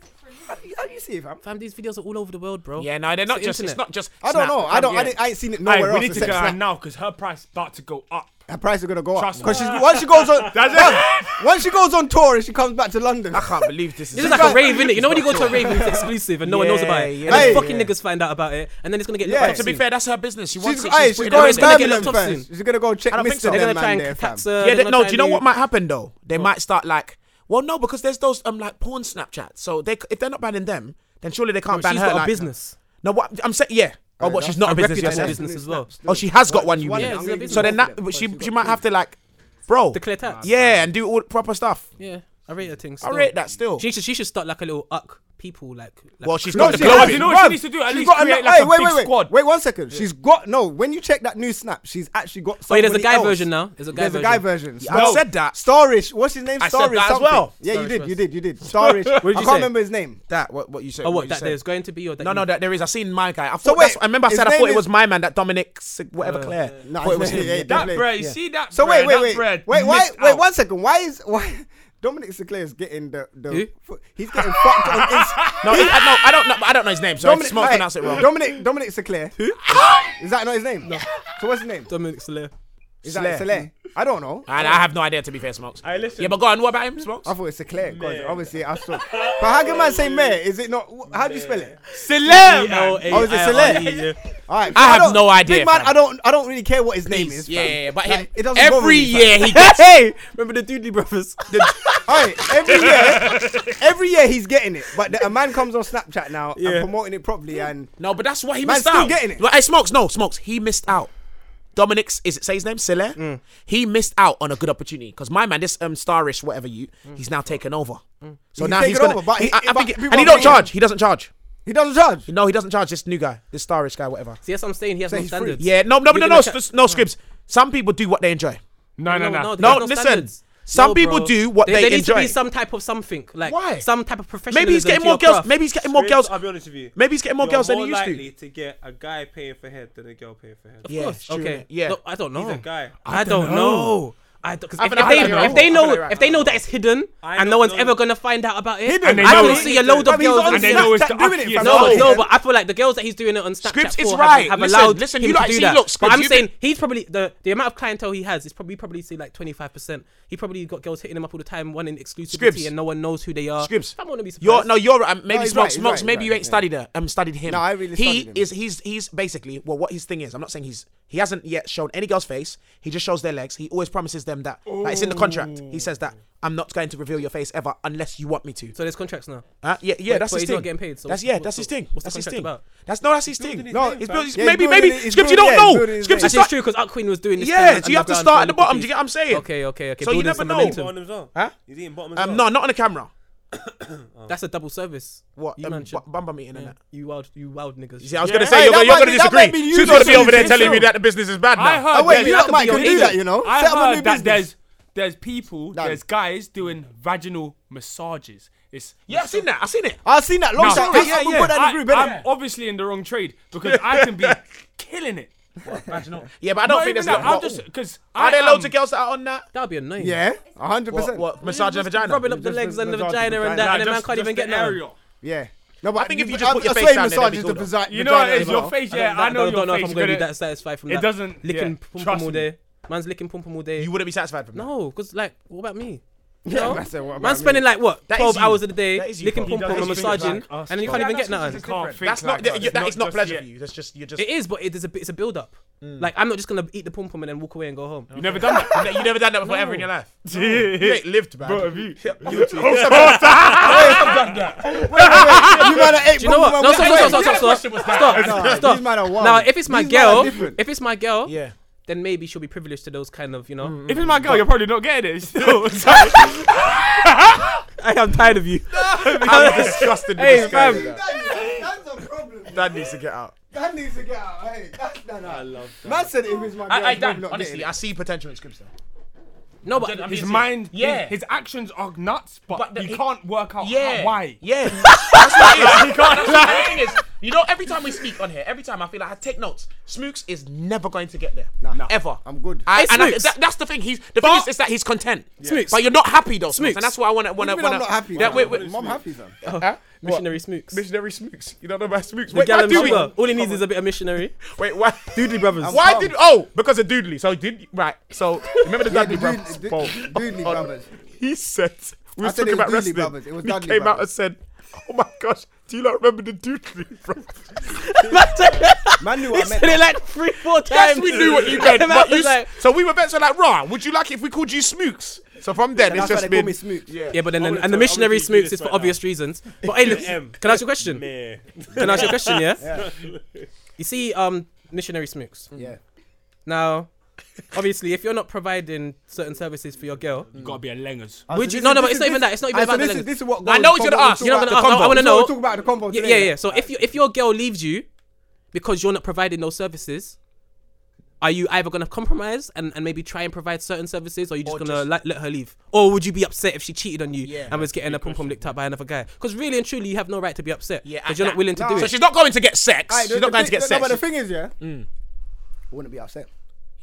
[SPEAKER 4] How do you see it, fam?
[SPEAKER 5] fam, these videos are all over the world, bro.
[SPEAKER 3] Yeah, no, they're
[SPEAKER 5] It's
[SPEAKER 3] not
[SPEAKER 5] the
[SPEAKER 3] just. It's
[SPEAKER 5] internet.
[SPEAKER 3] not just.
[SPEAKER 4] I don't
[SPEAKER 3] snap.
[SPEAKER 4] know. I
[SPEAKER 3] Um,
[SPEAKER 4] don't.
[SPEAKER 3] yeah.
[SPEAKER 4] I, didn't, I ain't seen it
[SPEAKER 6] Aye,
[SPEAKER 4] nowhere
[SPEAKER 6] we
[SPEAKER 4] else.
[SPEAKER 6] need to
[SPEAKER 4] except
[SPEAKER 6] get her
[SPEAKER 4] Snap.
[SPEAKER 6] now because her price about to go up.
[SPEAKER 4] Her price is gonna go up
[SPEAKER 6] Trust
[SPEAKER 4] because
[SPEAKER 6] me.
[SPEAKER 4] she's once she goes on
[SPEAKER 6] That's
[SPEAKER 4] once she goes on tour and she comes back to London.
[SPEAKER 3] I can't believe this is.
[SPEAKER 5] This is like a rave, innit? You know when you go to a rave and it's exclusive and no one knows
[SPEAKER 3] Yeah,
[SPEAKER 5] about it,
[SPEAKER 3] yeah,
[SPEAKER 5] and then
[SPEAKER 4] yeah.
[SPEAKER 5] fucking niggas find out about it, and then it's gonna get
[SPEAKER 4] Yeah.
[SPEAKER 5] yeah.
[SPEAKER 3] To be fair, that's her business. She wants
[SPEAKER 4] She's,
[SPEAKER 3] it.
[SPEAKER 4] aye,
[SPEAKER 3] She's
[SPEAKER 4] she's
[SPEAKER 3] putting
[SPEAKER 4] going
[SPEAKER 3] it out
[SPEAKER 5] Birmingham
[SPEAKER 3] there.
[SPEAKER 4] Birmingham
[SPEAKER 5] laptops soon.
[SPEAKER 4] first. She's gonna go check
[SPEAKER 3] I don't think
[SPEAKER 4] Mr.
[SPEAKER 3] so.
[SPEAKER 5] They're
[SPEAKER 4] Them
[SPEAKER 5] gonna try
[SPEAKER 4] man
[SPEAKER 5] and
[SPEAKER 4] there, fam.
[SPEAKER 5] tax her.
[SPEAKER 3] yeah,
[SPEAKER 5] they're
[SPEAKER 3] they,
[SPEAKER 5] gonna
[SPEAKER 3] no.
[SPEAKER 5] try
[SPEAKER 3] Do you
[SPEAKER 5] and
[SPEAKER 3] know what might happen though? They might start like, well, no, because there's those um like porn Snapchats. So they if they're not banning them, then surely they can't
[SPEAKER 5] But
[SPEAKER 3] ban
[SPEAKER 5] she's
[SPEAKER 3] her.
[SPEAKER 5] got a
[SPEAKER 3] like-
[SPEAKER 5] business.
[SPEAKER 3] No, what I'm saying, yeah. Oh, but she's not a
[SPEAKER 5] A
[SPEAKER 3] business. you're
[SPEAKER 5] reputable
[SPEAKER 3] saying.
[SPEAKER 5] business as well.
[SPEAKER 3] Oh, she has got one. You
[SPEAKER 4] One,
[SPEAKER 3] mean?
[SPEAKER 5] Yeah, it's a business.
[SPEAKER 3] So then that
[SPEAKER 4] Both of them.
[SPEAKER 3] she
[SPEAKER 4] She's
[SPEAKER 3] she
[SPEAKER 4] got
[SPEAKER 3] might
[SPEAKER 4] two.
[SPEAKER 3] have to like, bro,
[SPEAKER 5] Declare tax.
[SPEAKER 3] yeah, and do all proper stuff.
[SPEAKER 5] Yeah, I rate her things.
[SPEAKER 3] I rate that still.
[SPEAKER 5] She should she should start like a little uck people like. like
[SPEAKER 3] Well, she's
[SPEAKER 5] crew.
[SPEAKER 3] got the
[SPEAKER 4] she
[SPEAKER 3] glow.
[SPEAKER 4] has-
[SPEAKER 3] in.
[SPEAKER 6] You know what she
[SPEAKER 4] Bruv,
[SPEAKER 6] needs to do? At
[SPEAKER 4] she's
[SPEAKER 6] least
[SPEAKER 4] got a
[SPEAKER 6] create
[SPEAKER 4] lo-
[SPEAKER 6] like
[SPEAKER 4] aye,
[SPEAKER 6] a
[SPEAKER 4] wait,
[SPEAKER 6] big
[SPEAKER 4] wait, wait.
[SPEAKER 6] squad.
[SPEAKER 4] Wait one second. She's got no. When you check that new snap, she's actually got.
[SPEAKER 5] Oh, yeah, there's a
[SPEAKER 4] somebody
[SPEAKER 5] guy
[SPEAKER 4] else.
[SPEAKER 5] version now. There's a guy
[SPEAKER 4] There's a
[SPEAKER 5] version.
[SPEAKER 4] guy version.
[SPEAKER 3] I
[SPEAKER 4] Star-
[SPEAKER 3] said that.
[SPEAKER 4] Starish. What's his name?
[SPEAKER 3] I said
[SPEAKER 4] Starish
[SPEAKER 3] that as
[SPEAKER 4] something.
[SPEAKER 3] well.
[SPEAKER 4] Yeah, you
[SPEAKER 5] Starish
[SPEAKER 4] did.
[SPEAKER 5] was-
[SPEAKER 4] You did. You did. Starish. I
[SPEAKER 5] you
[SPEAKER 4] can't
[SPEAKER 5] say?
[SPEAKER 4] remember his name.
[SPEAKER 3] That what what you said?
[SPEAKER 5] Oh, what,
[SPEAKER 3] you
[SPEAKER 5] that
[SPEAKER 3] said.
[SPEAKER 5] there's going to be or that
[SPEAKER 3] No,
[SPEAKER 5] you-
[SPEAKER 3] no, that there is. I seen my guy. I thought.
[SPEAKER 4] So
[SPEAKER 3] that's,
[SPEAKER 4] wait,
[SPEAKER 3] I remember I
[SPEAKER 4] his
[SPEAKER 3] said I
[SPEAKER 4] name
[SPEAKER 3] thought it
[SPEAKER 4] is- Uh,
[SPEAKER 3] was my man that Dominic S- whatever Claire.
[SPEAKER 4] Nah,
[SPEAKER 3] Thought it was
[SPEAKER 4] yeah,
[SPEAKER 3] him.
[SPEAKER 4] yeah,
[SPEAKER 3] yeah.
[SPEAKER 6] That
[SPEAKER 4] definitely,
[SPEAKER 6] bread,
[SPEAKER 4] yeah.
[SPEAKER 6] see that
[SPEAKER 4] So wait,
[SPEAKER 6] bread,
[SPEAKER 4] wait,
[SPEAKER 6] that
[SPEAKER 4] wait,
[SPEAKER 6] bread
[SPEAKER 4] wait, why,
[SPEAKER 6] missed
[SPEAKER 4] wait,
[SPEAKER 6] out.
[SPEAKER 4] one second. Why is why Dominic Sinclair is getting the
[SPEAKER 5] Who?
[SPEAKER 4] the fu- he's getting fucked on Instagram.
[SPEAKER 3] No, I, no, I don't know. I don't know his name. So Dominic, I might pronounce it wrong.
[SPEAKER 4] Dominic Dominic Sinclair. Who? Is that not his name? No. So what's his name?
[SPEAKER 5] Dominic Soler.
[SPEAKER 4] Is that
[SPEAKER 3] Sinclair.
[SPEAKER 4] Sinclair? I don't know. I
[SPEAKER 3] And I have no idea. To be fair, smokes.
[SPEAKER 6] Aye, listen.
[SPEAKER 3] Yeah, but go on. What about him, smokes?
[SPEAKER 4] thought it's Sinclair because obviously I saw. But how can man say mayor? Is it not? wh- How do you spell it?
[SPEAKER 6] Celeb, man.
[SPEAKER 5] L-A-I-R-E,
[SPEAKER 4] Oh, is it Soler?
[SPEAKER 5] yeah.
[SPEAKER 4] All right.
[SPEAKER 3] I have
[SPEAKER 4] don't-
[SPEAKER 3] no idea,
[SPEAKER 4] Big man,
[SPEAKER 3] fam.
[SPEAKER 4] I don't. I don't really care what his name is.
[SPEAKER 3] Yeah,
[SPEAKER 4] fam.
[SPEAKER 3] yeah, yeah, but
[SPEAKER 4] Like,
[SPEAKER 3] him,
[SPEAKER 4] it doesn't bother
[SPEAKER 3] every
[SPEAKER 4] me, fam.
[SPEAKER 3] year he gets.
[SPEAKER 5] Hey, remember the Doodley Brothers?
[SPEAKER 4] All right, every year, every year he's getting it, but the, a man comes on Snapchat now and
[SPEAKER 5] Yeah.
[SPEAKER 4] promoting it properly, and
[SPEAKER 3] No, but that's why he
[SPEAKER 4] Man's
[SPEAKER 3] missed
[SPEAKER 4] still
[SPEAKER 3] out.
[SPEAKER 4] getting it.
[SPEAKER 3] Like, hey, smokes. No, smokes. He missed out. Dominic's is it say his name Sile? He missed out on a good opportunity because my man, this um starish whatever you, he's now taken over. So
[SPEAKER 4] He's
[SPEAKER 3] now
[SPEAKER 4] taken
[SPEAKER 3] he's gonna.
[SPEAKER 4] over, but
[SPEAKER 3] he-
[SPEAKER 4] he-
[SPEAKER 3] I- I
[SPEAKER 4] but
[SPEAKER 3] think-
[SPEAKER 4] people
[SPEAKER 3] and he
[SPEAKER 4] are
[SPEAKER 3] don't
[SPEAKER 4] bringing-
[SPEAKER 3] charge. He doesn't charge.
[SPEAKER 4] He doesn't judge.
[SPEAKER 3] No, he doesn't charge. This new guy, this starish guy, whatever.
[SPEAKER 5] See, that's what I'm saying. He has no
[SPEAKER 4] he's free.
[SPEAKER 5] standards.
[SPEAKER 3] Yeah, no, no,
[SPEAKER 5] You're
[SPEAKER 3] no, no,
[SPEAKER 5] gonna
[SPEAKER 3] no,
[SPEAKER 5] check-
[SPEAKER 3] s- no scripts. Some people do what they enjoy.
[SPEAKER 6] No, no, no.
[SPEAKER 5] Mm. they
[SPEAKER 3] No,
[SPEAKER 5] have
[SPEAKER 3] listen.
[SPEAKER 5] standards.
[SPEAKER 3] Some
[SPEAKER 5] No,
[SPEAKER 3] people
[SPEAKER 5] bro.
[SPEAKER 3] do what they
[SPEAKER 5] There needs to be
[SPEAKER 3] enjoy.
[SPEAKER 5] some type of something, like
[SPEAKER 3] Why?
[SPEAKER 5] some type of professionalism.
[SPEAKER 3] Maybe he's getting
[SPEAKER 5] to
[SPEAKER 3] more
[SPEAKER 5] your
[SPEAKER 3] girls.
[SPEAKER 5] craft.
[SPEAKER 3] Maybe he's getting more girls.
[SPEAKER 7] I'll be honest with you.
[SPEAKER 3] Maybe he's getting more
[SPEAKER 7] You're
[SPEAKER 3] girls than he
[SPEAKER 7] more
[SPEAKER 3] used to.
[SPEAKER 7] likely to get a guy paying for head than a girl paying for head.
[SPEAKER 3] Yeah,
[SPEAKER 5] Yes,
[SPEAKER 3] it's true.
[SPEAKER 5] okay.
[SPEAKER 3] Yeah.
[SPEAKER 5] No, I don't know.
[SPEAKER 7] He's a guy.
[SPEAKER 5] I don't know. I don't, 'cause if,
[SPEAKER 3] feel like
[SPEAKER 5] if they,
[SPEAKER 3] you're right.
[SPEAKER 5] if they
[SPEAKER 3] I feel
[SPEAKER 5] know
[SPEAKER 3] like you're right.
[SPEAKER 5] if they know that it's hidden
[SPEAKER 7] I
[SPEAKER 5] and no
[SPEAKER 7] don't
[SPEAKER 5] one's
[SPEAKER 7] know.
[SPEAKER 5] ever gonna find out about it,
[SPEAKER 6] Hidden.
[SPEAKER 5] I
[SPEAKER 6] And they
[SPEAKER 5] don't
[SPEAKER 6] know
[SPEAKER 5] see
[SPEAKER 6] it.
[SPEAKER 5] a load
[SPEAKER 4] But
[SPEAKER 5] of
[SPEAKER 4] he's
[SPEAKER 5] girls.
[SPEAKER 4] on
[SPEAKER 6] And they know it's
[SPEAKER 4] Snapchat
[SPEAKER 6] the
[SPEAKER 4] doing it,
[SPEAKER 6] up-
[SPEAKER 4] fam.
[SPEAKER 5] No,
[SPEAKER 3] No.
[SPEAKER 5] no, but I feel like the girls that he's doing it on Snapchat
[SPEAKER 3] Scripps is
[SPEAKER 5] for have-
[SPEAKER 3] right.
[SPEAKER 5] have,
[SPEAKER 3] Listen,
[SPEAKER 5] allowed
[SPEAKER 3] listen,
[SPEAKER 5] him
[SPEAKER 3] you
[SPEAKER 5] to
[SPEAKER 3] lot-
[SPEAKER 5] do
[SPEAKER 3] see,
[SPEAKER 5] that.
[SPEAKER 3] look,
[SPEAKER 5] but
[SPEAKER 3] Scripps,
[SPEAKER 5] I'm
[SPEAKER 3] you've
[SPEAKER 5] saying
[SPEAKER 3] been-
[SPEAKER 5] he's probably the, the amount of clientele he has is probably probably say like 25 percent. He probably got girls hitting him up all the time, wanting exclusivity,
[SPEAKER 3] Scripps.
[SPEAKER 5] and no one knows who they are.
[SPEAKER 3] Scripps.
[SPEAKER 5] I wouldn't be surprised.
[SPEAKER 3] You're no, you're um, maybe
[SPEAKER 4] he's
[SPEAKER 3] smokes,
[SPEAKER 4] right, he's
[SPEAKER 3] smokes.
[SPEAKER 4] right,
[SPEAKER 3] maybe
[SPEAKER 4] he's
[SPEAKER 3] you
[SPEAKER 4] right,
[SPEAKER 3] ain't studied her, um, studied him.
[SPEAKER 4] No, I really
[SPEAKER 3] He
[SPEAKER 4] studied him.
[SPEAKER 3] is he's he's basically well, what his thing is. I'm not saying he's he hasn't yet shown any girl's face. He just shows their legs. He always promises them that like, it's in the contract. He says that I'm not going to reveal your face ever unless you want me to.
[SPEAKER 5] so there's contracts now.
[SPEAKER 3] Huh? yeah, yeah,
[SPEAKER 5] But-
[SPEAKER 3] that's
[SPEAKER 5] but
[SPEAKER 3] his
[SPEAKER 5] he's
[SPEAKER 3] thing.
[SPEAKER 5] not getting paid, so
[SPEAKER 3] that's
[SPEAKER 5] what's-
[SPEAKER 3] yeah,
[SPEAKER 5] what's-
[SPEAKER 3] that's his thing.
[SPEAKER 5] what's the
[SPEAKER 3] that's his
[SPEAKER 5] contract
[SPEAKER 3] thing.
[SPEAKER 5] about?
[SPEAKER 3] That's no, that's his thing.
[SPEAKER 7] building his
[SPEAKER 3] No,
[SPEAKER 7] name,
[SPEAKER 3] it's
[SPEAKER 7] fam.
[SPEAKER 3] built-
[SPEAKER 4] Yeah, he's
[SPEAKER 3] maybe
[SPEAKER 4] building
[SPEAKER 3] maybe
[SPEAKER 4] it- he's
[SPEAKER 3] scripts you
[SPEAKER 4] building-
[SPEAKER 3] don't
[SPEAKER 4] yeah, he's
[SPEAKER 3] know.
[SPEAKER 4] building his
[SPEAKER 3] Scripts
[SPEAKER 4] name.
[SPEAKER 3] is
[SPEAKER 5] That's
[SPEAKER 3] not.
[SPEAKER 5] true because Aquin was doing this.
[SPEAKER 3] Yeah,
[SPEAKER 5] thing
[SPEAKER 3] so you have to
[SPEAKER 5] underground,
[SPEAKER 3] start at the
[SPEAKER 5] building
[SPEAKER 3] bottom. Do you
[SPEAKER 5] peace.
[SPEAKER 3] get what I'm saying?
[SPEAKER 5] Okay, okay, okay.
[SPEAKER 3] So you
[SPEAKER 5] building
[SPEAKER 3] never
[SPEAKER 5] some
[SPEAKER 3] know.
[SPEAKER 5] momentum.
[SPEAKER 7] Bottom as well.
[SPEAKER 3] Huh?
[SPEAKER 7] He's eating bottom as
[SPEAKER 3] Um,
[SPEAKER 7] well.
[SPEAKER 3] no, not on the camera.
[SPEAKER 5] That's a double service.
[SPEAKER 3] What?
[SPEAKER 5] You
[SPEAKER 3] Um,
[SPEAKER 5] man should-
[SPEAKER 3] bu- bumper meeting and that.
[SPEAKER 5] You wild, you wild niggas.
[SPEAKER 3] You see, I was
[SPEAKER 6] Yeah.
[SPEAKER 3] gonna say
[SPEAKER 6] Hey,
[SPEAKER 3] you're,
[SPEAKER 4] that
[SPEAKER 3] gonna- you're
[SPEAKER 4] might
[SPEAKER 3] gonna
[SPEAKER 4] be- that
[SPEAKER 3] disagree.
[SPEAKER 4] might be you
[SPEAKER 3] She's gonna be
[SPEAKER 4] listening
[SPEAKER 3] over there
[SPEAKER 4] to
[SPEAKER 3] telling
[SPEAKER 4] yourself.
[SPEAKER 3] me that the business is bad now.
[SPEAKER 6] I heard.
[SPEAKER 4] Oh, wait,
[SPEAKER 6] there's-
[SPEAKER 4] you
[SPEAKER 5] have
[SPEAKER 4] lot
[SPEAKER 5] to
[SPEAKER 4] might
[SPEAKER 5] be
[SPEAKER 4] can
[SPEAKER 5] your
[SPEAKER 4] do that,
[SPEAKER 5] agent.
[SPEAKER 4] you know.
[SPEAKER 6] I
[SPEAKER 4] Set up a
[SPEAKER 6] heard
[SPEAKER 4] new
[SPEAKER 6] that
[SPEAKER 4] business.
[SPEAKER 6] there's there's people
[SPEAKER 4] Done.
[SPEAKER 6] there's guys doing vaginal massages. It's
[SPEAKER 3] Yeah, I've seen that. I've seen it.
[SPEAKER 4] I've seen that long
[SPEAKER 6] No,
[SPEAKER 4] time.
[SPEAKER 6] yeah,
[SPEAKER 4] That's-
[SPEAKER 3] yeah,
[SPEAKER 4] We put that in
[SPEAKER 6] I,
[SPEAKER 4] the group, innit?
[SPEAKER 6] am obviously in the wrong trade because I can be killing it. Vaginal.
[SPEAKER 3] Yeah, but I don't think
[SPEAKER 6] Not even
[SPEAKER 3] there's
[SPEAKER 6] that.
[SPEAKER 3] like-
[SPEAKER 6] I'm
[SPEAKER 3] what-
[SPEAKER 6] just because
[SPEAKER 3] Are there loads of girls that are on that?
[SPEAKER 5] That'd be annoying.
[SPEAKER 4] Yeah, 100%.
[SPEAKER 3] What, what massaging the vagina?
[SPEAKER 5] Rubbing up the
[SPEAKER 4] Just
[SPEAKER 5] legs and the
[SPEAKER 4] massage the
[SPEAKER 5] vagina and
[SPEAKER 4] vagina.
[SPEAKER 5] that,
[SPEAKER 4] Nah,
[SPEAKER 5] and the man can't even get none.
[SPEAKER 4] Yeah. No, but I
[SPEAKER 3] think if you just put your face down, then
[SPEAKER 4] massages
[SPEAKER 3] it'll
[SPEAKER 4] the
[SPEAKER 3] be
[SPEAKER 4] vagi-
[SPEAKER 6] You know what
[SPEAKER 4] vagina
[SPEAKER 6] it
[SPEAKER 4] as
[SPEAKER 6] is? Your
[SPEAKER 4] well.
[SPEAKER 6] face, yeah, I, know
[SPEAKER 5] don't,
[SPEAKER 6] your
[SPEAKER 5] know
[SPEAKER 6] face.
[SPEAKER 5] if I'm gonna be
[SPEAKER 6] gonna-
[SPEAKER 5] that satisfied from
[SPEAKER 6] it
[SPEAKER 5] that.
[SPEAKER 6] doesn't-
[SPEAKER 5] licking
[SPEAKER 6] yeah,
[SPEAKER 5] pum pum
[SPEAKER 6] trust
[SPEAKER 5] all
[SPEAKER 6] me.
[SPEAKER 5] day. Man's licking pum pum all day.
[SPEAKER 3] You wouldn't be satisfied from that.
[SPEAKER 5] no, because like, what about me?
[SPEAKER 4] Yeah,
[SPEAKER 5] No?
[SPEAKER 4] man said, what about
[SPEAKER 5] Man's
[SPEAKER 4] me?
[SPEAKER 5] spending like what
[SPEAKER 3] That is
[SPEAKER 5] twelve
[SPEAKER 3] you.
[SPEAKER 5] hours of the day
[SPEAKER 3] That is you,
[SPEAKER 5] licking
[SPEAKER 3] bro.
[SPEAKER 5] pum pum
[SPEAKER 6] He
[SPEAKER 5] and
[SPEAKER 6] doesn't think
[SPEAKER 5] massaging,
[SPEAKER 6] like us,
[SPEAKER 5] and you
[SPEAKER 6] bro.
[SPEAKER 5] can't even
[SPEAKER 6] Yeah,
[SPEAKER 5] get nothing.
[SPEAKER 6] Can't think
[SPEAKER 3] That's
[SPEAKER 6] like
[SPEAKER 3] not.
[SPEAKER 6] us.
[SPEAKER 3] That, that
[SPEAKER 6] Not
[SPEAKER 3] is not
[SPEAKER 6] just
[SPEAKER 3] pleasure
[SPEAKER 6] yet.
[SPEAKER 3] for you. That's just you're just.
[SPEAKER 5] It is, but it is a bit. It's a build up. Like I'm not just gonna eat the pum pum and then walk away and go home.
[SPEAKER 6] You never done that.
[SPEAKER 3] you never done that before ever in your life. You ain't lived, man.
[SPEAKER 6] Bro, have you?
[SPEAKER 4] you man are eight
[SPEAKER 5] Do you know what? No, stop, stop, stop, stop, stop, stop,
[SPEAKER 4] Nah,
[SPEAKER 5] stop.
[SPEAKER 4] these man are wild.
[SPEAKER 5] Now, if it's my
[SPEAKER 4] These man are
[SPEAKER 5] girl,
[SPEAKER 4] different.
[SPEAKER 5] if it's my girl,
[SPEAKER 3] Yeah.
[SPEAKER 5] then maybe she'll be privileged to those kind of, you know.
[SPEAKER 6] If it's my girl, you're probably not getting it. Still.
[SPEAKER 5] I am tired of you.
[SPEAKER 3] I'm disgusted with
[SPEAKER 5] Hey,
[SPEAKER 3] this guy.
[SPEAKER 5] fam.
[SPEAKER 3] man.
[SPEAKER 4] That's a problem.
[SPEAKER 3] That needs to get out.
[SPEAKER 4] That needs to get out. Hey, that's done. I love that. Man said if it's my girl,
[SPEAKER 3] I, I,
[SPEAKER 4] I'm probably
[SPEAKER 3] Dan,
[SPEAKER 4] not
[SPEAKER 3] honestly,
[SPEAKER 4] getting
[SPEAKER 3] I
[SPEAKER 4] it.
[SPEAKER 3] see potential in scripts though.
[SPEAKER 5] No, but
[SPEAKER 6] His mind, yeah. His actions are nuts, but,
[SPEAKER 3] But the-
[SPEAKER 6] he
[SPEAKER 3] he-
[SPEAKER 6] can't work out
[SPEAKER 3] Yeah.
[SPEAKER 6] how- why.
[SPEAKER 3] Yeah. That's what it is. That's what- and the thing is, you know, every time we speak on here, every time I feel like I take notes. Smooks is never going to get there.
[SPEAKER 4] Nah.
[SPEAKER 3] Ever.
[SPEAKER 4] I'm good.
[SPEAKER 3] I,
[SPEAKER 5] Hey,
[SPEAKER 3] and I,
[SPEAKER 5] Smooks.
[SPEAKER 3] that, that's the thing. He's the thing is, is that he's content.
[SPEAKER 5] Smooks.
[SPEAKER 3] But you're not happy though, Smooks.
[SPEAKER 5] Smooks.
[SPEAKER 3] And that's why I want to.
[SPEAKER 4] What do you mean I'm not happy.
[SPEAKER 3] Yeah,
[SPEAKER 4] fam?
[SPEAKER 3] wait, wait.
[SPEAKER 4] I'm happy, fam.
[SPEAKER 5] missionary smooks.
[SPEAKER 3] Missionary Smooks. You don't know about Smooks. Wait,
[SPEAKER 5] The
[SPEAKER 3] why
[SPEAKER 5] gallon
[SPEAKER 3] do we?
[SPEAKER 5] sugar. All he needs is a bit of missionary.
[SPEAKER 3] Wait, why?
[SPEAKER 5] Doodly brothers.
[SPEAKER 3] Why
[SPEAKER 4] calm.
[SPEAKER 3] did? Oh, because of Doodly. So did right. So remember the Dudley
[SPEAKER 4] Dude-
[SPEAKER 3] brothers.
[SPEAKER 4] dude-
[SPEAKER 3] Paul.
[SPEAKER 4] Doodly brothers.
[SPEAKER 3] He said we
[SPEAKER 4] I
[SPEAKER 3] was
[SPEAKER 4] said
[SPEAKER 3] talking
[SPEAKER 4] it was
[SPEAKER 3] about
[SPEAKER 4] Doodly
[SPEAKER 3] wrestling.
[SPEAKER 4] brothers. It was
[SPEAKER 3] and he
[SPEAKER 4] Dudley
[SPEAKER 3] came out
[SPEAKER 4] brothers.
[SPEAKER 3] and said, "Oh my gosh, do you not remember the Doodly brothers?"
[SPEAKER 4] Man knew what I
[SPEAKER 5] Said
[SPEAKER 4] meant.
[SPEAKER 5] it like three, four times.
[SPEAKER 3] Yes, we knew what you meant.
[SPEAKER 5] And I
[SPEAKER 3] but
[SPEAKER 5] was
[SPEAKER 3] you s-
[SPEAKER 5] like-
[SPEAKER 3] so we were bets were like, "Raw, would you like it if we called you Smooks?" So from then, it's
[SPEAKER 4] That's why
[SPEAKER 3] just
[SPEAKER 4] they call
[SPEAKER 3] been
[SPEAKER 4] me Smoot.
[SPEAKER 5] yeah, but then
[SPEAKER 7] I
[SPEAKER 5] and, and
[SPEAKER 7] would've
[SPEAKER 5] the
[SPEAKER 7] thought- I
[SPEAKER 5] missionary
[SPEAKER 7] would've thought you
[SPEAKER 5] smooks
[SPEAKER 7] did
[SPEAKER 5] is for
[SPEAKER 7] right
[SPEAKER 5] obvious reasons. But hey, look,
[SPEAKER 7] M.
[SPEAKER 5] can I ask you a question?
[SPEAKER 7] Yeah.
[SPEAKER 5] Can I ask you a question? Yeah. You see, um, missionary smooks.
[SPEAKER 4] Yeah.
[SPEAKER 5] Now, obviously, if you're not providing certain services for your girl,
[SPEAKER 6] You gotta be a lengers.
[SPEAKER 4] Mm.
[SPEAKER 5] would
[SPEAKER 4] So
[SPEAKER 5] you?
[SPEAKER 4] this
[SPEAKER 5] No,
[SPEAKER 4] is-
[SPEAKER 5] no, but
[SPEAKER 4] this
[SPEAKER 5] it's
[SPEAKER 4] is-
[SPEAKER 5] not even
[SPEAKER 4] this-
[SPEAKER 5] that. It's not
[SPEAKER 4] Ah,
[SPEAKER 5] even
[SPEAKER 4] so
[SPEAKER 5] about the
[SPEAKER 4] this is-
[SPEAKER 5] length.
[SPEAKER 4] This is what
[SPEAKER 3] I know what you're
[SPEAKER 4] goes from
[SPEAKER 3] gonna
[SPEAKER 4] what
[SPEAKER 3] ask.
[SPEAKER 4] we
[SPEAKER 5] You're not
[SPEAKER 4] talk
[SPEAKER 5] gonna
[SPEAKER 4] about
[SPEAKER 5] ask. I wanna
[SPEAKER 4] the combo.
[SPEAKER 5] know.
[SPEAKER 4] So we talk about the combo.
[SPEAKER 5] Yeah, yeah,
[SPEAKER 4] today.
[SPEAKER 5] yeah. So if you if your girl leaves you because you're not providing those services, are you either gonna compromise and, and maybe try and provide certain services, or are you just
[SPEAKER 3] Or
[SPEAKER 5] gonna
[SPEAKER 3] just-
[SPEAKER 5] let, let her leave, or would you be upset if she cheated on you
[SPEAKER 3] Yeah.
[SPEAKER 5] and was getting a pom pom licked up by another guy? Because really and truly, you have no right to be upset.
[SPEAKER 3] Yeah,
[SPEAKER 5] because
[SPEAKER 3] at
[SPEAKER 5] you're
[SPEAKER 3] that.
[SPEAKER 5] not willing to do
[SPEAKER 4] No.
[SPEAKER 3] So
[SPEAKER 5] it.
[SPEAKER 3] she's not going to get sex.
[SPEAKER 4] Alright,
[SPEAKER 3] she's
[SPEAKER 4] the-
[SPEAKER 3] not
[SPEAKER 4] the
[SPEAKER 3] going to get
[SPEAKER 4] thing-
[SPEAKER 3] Mm.
[SPEAKER 4] no,
[SPEAKER 3] sex.
[SPEAKER 4] but the thing is, yeah, I wouldn't be upset.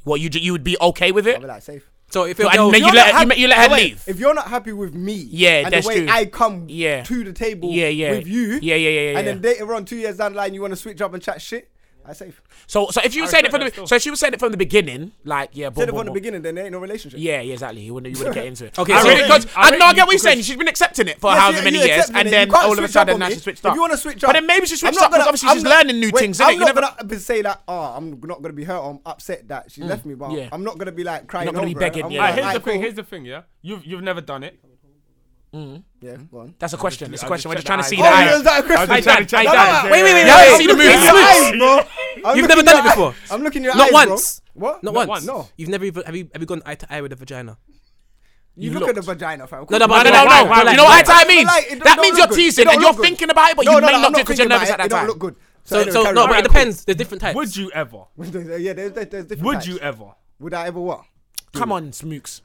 [SPEAKER 3] Well, you you would be okay with
[SPEAKER 4] I'd
[SPEAKER 3] it,
[SPEAKER 4] be like safe.
[SPEAKER 5] So if your
[SPEAKER 3] and
[SPEAKER 5] girl,
[SPEAKER 3] then you
[SPEAKER 4] You're
[SPEAKER 3] let
[SPEAKER 4] not
[SPEAKER 3] her, you, ma-
[SPEAKER 4] happy-
[SPEAKER 3] you let her
[SPEAKER 4] Oh, wait,
[SPEAKER 3] leave.
[SPEAKER 4] If you're not happy with me,
[SPEAKER 3] Yeah,
[SPEAKER 4] and
[SPEAKER 3] that's
[SPEAKER 4] the way
[SPEAKER 3] true.
[SPEAKER 4] I come
[SPEAKER 3] Yeah.
[SPEAKER 4] to the table,
[SPEAKER 3] Yeah, yeah.
[SPEAKER 4] with you,
[SPEAKER 3] Yeah, yeah, yeah, yeah,
[SPEAKER 4] and
[SPEAKER 3] yeah.
[SPEAKER 4] then later on, two years down the line, you want to switch up and chat shit, I safe.
[SPEAKER 3] So so if you were saying it from the so if she was saying it from the beginning, like yeah, boom,
[SPEAKER 4] Said it
[SPEAKER 3] boom,
[SPEAKER 4] from the
[SPEAKER 3] boom.
[SPEAKER 4] beginning, then there ain't no relationship.
[SPEAKER 3] Yeah, yeah, exactly. You wouldn't, you wouldn't get into it.
[SPEAKER 5] Okay,
[SPEAKER 3] I
[SPEAKER 5] so-
[SPEAKER 3] really- 'cause-
[SPEAKER 6] I
[SPEAKER 3] I,
[SPEAKER 6] rate
[SPEAKER 3] no, I
[SPEAKER 6] you
[SPEAKER 3] get what you're saying.
[SPEAKER 6] because-
[SPEAKER 3] She's been accepting it for
[SPEAKER 4] Yes,
[SPEAKER 3] however
[SPEAKER 4] you-
[SPEAKER 3] many
[SPEAKER 4] you
[SPEAKER 3] years,
[SPEAKER 4] accept me
[SPEAKER 3] and
[SPEAKER 4] then. You
[SPEAKER 3] then
[SPEAKER 4] can't
[SPEAKER 3] all of a
[SPEAKER 4] switch up
[SPEAKER 3] sudden
[SPEAKER 4] on
[SPEAKER 3] now
[SPEAKER 4] me.
[SPEAKER 3] she switched
[SPEAKER 4] If
[SPEAKER 3] up.
[SPEAKER 4] you wanna switch
[SPEAKER 3] but
[SPEAKER 4] up-
[SPEAKER 3] then maybe she
[SPEAKER 4] I'm
[SPEAKER 3] switched
[SPEAKER 4] not
[SPEAKER 3] up because
[SPEAKER 4] gonna-
[SPEAKER 3] obviously
[SPEAKER 4] I'm
[SPEAKER 3] she's
[SPEAKER 4] not-
[SPEAKER 3] learning new
[SPEAKER 4] wait,
[SPEAKER 3] things. innit?
[SPEAKER 4] I'm
[SPEAKER 3] You
[SPEAKER 4] not
[SPEAKER 3] never
[SPEAKER 4] gonna be- say like, oh, I'm not gonna be hurt. I'm upset that she left me, but
[SPEAKER 3] Mm. yeah.
[SPEAKER 4] I'm not gonna be like crying.
[SPEAKER 3] not gonna be
[SPEAKER 4] over it.
[SPEAKER 3] begging,
[SPEAKER 4] I'm
[SPEAKER 3] yeah.
[SPEAKER 6] Alright,
[SPEAKER 4] like,
[SPEAKER 6] here's the
[SPEAKER 4] alright,
[SPEAKER 6] thing.
[SPEAKER 4] cool.
[SPEAKER 6] Here's the thing. Yeah, you've you've never done it.
[SPEAKER 4] Yeah, go on.
[SPEAKER 3] That's a question. It's a
[SPEAKER 6] I
[SPEAKER 3] question. We're just
[SPEAKER 6] just
[SPEAKER 3] trying to
[SPEAKER 6] checked
[SPEAKER 3] see
[SPEAKER 6] the
[SPEAKER 3] the
[SPEAKER 4] Oh, yeah,
[SPEAKER 3] eyes.
[SPEAKER 4] is that a question?
[SPEAKER 3] Hey, Dan, hey,
[SPEAKER 4] No, no,
[SPEAKER 3] Dan.
[SPEAKER 4] no.
[SPEAKER 5] wait, wait, wait,
[SPEAKER 3] You
[SPEAKER 5] wait,
[SPEAKER 3] haven't
[SPEAKER 5] wait,
[SPEAKER 3] seen the
[SPEAKER 5] wait,
[SPEAKER 3] movie
[SPEAKER 5] wait, wait,
[SPEAKER 3] Smoots.
[SPEAKER 4] Eyes, bro. I'm
[SPEAKER 5] You've
[SPEAKER 4] looking
[SPEAKER 5] never
[SPEAKER 4] at
[SPEAKER 5] done it
[SPEAKER 4] your
[SPEAKER 5] before.
[SPEAKER 4] eye- I'm looking at your
[SPEAKER 5] Not
[SPEAKER 4] eyes,
[SPEAKER 5] once.
[SPEAKER 4] What?
[SPEAKER 5] Not,
[SPEAKER 6] Not
[SPEAKER 5] once.
[SPEAKER 6] once.
[SPEAKER 5] No. You've never even have you have you gone eye to eye with a vagina?
[SPEAKER 4] You,
[SPEAKER 3] You
[SPEAKER 4] look at
[SPEAKER 3] looked.
[SPEAKER 4] the vagina, fam.
[SPEAKER 5] No, no, but
[SPEAKER 3] No, no, no, no.
[SPEAKER 5] Why- why- why-
[SPEAKER 3] you know
[SPEAKER 5] why-
[SPEAKER 3] what I mean?
[SPEAKER 4] Like, it
[SPEAKER 3] that
[SPEAKER 4] don't
[SPEAKER 3] means
[SPEAKER 4] look
[SPEAKER 3] you're
[SPEAKER 4] good. It
[SPEAKER 3] teasing
[SPEAKER 4] don't
[SPEAKER 3] and you're
[SPEAKER 4] look good.
[SPEAKER 3] thinking about it, but
[SPEAKER 4] No,
[SPEAKER 3] you
[SPEAKER 4] no,
[SPEAKER 3] may
[SPEAKER 4] no, I'm
[SPEAKER 3] not do because you're
[SPEAKER 4] thinking about
[SPEAKER 3] nervous
[SPEAKER 4] it.
[SPEAKER 3] at that
[SPEAKER 4] It don't
[SPEAKER 3] time.
[SPEAKER 4] look good.
[SPEAKER 5] So
[SPEAKER 4] anyway,
[SPEAKER 5] so
[SPEAKER 4] carry
[SPEAKER 5] no,
[SPEAKER 4] on.
[SPEAKER 5] but it depends. There's different types.
[SPEAKER 6] Would you ever?
[SPEAKER 4] yeah, there's, there's, there's different
[SPEAKER 6] Would
[SPEAKER 4] types.
[SPEAKER 6] you ever?
[SPEAKER 4] Would I ever what?
[SPEAKER 3] Come on, Smooks.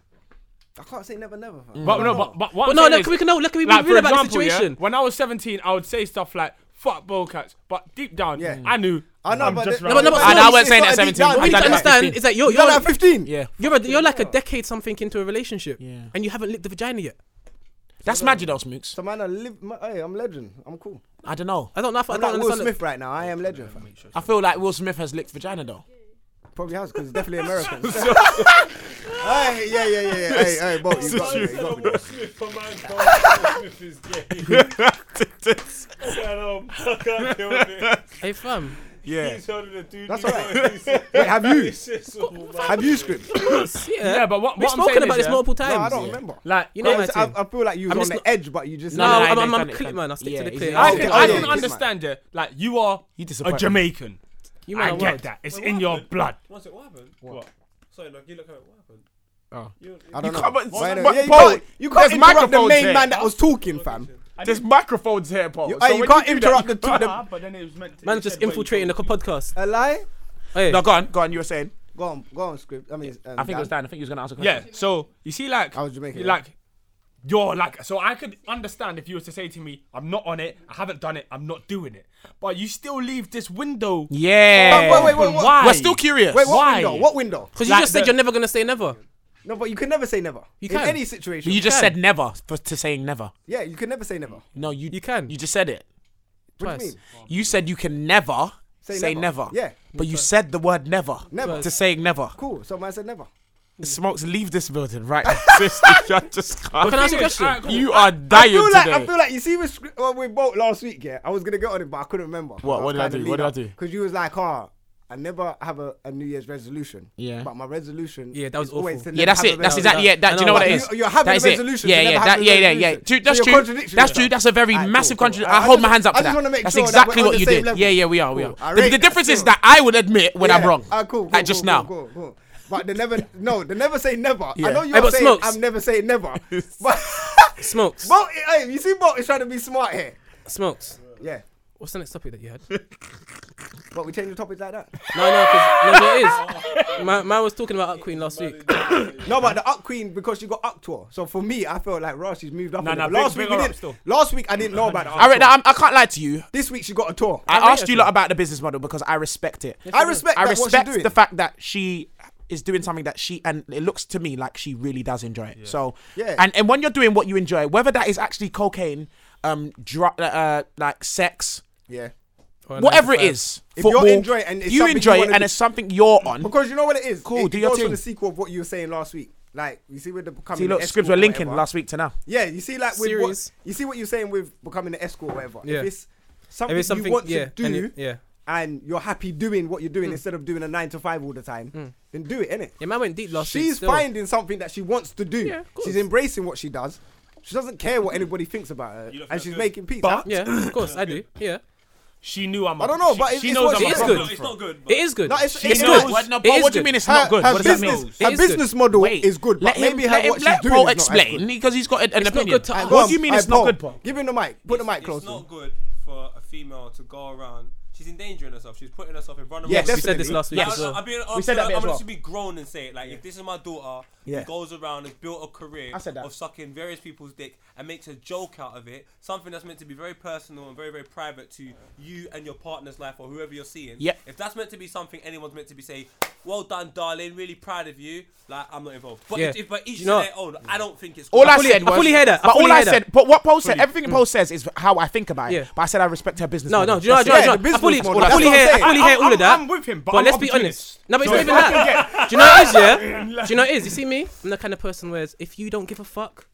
[SPEAKER 4] I can't say never, never. Fam.
[SPEAKER 6] But no, but but what?
[SPEAKER 5] But
[SPEAKER 6] I'm
[SPEAKER 5] no,
[SPEAKER 6] saying
[SPEAKER 5] no,
[SPEAKER 6] is,
[SPEAKER 5] can we can no, look, can we
[SPEAKER 6] like,
[SPEAKER 5] be
[SPEAKER 6] for
[SPEAKER 5] real about the
[SPEAKER 6] example, yeah,
[SPEAKER 5] situation?
[SPEAKER 6] when I was 17, I would say stuff like "fuck Bobcats," but deep down,
[SPEAKER 4] Yeah.
[SPEAKER 6] I knew.
[SPEAKER 4] I know,
[SPEAKER 6] I'm
[SPEAKER 4] but
[SPEAKER 6] just
[SPEAKER 4] the-
[SPEAKER 6] right.
[SPEAKER 5] No, but no, but
[SPEAKER 4] I
[SPEAKER 5] no,
[SPEAKER 4] know,
[SPEAKER 5] I
[SPEAKER 4] it's-
[SPEAKER 3] wasn't saying
[SPEAKER 4] it's
[SPEAKER 3] that
[SPEAKER 4] not a deep
[SPEAKER 3] 17.
[SPEAKER 4] down.
[SPEAKER 5] What
[SPEAKER 3] I've
[SPEAKER 5] we need
[SPEAKER 3] done it at
[SPEAKER 5] to understand
[SPEAKER 3] 15.
[SPEAKER 5] is that you're
[SPEAKER 4] You done
[SPEAKER 5] you're
[SPEAKER 4] it at 15?
[SPEAKER 3] Yeah,
[SPEAKER 5] you're, a, you're like a decade something into a relationship,
[SPEAKER 3] Yeah.
[SPEAKER 5] and you haven't licked the vagina yet.
[SPEAKER 3] that's magic though, Smooks.
[SPEAKER 4] So man, I live. My, hey, I'm legend. I'm cool.
[SPEAKER 3] I don't know.
[SPEAKER 5] I don't know. If, I
[SPEAKER 4] I'm
[SPEAKER 5] don't
[SPEAKER 4] like Will
[SPEAKER 5] understand. it.
[SPEAKER 4] Smith right now. I am legend. Fam.
[SPEAKER 3] I feel like Will Smith has licked vagina though.
[SPEAKER 4] Probably has because it's definitely American. hey, yeah, yeah, yeah, yeah. Hey, hey, Bob, you got me. You got me.
[SPEAKER 5] Hey fam,
[SPEAKER 3] Yeah.
[SPEAKER 4] That's right. Wait, have you? Have you scripts? No,
[SPEAKER 5] yeah.
[SPEAKER 6] Yeah, but what,
[SPEAKER 5] we've
[SPEAKER 6] what I'm saying
[SPEAKER 5] spoken about
[SPEAKER 6] is,
[SPEAKER 5] this
[SPEAKER 6] yeah,
[SPEAKER 5] multiple times.
[SPEAKER 4] I don't remember.
[SPEAKER 6] Like
[SPEAKER 5] You
[SPEAKER 6] you
[SPEAKER 5] know
[SPEAKER 6] know,
[SPEAKER 5] my
[SPEAKER 4] I,
[SPEAKER 5] team.
[SPEAKER 4] I feel like you was
[SPEAKER 5] I'm
[SPEAKER 4] on
[SPEAKER 5] just
[SPEAKER 4] the
[SPEAKER 5] not-
[SPEAKER 4] edge, but you just.
[SPEAKER 5] No,
[SPEAKER 3] no,
[SPEAKER 5] I'm,
[SPEAKER 3] no,
[SPEAKER 5] I'm,
[SPEAKER 3] no,
[SPEAKER 5] I'm,
[SPEAKER 3] no,
[SPEAKER 5] a
[SPEAKER 3] no,
[SPEAKER 5] clear
[SPEAKER 3] no.
[SPEAKER 5] man. I'll stick
[SPEAKER 3] Yeah,
[SPEAKER 5] to the
[SPEAKER 3] he's-
[SPEAKER 5] clear.
[SPEAKER 3] I
[SPEAKER 6] I
[SPEAKER 4] don't
[SPEAKER 6] can,
[SPEAKER 4] know. Oh,
[SPEAKER 6] I
[SPEAKER 4] Yeah,
[SPEAKER 6] can
[SPEAKER 4] he's
[SPEAKER 6] understand it. Like you are
[SPEAKER 3] You disappoint
[SPEAKER 6] a
[SPEAKER 3] me.
[SPEAKER 6] Jamaican.
[SPEAKER 5] you man
[SPEAKER 6] I
[SPEAKER 5] are
[SPEAKER 6] get
[SPEAKER 5] wild.
[SPEAKER 6] that. It's in your blood.
[SPEAKER 7] One sec, what happened? What? Sorry, like, you look at it, what happened?
[SPEAKER 6] Oh.
[SPEAKER 7] You,
[SPEAKER 4] I don't know.
[SPEAKER 6] can't- but-
[SPEAKER 4] Why
[SPEAKER 6] but-
[SPEAKER 4] not? Yeah, you
[SPEAKER 6] Paul,
[SPEAKER 4] can't, you
[SPEAKER 6] there's
[SPEAKER 4] can't interrupt the
[SPEAKER 6] microphones
[SPEAKER 4] main
[SPEAKER 6] here.
[SPEAKER 4] man that was talking, fam.
[SPEAKER 6] There's microphones here, Paul.
[SPEAKER 4] You- hey, you can't interrupt the two. the-
[SPEAKER 6] Ah, but then it was meant to.
[SPEAKER 5] Man's just infiltrating the co- podcast.
[SPEAKER 4] A lie?
[SPEAKER 5] Hey,
[SPEAKER 3] No, go on, go on. You were saying.
[SPEAKER 4] Go on, go on, script. I mean, um,
[SPEAKER 3] I think it was
[SPEAKER 4] Dan.
[SPEAKER 3] Dan. I think he was gonna ask a
[SPEAKER 6] Yeah.
[SPEAKER 3] question.
[SPEAKER 6] So you see, like,
[SPEAKER 4] I was Jamaican,
[SPEAKER 6] you
[SPEAKER 4] yeah.
[SPEAKER 6] Like, you're like, so I could understand if you were to say to me, "I'm not on it. I haven't done it. I'm not doing it." But you still leave this window.
[SPEAKER 3] Yeah.
[SPEAKER 4] Wait, wait, wait, wait,
[SPEAKER 6] open.
[SPEAKER 4] what-
[SPEAKER 6] Why?
[SPEAKER 3] We're still curious.
[SPEAKER 4] Wait, what
[SPEAKER 6] Why?
[SPEAKER 4] window? What window?
[SPEAKER 5] because
[SPEAKER 6] like
[SPEAKER 5] you just said
[SPEAKER 6] the-
[SPEAKER 5] you're never gonna say never.
[SPEAKER 4] No, but you can never say never. You
[SPEAKER 5] can.
[SPEAKER 4] In any situation.
[SPEAKER 3] But you just
[SPEAKER 5] Can.
[SPEAKER 3] said never for, to saying never.
[SPEAKER 4] yeah, you can never say never.
[SPEAKER 3] No, you
[SPEAKER 5] You can.
[SPEAKER 3] You just said it.
[SPEAKER 4] What do you
[SPEAKER 5] Twice.
[SPEAKER 4] mean?
[SPEAKER 3] You said you can never say,
[SPEAKER 4] never.
[SPEAKER 3] never.
[SPEAKER 4] Yeah.
[SPEAKER 3] But you said the word never.
[SPEAKER 4] Never.
[SPEAKER 3] To saying never.
[SPEAKER 4] Cool. So man said never.
[SPEAKER 3] Smokes, leave this building right now. Seriously, I just can't.
[SPEAKER 5] Can I ask a question?
[SPEAKER 3] You are dying
[SPEAKER 4] I feel like
[SPEAKER 3] today.
[SPEAKER 4] I feel like you see with script, well, with Bolt last week. Yeah, I was gonna get on it, but I couldn't remember.
[SPEAKER 3] What- what did I do? What did I do?
[SPEAKER 4] Because you was like, ah. I never have a, a New Year's resolution.
[SPEAKER 3] Yeah.
[SPEAKER 4] But my resolution.
[SPEAKER 5] Yeah, that was
[SPEAKER 4] is always
[SPEAKER 5] awful.
[SPEAKER 4] to
[SPEAKER 3] yeah,
[SPEAKER 4] never
[SPEAKER 3] that's
[SPEAKER 4] have
[SPEAKER 3] it. That's
[SPEAKER 4] a resolution.
[SPEAKER 3] exactly yeah. That, do
[SPEAKER 5] I
[SPEAKER 3] you
[SPEAKER 5] know
[SPEAKER 3] know what
[SPEAKER 5] what
[SPEAKER 3] it
[SPEAKER 5] you-
[SPEAKER 3] is?
[SPEAKER 4] you're having
[SPEAKER 3] That is it.
[SPEAKER 4] resolutions to
[SPEAKER 3] Yeah,
[SPEAKER 4] never
[SPEAKER 3] yeah,
[SPEAKER 4] have
[SPEAKER 3] that,
[SPEAKER 4] a
[SPEAKER 3] yeah, yeah, yeah.
[SPEAKER 4] resolution.
[SPEAKER 3] Dude,
[SPEAKER 4] So
[SPEAKER 3] that's
[SPEAKER 4] you're
[SPEAKER 3] true.
[SPEAKER 4] contradicting
[SPEAKER 3] That's
[SPEAKER 4] yourself.
[SPEAKER 3] true. That's a very
[SPEAKER 4] Alright,
[SPEAKER 3] massive
[SPEAKER 4] cool, cool.
[SPEAKER 3] contradiction.
[SPEAKER 4] Alright,
[SPEAKER 3] I
[SPEAKER 4] I
[SPEAKER 3] hold my
[SPEAKER 4] just-
[SPEAKER 3] hands up
[SPEAKER 4] I
[SPEAKER 3] for
[SPEAKER 4] just
[SPEAKER 3] that.
[SPEAKER 4] wanna make
[SPEAKER 3] That's
[SPEAKER 4] sure that
[SPEAKER 3] exactly
[SPEAKER 4] we're on
[SPEAKER 3] what
[SPEAKER 4] the
[SPEAKER 3] you
[SPEAKER 4] same
[SPEAKER 3] did.
[SPEAKER 4] level.
[SPEAKER 3] Yeah, yeah, we are, we are.
[SPEAKER 4] Cool. I
[SPEAKER 3] The,
[SPEAKER 4] rate
[SPEAKER 3] the
[SPEAKER 4] that
[SPEAKER 3] difference is
[SPEAKER 4] still.
[SPEAKER 3] that I would admit when I'm
[SPEAKER 4] Yeah.
[SPEAKER 3] wrong.
[SPEAKER 4] Ah, cool, cool,
[SPEAKER 3] Like, just
[SPEAKER 4] cool,
[SPEAKER 3] now.
[SPEAKER 4] Cool, cool, cool. But the never, no, the never say never. I know
[SPEAKER 5] Hey,
[SPEAKER 4] you're
[SPEAKER 5] but
[SPEAKER 4] saying
[SPEAKER 5] Smokes-
[SPEAKER 4] I'm never saying never. But
[SPEAKER 5] Smokes.
[SPEAKER 4] Bolt, hey, you see, Bolt is trying to be smart here.
[SPEAKER 5] Smokes.
[SPEAKER 4] Yeah,
[SPEAKER 5] What's the next topic that you had?
[SPEAKER 4] but we change the topics like that.
[SPEAKER 5] No, no, because no, it is. Man, man was talking about Up Queen last week.
[SPEAKER 4] No, but the up queen because she got up to her. So for me, I felt like Raw, she's moved up.
[SPEAKER 6] Nah,
[SPEAKER 4] a
[SPEAKER 6] nah,
[SPEAKER 4] level.
[SPEAKER 6] big-
[SPEAKER 4] last week
[SPEAKER 6] big
[SPEAKER 4] we
[SPEAKER 6] her up
[SPEAKER 4] didn't.
[SPEAKER 6] still.
[SPEAKER 4] Last week I didn't know about the up
[SPEAKER 3] I, re-
[SPEAKER 4] tour.
[SPEAKER 3] I'm- I can't lie to you.
[SPEAKER 4] This week she got a tour. I,
[SPEAKER 3] I asked you lot about the business model because I respect it.
[SPEAKER 4] respect.
[SPEAKER 3] I
[SPEAKER 4] that, what
[SPEAKER 3] respect
[SPEAKER 4] she's doing.
[SPEAKER 3] the fact that she is doing something that she and it looks to me like she really does enjoy it. So
[SPEAKER 4] Yeah.
[SPEAKER 3] and and when you're doing what you enjoy, whether that is actually cocaine, um, dr- uh, like sex,
[SPEAKER 4] Yeah.
[SPEAKER 3] whatever it is,
[SPEAKER 4] If you're
[SPEAKER 3] football,
[SPEAKER 4] enjoying it and it's
[SPEAKER 3] you
[SPEAKER 4] something you
[SPEAKER 3] enjoy it
[SPEAKER 4] wanna
[SPEAKER 3] and
[SPEAKER 4] do-
[SPEAKER 3] it's something you're on.
[SPEAKER 4] Because you know what it is.
[SPEAKER 3] Cool,
[SPEAKER 4] It
[SPEAKER 3] do your
[SPEAKER 4] goes on
[SPEAKER 3] thing.
[SPEAKER 4] the sequel of what you were saying last week. Like you see with the becoming.
[SPEAKER 3] See, look,
[SPEAKER 4] the
[SPEAKER 3] scripts were
[SPEAKER 4] escort or
[SPEAKER 3] linking
[SPEAKER 4] whatever.
[SPEAKER 3] last week to now.
[SPEAKER 4] Yeah, you see, like with
[SPEAKER 5] Series.
[SPEAKER 4] what, you see what you're saying with becoming an escort or whatever.
[SPEAKER 5] Yeah.
[SPEAKER 4] If it's something,
[SPEAKER 5] If it's something,
[SPEAKER 4] you want
[SPEAKER 5] yeah,
[SPEAKER 4] to do,
[SPEAKER 5] and
[SPEAKER 4] and,
[SPEAKER 5] it- yeah.
[SPEAKER 4] you're happy doing what you're doing instead of doing a nine to five all the time, then do it, innit?
[SPEAKER 5] Yeah, man went deep last week.
[SPEAKER 4] She's
[SPEAKER 5] still.
[SPEAKER 4] finding something that she wants to do.
[SPEAKER 5] Yeah, of course.
[SPEAKER 4] she's embracing what she does. She doesn't care what anybody thinks about her,
[SPEAKER 7] don't
[SPEAKER 4] and
[SPEAKER 7] feel
[SPEAKER 4] she's
[SPEAKER 7] good.
[SPEAKER 4] making peace.
[SPEAKER 6] But-
[SPEAKER 5] Yeah, of course I do. Yeah,
[SPEAKER 6] She knew I'm.
[SPEAKER 4] I don't know,
[SPEAKER 6] she,
[SPEAKER 4] but it's-
[SPEAKER 6] she
[SPEAKER 4] it's
[SPEAKER 6] knows
[SPEAKER 4] what
[SPEAKER 6] I'm
[SPEAKER 4] she
[SPEAKER 6] a
[SPEAKER 5] is
[SPEAKER 6] problem
[SPEAKER 5] good.
[SPEAKER 7] it's not good.
[SPEAKER 5] it is good.
[SPEAKER 4] No, it's-
[SPEAKER 5] it's
[SPEAKER 4] it's
[SPEAKER 5] good.
[SPEAKER 4] good.
[SPEAKER 3] What, no,
[SPEAKER 5] It
[SPEAKER 3] but
[SPEAKER 5] is
[SPEAKER 3] what do
[SPEAKER 5] good.
[SPEAKER 3] you mean it's
[SPEAKER 4] her,
[SPEAKER 3] not good?
[SPEAKER 4] her
[SPEAKER 3] what does that
[SPEAKER 4] business,
[SPEAKER 3] mean?
[SPEAKER 5] It
[SPEAKER 4] her
[SPEAKER 5] is good.
[SPEAKER 4] business model
[SPEAKER 3] Wait,
[SPEAKER 4] is good,
[SPEAKER 3] Let
[SPEAKER 4] but
[SPEAKER 3] him,
[SPEAKER 4] maybe
[SPEAKER 3] let
[SPEAKER 4] her
[SPEAKER 3] him,
[SPEAKER 4] what she's
[SPEAKER 3] let
[SPEAKER 4] doing
[SPEAKER 3] Paul
[SPEAKER 4] is not as
[SPEAKER 3] explain
[SPEAKER 4] good.
[SPEAKER 3] because he's got an, an
[SPEAKER 5] not
[SPEAKER 3] opinion.
[SPEAKER 5] good to us.
[SPEAKER 4] Go
[SPEAKER 3] what
[SPEAKER 4] on,
[SPEAKER 3] do you mean
[SPEAKER 4] hey,
[SPEAKER 3] it's not
[SPEAKER 4] Paul,
[SPEAKER 3] good? Paul?
[SPEAKER 4] Give him the mic. Put the mic
[SPEAKER 7] It's
[SPEAKER 4] closer.
[SPEAKER 7] not good for a female to go around. She's endangering herself. She's putting herself in front of
[SPEAKER 4] Yeah,
[SPEAKER 7] others.
[SPEAKER 5] We said this last week
[SPEAKER 7] Yeah,
[SPEAKER 5] as
[SPEAKER 7] I'm, I'm
[SPEAKER 5] well.
[SPEAKER 7] being, I'm,
[SPEAKER 3] We said that
[SPEAKER 7] I'm
[SPEAKER 3] bit as
[SPEAKER 7] gonna
[SPEAKER 3] well.
[SPEAKER 7] just be grown and say it. Like, if this is my daughter,
[SPEAKER 4] Yeah.
[SPEAKER 7] who goes around and built a career
[SPEAKER 4] said that.
[SPEAKER 7] of sucking various people's dick and makes a joke out of it, something that's meant to be very personal and very, very private to you and your partner's life or whoever you're seeing.
[SPEAKER 3] Yep.
[SPEAKER 7] If that's meant to be something anyone's meant to be saying, well done, darling, really proud of you. Like, I'm not involved. But
[SPEAKER 5] Yeah.
[SPEAKER 7] if, if but each
[SPEAKER 5] You
[SPEAKER 7] to
[SPEAKER 5] know-
[SPEAKER 7] their own, I don't think it's.
[SPEAKER 3] All
[SPEAKER 7] good.
[SPEAKER 3] I,
[SPEAKER 5] fully-
[SPEAKER 3] said
[SPEAKER 5] I
[SPEAKER 3] was,
[SPEAKER 5] fully hear that. I
[SPEAKER 3] but
[SPEAKER 5] fully
[SPEAKER 3] all I
[SPEAKER 5] hear that.
[SPEAKER 3] said, but what Paul said, everything Paul says is how I think about
[SPEAKER 5] Yeah.
[SPEAKER 3] it. But I said I respect her business.
[SPEAKER 5] No, no,
[SPEAKER 3] model.
[SPEAKER 5] do you know, do you know,
[SPEAKER 4] Yeah,
[SPEAKER 5] do you
[SPEAKER 4] the
[SPEAKER 5] know, I
[SPEAKER 4] business
[SPEAKER 5] fully,
[SPEAKER 4] model,
[SPEAKER 5] I
[SPEAKER 4] that's
[SPEAKER 5] fully
[SPEAKER 4] what I'm
[SPEAKER 5] hear, I
[SPEAKER 4] saying.
[SPEAKER 5] fully hear all of that.
[SPEAKER 6] I'm with him, but,
[SPEAKER 5] But
[SPEAKER 6] I'm
[SPEAKER 5] let's be
[SPEAKER 6] opportunist.
[SPEAKER 5] honest. No, but it's
[SPEAKER 6] So
[SPEAKER 5] not even that. Do you know what it is, yeah? Do you know what it is? You see me? I'm the kind of person where it's, if you don't give a fuck,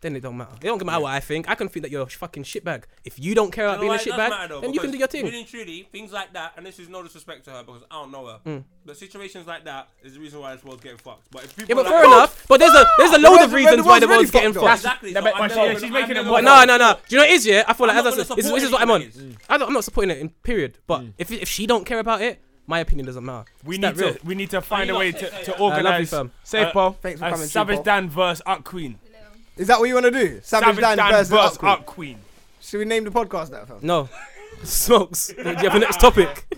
[SPEAKER 5] then it don't matter. It don't matter what I think. I can think that you're a fucking shitbag. If you don't care about
[SPEAKER 7] You know
[SPEAKER 5] being a
[SPEAKER 7] why it does matter,
[SPEAKER 5] shitbag,
[SPEAKER 7] though?
[SPEAKER 5] then you can
[SPEAKER 7] Because
[SPEAKER 5] do your thing.
[SPEAKER 7] Really and truly, things like that, and this is no disrespect to her because I don't know her,
[SPEAKER 5] Hmm.
[SPEAKER 7] but situations like that is the reason why this world's getting fucked. But if people
[SPEAKER 5] Yeah, but
[SPEAKER 7] like
[SPEAKER 5] fair
[SPEAKER 7] that-
[SPEAKER 5] enough. But there's a there's a load
[SPEAKER 4] world's
[SPEAKER 5] of reasons
[SPEAKER 4] already-
[SPEAKER 5] why the
[SPEAKER 4] the
[SPEAKER 5] world's
[SPEAKER 4] world's
[SPEAKER 5] getting
[SPEAKER 4] already
[SPEAKER 5] fucked.
[SPEAKER 4] fucked
[SPEAKER 7] Exactly.
[SPEAKER 6] Yeah,
[SPEAKER 7] so
[SPEAKER 6] but-
[SPEAKER 7] I'm
[SPEAKER 6] but
[SPEAKER 7] never
[SPEAKER 6] she-
[SPEAKER 7] gonna-
[SPEAKER 6] she's
[SPEAKER 7] I'm
[SPEAKER 6] making
[SPEAKER 7] never
[SPEAKER 6] it
[SPEAKER 7] gonna
[SPEAKER 6] more-
[SPEAKER 4] oh,
[SPEAKER 5] No, no, no. Do you know what it is? Yeah, I feel like as I said,
[SPEAKER 7] I'm not gonna
[SPEAKER 5] this,
[SPEAKER 7] support
[SPEAKER 5] this is what I'm on.
[SPEAKER 7] anything.
[SPEAKER 4] Mm.
[SPEAKER 5] I don't, I'm not supporting it. In period. But if if she don't care about it, My opinion doesn't matter.
[SPEAKER 6] We
[SPEAKER 5] It's
[SPEAKER 6] need
[SPEAKER 5] that real.
[SPEAKER 6] to we need to find a
[SPEAKER 7] you
[SPEAKER 6] way
[SPEAKER 7] lot say-
[SPEAKER 6] to,
[SPEAKER 7] say-
[SPEAKER 6] to
[SPEAKER 7] I love
[SPEAKER 5] you,
[SPEAKER 6] organize
[SPEAKER 5] fam.
[SPEAKER 3] Safe, Paul.
[SPEAKER 4] Thanks for
[SPEAKER 6] a
[SPEAKER 4] coming. through,
[SPEAKER 6] Savage
[SPEAKER 4] Paul.
[SPEAKER 6] Dan versus Up Queen.
[SPEAKER 4] Is that what you want to do? Savage,
[SPEAKER 6] Savage Dan,
[SPEAKER 4] versus
[SPEAKER 6] versus
[SPEAKER 4] Upqueen.
[SPEAKER 6] Up Queen.
[SPEAKER 4] Should we name the podcast that? Fam?
[SPEAKER 5] No. Smokes. Do you have a next topic?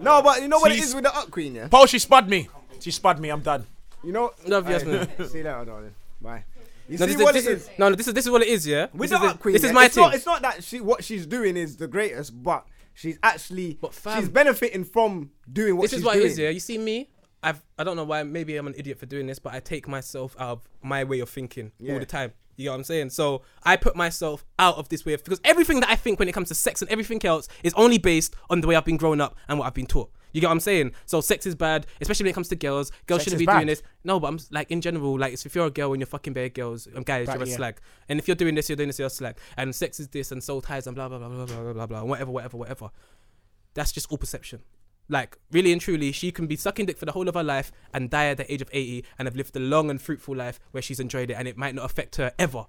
[SPEAKER 4] No, but you know what it
[SPEAKER 3] She's-
[SPEAKER 4] is with the up queen, yeah.
[SPEAKER 3] Paul, she spud me. She spud me. I'm done.
[SPEAKER 4] You know.
[SPEAKER 5] Love Yasmin.
[SPEAKER 4] Aye, See you later, darling. Bye. You
[SPEAKER 5] No,
[SPEAKER 4] see
[SPEAKER 5] this,
[SPEAKER 4] what
[SPEAKER 5] this
[SPEAKER 4] it is.
[SPEAKER 5] is, no, no, this is this is what it is, yeah.
[SPEAKER 4] With
[SPEAKER 5] this
[SPEAKER 4] the
[SPEAKER 5] is
[SPEAKER 4] up queen,
[SPEAKER 5] this
[SPEAKER 4] yeah,
[SPEAKER 5] is my
[SPEAKER 4] it's
[SPEAKER 5] team.
[SPEAKER 4] Not, it's not that she what she's doing is the greatest, but she's actually
[SPEAKER 5] But fam-
[SPEAKER 4] she's benefiting from doing what
[SPEAKER 5] this
[SPEAKER 4] she's
[SPEAKER 5] is what
[SPEAKER 4] doing.
[SPEAKER 5] it is, yeah. You see me, I've I don't know why. Maybe I'm an idiot for doing this, but I take myself out of my way of thinking
[SPEAKER 4] Yeah.
[SPEAKER 5] all the time. You know what I'm saying? So I put myself out of this way of because everything that I think when it comes to sex and everything else is only based on the way I've been grown up and what I've been taught. You get what I'm saying? So sex is bad, especially when it comes to girls. Girls shouldn't
[SPEAKER 3] is
[SPEAKER 5] be
[SPEAKER 3] bad.
[SPEAKER 5] doing this. No, but I'm s- like in general, like if you're a girl and you're fucking bare girls, um, guys, you're a
[SPEAKER 3] yeah.
[SPEAKER 5] slag. And if you're doing this, you're doing this, you're a slag. And sex is this and soul ties and blah blah blah blah blah blah blah blah. Whatever, whatever, whatever that's just all perception. Like, really and truly, she can be sucking dick for the whole of her life and die at the age of 80 and have lived a long and fruitful life where she's enjoyed it and it might not affect her ever.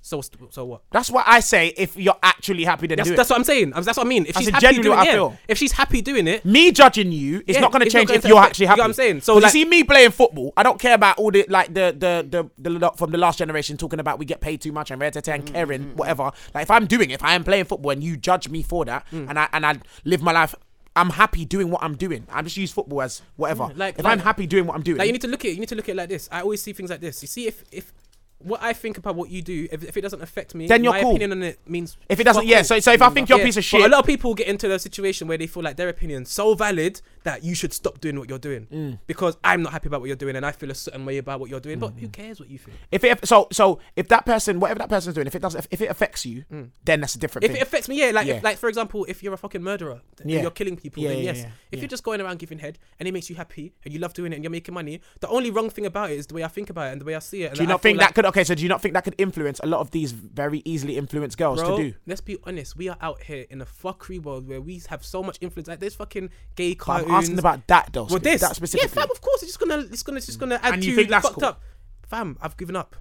[SPEAKER 5] So, what's- so what?
[SPEAKER 3] That's what I say. If you're actually happy, then
[SPEAKER 5] That's,
[SPEAKER 3] do it.
[SPEAKER 5] that's what I'm saying. That's what I mean. If
[SPEAKER 3] That's
[SPEAKER 5] she's
[SPEAKER 3] a
[SPEAKER 5] happy
[SPEAKER 3] genuinely
[SPEAKER 5] doing
[SPEAKER 3] what I
[SPEAKER 5] it,
[SPEAKER 3] feel.
[SPEAKER 5] if she's happy doing it,
[SPEAKER 3] me judging you it's
[SPEAKER 5] Yeah,
[SPEAKER 3] not going to
[SPEAKER 5] it's not
[SPEAKER 3] change
[SPEAKER 5] gonna
[SPEAKER 3] if you're
[SPEAKER 5] affect-
[SPEAKER 3] actually
[SPEAKER 5] you get
[SPEAKER 3] happy.
[SPEAKER 5] what I'm saying? So,
[SPEAKER 3] 'Cause
[SPEAKER 5] like-
[SPEAKER 3] you see me playing football, I don't care about all the like the the the, the lot from the last generation talking about we get paid too much and rare
[SPEAKER 5] Mm,
[SPEAKER 3] and caring whatever. Like if I'm doing it, if I am playing football and you judge me for that
[SPEAKER 5] Mm.
[SPEAKER 3] and I and I live my life. I'm happy doing what I'm doing. I just use football as whatever.
[SPEAKER 5] like-
[SPEAKER 3] if
[SPEAKER 5] like-
[SPEAKER 3] I'm happy doing what I'm doing,
[SPEAKER 5] Like you need to look at it. You need to look at it like this. I always see things like this. You see, if if what I think about what you do, if, if it doesn't affect me,
[SPEAKER 3] Then you're
[SPEAKER 5] my
[SPEAKER 3] cool.
[SPEAKER 5] opinion on it means.
[SPEAKER 3] if it doesn't,
[SPEAKER 5] fuck
[SPEAKER 3] yeah.
[SPEAKER 5] all.
[SPEAKER 3] So, so if I think you're a
[SPEAKER 5] mm, Yeah,
[SPEAKER 3] piece of
[SPEAKER 5] But a
[SPEAKER 3] shit,
[SPEAKER 5] lot of people get into a situation where they feel like their opinion's so valid that you should stop doing what you're doing
[SPEAKER 3] Mm.
[SPEAKER 5] because I'm not happy about what you're doing and I feel a certain way about what you're doing. But who cares what you think?
[SPEAKER 3] if it so so if that person, whatever that person's doing, if it does, if it affects you, then that's a different
[SPEAKER 5] Mm. If
[SPEAKER 3] thing.
[SPEAKER 5] it affects me, yeah. Like,
[SPEAKER 3] Yeah.
[SPEAKER 5] If, like for example, if you're a fucking murderer, and
[SPEAKER 3] Yeah.
[SPEAKER 5] you're killing people.
[SPEAKER 3] Yeah,
[SPEAKER 5] then
[SPEAKER 3] yeah,
[SPEAKER 5] yes.
[SPEAKER 3] yeah, yeah.
[SPEAKER 5] If you're just going around giving head and it makes you happy and you love doing it and you're making money, the only wrong thing about it is the way I think about it and the way I see it. and
[SPEAKER 3] do you
[SPEAKER 5] I
[SPEAKER 3] not
[SPEAKER 5] feel
[SPEAKER 3] think
[SPEAKER 5] like-
[SPEAKER 3] that could? Okay, so do you not think that could influence a lot of these very easily influenced girls
[SPEAKER 5] Bro,
[SPEAKER 3] to do?
[SPEAKER 5] Let's be honest. We are out here in a fuckery world where we have so much influence. Like there's fucking gay
[SPEAKER 3] But
[SPEAKER 5] cartoons.
[SPEAKER 3] I'm asking about that though.
[SPEAKER 5] well,
[SPEAKER 3] Scoop,
[SPEAKER 5] this
[SPEAKER 3] That specifically.
[SPEAKER 5] Yeah, fam. Of course, it's just gonna it's gonna it's just gonna add
[SPEAKER 3] And
[SPEAKER 5] to
[SPEAKER 3] you think
[SPEAKER 5] the
[SPEAKER 3] that's
[SPEAKER 5] fucked
[SPEAKER 3] cool?
[SPEAKER 5] up. Fam, I've given up.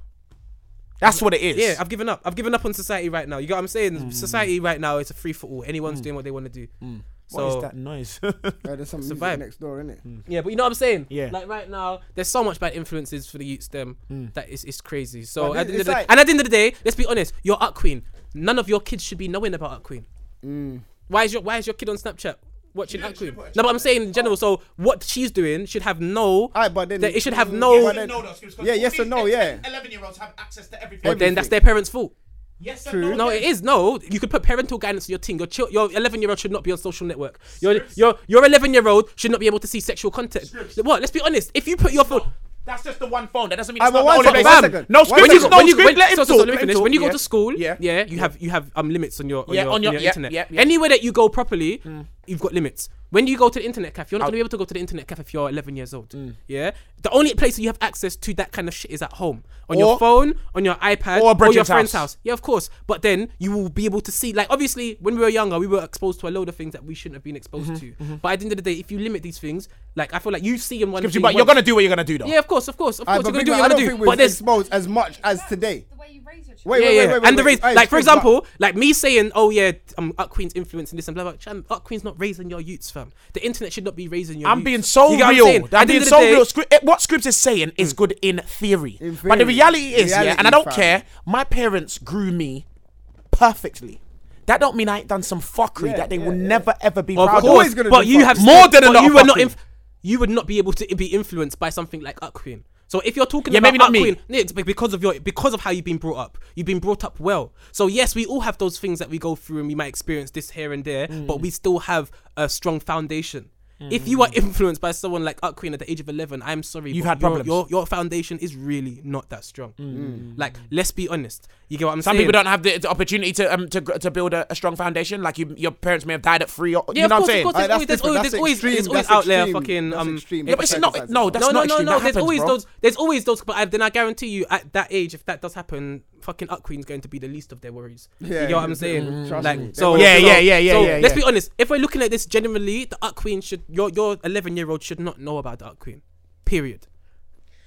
[SPEAKER 3] That's what it is.
[SPEAKER 5] Yeah, I've given up. I've given up on society right now. You got what I'm saying?
[SPEAKER 3] Mm.
[SPEAKER 5] Society right now is a free for all. Anyone's doing what they want to do.
[SPEAKER 3] what
[SPEAKER 5] So
[SPEAKER 3] is that noise?
[SPEAKER 4] Yeah, Uh, there's some music
[SPEAKER 5] vibe.
[SPEAKER 4] next door, isn't it?
[SPEAKER 5] yeah, but you know what I'm saying?
[SPEAKER 3] Yeah.
[SPEAKER 5] Like right now, there's so much bad influences for the youths them that is it's crazy. So
[SPEAKER 4] Hmm. But
[SPEAKER 5] at the
[SPEAKER 4] it's
[SPEAKER 5] end of the day,
[SPEAKER 4] like-
[SPEAKER 5] and at the end of the day, let's be honest. You're up queen. None of your kids should be knowing about up queen.
[SPEAKER 4] Hmm.
[SPEAKER 5] Why is your Why is your kid on Snapchat? Watching up Queen? No, but I'm saying in general. So what she's doing should have no.
[SPEAKER 4] Alright, but then
[SPEAKER 5] that it should have no.
[SPEAKER 4] but then-
[SPEAKER 5] But then,
[SPEAKER 4] yeah, yes or no, yeah.
[SPEAKER 8] Eleven-year-olds have access to everything.
[SPEAKER 4] But
[SPEAKER 5] that's their parents' fault.
[SPEAKER 8] yes
[SPEAKER 4] True.
[SPEAKER 5] No, it is no. You could put parental guidance on your teen. Your chil- your 11 year old should not be on social network. Your your your 11 year old should not be able to see sexual content. What? Let's be honest. If you put your phone.
[SPEAKER 8] That's just the one phone. That doesn't mean
[SPEAKER 4] Ah,
[SPEAKER 8] it's
[SPEAKER 4] but
[SPEAKER 8] not
[SPEAKER 4] one
[SPEAKER 8] the only
[SPEAKER 4] second,
[SPEAKER 8] place.
[SPEAKER 4] one
[SPEAKER 3] Bam!
[SPEAKER 4] second.
[SPEAKER 3] No
[SPEAKER 4] One
[SPEAKER 3] script,
[SPEAKER 5] when
[SPEAKER 3] let
[SPEAKER 5] you,
[SPEAKER 3] him
[SPEAKER 4] second.
[SPEAKER 3] talk,
[SPEAKER 5] when you,
[SPEAKER 3] script,
[SPEAKER 5] when,
[SPEAKER 3] let him
[SPEAKER 5] so, so,
[SPEAKER 3] talk,
[SPEAKER 5] let
[SPEAKER 3] let
[SPEAKER 5] me
[SPEAKER 3] him
[SPEAKER 5] finish.
[SPEAKER 3] talk,
[SPEAKER 5] When you go
[SPEAKER 3] yeah.
[SPEAKER 5] to school,
[SPEAKER 3] Yeah.
[SPEAKER 5] yeah, you have you have um limits on your on
[SPEAKER 3] Yeah,
[SPEAKER 5] your,
[SPEAKER 3] on your-
[SPEAKER 5] your
[SPEAKER 3] yeah,
[SPEAKER 5] internet.
[SPEAKER 3] yeah, yeah. Mm.
[SPEAKER 5] Anywhere that you go properly, you've got limits. When you go to the internet cafe, you're not going to be able to go to the internet cafe if you're 11 years old.
[SPEAKER 3] Mm.
[SPEAKER 5] Yeah, the only place that you have access to that kind of shit is at home, on
[SPEAKER 3] Or-
[SPEAKER 5] your phone, on your
[SPEAKER 3] or a
[SPEAKER 5] iPad, or, your
[SPEAKER 3] Bridget's
[SPEAKER 5] friend's
[SPEAKER 3] house.
[SPEAKER 5] house. Yeah, of course. But then you will be able to see, like, obviously, when we were younger, we were exposed to a load of things that we shouldn't have been exposed
[SPEAKER 3] Mm-hmm,
[SPEAKER 5] to. But at the end of the day, if you limit these things, like, I feel like you see in one.
[SPEAKER 3] Gives you-
[SPEAKER 5] thing
[SPEAKER 3] But you're
[SPEAKER 5] once-
[SPEAKER 3] gonna do what you're gonna do though.
[SPEAKER 5] Yeah, of course, of course, of
[SPEAKER 4] Alright,
[SPEAKER 5] course. You're
[SPEAKER 4] but
[SPEAKER 5] gonna do
[SPEAKER 4] Bigman,
[SPEAKER 5] what
[SPEAKER 4] I
[SPEAKER 5] you're
[SPEAKER 4] don't
[SPEAKER 5] gonna do.
[SPEAKER 4] think we
[SPEAKER 5] But
[SPEAKER 4] was
[SPEAKER 5] there's
[SPEAKER 4] exposed as much as today.
[SPEAKER 9] The way you raise your child.
[SPEAKER 4] Wait,
[SPEAKER 5] yeah,
[SPEAKER 4] wait,
[SPEAKER 5] yeah.
[SPEAKER 4] wait, wait,
[SPEAKER 5] and the
[SPEAKER 4] wait,
[SPEAKER 5] raise,
[SPEAKER 4] wait. Alright,
[SPEAKER 5] like for
[SPEAKER 4] Chris, but-
[SPEAKER 5] example, like me saying, "Oh yeah, um, Up Queen's influencing this and blah blah." Cham, Up Queen's not raising your youths, fam. The internet should not be raising your.
[SPEAKER 3] I'm
[SPEAKER 5] youths.
[SPEAKER 3] being so
[SPEAKER 5] You get what
[SPEAKER 3] real.
[SPEAKER 5] saying?
[SPEAKER 3] I'm,
[SPEAKER 5] At the end
[SPEAKER 3] being
[SPEAKER 5] of the
[SPEAKER 3] so
[SPEAKER 5] day- Mm.
[SPEAKER 3] real. Scri- eh, what scripts is saying is good in theory.
[SPEAKER 4] In
[SPEAKER 3] but the
[SPEAKER 4] theory.
[SPEAKER 3] reality is, yeah, and I
[SPEAKER 4] Reality,
[SPEAKER 3] don't
[SPEAKER 4] fam.
[SPEAKER 3] care. My parents grew me perfectly. That don't mean I ain't done some fuckery
[SPEAKER 4] Yeah,
[SPEAKER 3] that they
[SPEAKER 4] yeah,
[SPEAKER 3] will
[SPEAKER 4] yeah.
[SPEAKER 3] never ever be
[SPEAKER 5] Of
[SPEAKER 3] proud
[SPEAKER 5] course,
[SPEAKER 4] always gonna
[SPEAKER 5] but
[SPEAKER 4] do
[SPEAKER 5] you
[SPEAKER 4] fucking-
[SPEAKER 5] have
[SPEAKER 3] More than a
[SPEAKER 5] but
[SPEAKER 3] lot
[SPEAKER 5] You
[SPEAKER 3] of
[SPEAKER 5] were not.
[SPEAKER 3] fucking.
[SPEAKER 5] Inf- you would not be able to be influenced by something like Up Queen. So if you're talking
[SPEAKER 3] Yeah,
[SPEAKER 5] about
[SPEAKER 3] maybe not
[SPEAKER 5] Up
[SPEAKER 3] me.
[SPEAKER 5] Queen, yeah, it's be- because of your because of how you've been brought up, you've been brought up well. So yes, we all have those things that we go through and we might experience this here and there,
[SPEAKER 3] Mm.
[SPEAKER 5] but we still have a strong foundation. If you are influenced by someone like Up Queen at the age of 11, I'm sorry,
[SPEAKER 3] You've
[SPEAKER 5] but
[SPEAKER 3] had
[SPEAKER 5] your-
[SPEAKER 3] problems. Mm.
[SPEAKER 5] Your, your foundation is really not that strong. Like, let's be honest. You get what I'm
[SPEAKER 3] Some
[SPEAKER 5] saying?
[SPEAKER 3] people don't have the, the opportunity to um to, gr- to build a, a strong foundation. Like you, your parents may have died at three. Or,
[SPEAKER 5] Yeah,
[SPEAKER 3] you
[SPEAKER 5] of
[SPEAKER 3] know what I'm
[SPEAKER 5] course, of
[SPEAKER 3] saying?
[SPEAKER 5] course.
[SPEAKER 4] Alright,
[SPEAKER 5] There's
[SPEAKER 4] that's
[SPEAKER 5] always, always,
[SPEAKER 4] different.
[SPEAKER 5] there's always,
[SPEAKER 4] That's
[SPEAKER 5] there's always
[SPEAKER 4] extreme.
[SPEAKER 5] out there,
[SPEAKER 4] That's
[SPEAKER 5] fucking um,
[SPEAKER 4] extreme.
[SPEAKER 3] Yeah, but it's not.
[SPEAKER 4] Circumstances.
[SPEAKER 3] No, that's
[SPEAKER 5] no,
[SPEAKER 3] not
[SPEAKER 5] no,
[SPEAKER 3] extreme. That
[SPEAKER 5] no, no. There's
[SPEAKER 3] happens,
[SPEAKER 5] always
[SPEAKER 3] bro.
[SPEAKER 5] those. There's always those. But I, then I guarantee you, at that age, if that does happen, fucking up queen's going to be the least of their worries.
[SPEAKER 4] Yeah,
[SPEAKER 5] you know what I'm
[SPEAKER 4] yeah,
[SPEAKER 5] saying?
[SPEAKER 4] trust
[SPEAKER 5] like,
[SPEAKER 4] me.
[SPEAKER 5] so
[SPEAKER 3] Yeah,
[SPEAKER 5] so-
[SPEAKER 3] yeah, yeah, yeah,
[SPEAKER 5] so
[SPEAKER 3] yeah,
[SPEAKER 5] Let's
[SPEAKER 3] yeah.
[SPEAKER 5] be honest. If we're looking at this genuinely, the up queen should your your 11 year old should not know about the up queen. Period.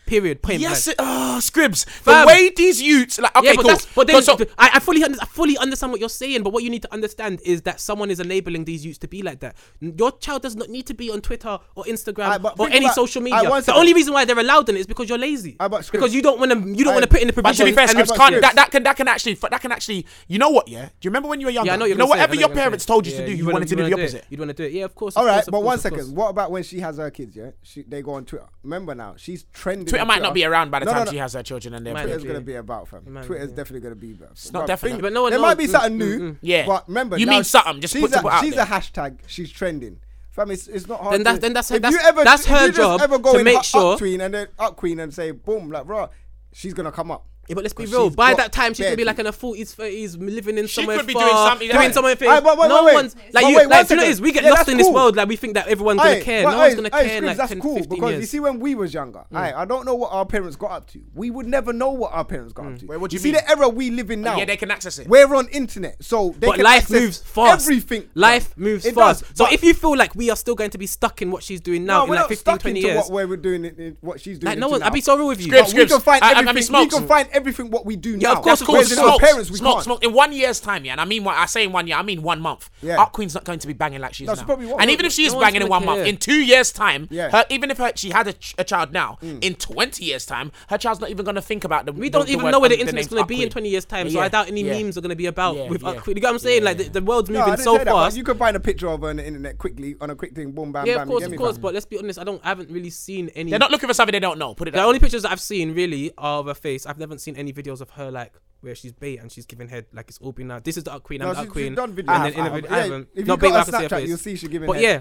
[SPEAKER 5] Period. Point
[SPEAKER 3] Yes,
[SPEAKER 5] blank.
[SPEAKER 3] it, oh, Scribs.
[SPEAKER 5] Fam.
[SPEAKER 3] The way these youths, like, okay,
[SPEAKER 5] yeah, but
[SPEAKER 3] cool.
[SPEAKER 5] that's but then
[SPEAKER 3] Cause so-
[SPEAKER 5] I, I fully under, I fully understand what you're saying. But what you need to understand is that someone is enabling these youths to be like that. N- Your child does not need to be on Twitter or Instagram
[SPEAKER 4] Aight, but
[SPEAKER 5] or
[SPEAKER 4] think
[SPEAKER 5] any
[SPEAKER 4] about-
[SPEAKER 5] social
[SPEAKER 4] aight,
[SPEAKER 5] media.
[SPEAKER 4] one
[SPEAKER 5] the
[SPEAKER 4] second.
[SPEAKER 5] only reason why they're allowed in it is because you're lazy.
[SPEAKER 4] Aight, but Scribs-
[SPEAKER 5] because you don't want to you don't
[SPEAKER 4] Aight.
[SPEAKER 5] want to put in the
[SPEAKER 3] But to
[SPEAKER 5] provision.
[SPEAKER 3] be fair,
[SPEAKER 5] and-
[SPEAKER 3] Scribs
[SPEAKER 4] about
[SPEAKER 3] can't.
[SPEAKER 4] Scribs?
[SPEAKER 3] That, that can that can actually that can actually. You know what? Yeah. Do you remember when you were younger?
[SPEAKER 5] Yeah, I know you're
[SPEAKER 3] you know
[SPEAKER 5] gonna say it, I
[SPEAKER 3] whatever your
[SPEAKER 5] know you're gonna say it.
[SPEAKER 3] parents told you to do, you
[SPEAKER 5] wanna-
[SPEAKER 3] wanted to do the
[SPEAKER 5] wanna it.
[SPEAKER 3] opposite.
[SPEAKER 5] You'd want to do it. Yeah, of course.
[SPEAKER 4] All
[SPEAKER 5] of
[SPEAKER 4] right,
[SPEAKER 5] course, of
[SPEAKER 4] but
[SPEAKER 5] course,
[SPEAKER 4] one
[SPEAKER 5] of course.
[SPEAKER 4] second. What about when she has her kids? Yeah, she they go on Twitter. Remember now, she's trending.
[SPEAKER 3] Twitter
[SPEAKER 4] on
[SPEAKER 3] might not be around by the
[SPEAKER 4] No, no,
[SPEAKER 3] time
[SPEAKER 4] no.
[SPEAKER 3] she has her children and
[SPEAKER 5] Might
[SPEAKER 3] their.
[SPEAKER 4] Twitter's
[SPEAKER 5] be.
[SPEAKER 4] gonna be about fam.
[SPEAKER 5] It might be,
[SPEAKER 4] Twitter's
[SPEAKER 5] yeah.
[SPEAKER 4] definitely gonna be about. It's
[SPEAKER 3] not definitely.
[SPEAKER 5] But no one
[SPEAKER 4] there
[SPEAKER 5] knows.
[SPEAKER 4] might be
[SPEAKER 5] Mm,
[SPEAKER 4] something
[SPEAKER 5] mm,
[SPEAKER 4] new.
[SPEAKER 5] mm.
[SPEAKER 3] Yeah.
[SPEAKER 4] but remember,
[SPEAKER 3] You
[SPEAKER 4] now
[SPEAKER 3] mean something, just
[SPEAKER 4] she's
[SPEAKER 3] put-
[SPEAKER 4] a,
[SPEAKER 3] to put out
[SPEAKER 4] She's
[SPEAKER 3] there.
[SPEAKER 4] a hashtag. She's trending. Fam, it's, it's not hard.
[SPEAKER 5] Then
[SPEAKER 4] to,
[SPEAKER 5] that's- then that's her-
[SPEAKER 4] if
[SPEAKER 5] that's-
[SPEAKER 4] you ever,
[SPEAKER 5] that's
[SPEAKER 4] if
[SPEAKER 5] her
[SPEAKER 4] you just
[SPEAKER 5] job
[SPEAKER 4] ever go
[SPEAKER 5] to
[SPEAKER 4] in
[SPEAKER 5] make
[SPEAKER 4] up-
[SPEAKER 5] sure-
[SPEAKER 4] up queen and then up queen and say boom like bro, she's gonna come up.
[SPEAKER 5] Yeah, but let's be
[SPEAKER 4] 'Cause
[SPEAKER 5] real.
[SPEAKER 4] she's
[SPEAKER 5] By
[SPEAKER 4] got
[SPEAKER 5] that time, she could be
[SPEAKER 4] bare
[SPEAKER 5] like in her forties, thirties, living in
[SPEAKER 3] She
[SPEAKER 5] somewhere
[SPEAKER 3] could be
[SPEAKER 5] far,
[SPEAKER 3] doing something
[SPEAKER 5] doing
[SPEAKER 3] that-
[SPEAKER 5] something.
[SPEAKER 4] Aye, but wait,
[SPEAKER 5] no
[SPEAKER 4] wait, wait.
[SPEAKER 5] one's like
[SPEAKER 4] But
[SPEAKER 5] you.
[SPEAKER 4] wait, one
[SPEAKER 5] like do you know what it
[SPEAKER 4] second.
[SPEAKER 5] is? We get
[SPEAKER 4] Yeah,
[SPEAKER 5] lost
[SPEAKER 4] that's
[SPEAKER 5] in this
[SPEAKER 4] cool.
[SPEAKER 5] world. Like we think that everyone's gonna
[SPEAKER 4] Aye,
[SPEAKER 5] care.
[SPEAKER 4] but
[SPEAKER 5] No one's
[SPEAKER 4] aye,
[SPEAKER 5] gonna
[SPEAKER 4] aye,
[SPEAKER 5] care. in,
[SPEAKER 4] Scribs,
[SPEAKER 5] Like
[SPEAKER 4] that's
[SPEAKER 5] 10,
[SPEAKER 4] cool
[SPEAKER 5] 15
[SPEAKER 4] because you
[SPEAKER 5] years. Mm.
[SPEAKER 4] see when we was younger, aye, I don't know what our parents got up to. We would never know what our parents got up
[SPEAKER 5] Mm.
[SPEAKER 4] to.
[SPEAKER 3] what do you
[SPEAKER 4] see
[SPEAKER 3] mean?
[SPEAKER 4] the era we live
[SPEAKER 5] Oh,
[SPEAKER 4] in now.
[SPEAKER 3] Yeah, they can access it.
[SPEAKER 4] We're on internet, so they
[SPEAKER 5] but
[SPEAKER 4] can
[SPEAKER 5] life
[SPEAKER 4] access
[SPEAKER 5] moves fast.
[SPEAKER 4] Everything.
[SPEAKER 5] Life
[SPEAKER 4] man.
[SPEAKER 5] moves
[SPEAKER 4] It
[SPEAKER 5] fast.
[SPEAKER 4] does,
[SPEAKER 5] so
[SPEAKER 4] but-
[SPEAKER 5] if you feel like we are still going to be stuck in what she's doing now
[SPEAKER 4] no,
[SPEAKER 5] in
[SPEAKER 4] we're
[SPEAKER 5] like
[SPEAKER 4] not
[SPEAKER 5] 15,
[SPEAKER 4] stuck
[SPEAKER 5] 20
[SPEAKER 4] into
[SPEAKER 5] years,
[SPEAKER 4] what we're doing, in, in what she's doing.
[SPEAKER 5] like no
[SPEAKER 4] into
[SPEAKER 5] one. I'll
[SPEAKER 4] now.
[SPEAKER 5] be sorry with you.
[SPEAKER 4] But
[SPEAKER 3] Scribs,
[SPEAKER 4] we can find
[SPEAKER 3] I- I mean,
[SPEAKER 4] everything. we
[SPEAKER 3] smokes.
[SPEAKER 4] can find everything what we do
[SPEAKER 5] Yeah,
[SPEAKER 4] now.
[SPEAKER 5] of course,
[SPEAKER 3] That's
[SPEAKER 5] of
[SPEAKER 3] cool.
[SPEAKER 5] course.
[SPEAKER 4] Whereas in our
[SPEAKER 3] Smoke,
[SPEAKER 4] parents, we
[SPEAKER 3] smoke,
[SPEAKER 4] can't.
[SPEAKER 3] smoke. In one year's time, yeah, and I mean what I say in one year, I mean one month.
[SPEAKER 4] Yeah.
[SPEAKER 3] Up Queen's not going to be banging like she's
[SPEAKER 4] No, she
[SPEAKER 3] now.
[SPEAKER 4] probably won't.
[SPEAKER 3] And
[SPEAKER 4] No,
[SPEAKER 3] even if she is
[SPEAKER 5] no one's
[SPEAKER 3] banging in
[SPEAKER 5] gonna
[SPEAKER 3] one month,
[SPEAKER 5] care.
[SPEAKER 3] in two years' time,
[SPEAKER 4] Yeah. Hmm.
[SPEAKER 3] her, even if her, she had a, ch- a child now, in twenty years' time, her child's not even going to think about the.
[SPEAKER 5] We don't even know where the internet's going to be in 20 years' time, so
[SPEAKER 3] Yeah,
[SPEAKER 5] I doubt any
[SPEAKER 3] yeah.
[SPEAKER 5] memes are going to be about
[SPEAKER 3] Yeah,
[SPEAKER 5] with
[SPEAKER 3] yeah.
[SPEAKER 5] Aqu- You know what I'm saying? Like, the, the world's
[SPEAKER 4] No, I
[SPEAKER 5] moving
[SPEAKER 4] didn't
[SPEAKER 5] so
[SPEAKER 4] say that, but
[SPEAKER 5] fast.
[SPEAKER 4] You can find a picture of her on the internet quickly on a quick thing. Boom, bam,
[SPEAKER 5] Yeah,
[SPEAKER 4] bam.
[SPEAKER 5] of
[SPEAKER 4] you
[SPEAKER 5] course,
[SPEAKER 4] get
[SPEAKER 5] of
[SPEAKER 4] me,
[SPEAKER 5] course,
[SPEAKER 4] fam?
[SPEAKER 5] but let's be honest, I don't, I haven't really seen any.
[SPEAKER 3] They're not looking for something they don't know. Put it
[SPEAKER 5] the
[SPEAKER 3] that way.
[SPEAKER 5] only pictures that I've seen really are of her face. I've never seen any videos of her like where she's bait and she's giving head like it's all been now. This is the art queen.
[SPEAKER 4] No,
[SPEAKER 5] I'm the
[SPEAKER 4] she's-
[SPEAKER 5] art
[SPEAKER 4] she's
[SPEAKER 5] queen.
[SPEAKER 4] done videos.
[SPEAKER 5] And
[SPEAKER 4] I
[SPEAKER 5] then in a
[SPEAKER 4] have,
[SPEAKER 5] vid-
[SPEAKER 4] I
[SPEAKER 5] I
[SPEAKER 4] have.
[SPEAKER 5] haven't.
[SPEAKER 4] If you
[SPEAKER 5] Not
[SPEAKER 4] got
[SPEAKER 5] bait. where I
[SPEAKER 4] her
[SPEAKER 5] can see her
[SPEAKER 4] Snapchat,
[SPEAKER 5] face.
[SPEAKER 4] you'll see she giving
[SPEAKER 5] But
[SPEAKER 4] head.
[SPEAKER 5] yeah.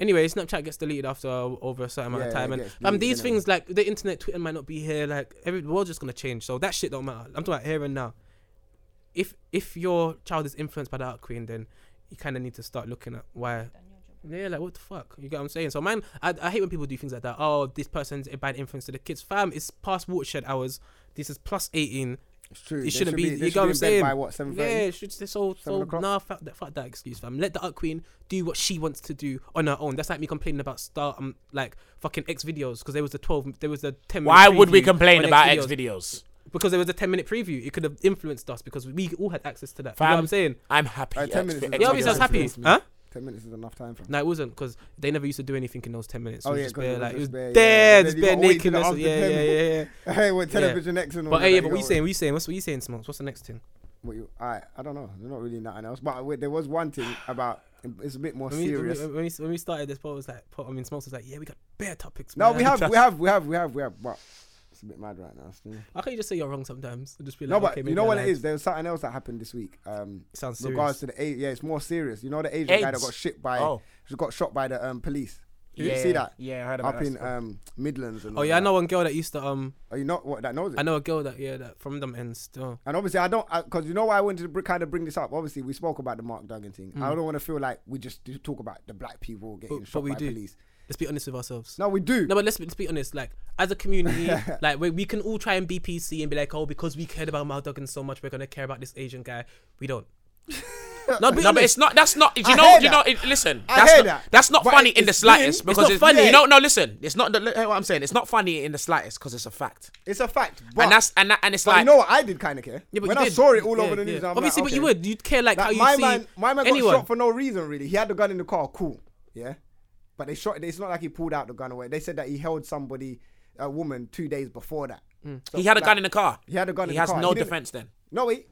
[SPEAKER 5] Anyway, Snapchat gets deleted after over a certain amount of
[SPEAKER 4] Yeah,
[SPEAKER 5] time,
[SPEAKER 4] it
[SPEAKER 5] and
[SPEAKER 4] gets
[SPEAKER 5] um,
[SPEAKER 4] deleted
[SPEAKER 5] these
[SPEAKER 4] anyway.
[SPEAKER 5] things like the internet, Twitter might not be here. Like every the world's just gonna change, so that shit don't matter. I'm talking about here and now. If if your child is influenced by the art queen, then you kind of need to start looking at why yeah, like what the fuck? You get what I'm saying? So, man, I, I hate when people do things like that. Oh, this person's a bad influence to the kids. Fam, it's past watershed hours. This is plus 18.
[SPEAKER 4] It's true.
[SPEAKER 5] It
[SPEAKER 4] They
[SPEAKER 5] shouldn't
[SPEAKER 4] should
[SPEAKER 5] be.
[SPEAKER 4] they
[SPEAKER 5] you
[SPEAKER 4] should
[SPEAKER 5] get what
[SPEAKER 4] be
[SPEAKER 5] I'm
[SPEAKER 4] in bed
[SPEAKER 5] saying?
[SPEAKER 4] By what, 7.30?
[SPEAKER 5] yeah, it should so so
[SPEAKER 4] Seven o'clock?
[SPEAKER 5] nah. Fuck that, fuck that excuse, fam. Let the up queen do what she wants to do on her own. That's like me complaining about star um like fucking X videos because there was the twelve, there was the ten. minute
[SPEAKER 3] Why would we
[SPEAKER 5] preview
[SPEAKER 3] complain
[SPEAKER 5] on
[SPEAKER 3] about X videos?
[SPEAKER 5] Because there was a ten minute preview. It could have influenced us because we all had access to that. you know
[SPEAKER 3] Fam,
[SPEAKER 5] what I'm saying?
[SPEAKER 3] I'm happy.
[SPEAKER 4] Uh,
[SPEAKER 3] X-
[SPEAKER 4] 10 minutes is
[SPEAKER 3] X
[SPEAKER 4] Yeah, enough.
[SPEAKER 5] Yeah,
[SPEAKER 3] videos.
[SPEAKER 5] obviously I was happy,
[SPEAKER 4] Influenced me.
[SPEAKER 5] huh?
[SPEAKER 4] 10 minutes is enough time for
[SPEAKER 5] No, it wasn't because they never used to do anything in those ten minutes. It
[SPEAKER 4] Oh,
[SPEAKER 5] was
[SPEAKER 4] yeah,
[SPEAKER 5] just
[SPEAKER 4] 'cause it
[SPEAKER 5] bare
[SPEAKER 4] was
[SPEAKER 5] like it
[SPEAKER 4] just
[SPEAKER 5] was
[SPEAKER 4] bare, yeah.
[SPEAKER 5] bare,
[SPEAKER 4] And then
[SPEAKER 5] it's
[SPEAKER 4] you
[SPEAKER 5] bare
[SPEAKER 4] got all you
[SPEAKER 5] nakedness.
[SPEAKER 4] could ask
[SPEAKER 5] Yeah,
[SPEAKER 4] them.
[SPEAKER 5] yeah, yeah, yeah.
[SPEAKER 4] Hey, with television X and all
[SPEAKER 5] But
[SPEAKER 4] that,
[SPEAKER 5] hey, yeah,
[SPEAKER 4] you
[SPEAKER 5] but
[SPEAKER 4] got
[SPEAKER 5] what you
[SPEAKER 4] all-
[SPEAKER 5] saying? What you saying? What's what you saying, Smokes? What's the next thing?
[SPEAKER 4] What you, I, I don't know. There's not really nothing else. But wait, there was one thing about it's a bit more
[SPEAKER 5] When we, when, we,
[SPEAKER 4] serious.
[SPEAKER 5] when, we, when we started this, Paul was like, Paul, I mean, Smokes was like, yeah, we got bare topics.
[SPEAKER 4] No,
[SPEAKER 5] man.
[SPEAKER 4] we have, we have, we have, we have, we have. But it's a bit mad right now. still.
[SPEAKER 5] How can you just say you're wrong sometimes? And just be like,
[SPEAKER 4] No, but
[SPEAKER 5] okay,
[SPEAKER 4] you know what it is.
[SPEAKER 5] Then?
[SPEAKER 4] There was something else that happened this week. Um,
[SPEAKER 5] Sounds
[SPEAKER 4] regards
[SPEAKER 5] serious.
[SPEAKER 4] to the A- yeah, it's more serious. You know the Asian guy that
[SPEAKER 3] AIDS.
[SPEAKER 4] got shit by,
[SPEAKER 3] Oh.
[SPEAKER 4] who got shot by the um, police. Did
[SPEAKER 3] Yeah,
[SPEAKER 4] you see that?
[SPEAKER 3] yeah, I heard about
[SPEAKER 4] Up
[SPEAKER 3] that
[SPEAKER 4] in
[SPEAKER 3] stuff.
[SPEAKER 4] um, Midlands. And
[SPEAKER 5] Oh
[SPEAKER 4] all
[SPEAKER 5] yeah, I
[SPEAKER 4] that.
[SPEAKER 5] know one girl that used to um,
[SPEAKER 4] Are you not what that knows it?
[SPEAKER 5] I know a girl that yeah, that from them ends still.
[SPEAKER 4] And obviously, I don't, because you know why I wanted to br- kind of bring this up. Obviously, we spoke about the Mark Duggan thing. I don't want to feel like we just do talk about the black people getting
[SPEAKER 5] Mm. But-
[SPEAKER 4] shot
[SPEAKER 5] but we
[SPEAKER 4] by
[SPEAKER 5] do.
[SPEAKER 4] police.
[SPEAKER 5] Let's be honest with ourselves.
[SPEAKER 4] No, we do.
[SPEAKER 5] No, but let's be, let's be honest. Like, as a community, like we, we can all try and be PC and be like, oh, because we cared about Mal Duggan so much, we're gonna care about this Asian guy. We don't. no, be
[SPEAKER 3] No, but
[SPEAKER 5] honest.
[SPEAKER 3] it's not. That's not. You
[SPEAKER 4] I
[SPEAKER 3] know.
[SPEAKER 4] hear
[SPEAKER 3] You know.
[SPEAKER 4] that.
[SPEAKER 3] It, listen.
[SPEAKER 4] I
[SPEAKER 3] that's not,
[SPEAKER 4] hear that.
[SPEAKER 3] That's not
[SPEAKER 4] But
[SPEAKER 3] funny
[SPEAKER 4] it-
[SPEAKER 3] in the
[SPEAKER 4] it's been-
[SPEAKER 3] slightest
[SPEAKER 4] it's
[SPEAKER 3] because
[SPEAKER 5] not
[SPEAKER 3] it's
[SPEAKER 5] funny.
[SPEAKER 3] You know. No, listen. It's not. The, look, hear what I'm saying. It's not funny in the slightest because it's a fact.
[SPEAKER 4] it's a fact. But,
[SPEAKER 3] and that's and that, and it's
[SPEAKER 4] but
[SPEAKER 3] like
[SPEAKER 4] you know what? I did kind of care.
[SPEAKER 5] Yeah, but
[SPEAKER 4] when
[SPEAKER 5] you
[SPEAKER 4] I
[SPEAKER 5] did.
[SPEAKER 4] saw it all
[SPEAKER 5] Yeah,
[SPEAKER 4] over the news,
[SPEAKER 5] yeah.
[SPEAKER 4] I'm
[SPEAKER 5] obviously,
[SPEAKER 4] like,
[SPEAKER 5] but you
[SPEAKER 4] okay.
[SPEAKER 5] would, you'd care like, how
[SPEAKER 4] Like,
[SPEAKER 5] you
[SPEAKER 4] my
[SPEAKER 5] see
[SPEAKER 4] man, my man
[SPEAKER 5] anyone.
[SPEAKER 4] got shot for no reason, really. He had the gun in the car, cool. Yeah. But they shot, it's not like he pulled out the gun away. They said that he held somebody, a woman, two days before that.
[SPEAKER 5] Hmm.
[SPEAKER 4] So,
[SPEAKER 3] he had a
[SPEAKER 4] like,
[SPEAKER 3] gun in the car.
[SPEAKER 4] He had a gun
[SPEAKER 3] He
[SPEAKER 4] in the
[SPEAKER 3] has
[SPEAKER 4] car.
[SPEAKER 3] no
[SPEAKER 4] He didn't-
[SPEAKER 3] defense then.
[SPEAKER 4] No, wait.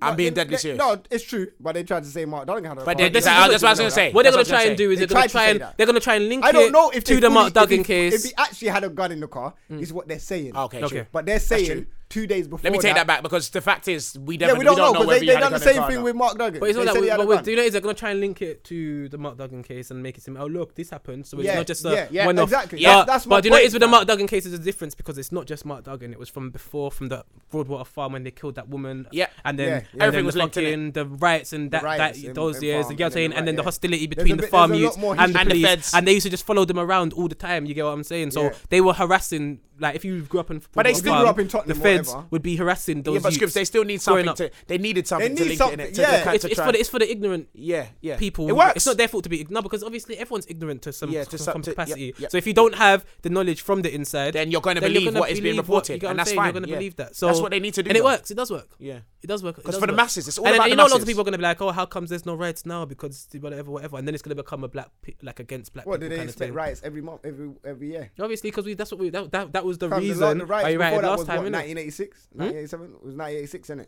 [SPEAKER 3] I'm
[SPEAKER 4] No,
[SPEAKER 3] being
[SPEAKER 4] they-
[SPEAKER 3] deadly
[SPEAKER 4] they-
[SPEAKER 3] serious.
[SPEAKER 4] No, it's true, but they tried to say Mark Duggan had a
[SPEAKER 3] But
[SPEAKER 4] car.
[SPEAKER 3] they- that's-
[SPEAKER 4] He didn't.
[SPEAKER 3] that's what I was gonna
[SPEAKER 4] No,
[SPEAKER 3] say.
[SPEAKER 5] What they're gonna
[SPEAKER 3] That's what
[SPEAKER 5] try
[SPEAKER 3] I'm
[SPEAKER 5] and do is
[SPEAKER 4] They
[SPEAKER 5] they're gonna
[SPEAKER 4] tried to
[SPEAKER 5] try
[SPEAKER 4] say
[SPEAKER 5] and
[SPEAKER 4] that.
[SPEAKER 5] they're gonna try and link
[SPEAKER 4] I
[SPEAKER 5] it
[SPEAKER 4] don't know if
[SPEAKER 5] to
[SPEAKER 4] they
[SPEAKER 5] the
[SPEAKER 4] fully-
[SPEAKER 5] Mark Duggan
[SPEAKER 4] if he,
[SPEAKER 5] case. Hmm.
[SPEAKER 4] If he actually had a gun in the car, is what they're saying.
[SPEAKER 3] Ah, Okay.
[SPEAKER 5] Okay.
[SPEAKER 3] Sure.
[SPEAKER 4] But they're
[SPEAKER 3] true.
[SPEAKER 4] saying two days before.
[SPEAKER 3] Let me take that back because the fact is we
[SPEAKER 4] Yeah,
[SPEAKER 3] definitely
[SPEAKER 4] we don't know because
[SPEAKER 3] whether
[SPEAKER 4] they,
[SPEAKER 3] he
[SPEAKER 4] they
[SPEAKER 3] had a
[SPEAKER 4] done the
[SPEAKER 3] gun in
[SPEAKER 4] same
[SPEAKER 3] car or
[SPEAKER 4] thing
[SPEAKER 3] not.
[SPEAKER 4] with Mark Duggan.
[SPEAKER 5] But it's
[SPEAKER 4] They
[SPEAKER 5] not that.
[SPEAKER 4] said he
[SPEAKER 5] we-
[SPEAKER 4] had a
[SPEAKER 5] But we-
[SPEAKER 4] gun.
[SPEAKER 5] do you know is they're gonna try and link it to the Mark Duggan case and make it seem, oh look, this happened. So it's
[SPEAKER 4] Yeah,
[SPEAKER 5] not just a
[SPEAKER 4] yeah, yeah,
[SPEAKER 5] one-off.
[SPEAKER 4] exactly.
[SPEAKER 5] But,
[SPEAKER 4] That's- that's my
[SPEAKER 5] but do you know it
[SPEAKER 4] point,
[SPEAKER 5] is with the
[SPEAKER 4] man.
[SPEAKER 5] Mark Duggan case is a difference because it's not just Mark Duggan. It was from before, from the Broadwater farm when they killed that woman.
[SPEAKER 3] Yeah.
[SPEAKER 5] and then
[SPEAKER 4] Yeah,
[SPEAKER 5] and
[SPEAKER 3] Everything
[SPEAKER 5] then
[SPEAKER 3] was
[SPEAKER 5] the
[SPEAKER 3] linked in it.
[SPEAKER 5] fucking- the riots and that,
[SPEAKER 4] riots
[SPEAKER 5] that
[SPEAKER 4] in-
[SPEAKER 5] those
[SPEAKER 4] in
[SPEAKER 5] years.
[SPEAKER 4] farm
[SPEAKER 5] You know what I'm
[SPEAKER 4] and
[SPEAKER 5] saying?
[SPEAKER 4] then
[SPEAKER 5] And then the
[SPEAKER 4] riot, yeah.
[SPEAKER 5] hostility
[SPEAKER 4] There's a
[SPEAKER 5] between the
[SPEAKER 4] bit-
[SPEAKER 5] farm
[SPEAKER 4] there's a lot
[SPEAKER 5] youths
[SPEAKER 4] more
[SPEAKER 5] and the
[SPEAKER 4] history.
[SPEAKER 3] And the
[SPEAKER 5] police,
[SPEAKER 3] feds.
[SPEAKER 5] and they used to just follow them around all the time. You get what I'm saying? So
[SPEAKER 4] Yeah.
[SPEAKER 5] they were harassing like if you grew up in.
[SPEAKER 3] But they
[SPEAKER 5] Fulham
[SPEAKER 3] still
[SPEAKER 5] Farm,
[SPEAKER 4] grew up in Tottenham
[SPEAKER 5] The
[SPEAKER 4] or
[SPEAKER 5] feds
[SPEAKER 4] whatever.
[SPEAKER 5] would be harassing those.
[SPEAKER 3] Yeah, but
[SPEAKER 5] youths
[SPEAKER 3] scripts they still need
[SPEAKER 5] growing
[SPEAKER 3] something
[SPEAKER 5] up.
[SPEAKER 3] to. They needed something
[SPEAKER 4] need
[SPEAKER 3] to link
[SPEAKER 4] something,
[SPEAKER 3] it in it. To
[SPEAKER 4] yeah.
[SPEAKER 3] yeah.
[SPEAKER 5] It's, it's for the, it's for the ignorant
[SPEAKER 3] yeah, yeah.
[SPEAKER 5] people.
[SPEAKER 3] It works.
[SPEAKER 5] It's not their fault to be ignorant no, because obviously everyone's ignorant to some,
[SPEAKER 3] Yeah,
[SPEAKER 5] to
[SPEAKER 3] to
[SPEAKER 5] some
[SPEAKER 3] some- to- yep,
[SPEAKER 5] capacity.
[SPEAKER 3] yep.
[SPEAKER 5] So if you don't have the knowledge from the inside,
[SPEAKER 3] Then you're gonna
[SPEAKER 5] then
[SPEAKER 3] believe
[SPEAKER 5] gonna
[SPEAKER 3] what is being
[SPEAKER 5] believe
[SPEAKER 3] reported,
[SPEAKER 5] you get what
[SPEAKER 3] and
[SPEAKER 5] I'm
[SPEAKER 3] that's
[SPEAKER 5] saying?
[SPEAKER 3] fine,
[SPEAKER 5] You're gonna
[SPEAKER 3] yeah.
[SPEAKER 5] believe that. So
[SPEAKER 3] That's what they need to do,
[SPEAKER 5] and it
[SPEAKER 3] though.
[SPEAKER 5] works. It does work.
[SPEAKER 3] Yeah.
[SPEAKER 5] it does work. It
[SPEAKER 3] 'Cause
[SPEAKER 5] does
[SPEAKER 3] for the
[SPEAKER 5] work.
[SPEAKER 3] masses, it's all
[SPEAKER 5] and, then-
[SPEAKER 3] about
[SPEAKER 5] and
[SPEAKER 3] the
[SPEAKER 5] you know, lots of
[SPEAKER 3] masses.
[SPEAKER 5] people are gonna be like, "Oh, how comes there's no riots now? Because whatever, whatever." And then it's gonna become a black, pe- like against black
[SPEAKER 4] What do
[SPEAKER 5] people
[SPEAKER 4] they
[SPEAKER 5] kind of
[SPEAKER 4] expect
[SPEAKER 5] thing.
[SPEAKER 4] riots every month, every every year?
[SPEAKER 5] Obviously, because we that's what we that that, that was the
[SPEAKER 4] Fam,
[SPEAKER 5] reason.
[SPEAKER 4] The, lo- the riots
[SPEAKER 5] why we
[SPEAKER 4] before
[SPEAKER 5] rioted
[SPEAKER 4] that
[SPEAKER 5] last
[SPEAKER 4] was
[SPEAKER 5] time,
[SPEAKER 4] what,
[SPEAKER 5] innit?
[SPEAKER 4] 1986, 1987? It was 1986, innit?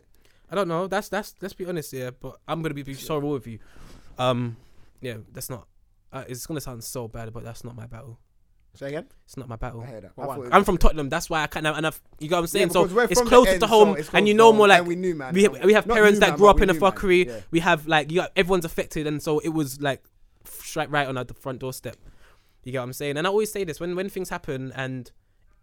[SPEAKER 5] I don't know. That's that's let's be honest here, but I'm gonna be, be so raw with you. Um, yeah, that's not. Uh, it's gonna sound so bad, but that's not my battle.
[SPEAKER 4] Say again?
[SPEAKER 5] It's not my battle.
[SPEAKER 4] I heard that. I thought it
[SPEAKER 5] I'm
[SPEAKER 4] was-
[SPEAKER 5] from Tottenham. That's why I can't. And I've, you got what I'm saying.
[SPEAKER 4] Yeah,
[SPEAKER 5] so
[SPEAKER 4] because we're
[SPEAKER 5] it's
[SPEAKER 4] from the
[SPEAKER 5] close to
[SPEAKER 4] end, so
[SPEAKER 5] home,
[SPEAKER 4] it's
[SPEAKER 5] and
[SPEAKER 4] close
[SPEAKER 5] you
[SPEAKER 4] to
[SPEAKER 5] know
[SPEAKER 4] home,
[SPEAKER 5] more like
[SPEAKER 4] and we knew, man.
[SPEAKER 5] We have, we have
[SPEAKER 4] Not
[SPEAKER 5] parents
[SPEAKER 4] knew,
[SPEAKER 5] that
[SPEAKER 4] man,
[SPEAKER 5] grew
[SPEAKER 4] but
[SPEAKER 5] up
[SPEAKER 4] we
[SPEAKER 5] in the
[SPEAKER 4] knew, man.
[SPEAKER 5] fuckery.
[SPEAKER 4] Yeah.
[SPEAKER 5] We have like you got, everyone's affected, and so it was like straight right on at the front doorstep. You get what I'm saying? And I always say this when when things happen and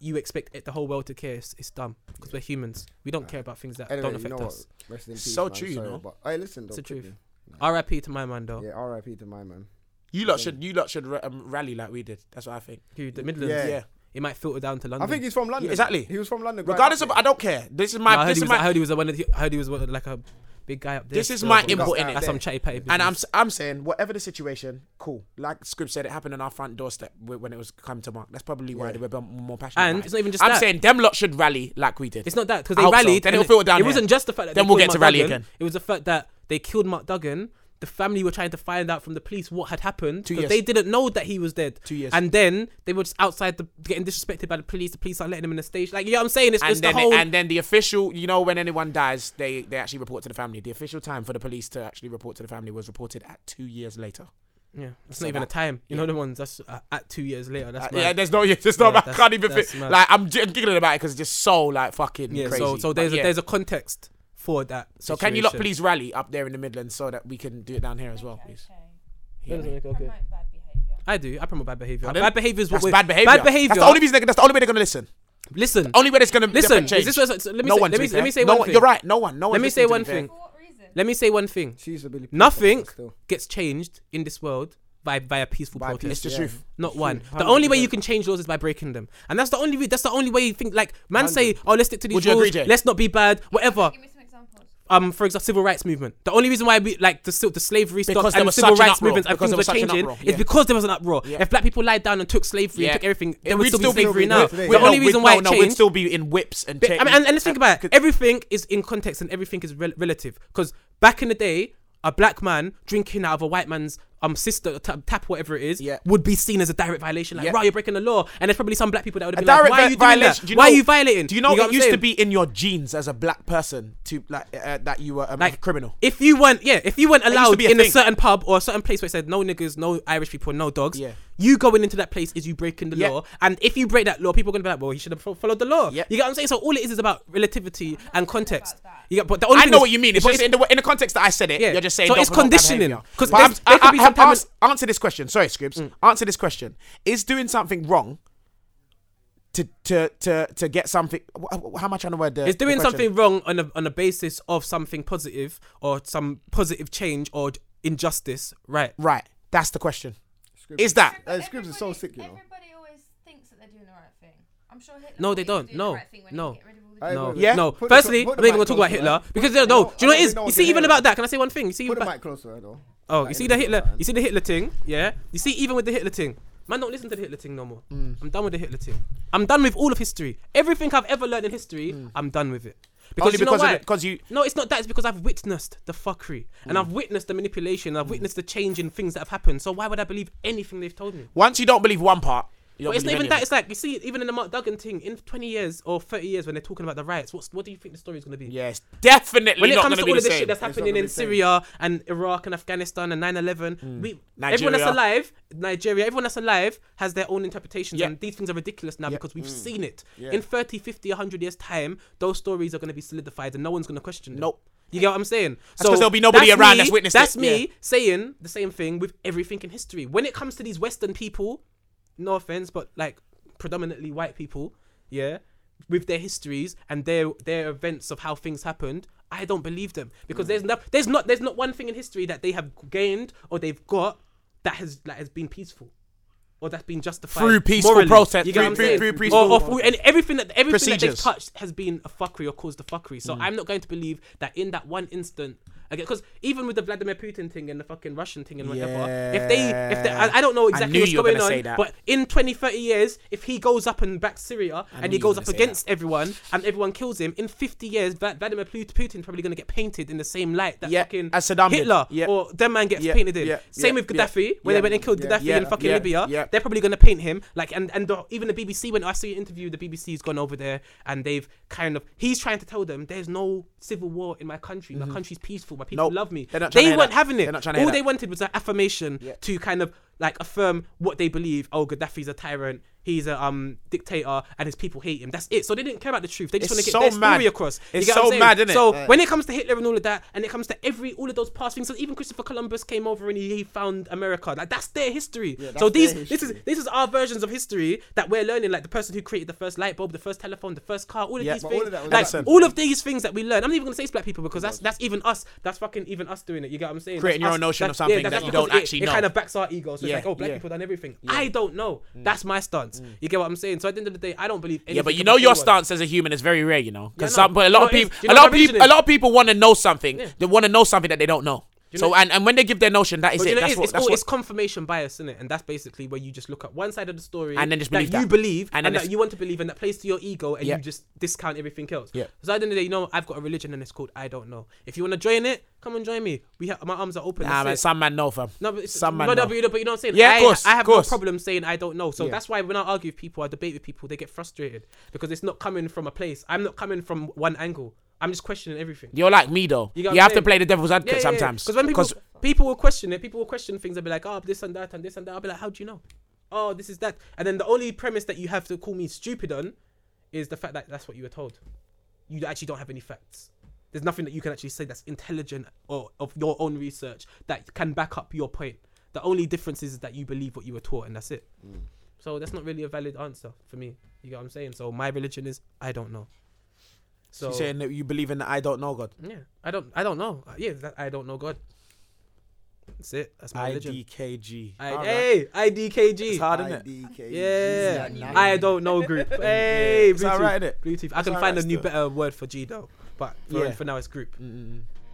[SPEAKER 5] you expect it, the whole world to care. It's, it's dumb because we're humans. We don't care about things that
[SPEAKER 4] Anyway,
[SPEAKER 5] don't
[SPEAKER 4] you
[SPEAKER 5] affect
[SPEAKER 4] know
[SPEAKER 5] us.
[SPEAKER 4] what? Rest in peace,
[SPEAKER 3] So
[SPEAKER 4] man.
[SPEAKER 3] true, you
[SPEAKER 4] Sorry,
[SPEAKER 3] know.
[SPEAKER 4] But, hey, listen, though.
[SPEAKER 5] It's the
[SPEAKER 4] quickly.
[SPEAKER 5] truth. R.I.P. to my man though.
[SPEAKER 4] Yeah, R.I.P. to my man.
[SPEAKER 3] You lot should you lot should ra- um, rally like we did. That's what I think.
[SPEAKER 5] Who, the Midlands.
[SPEAKER 4] Yeah.
[SPEAKER 3] Yeah.
[SPEAKER 5] It might filter down to
[SPEAKER 4] I
[SPEAKER 5] London.
[SPEAKER 4] think he's from London.
[SPEAKER 3] exactly.
[SPEAKER 4] He was from London. growing
[SPEAKER 3] Regardless
[SPEAKER 4] up
[SPEAKER 3] of,
[SPEAKER 4] here.
[SPEAKER 3] I don't care. This is
[SPEAKER 5] No,
[SPEAKER 3] my.
[SPEAKER 5] I, heard
[SPEAKER 3] this
[SPEAKER 5] he
[SPEAKER 3] is
[SPEAKER 5] was,
[SPEAKER 3] my.
[SPEAKER 5] I heard he was a one. Of the, I heard he was one of, like a big guy up there.
[SPEAKER 3] This is
[SPEAKER 5] still.
[SPEAKER 3] my
[SPEAKER 5] That's
[SPEAKER 3] input
[SPEAKER 4] got
[SPEAKER 3] in
[SPEAKER 4] that
[SPEAKER 3] it.
[SPEAKER 4] there.
[SPEAKER 5] some chatty patty.
[SPEAKER 3] And I'm s- I'm saying whatever the situation, cool. Like Scrib said, it happened on our front doorstep wh- when it was coming to mark. That's probably why they were b- more passionate.
[SPEAKER 5] And
[SPEAKER 3] about
[SPEAKER 5] it's
[SPEAKER 3] it.
[SPEAKER 5] not even just
[SPEAKER 3] I'm
[SPEAKER 5] that.
[SPEAKER 3] saying them lot should rally like we did.
[SPEAKER 5] It's not that because
[SPEAKER 3] I
[SPEAKER 5] they
[SPEAKER 3] hope so.
[SPEAKER 5] rallied.
[SPEAKER 3] Then
[SPEAKER 5] and
[SPEAKER 3] it'll filter down
[SPEAKER 5] It
[SPEAKER 3] here.
[SPEAKER 5] wasn't just the fact that
[SPEAKER 3] Then
[SPEAKER 5] they
[SPEAKER 3] we'll
[SPEAKER 5] killed
[SPEAKER 3] get to
[SPEAKER 5] Mark
[SPEAKER 3] rally
[SPEAKER 5] Duggan,
[SPEAKER 3] again.
[SPEAKER 5] It was the fact that they killed Mark Duggan. The family were trying to find out from the police what had happened
[SPEAKER 3] Two years.
[SPEAKER 5] because they didn't know that he was dead. Two
[SPEAKER 3] years.
[SPEAKER 5] And then they were just outside the getting disrespected by the police. The police are letting him in the station. Like you know what I'm saying? It's,
[SPEAKER 3] and
[SPEAKER 5] it's
[SPEAKER 3] then
[SPEAKER 5] the whole.
[SPEAKER 3] and then the official, you know, when anyone dies, they they actually report to the family. The official time for the police to actually report to the family was reported at two years later.
[SPEAKER 5] yeah, it's
[SPEAKER 3] So
[SPEAKER 5] not even
[SPEAKER 3] that-
[SPEAKER 5] a time. You know the ones that's uh, at two years later. That's
[SPEAKER 3] Uh,
[SPEAKER 5] mad.
[SPEAKER 3] yeah, there's no, there's no,
[SPEAKER 5] Yeah,
[SPEAKER 3] I
[SPEAKER 5] that's-
[SPEAKER 3] can't even
[SPEAKER 5] that's
[SPEAKER 3] fit.
[SPEAKER 5] mad.
[SPEAKER 3] Like I'm j- giggling about it because it's just so like fucking
[SPEAKER 5] Yeah,
[SPEAKER 3] crazy.
[SPEAKER 5] So so
[SPEAKER 3] But
[SPEAKER 5] there's
[SPEAKER 3] yeah.
[SPEAKER 5] a, there's a context for that.
[SPEAKER 3] So can you lot
[SPEAKER 5] situation.
[SPEAKER 3] please rally up there in the Midlands so that we can do it down here as well, please?
[SPEAKER 5] Okay, okay.
[SPEAKER 10] Promote bad behaviour.
[SPEAKER 5] I do. I promote bad behavior.
[SPEAKER 3] Pardon?
[SPEAKER 5] Bad behavior is what
[SPEAKER 3] That's
[SPEAKER 5] we're-
[SPEAKER 3] bad behavior.
[SPEAKER 5] Bad behavior.
[SPEAKER 3] That's the only reason. They, that's the only way they're gonna listen.
[SPEAKER 5] Listen.
[SPEAKER 3] Only way that's gonna
[SPEAKER 5] Listen,
[SPEAKER 3] Change.
[SPEAKER 5] is this what- so let me
[SPEAKER 3] no
[SPEAKER 5] say-
[SPEAKER 3] one,
[SPEAKER 5] let
[SPEAKER 3] to
[SPEAKER 5] me-
[SPEAKER 3] be
[SPEAKER 5] let
[SPEAKER 3] fair.
[SPEAKER 5] me say
[SPEAKER 3] no
[SPEAKER 5] one thing.
[SPEAKER 3] You're right. No one. No one.
[SPEAKER 5] Let me say one thing.
[SPEAKER 10] For what reason?
[SPEAKER 5] Let me say one thing.
[SPEAKER 4] She used to believe
[SPEAKER 5] Nothing
[SPEAKER 4] Still.
[SPEAKER 5] gets changed in this world by by a peaceful
[SPEAKER 4] By
[SPEAKER 5] protest.
[SPEAKER 3] It's the truth.
[SPEAKER 5] Not one. The only way you can change laws is by breaking them, and that's the only. Re- that's the only way you think. Like man, say, oh, let's stick to these
[SPEAKER 3] Would you
[SPEAKER 5] rules.
[SPEAKER 3] agree, Jay?
[SPEAKER 5] let's not be bad. Whatever.
[SPEAKER 10] Give me some examples.
[SPEAKER 5] Um, for example, civil rights movement. The only reason why we like the sil- the slavery stuff
[SPEAKER 3] Because there
[SPEAKER 5] and
[SPEAKER 3] was
[SPEAKER 5] civil
[SPEAKER 3] such an
[SPEAKER 5] rights
[SPEAKER 3] uproar.
[SPEAKER 5] movements and
[SPEAKER 3] Because
[SPEAKER 5] things
[SPEAKER 3] there
[SPEAKER 5] were
[SPEAKER 3] was such an
[SPEAKER 5] changing
[SPEAKER 3] uproar,
[SPEAKER 5] is
[SPEAKER 3] yeah.
[SPEAKER 5] because there was an uproar.
[SPEAKER 3] Yeah.
[SPEAKER 5] If black people lied down and took slavery
[SPEAKER 3] Yeah.
[SPEAKER 5] and took everything,
[SPEAKER 3] It
[SPEAKER 5] there would
[SPEAKER 3] would
[SPEAKER 5] still be
[SPEAKER 3] still be-
[SPEAKER 5] slavery
[SPEAKER 4] we'd-
[SPEAKER 5] now.
[SPEAKER 4] we'd-
[SPEAKER 5] The
[SPEAKER 4] we'd- no,
[SPEAKER 5] only reason
[SPEAKER 3] we'd-
[SPEAKER 5] why
[SPEAKER 3] no,
[SPEAKER 5] it
[SPEAKER 3] no,
[SPEAKER 5] changed
[SPEAKER 3] we'd still be in whips and.
[SPEAKER 5] But, I mean, and, and let's think about it.
[SPEAKER 3] Every
[SPEAKER 5] Everything is in context and everything is rel- relative. Because back in the day, a black man drinking out of a white man's um sister tap, tap whatever it is
[SPEAKER 3] Yeah.
[SPEAKER 5] would be seen as a direct violation. Like,
[SPEAKER 3] Yeah.
[SPEAKER 5] right, you're breaking the law. And there's probably some black people that would
[SPEAKER 3] a
[SPEAKER 5] have been like,
[SPEAKER 3] direct
[SPEAKER 5] why are you doing
[SPEAKER 3] violation.
[SPEAKER 5] that?
[SPEAKER 3] Do you
[SPEAKER 5] why
[SPEAKER 3] know-
[SPEAKER 5] are you violating?
[SPEAKER 3] Do you know
[SPEAKER 5] what
[SPEAKER 3] it
[SPEAKER 5] I'm
[SPEAKER 3] used to
[SPEAKER 5] saying?
[SPEAKER 3] be in your genes as a black person to like uh, that you were um,
[SPEAKER 5] Like-
[SPEAKER 3] a criminal?
[SPEAKER 5] If you weren't, yeah, if you weren't
[SPEAKER 3] used
[SPEAKER 5] allowed
[SPEAKER 3] to be a
[SPEAKER 5] in a
[SPEAKER 3] thing.
[SPEAKER 5] certain pub or a certain place where it said no niggas, no Irish people, no dogs,
[SPEAKER 3] Yeah.
[SPEAKER 5] you going into that place is you breaking the
[SPEAKER 3] Yeah.
[SPEAKER 5] law. And if you break that law, people are gonna be like, well, you should have fo- followed the law.
[SPEAKER 3] Yeah.
[SPEAKER 5] You get what I'm saying? So all it is is about relativity and context.
[SPEAKER 10] that.
[SPEAKER 5] You get, but the only
[SPEAKER 3] I
[SPEAKER 5] thing
[SPEAKER 3] know
[SPEAKER 5] is-
[SPEAKER 3] what you mean. It's
[SPEAKER 5] but
[SPEAKER 3] just in the in the context that I said it.
[SPEAKER 5] Yeah.
[SPEAKER 3] You're just saying.
[SPEAKER 5] So
[SPEAKER 3] don't
[SPEAKER 5] it's
[SPEAKER 3] promote bad
[SPEAKER 5] conditioning,
[SPEAKER 3] behavior.
[SPEAKER 5] 'cause
[SPEAKER 3] But
[SPEAKER 5] there's-
[SPEAKER 3] I'm-
[SPEAKER 5] there could
[SPEAKER 3] I-
[SPEAKER 5] be
[SPEAKER 3] I-
[SPEAKER 5] some Mm. time
[SPEAKER 3] ans- answer this question. Sorry, Scribs. Answer this question. Is doing something wrong to to to to get something? wh- wh- How am I trying to word the?
[SPEAKER 5] It's doing
[SPEAKER 3] the question?
[SPEAKER 5] something wrong on a on a basis of something positive or some positive change or d- injustice, right?
[SPEAKER 3] Right. That's the question. Is that?
[SPEAKER 4] Hey, Scribs is so
[SPEAKER 10] Everybody-
[SPEAKER 4] sick, you know.
[SPEAKER 10] Everybody always thinks that they're doing the right thing. I'm sure Hitler.
[SPEAKER 5] No, they
[SPEAKER 10] thought he was
[SPEAKER 5] don't.
[SPEAKER 10] doing
[SPEAKER 5] No.
[SPEAKER 10] The right thing when he
[SPEAKER 5] No.
[SPEAKER 10] could get rid of all the
[SPEAKER 4] Hey,
[SPEAKER 10] Jews.
[SPEAKER 5] No,
[SPEAKER 4] bro,
[SPEAKER 3] Yeah.
[SPEAKER 5] no.
[SPEAKER 4] put the-
[SPEAKER 5] Firstly,
[SPEAKER 4] put the
[SPEAKER 5] we're even gonna
[SPEAKER 4] mic
[SPEAKER 5] talk about
[SPEAKER 4] closer,
[SPEAKER 5] Hitler
[SPEAKER 4] man.
[SPEAKER 5] because
[SPEAKER 4] No,
[SPEAKER 5] no, no. Do you know
[SPEAKER 4] I
[SPEAKER 5] what it is?
[SPEAKER 4] don't
[SPEAKER 5] You
[SPEAKER 4] think no
[SPEAKER 5] see,
[SPEAKER 4] one
[SPEAKER 5] even
[SPEAKER 4] can
[SPEAKER 5] about that. Can I say one thing? You see,
[SPEAKER 4] Put the
[SPEAKER 5] about-
[SPEAKER 4] mic closer, though.
[SPEAKER 5] oh, you
[SPEAKER 4] Like,
[SPEAKER 5] see
[SPEAKER 4] in
[SPEAKER 5] the
[SPEAKER 4] the
[SPEAKER 5] Hitler,
[SPEAKER 4] middle, man.
[SPEAKER 5] you see the Hitler thing, yeah. You see, even with the Hitler thing, man, don't listen to the Hitler thing no more.
[SPEAKER 3] Mm.
[SPEAKER 5] I'm done with the Hitler thing. I'm done with all of history. Everything I've ever learned in history, I'm done with it. Because
[SPEAKER 3] Only
[SPEAKER 5] you know
[SPEAKER 3] Mm. Oh, because of
[SPEAKER 5] why?
[SPEAKER 3] the- 'cause you- Mm.
[SPEAKER 5] No, it's not that. It's because I've witnessed the fuckery and I've witnessed the manipulation. I've witnessed the change in things that have happened. So why would I believe anything they've told me?
[SPEAKER 3] Once you don't believe one part, you don't
[SPEAKER 5] But it's not
[SPEAKER 3] believe any
[SPEAKER 5] even
[SPEAKER 3] of
[SPEAKER 5] that. It's like you see, even in the Mark Duggan thing, in 20 years or 30 years, when they're talking about the riots, what's what do you think the story is going to be?
[SPEAKER 3] it. Yes, definitely
[SPEAKER 5] When it
[SPEAKER 3] not going
[SPEAKER 5] comes to
[SPEAKER 3] to
[SPEAKER 5] all
[SPEAKER 3] be the
[SPEAKER 5] of this
[SPEAKER 3] same. Mm.
[SPEAKER 5] shit that's happening in Syria and Iraq and Afghanistan and 9/11, we, everyone that's
[SPEAKER 3] Nigeria.
[SPEAKER 5] alive, Nigeria, everyone that's alive has their own interpretations,
[SPEAKER 3] Yeah. Mm.
[SPEAKER 5] and these things are ridiculous now because we've seen it.
[SPEAKER 4] Yeah.
[SPEAKER 5] In 30, 50, 100 years time, those stories are going to be solidified, and no one's going to question them.
[SPEAKER 3] Nope.
[SPEAKER 5] You get what I'm saying?
[SPEAKER 3] 'cause there'll be nobody around that's witnessed
[SPEAKER 5] That's
[SPEAKER 3] it.
[SPEAKER 5] me
[SPEAKER 3] Yeah.
[SPEAKER 5] saying the same thing with everything in history. When it comes to these Western people, no offense, but like predominantly white people, yeah, with their histories and their their events of how things happened, I don't believe them because
[SPEAKER 3] Mm.
[SPEAKER 5] there's no, there's not there's not one thing in history that they have gained or they've got that has that has been peaceful. or that's been justified
[SPEAKER 3] Through peaceful
[SPEAKER 5] morally.
[SPEAKER 3] protest-
[SPEAKER 5] You get
[SPEAKER 3] through-
[SPEAKER 5] what I'm
[SPEAKER 3] through-
[SPEAKER 5] saying?
[SPEAKER 3] through
[SPEAKER 5] Or-
[SPEAKER 3] peaceful
[SPEAKER 5] or through- and everything that everything that
[SPEAKER 3] procedures. Mm.
[SPEAKER 5] they've touched has been a fuckery or caused a fuckery. So I'm not going to believe that in that one instant. Again, because even with the Vladimir Putin thing and the fucking Russian thing and whatever, if they, if they, I, I don't know exactly
[SPEAKER 3] knew
[SPEAKER 5] what's
[SPEAKER 3] you were
[SPEAKER 5] going
[SPEAKER 3] gonna
[SPEAKER 5] on,
[SPEAKER 3] say that.
[SPEAKER 5] but in 20, 30 years, if he goes up and backs Syria and
[SPEAKER 3] you
[SPEAKER 5] he
[SPEAKER 3] were
[SPEAKER 5] goes
[SPEAKER 3] gonna
[SPEAKER 5] up
[SPEAKER 3] say
[SPEAKER 5] against everyone and everyone kills him, in 50 years, Va- Vladimir Put- Putin probably going to get painted in the same light that
[SPEAKER 3] Yeah,
[SPEAKER 5] fucking
[SPEAKER 3] as Saddam did.
[SPEAKER 5] Hitler
[SPEAKER 3] Yeah.
[SPEAKER 5] or that man gets
[SPEAKER 3] Yeah,
[SPEAKER 5] painted in.
[SPEAKER 3] yeah,
[SPEAKER 5] Same
[SPEAKER 3] yeah,
[SPEAKER 5] with Gaddafi,
[SPEAKER 3] yeah,
[SPEAKER 5] where they
[SPEAKER 3] yeah,
[SPEAKER 5] went and killed
[SPEAKER 3] yeah,
[SPEAKER 5] Gaddafi
[SPEAKER 3] yeah,
[SPEAKER 5] in fucking
[SPEAKER 3] yeah,
[SPEAKER 5] Libya.
[SPEAKER 3] yeah.
[SPEAKER 5] They're probably going to paint him like, and and the, even the BBC when I see an interview, the BBC's gone over there and they've kind of he's trying to tell them there's no civil war in my country. My country's peaceful. My people
[SPEAKER 3] Mm-hmm. Nope.
[SPEAKER 5] love me.
[SPEAKER 3] They're not trying to
[SPEAKER 5] They
[SPEAKER 3] hear
[SPEAKER 5] weren't
[SPEAKER 3] that.
[SPEAKER 5] having it.
[SPEAKER 3] They're not trying to hear
[SPEAKER 5] All they
[SPEAKER 3] that.
[SPEAKER 5] wanted was an affirmation to kind of like affirm what they believe. Oh, Gaddafi's a tyrant. He's a um dictator, and his people hate him. That's it. So they didn't care about the truth. They just want to
[SPEAKER 3] It's
[SPEAKER 5] get
[SPEAKER 3] so
[SPEAKER 5] their story
[SPEAKER 3] mad.
[SPEAKER 5] across. You
[SPEAKER 3] It's
[SPEAKER 5] get what I'm
[SPEAKER 3] so
[SPEAKER 5] saying?
[SPEAKER 3] mad, innit?
[SPEAKER 5] So
[SPEAKER 3] Yeah.
[SPEAKER 5] when it comes to Hitler and all of that, and it comes to every all of those past things, so even Christopher Columbus came over and he, he found America. Like that's their history. so these this is this is our versions of history that we're learning. Like the person who created the first light bulb, the first telephone, the first car, all of
[SPEAKER 4] Yeah,
[SPEAKER 5] these
[SPEAKER 4] but
[SPEAKER 5] things.
[SPEAKER 4] all of that was
[SPEAKER 5] like
[SPEAKER 4] black people.
[SPEAKER 5] all of these things that we learn. I'm not even gonna say it's black people because that's that's even us. That's fucking even us doing it. You get what I'm saying?
[SPEAKER 3] Creating
[SPEAKER 5] That's
[SPEAKER 3] your own
[SPEAKER 5] us-
[SPEAKER 3] notion of
[SPEAKER 5] that's-
[SPEAKER 3] something
[SPEAKER 5] that's
[SPEAKER 3] that you
[SPEAKER 5] because
[SPEAKER 3] don't
[SPEAKER 5] it-
[SPEAKER 3] actually
[SPEAKER 5] It
[SPEAKER 3] know.
[SPEAKER 5] kind of backs our ego. So
[SPEAKER 3] Yeah,
[SPEAKER 5] it's like, oh, black
[SPEAKER 3] yeah.
[SPEAKER 5] people done everything. I don't know. That's my stance. You get what I'm saying? So at the end of the day, I don't believe.
[SPEAKER 3] Yeah, but
[SPEAKER 5] anything
[SPEAKER 3] you know
[SPEAKER 5] about
[SPEAKER 3] your
[SPEAKER 5] anyone.
[SPEAKER 3] stance as a human is very rare, you know, because
[SPEAKER 5] Yeah, I know.
[SPEAKER 3] some, but a lot
[SPEAKER 5] No,
[SPEAKER 3] of
[SPEAKER 5] it is.
[SPEAKER 3] people,
[SPEAKER 5] Do you
[SPEAKER 3] a
[SPEAKER 5] know
[SPEAKER 3] lot of
[SPEAKER 5] what my
[SPEAKER 3] people,
[SPEAKER 5] reason
[SPEAKER 3] a
[SPEAKER 5] is?
[SPEAKER 3] lot of people want to know something.
[SPEAKER 5] Yeah.
[SPEAKER 3] They want to know something that they don't know.
[SPEAKER 5] you
[SPEAKER 3] So
[SPEAKER 5] know-
[SPEAKER 3] and, and when they give their notion, that is
[SPEAKER 5] But
[SPEAKER 3] it.
[SPEAKER 5] you know,
[SPEAKER 3] That's
[SPEAKER 5] it's,
[SPEAKER 3] what.
[SPEAKER 5] it's,
[SPEAKER 3] That's
[SPEAKER 5] all,
[SPEAKER 3] what.
[SPEAKER 5] it's confirmation bias, isn't it? And that's basically where you just look at one side of the story
[SPEAKER 3] And then just
[SPEAKER 5] that
[SPEAKER 3] believe
[SPEAKER 5] you
[SPEAKER 3] that.
[SPEAKER 5] believe and,
[SPEAKER 3] And then
[SPEAKER 5] that
[SPEAKER 3] it's-
[SPEAKER 5] you want to believe, and that plays to your ego, and
[SPEAKER 3] Yeah.
[SPEAKER 5] you just discount everything else.
[SPEAKER 3] Yeah.
[SPEAKER 5] So at the end of the day, you know, I've got a religion, and it's called I don't know. If you want to join it, come and join me. We have my arms are open.
[SPEAKER 3] Nah,
[SPEAKER 5] that's
[SPEAKER 3] man,
[SPEAKER 5] it.
[SPEAKER 3] some man know, fam.
[SPEAKER 5] No, but it's,
[SPEAKER 3] Some man
[SPEAKER 5] no, no,
[SPEAKER 3] know.
[SPEAKER 5] but you know, but you know what I'm saying.
[SPEAKER 3] Yeah, of
[SPEAKER 5] I,
[SPEAKER 3] course,
[SPEAKER 5] I have
[SPEAKER 3] of course.
[SPEAKER 5] no problem saying I don't know. So
[SPEAKER 4] Yeah.
[SPEAKER 5] that's why when I argue with people, I debate with people, they get frustrated because it's not coming from a place. I'm not coming from one angle. I'm just questioning everything.
[SPEAKER 3] You're like me though.
[SPEAKER 5] You
[SPEAKER 3] You,
[SPEAKER 5] get what I'm
[SPEAKER 3] have to
[SPEAKER 5] saying?
[SPEAKER 3] play the devil's advocate
[SPEAKER 5] Yeah,
[SPEAKER 3] sometimes.
[SPEAKER 5] Because when people people will question it, people will question things. They'll be like, oh, this and that and this and that. I'll be like, how do you know? Oh, this is that. And then the only premise that you have to call me stupid on is the fact that that's what you were told. You actually don't have any facts. There's nothing that you can actually say that's intelligent or of your own research that can back up your point. The only difference is that you believe what you were taught, and that's it. So that's not really a valid answer for me. You get what I'm saying? So my religion is I don't know. So
[SPEAKER 3] you're saying that you believe in the I don't know God.
[SPEAKER 5] yeah, I don't, I don't know. Uh, Yeah, that, I don't know God. That's it. That's my religion.
[SPEAKER 3] IDKG.
[SPEAKER 5] I, Hey,
[SPEAKER 3] It's
[SPEAKER 5] IDKG.
[SPEAKER 3] hard, isn't it?
[SPEAKER 4] IDK.
[SPEAKER 5] Yeah,
[SPEAKER 4] Nah, nah.
[SPEAKER 5] I don't know group. Hey,
[SPEAKER 3] It's all right,
[SPEAKER 5] Bluetooth.
[SPEAKER 3] innit?
[SPEAKER 5] Bluetooth. I
[SPEAKER 3] It's
[SPEAKER 5] can
[SPEAKER 3] all
[SPEAKER 5] find
[SPEAKER 3] right
[SPEAKER 5] a new
[SPEAKER 3] still.
[SPEAKER 5] better word for G though, but for,
[SPEAKER 3] Yeah.
[SPEAKER 5] for now it's group.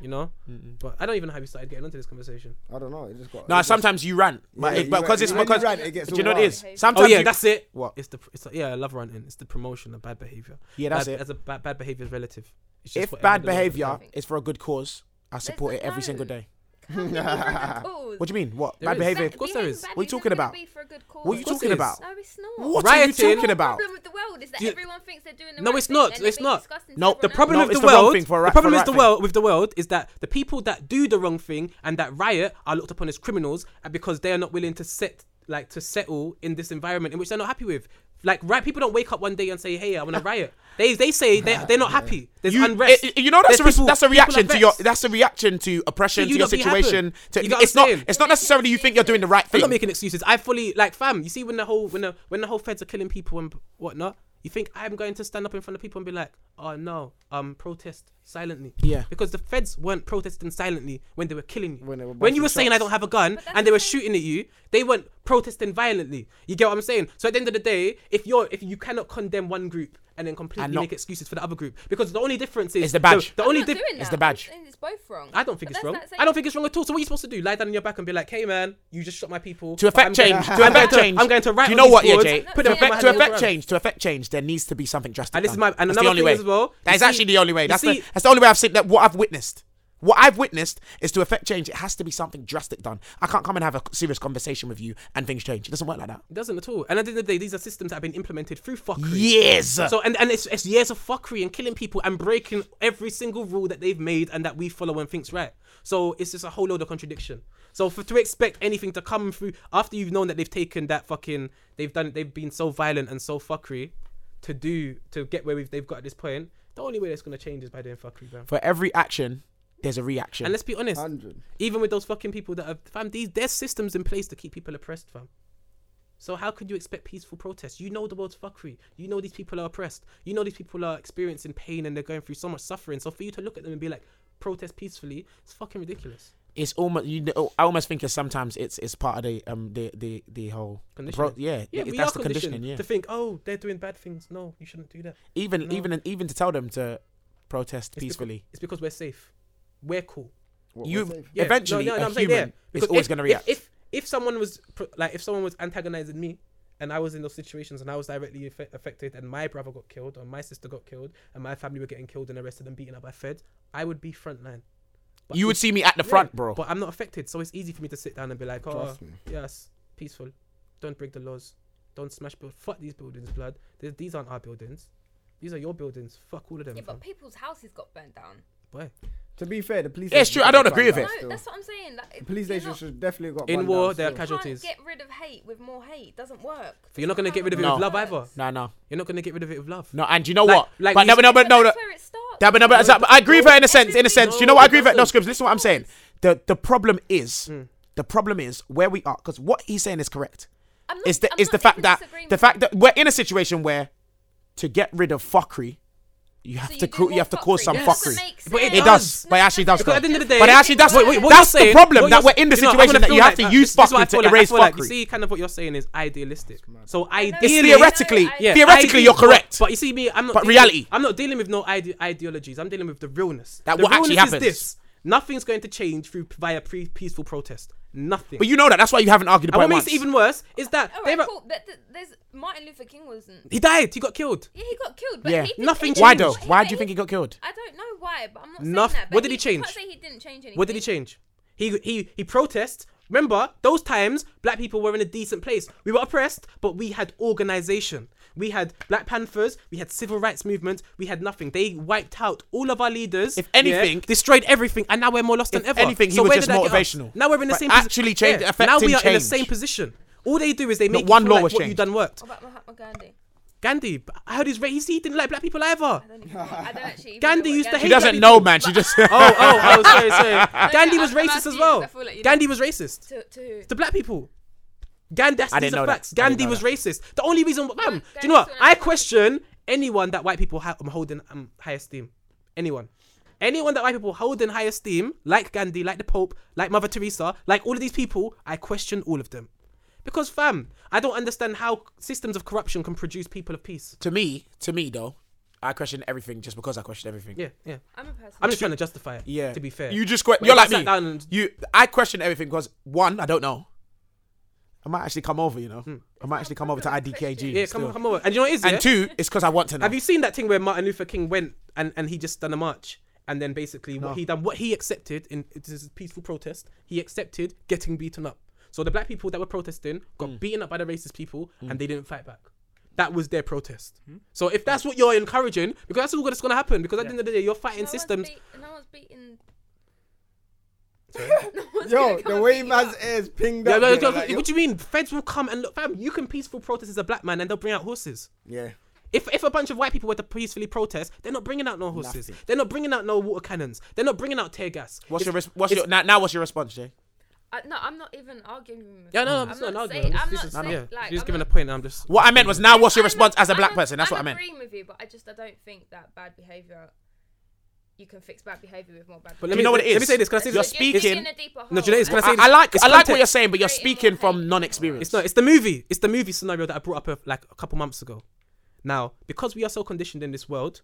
[SPEAKER 5] You know, but I don't even know how we started getting onto this conversation.
[SPEAKER 4] I don't know. It just got.
[SPEAKER 3] No,
[SPEAKER 4] it just-
[SPEAKER 3] sometimes you rant, but
[SPEAKER 4] Yeah,
[SPEAKER 3] it-
[SPEAKER 4] you
[SPEAKER 3] but
[SPEAKER 4] rant.
[SPEAKER 3] because it's
[SPEAKER 4] When you
[SPEAKER 3] because
[SPEAKER 4] rant, it gets
[SPEAKER 3] do you know
[SPEAKER 4] all
[SPEAKER 3] what it is?
[SPEAKER 10] wild.
[SPEAKER 3] Sometimes
[SPEAKER 5] oh yeah,
[SPEAKER 3] you-
[SPEAKER 5] that's it.
[SPEAKER 4] What?
[SPEAKER 5] It's the it's yeah, I love running. It's the promotion of bad behavior.
[SPEAKER 3] Yeah, that's
[SPEAKER 5] bad,
[SPEAKER 3] it.
[SPEAKER 5] As a bad, bad behavior is relative. It's just
[SPEAKER 3] if
[SPEAKER 5] whatever
[SPEAKER 3] bad
[SPEAKER 5] the law
[SPEAKER 3] behavior
[SPEAKER 5] is.
[SPEAKER 3] is for a good cause, I support it
[SPEAKER 10] There's no
[SPEAKER 3] every
[SPEAKER 10] code.
[SPEAKER 3] single day.
[SPEAKER 10] What
[SPEAKER 3] What do you mean? What
[SPEAKER 5] There
[SPEAKER 3] bad
[SPEAKER 5] is.
[SPEAKER 3] behavior?
[SPEAKER 5] Of course there is.
[SPEAKER 3] What are you talking about? What are you
[SPEAKER 5] Of course
[SPEAKER 3] talking
[SPEAKER 5] it is.
[SPEAKER 3] about?
[SPEAKER 10] No, it's not.
[SPEAKER 3] What
[SPEAKER 5] Rioting-
[SPEAKER 3] are you
[SPEAKER 10] The
[SPEAKER 5] talking
[SPEAKER 3] talking about?
[SPEAKER 10] problem with the world is that
[SPEAKER 5] Do you-
[SPEAKER 10] everyone thinks they're doing the
[SPEAKER 5] No,
[SPEAKER 10] right
[SPEAKER 5] it's
[SPEAKER 10] thing
[SPEAKER 5] not.
[SPEAKER 10] and they're
[SPEAKER 5] It's not.
[SPEAKER 10] disgusting to
[SPEAKER 3] No,
[SPEAKER 10] everyone
[SPEAKER 3] the
[SPEAKER 5] problem
[SPEAKER 3] No,
[SPEAKER 10] else.
[SPEAKER 5] with
[SPEAKER 3] it's
[SPEAKER 5] the,
[SPEAKER 3] the wrong
[SPEAKER 5] world.
[SPEAKER 3] thing for a right-
[SPEAKER 5] the problem
[SPEAKER 3] for a
[SPEAKER 5] is
[SPEAKER 3] right
[SPEAKER 5] the
[SPEAKER 3] thing.
[SPEAKER 5] world with the world is that the people that do the wrong thing and that riot are looked upon as criminals and because they are not willing to set like to settle in this environment in which they're not happy with. Like right, people don't wake up one day and say, "Hey, I want to riot." They they say they they're not happy. There's
[SPEAKER 3] You,
[SPEAKER 5] unrest.
[SPEAKER 3] i- i- you know that's
[SPEAKER 5] There's
[SPEAKER 3] a, res-
[SPEAKER 5] people-
[SPEAKER 3] that's a
[SPEAKER 5] people are
[SPEAKER 3] reaction to your
[SPEAKER 5] vexed.
[SPEAKER 3] that's a reaction to oppression
[SPEAKER 5] So
[SPEAKER 3] to
[SPEAKER 5] you
[SPEAKER 3] your
[SPEAKER 5] lot be happy.
[SPEAKER 3] situation. To,
[SPEAKER 5] You get what
[SPEAKER 3] it's
[SPEAKER 5] I'm
[SPEAKER 3] not
[SPEAKER 5] saying?
[SPEAKER 3] it's not necessarily you think you're doing the right
[SPEAKER 5] I'm
[SPEAKER 3] thing.
[SPEAKER 5] not making excuses. I fully like fam. You see when the whole when the when the whole feds are killing people and whatnot. You think I'm going to stand up in front of people and be like, oh no, um, protest silently?
[SPEAKER 3] Yeah.
[SPEAKER 5] Because the feds weren't protesting silently when they were killing you. When,
[SPEAKER 4] they were
[SPEAKER 5] you were
[SPEAKER 4] busting
[SPEAKER 5] saying I don't have a gun
[SPEAKER 10] that's
[SPEAKER 5] and they
[SPEAKER 10] the
[SPEAKER 5] were
[SPEAKER 10] thing.
[SPEAKER 5] shooting at you, they weren't protesting violently. You get what I'm saying? So at the end of the day, if you're if you cannot condemn one group and then completely
[SPEAKER 3] not-
[SPEAKER 5] make excuses for the other group, because the only difference is
[SPEAKER 3] It's the badge.
[SPEAKER 5] The,
[SPEAKER 10] I'm
[SPEAKER 5] only
[SPEAKER 10] not
[SPEAKER 5] difference.
[SPEAKER 10] doing
[SPEAKER 3] it's
[SPEAKER 10] that.
[SPEAKER 3] the badge.
[SPEAKER 10] I think It's both wrong.
[SPEAKER 5] I don't think
[SPEAKER 10] But
[SPEAKER 5] it's
[SPEAKER 10] that's
[SPEAKER 5] wrong.
[SPEAKER 10] not saying-
[SPEAKER 5] I don't think it's wrong at all. So what are you supposed to do? Lie down on your back and be like, "Hey man, you just shot my people."
[SPEAKER 3] to
[SPEAKER 5] but
[SPEAKER 3] affect
[SPEAKER 5] I'm going-
[SPEAKER 3] change, to
[SPEAKER 5] I'm going
[SPEAKER 3] affect change.
[SPEAKER 5] I'm going to write.
[SPEAKER 3] Do you
[SPEAKER 5] on
[SPEAKER 3] know
[SPEAKER 5] these
[SPEAKER 3] what, E yeah,
[SPEAKER 5] boards,
[SPEAKER 3] Jay?
[SPEAKER 10] I'm not
[SPEAKER 5] Put
[SPEAKER 3] To
[SPEAKER 5] them
[SPEAKER 10] saying
[SPEAKER 5] on my
[SPEAKER 3] affect,
[SPEAKER 5] hand
[SPEAKER 10] I'm
[SPEAKER 3] to
[SPEAKER 5] and
[SPEAKER 3] affect
[SPEAKER 5] go around.
[SPEAKER 3] change, to affect change, there needs to be something drastic.
[SPEAKER 5] And this is
[SPEAKER 3] done.
[SPEAKER 5] my- and
[SPEAKER 3] That's
[SPEAKER 5] another
[SPEAKER 3] the only
[SPEAKER 5] thing
[SPEAKER 3] way.
[SPEAKER 5] as well,
[SPEAKER 3] That
[SPEAKER 5] you
[SPEAKER 3] is
[SPEAKER 5] see-
[SPEAKER 3] actually the only way.
[SPEAKER 5] you
[SPEAKER 3] That's
[SPEAKER 5] see-
[SPEAKER 3] the that's the only way I've seen that. What I've witnessed, what I've witnessed is to affect change. It has to be something drastic done. I can't come and have a serious conversation with you and things change. It doesn't work like that.
[SPEAKER 5] It doesn't at all. And at the end of the day, these are systems that have been implemented through fuckery.
[SPEAKER 3] Years.
[SPEAKER 5] So and, and it's, it's years of fuckery and killing people and breaking every single rule that they've made and that we follow and thinks right. So it's just a whole load of contradiction. So for to expect anything to come through after you've known that they've taken that fucking they've done they've been so violent and so fuckery to do to get where we've, they've got at this point. The only way that's gonna change is by doing fuckery, bro.
[SPEAKER 3] For every action, there's a reaction.
[SPEAKER 5] And let's be honest,
[SPEAKER 4] 100.
[SPEAKER 5] even with those fucking people that have fam, these there's systems in place to keep people oppressed, fam. So how could you expect peaceful protests? You know the world's fuckery. You know these people are oppressed. You know these people are experiencing pain and they're going through so much suffering. So for you to look at them and be like, protest peacefully, it's fucking ridiculous.
[SPEAKER 3] it's almost you know, I almost think it's sometimes it's it's part of the um the the the whole the pro-
[SPEAKER 5] Conditioning.
[SPEAKER 3] yeah,
[SPEAKER 5] Yeah,
[SPEAKER 3] it-
[SPEAKER 5] we
[SPEAKER 3] that's
[SPEAKER 5] are
[SPEAKER 3] the conditioning,
[SPEAKER 5] conditioned
[SPEAKER 3] yeah
[SPEAKER 5] to think, oh, they're doing bad things. No, you shouldn't do that.
[SPEAKER 3] even
[SPEAKER 5] No.
[SPEAKER 3] even even to tell them to protest
[SPEAKER 5] It's becau-
[SPEAKER 3] peacefully
[SPEAKER 5] It's because we're safe. We're cool.
[SPEAKER 3] you
[SPEAKER 5] Yeah,
[SPEAKER 3] eventually
[SPEAKER 5] no, no,
[SPEAKER 3] a
[SPEAKER 5] I'm saying
[SPEAKER 3] human
[SPEAKER 5] them.
[SPEAKER 3] is
[SPEAKER 5] Because
[SPEAKER 3] always
[SPEAKER 5] if-
[SPEAKER 3] going to
[SPEAKER 5] if-
[SPEAKER 3] react
[SPEAKER 5] If, if someone was pr- like if someone was antagonizing me, and I was in those situations and I was directly affe- affected, and my brother got killed or my sister got killed, and my family were getting killed and arrested and beaten up by feds, I would be frontline. But
[SPEAKER 3] you would
[SPEAKER 5] it's-
[SPEAKER 3] see me at the
[SPEAKER 5] yeah,
[SPEAKER 3] front bro
[SPEAKER 5] But I'm not affected, so it's easy for me to sit down and be like, oh,
[SPEAKER 4] Trust me.
[SPEAKER 5] yes, peaceful. Don't break the laws. Don't smash build. Fuck these buildings, blood. Th- These aren't our buildings. These are your buildings. Fuck all of them.
[SPEAKER 10] Yeah,
[SPEAKER 5] fam.
[SPEAKER 10] but people's houses got burnt down.
[SPEAKER 5] Boy.
[SPEAKER 4] To be fair, the police.
[SPEAKER 3] Yeah, it's true, I don't agree with
[SPEAKER 10] No,
[SPEAKER 3] it.
[SPEAKER 4] Still.
[SPEAKER 10] that's what I'm saying. Like,
[SPEAKER 4] The police
[SPEAKER 10] you're
[SPEAKER 4] station
[SPEAKER 10] not-
[SPEAKER 4] should definitely got.
[SPEAKER 5] In
[SPEAKER 4] one
[SPEAKER 5] war,
[SPEAKER 4] down
[SPEAKER 5] there
[SPEAKER 4] still.
[SPEAKER 5] are
[SPEAKER 10] you
[SPEAKER 5] casualties.
[SPEAKER 10] can't get rid of hate with more hate. It doesn't work.
[SPEAKER 5] But you're not gonna
[SPEAKER 10] Doesn't
[SPEAKER 5] get rid of it
[SPEAKER 10] matter
[SPEAKER 5] with
[SPEAKER 10] what
[SPEAKER 5] love either.
[SPEAKER 10] works.
[SPEAKER 3] no no
[SPEAKER 5] You're not gonna get rid of it with love.
[SPEAKER 3] no and you know
[SPEAKER 5] Like-
[SPEAKER 3] what
[SPEAKER 5] like
[SPEAKER 3] but
[SPEAKER 5] you
[SPEAKER 3] no
[SPEAKER 5] see-
[SPEAKER 3] but no but
[SPEAKER 10] But
[SPEAKER 3] no, no
[SPEAKER 10] that's where it starts.
[SPEAKER 3] Yeah, but, no, but, but I agree with her in a sense. In a sense, you know
[SPEAKER 5] No,
[SPEAKER 3] what I
[SPEAKER 5] it
[SPEAKER 3] agree with her. No
[SPEAKER 5] doesn't.
[SPEAKER 3] scripts. Listen, to what I'm saying. The the problem is,
[SPEAKER 5] Hmm.
[SPEAKER 3] the problem is where we are because what he's saying is correct.
[SPEAKER 10] I'm not-
[SPEAKER 3] Is the
[SPEAKER 10] I'm
[SPEAKER 3] is
[SPEAKER 10] not
[SPEAKER 3] the
[SPEAKER 10] in
[SPEAKER 3] fact that
[SPEAKER 10] disagreement.
[SPEAKER 3] the fact that we're in a situation where to get rid of fuckery, you have
[SPEAKER 10] So
[SPEAKER 3] to
[SPEAKER 10] do
[SPEAKER 3] cau-
[SPEAKER 10] more
[SPEAKER 3] you have to cause some
[SPEAKER 10] It
[SPEAKER 3] fuckery.
[SPEAKER 10] doesn't make
[SPEAKER 5] But it
[SPEAKER 10] sense.
[SPEAKER 3] It does, but it actually does.
[SPEAKER 5] Because
[SPEAKER 3] though.
[SPEAKER 5] at the end of the day-
[SPEAKER 3] but it actually does.
[SPEAKER 10] Wait, wait, what
[SPEAKER 3] that's
[SPEAKER 5] you're
[SPEAKER 3] the
[SPEAKER 5] saying-
[SPEAKER 3] problem
[SPEAKER 5] what
[SPEAKER 3] that
[SPEAKER 5] you're
[SPEAKER 3] we're in the
[SPEAKER 5] s- you know, I'm
[SPEAKER 3] situation
[SPEAKER 5] gonna
[SPEAKER 3] that you
[SPEAKER 5] feel
[SPEAKER 3] have to
[SPEAKER 5] like-
[SPEAKER 3] use
[SPEAKER 5] this is what I
[SPEAKER 3] fuckery
[SPEAKER 5] feel
[SPEAKER 3] to
[SPEAKER 5] like. I
[SPEAKER 3] erase
[SPEAKER 5] feel like-
[SPEAKER 3] fuckery.
[SPEAKER 5] See, kind of what you're saying is idealistic. So
[SPEAKER 10] know,
[SPEAKER 5] ideally,
[SPEAKER 3] It's
[SPEAKER 10] Really?
[SPEAKER 3] theoretically,
[SPEAKER 10] No, I-
[SPEAKER 3] theoretically, you're correct.
[SPEAKER 5] But you see, me, I'm not.
[SPEAKER 3] But
[SPEAKER 5] dealing-
[SPEAKER 3] reality.
[SPEAKER 5] I'm not dealing with no ide- ideologies. I'm dealing with the realness.
[SPEAKER 3] That
[SPEAKER 5] the
[SPEAKER 3] what actually
[SPEAKER 5] realness
[SPEAKER 3] happens.
[SPEAKER 5] Is this. Nothing's going to change through via pre- peaceful protest. Nothing.
[SPEAKER 3] But you know that. That's why you haven't argued
[SPEAKER 5] and
[SPEAKER 3] about it
[SPEAKER 5] what makes
[SPEAKER 3] once.
[SPEAKER 5] it even worse is that
[SPEAKER 10] All
[SPEAKER 5] they
[SPEAKER 10] right,
[SPEAKER 5] were-
[SPEAKER 10] cool. But th- there's Martin Luther King wasn't.
[SPEAKER 5] he died. He got killed.
[SPEAKER 10] Yeah, he got killed. But
[SPEAKER 3] Yeah.
[SPEAKER 10] he did-
[SPEAKER 5] Nothing
[SPEAKER 10] he did-
[SPEAKER 3] Why though?
[SPEAKER 10] but
[SPEAKER 3] Why
[SPEAKER 10] but
[SPEAKER 3] do you think he got killed?
[SPEAKER 10] I don't know why, but I'm not
[SPEAKER 5] Noth-
[SPEAKER 10] saying that.
[SPEAKER 5] what
[SPEAKER 10] but
[SPEAKER 5] did he
[SPEAKER 10] I
[SPEAKER 5] change?
[SPEAKER 10] can't say he didn't change anything.
[SPEAKER 5] What did he change? He he he protests. Remember those times black people were in a decent place. We were oppressed, but we had organization. We had Black Panthers, we had civil rights movement, we had nothing. They wiped out all of our leaders.
[SPEAKER 3] If anything-
[SPEAKER 5] destroyed everything, and now we're more lost
[SPEAKER 3] If
[SPEAKER 5] than ever.
[SPEAKER 3] anything, he was
[SPEAKER 5] where
[SPEAKER 3] just
[SPEAKER 5] did that get us?
[SPEAKER 3] motivational.
[SPEAKER 5] Now we're in the
[SPEAKER 3] But
[SPEAKER 5] same
[SPEAKER 3] actually change-
[SPEAKER 5] Now
[SPEAKER 3] affecting
[SPEAKER 5] we are in the
[SPEAKER 3] change.
[SPEAKER 5] same position. All they do is they
[SPEAKER 3] Not
[SPEAKER 5] make
[SPEAKER 3] one
[SPEAKER 5] you
[SPEAKER 3] law
[SPEAKER 5] feel like
[SPEAKER 3] was
[SPEAKER 5] what
[SPEAKER 3] changed.
[SPEAKER 5] you've done worked.
[SPEAKER 10] What about Mahatma Gandhi?
[SPEAKER 5] Gandhi, I heard he's ra- he he didn't like black people either.
[SPEAKER 10] I don't, even, I don't actually. Even
[SPEAKER 5] Gandhi
[SPEAKER 10] know what
[SPEAKER 5] used
[SPEAKER 3] She
[SPEAKER 5] to
[SPEAKER 10] Gandhi
[SPEAKER 5] hate
[SPEAKER 10] was.
[SPEAKER 3] doesn't
[SPEAKER 5] Gandhi-
[SPEAKER 3] know, man. She just.
[SPEAKER 5] Oh, oh, oh, sorry, sorry. Gandhi
[SPEAKER 10] I
[SPEAKER 5] was
[SPEAKER 10] was gonna
[SPEAKER 5] racist
[SPEAKER 10] ask
[SPEAKER 5] as
[SPEAKER 10] you,
[SPEAKER 5] well.
[SPEAKER 10] 'cause I feel like you
[SPEAKER 5] Gandhi was racist
[SPEAKER 10] To, to who?
[SPEAKER 5] to black people. Gandhi, that's,
[SPEAKER 3] I
[SPEAKER 5] these
[SPEAKER 3] didn't
[SPEAKER 5] are
[SPEAKER 3] know that.
[SPEAKER 5] facts.
[SPEAKER 3] I didn't
[SPEAKER 5] Gandhi
[SPEAKER 3] know
[SPEAKER 5] was
[SPEAKER 3] that.
[SPEAKER 5] racist. The only reason, why, do you
[SPEAKER 10] Gandhi's
[SPEAKER 5] know what?
[SPEAKER 10] one of
[SPEAKER 5] I
[SPEAKER 10] the-
[SPEAKER 5] question anyone that white people ha- um, hold in um, high esteem. Anyone. Anyone that white people hold in high esteem, like Gandhi, like the Pope, like Mother Teresa, like all of these people, I question all of them. Because, fam, I don't understand how systems of corruption can produce people of peace.
[SPEAKER 3] to me, to me though, I question everything just because I question everything.
[SPEAKER 5] Yeah, yeah.
[SPEAKER 10] I'm a person.
[SPEAKER 5] I'm just trying to justify it.
[SPEAKER 3] Yeah.
[SPEAKER 5] To be fair.
[SPEAKER 3] you just que-
[SPEAKER 5] But
[SPEAKER 3] you're
[SPEAKER 5] if I
[SPEAKER 3] like
[SPEAKER 5] sat
[SPEAKER 3] me.
[SPEAKER 5] down and-
[SPEAKER 3] You, I question everything because one, I don't know. I might actually come over, you know. I might actually come over to IDKG.
[SPEAKER 5] Yeah, come,
[SPEAKER 3] still.
[SPEAKER 5] come over. And you know what it is? yeah?
[SPEAKER 3] And two, it's because I want to know.
[SPEAKER 5] Have you seen that thing where Martin Luther King went and, and he just done a march? And then basically what he done, what he accepted in this is peaceful protest, he accepted getting beaten up. So the black people that were protesting got beaten up by the racist people and they didn't fight back. That was their protest. So if that's what you're encouraging, because that's all that's going to happen, because at the end of the day, you're fighting
[SPEAKER 10] no
[SPEAKER 5] systems.
[SPEAKER 10] One's beat, no one's beaten.
[SPEAKER 4] Yo, the way man's ears pinged
[SPEAKER 5] Yeah,
[SPEAKER 4] up.
[SPEAKER 5] no,
[SPEAKER 4] you know,
[SPEAKER 5] no,
[SPEAKER 4] like, yo-
[SPEAKER 5] what do you mean? Feds will come and look, fam, you can peaceful protest as a black man and they'll bring out horses.
[SPEAKER 4] Yeah.
[SPEAKER 5] If, if a bunch of white people were to peacefully protest, they're not bringing out no horses. They're not bringing out no water cannons. They're not bringing out tear gas.
[SPEAKER 3] what's
[SPEAKER 5] It's-
[SPEAKER 3] your res- what's
[SPEAKER 5] it's-
[SPEAKER 3] your now, now? What's your response, Jay?
[SPEAKER 10] I, no, I'm not even arguing. With
[SPEAKER 5] Yeah, no,
[SPEAKER 10] him.
[SPEAKER 5] no, it's
[SPEAKER 10] I'm
[SPEAKER 5] not an
[SPEAKER 10] saying-
[SPEAKER 5] argument.
[SPEAKER 10] I'm
[SPEAKER 5] This
[SPEAKER 10] not
[SPEAKER 5] is-
[SPEAKER 10] saying,
[SPEAKER 5] yeah,
[SPEAKER 10] like,
[SPEAKER 5] she's
[SPEAKER 10] I'm
[SPEAKER 5] giving a
[SPEAKER 10] not-
[SPEAKER 5] point. I'm just
[SPEAKER 3] What I meant was now. What's your
[SPEAKER 10] I'm
[SPEAKER 3] response
[SPEAKER 10] not-
[SPEAKER 3] as a black
[SPEAKER 10] I'm-
[SPEAKER 3] person? That's
[SPEAKER 10] I'm
[SPEAKER 3] what I meant.
[SPEAKER 10] agreeing with you, but I just I don't think that bad behavior. You can fix bad behavior with more bad.
[SPEAKER 5] But
[SPEAKER 3] Do
[SPEAKER 5] let
[SPEAKER 3] you
[SPEAKER 5] me
[SPEAKER 3] know what it
[SPEAKER 5] Let me
[SPEAKER 3] is?
[SPEAKER 5] say this. Can I say
[SPEAKER 3] You're
[SPEAKER 5] this?
[SPEAKER 3] speaking-
[SPEAKER 10] in a deeper hole.
[SPEAKER 5] No, do you know it's- can I say
[SPEAKER 3] I,
[SPEAKER 5] this?
[SPEAKER 3] I like
[SPEAKER 5] It's
[SPEAKER 3] I like what
[SPEAKER 5] context.
[SPEAKER 3] you're saying, but you're
[SPEAKER 10] Creating more
[SPEAKER 3] speaking from
[SPEAKER 10] hate.
[SPEAKER 3] non-experience.
[SPEAKER 5] It's not. It's the movie. It's the movie scenario that I brought up uh, like a couple months ago. Now, because we are so conditioned in this world,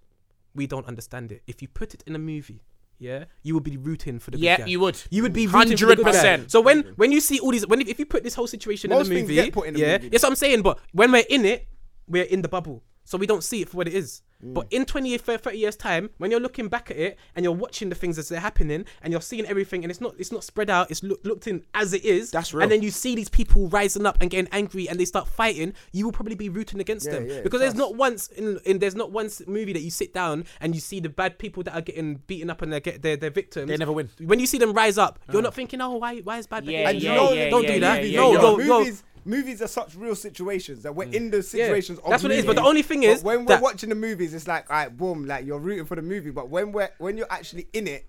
[SPEAKER 5] we don't understand it. If you put it in a movie, yeah, you would be rooting for the good
[SPEAKER 3] Yeah,
[SPEAKER 5] guy.
[SPEAKER 3] you would.
[SPEAKER 5] You would be rooting for the good guy.
[SPEAKER 3] 100%.
[SPEAKER 5] So when when you see all these, when if you put this whole situation
[SPEAKER 4] Most
[SPEAKER 5] in a
[SPEAKER 4] things
[SPEAKER 5] movie,
[SPEAKER 4] get put in the
[SPEAKER 5] yeah,
[SPEAKER 4] movie.
[SPEAKER 5] that's what I'm saying. But when we're in it, we're in the bubble, so we don't see it for what it is.
[SPEAKER 4] Mm.
[SPEAKER 5] But in 20, 30 years time, when you're looking back at it and you're watching the things as they're happening and you're seeing everything and it's not it's not spread out, it's look, looked in as it is.
[SPEAKER 3] That's
[SPEAKER 5] right.
[SPEAKER 3] real.
[SPEAKER 5] And then you see these people rising up and getting angry and they start fighting, you will probably be rooting against them
[SPEAKER 4] yeah,
[SPEAKER 5] because there's
[SPEAKER 4] facts.
[SPEAKER 5] not once in, in there's not one s- movie that you sit down and you see the bad people that are getting beaten up and they get their their victims.
[SPEAKER 3] They never win.
[SPEAKER 5] When you see them rise up,
[SPEAKER 4] Ah.
[SPEAKER 5] you're not thinking, oh, why why is bad?
[SPEAKER 3] Yeah,
[SPEAKER 5] behavior?"
[SPEAKER 4] And
[SPEAKER 3] yeah,
[SPEAKER 4] you know,
[SPEAKER 3] yeah,
[SPEAKER 5] don't
[SPEAKER 3] yeah,
[SPEAKER 5] do that.
[SPEAKER 3] yeah,
[SPEAKER 5] no,
[SPEAKER 3] yeah. Mm.
[SPEAKER 5] yo, yo.
[SPEAKER 4] movies, movies are such real situations that we're in the situations. Of
[SPEAKER 5] That's what it is, but the
[SPEAKER 4] movies.
[SPEAKER 5] only thing is
[SPEAKER 4] when we're
[SPEAKER 5] that-
[SPEAKER 4] watching the movies, it's like, all right, boom, like you're rooting for the movie. But when we're when you're actually in it,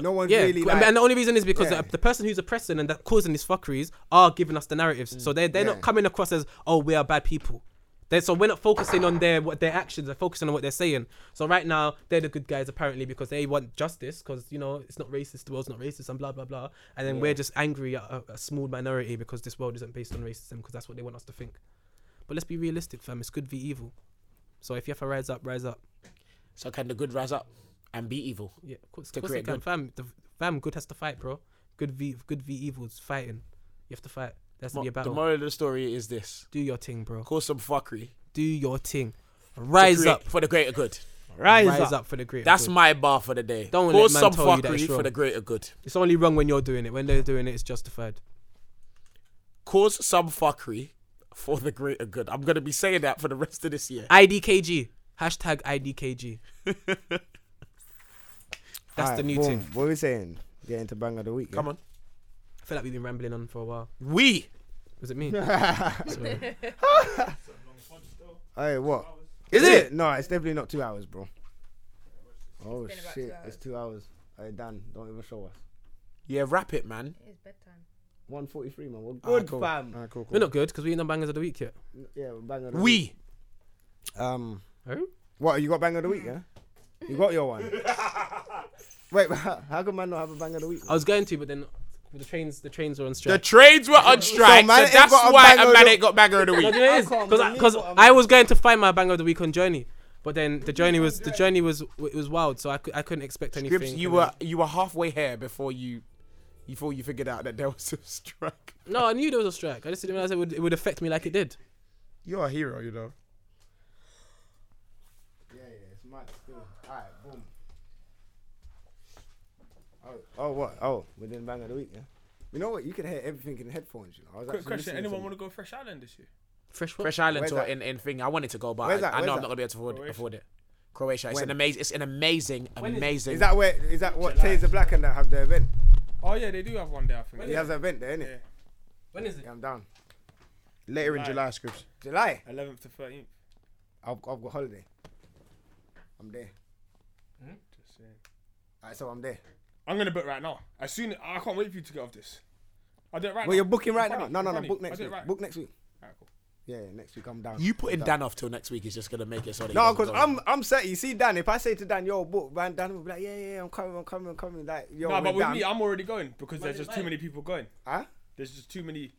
[SPEAKER 4] no one's
[SPEAKER 5] yeah,
[SPEAKER 4] really.
[SPEAKER 5] and-
[SPEAKER 4] Like,
[SPEAKER 5] and the only reason is because
[SPEAKER 4] Yeah.
[SPEAKER 5] the, the person who's oppressing and that causing these fuckeries are giving us the narratives, so they're they're
[SPEAKER 4] Yeah.
[SPEAKER 5] not coming across as oh we are bad people. They're, so we're not focusing on their what their actions. They're focusing on what they're saying. So right now they're the good guys apparently because they want justice because you know it's not racist. The world's not racist and blah blah blah. And then we're just angry at a, a small minority because this world isn't based on racism because that's what they want us to think. But let's be realistic, fam. It's good v evil. So if you have to rise E up, rise up.
[SPEAKER 3] So can the good rise up and be evil?
[SPEAKER 5] Yeah, of course.
[SPEAKER 3] To
[SPEAKER 5] of course they
[SPEAKER 3] create
[SPEAKER 5] can.
[SPEAKER 3] good.
[SPEAKER 5] Fam, the, fam, good has to fight, bro. Good v, good v evil's fighting. You have to fight. That's
[SPEAKER 3] Mo-
[SPEAKER 5] be a
[SPEAKER 3] the
[SPEAKER 5] battle.
[SPEAKER 3] moral of the story is this:
[SPEAKER 5] Do your thing, bro.
[SPEAKER 3] cause some fuckery.
[SPEAKER 5] Do your thing.
[SPEAKER 3] to
[SPEAKER 5] Rise
[SPEAKER 3] create-
[SPEAKER 5] up.
[SPEAKER 3] for the greater good.
[SPEAKER 5] Rise,
[SPEAKER 3] up.
[SPEAKER 5] up. for the great.
[SPEAKER 3] That's
[SPEAKER 5] good.
[SPEAKER 3] my bar for the day.
[SPEAKER 5] Don't let
[SPEAKER 3] cause
[SPEAKER 5] man
[SPEAKER 3] some
[SPEAKER 5] tell you that it's
[SPEAKER 3] fuckery for
[SPEAKER 5] wrong.
[SPEAKER 3] the greater good.
[SPEAKER 5] It's only wrong when you're doing it. When they're doing it, it's justified.
[SPEAKER 3] Cause some fuckery for the greater good. I'm gonna be saying that for the rest of this year.
[SPEAKER 5] IDKG. Hashtag IDKG. That's the
[SPEAKER 4] Alright,
[SPEAKER 5] new
[SPEAKER 4] boom.
[SPEAKER 5] thing.
[SPEAKER 4] What are we saying? Get into bang of the week.
[SPEAKER 3] Come on,
[SPEAKER 5] I feel like we've been rambling on for a while.
[SPEAKER 3] we.
[SPEAKER 5] Was it me? Sorry.
[SPEAKER 4] on. Hey, what?
[SPEAKER 3] Is it?
[SPEAKER 4] No, it's definitely not two hours, bro. Oh
[SPEAKER 10] been
[SPEAKER 4] shit,
[SPEAKER 10] about two hours.
[SPEAKER 4] it's two hours. Hey Dan, don't even show us.
[SPEAKER 3] Yeah, wrap it, man.
[SPEAKER 10] It is bedtime.
[SPEAKER 4] One forty-three, man. We're good,
[SPEAKER 3] cool.
[SPEAKER 4] fam. Ah, cool,
[SPEAKER 5] We're
[SPEAKER 4] cool.
[SPEAKER 5] not good because we ain't done bangers of the week yet.
[SPEAKER 4] Yeah, we're bang of the week.
[SPEAKER 3] We.
[SPEAKER 4] Um,
[SPEAKER 5] Oh?
[SPEAKER 4] what? You got bang of the week, yeah? You got your one. Wait, how come man not have a bang of the week?
[SPEAKER 5] I was going to, but then the trains the trains were on
[SPEAKER 3] The
[SPEAKER 5] strike.
[SPEAKER 3] trades were on strike, so,
[SPEAKER 4] man ain't
[SPEAKER 3] that's
[SPEAKER 4] got a
[SPEAKER 3] why
[SPEAKER 4] banger
[SPEAKER 3] a
[SPEAKER 4] of
[SPEAKER 3] man
[SPEAKER 4] the-
[SPEAKER 3] ain't got banger of the
[SPEAKER 5] No,
[SPEAKER 3] week.
[SPEAKER 5] do you know what it
[SPEAKER 4] I can't
[SPEAKER 5] is?
[SPEAKER 4] believe
[SPEAKER 5] Because
[SPEAKER 4] what I'm
[SPEAKER 5] I was going to find my banger of the week on Journey, but then the journey was the journey was it was wild, so I, cou- I couldn't expect anything.
[SPEAKER 3] Grips, you were
[SPEAKER 5] and
[SPEAKER 3] you were halfway here before you before you figured out that there was a strike.
[SPEAKER 5] then- No, I knew there was a strike. I just didn't realize it would it would affect me like it did.
[SPEAKER 3] You're a hero, you know.
[SPEAKER 4] Yeah, yeah, it's mad still. Alright, boom. Oh, oh, what? Oh, within bang of the week, yeah. You know what? You can hear everything in headphones. You know. I was
[SPEAKER 6] Quick
[SPEAKER 4] actually
[SPEAKER 6] question:
[SPEAKER 4] listening
[SPEAKER 6] Anyone
[SPEAKER 4] to-
[SPEAKER 6] want to go Fresh Island this year?
[SPEAKER 5] Fresh what?
[SPEAKER 3] Fresh Island
[SPEAKER 4] Where's
[SPEAKER 3] tour
[SPEAKER 4] that?
[SPEAKER 3] in, in thing. I wanted to go, but I,
[SPEAKER 4] Where's that?
[SPEAKER 3] I know
[SPEAKER 4] Where's
[SPEAKER 3] I'm
[SPEAKER 4] that?
[SPEAKER 3] not gonna be able to afford,
[SPEAKER 6] Croatia.
[SPEAKER 3] afford it. Croatia. It's
[SPEAKER 4] When?
[SPEAKER 3] an amazing. It's an amazing, amazing.
[SPEAKER 4] Is that where? Is that what?
[SPEAKER 6] July.
[SPEAKER 4] Taser Black and that have their event.
[SPEAKER 6] Oh yeah, they do have one there. I think.
[SPEAKER 4] He has an event there, innit?
[SPEAKER 5] When is it?
[SPEAKER 4] Yeah, I'm down.
[SPEAKER 3] later
[SPEAKER 6] in July,
[SPEAKER 3] scripts?
[SPEAKER 4] July.
[SPEAKER 6] 11th to 13th.
[SPEAKER 4] I've, I've got holiday. I'm there. Hmm?
[SPEAKER 6] Just saying.
[SPEAKER 4] Alright, so I'm there.
[SPEAKER 6] I'm gonna book right now. As soon I can't wait for you to get off this. I do it right now.
[SPEAKER 4] Well, you're booking right
[SPEAKER 6] I'm
[SPEAKER 4] now.
[SPEAKER 6] funny,
[SPEAKER 4] No, no,
[SPEAKER 6] I'm
[SPEAKER 4] no.
[SPEAKER 6] funny.
[SPEAKER 4] Book
[SPEAKER 6] I
[SPEAKER 4] next
[SPEAKER 6] do it
[SPEAKER 4] week.
[SPEAKER 6] right.
[SPEAKER 4] Book next week.
[SPEAKER 6] Alright, cool.
[SPEAKER 4] Yeah, yeah, next week I'm down.
[SPEAKER 3] You putting
[SPEAKER 4] I'm down.
[SPEAKER 3] Dan off till next week is just gonna make it so that he
[SPEAKER 4] No,
[SPEAKER 3] doesn't
[SPEAKER 4] because
[SPEAKER 3] go.
[SPEAKER 4] I'm I'm set. You see, Dan, if I say to Dan, yo, book, man, Dan will be like, yeah, yeah, I'm coming, I'm coming, I'm coming. Like, yo,
[SPEAKER 6] No,
[SPEAKER 4] we're
[SPEAKER 6] but with
[SPEAKER 4] down.
[SPEAKER 6] me, I'm already going because there's just too many people going.
[SPEAKER 4] Huh?
[SPEAKER 6] There's just too many. Too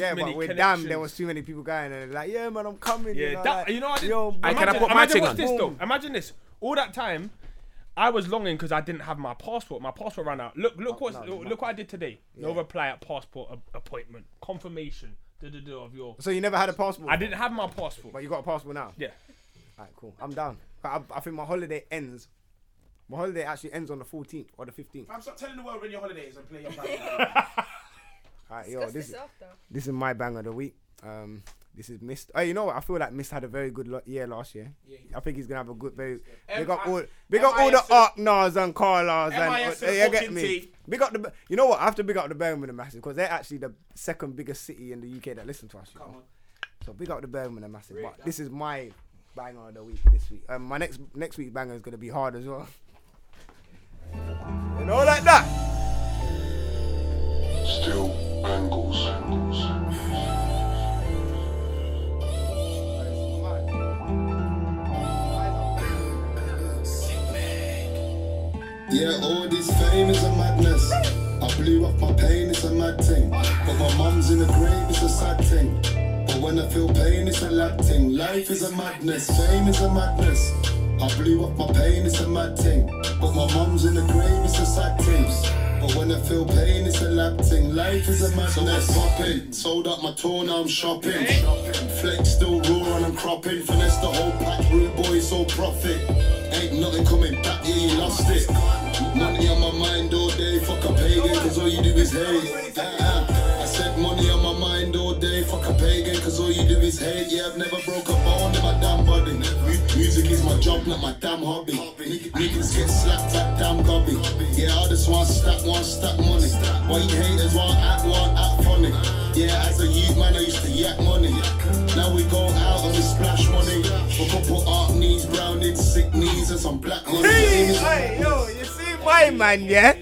[SPEAKER 4] Yeah,
[SPEAKER 6] many
[SPEAKER 4] but with damn, there
[SPEAKER 6] connections.
[SPEAKER 4] was too many people going, and they're like, "Yeah, man, I'm coming."
[SPEAKER 6] Yeah,
[SPEAKER 4] you know,
[SPEAKER 6] that,
[SPEAKER 4] like,
[SPEAKER 6] you know, I did.
[SPEAKER 4] yo,
[SPEAKER 3] I
[SPEAKER 4] man,
[SPEAKER 3] can I put
[SPEAKER 6] imagine
[SPEAKER 3] my thing
[SPEAKER 6] what's
[SPEAKER 3] on?
[SPEAKER 6] this though. Imagine this. All that time, I was longing because I didn't have my passport. My passport ran out. Look,
[SPEAKER 4] Oh,
[SPEAKER 6] look what, look what I did today. No reply at passport a- appointment confirmation. Da da da of your.
[SPEAKER 4] So you never had a passport?
[SPEAKER 6] I didn't have my passport.
[SPEAKER 4] But you got a passport now.
[SPEAKER 6] Yeah.
[SPEAKER 4] Alright, cool. I'm down. I, I think my holiday ends. My holiday actually ends on the 14th or the 15th.
[SPEAKER 3] I'm stop telling the world when your holidays and play your
[SPEAKER 4] Alright, yo,
[SPEAKER 10] Discuss
[SPEAKER 4] this
[SPEAKER 10] this after.
[SPEAKER 4] this is my bang of the week. Um, this is Mist. Oh, you know what? I feel like Mist had a very good lo- year last year. I think he's gonna have a good, very. Big up all, big up all the Arknars and Carlas and
[SPEAKER 3] MIS
[SPEAKER 4] uh,
[SPEAKER 3] is
[SPEAKER 4] you get
[SPEAKER 3] fucking
[SPEAKER 4] me.
[SPEAKER 3] tea.
[SPEAKER 4] Big up the. You know what? I have to big up the Birmingham Massive because they're actually the second biggest city in the UK that listen to us. you know. So big up the Birmingham Massive. But this is my banger of the week this week. Um, my next next week banger is gonna be hard as well. You know, like that.
[SPEAKER 7] Still Bengals. Yeah, all this fame is a madness. I blew up my pain, it's a mad thing. But my mum's in the grave, it's a sad thing. But when I feel pain, it's a lad thing. Life is a madness, fame is a madness. I blew up my pain, it's a mad thing. But my mum's in the grave, it's a sad thing. But when I feel pain, it's a lad thing. Life is a madness. So that's popping. Sold up my tour, now I'm shopping. Flex still raw and I'm cropping. Finesse the whole pack, rude boy, so profit. Ain't nothing coming back, yeah, you lost it. Money on my mind all day, fuck a pagan, cause all you do is hate. Uh-uh. I said money on my mind all day, fuck a pagan, cause all you do is hate. Yeah, I've never broke a bone in my damn body. Mu- Music is my job, not my damn hobby. Niggas get slapped at damn gobby. Yeah, I just want stack, want stack money. Why you haters want act, want act funny. Yeah, as a youth man, I used to yak money. Now we go out and we splash money. A couple art knees, rounded sick knees, and some black money.
[SPEAKER 4] Hey, yo, you see my man, yeah?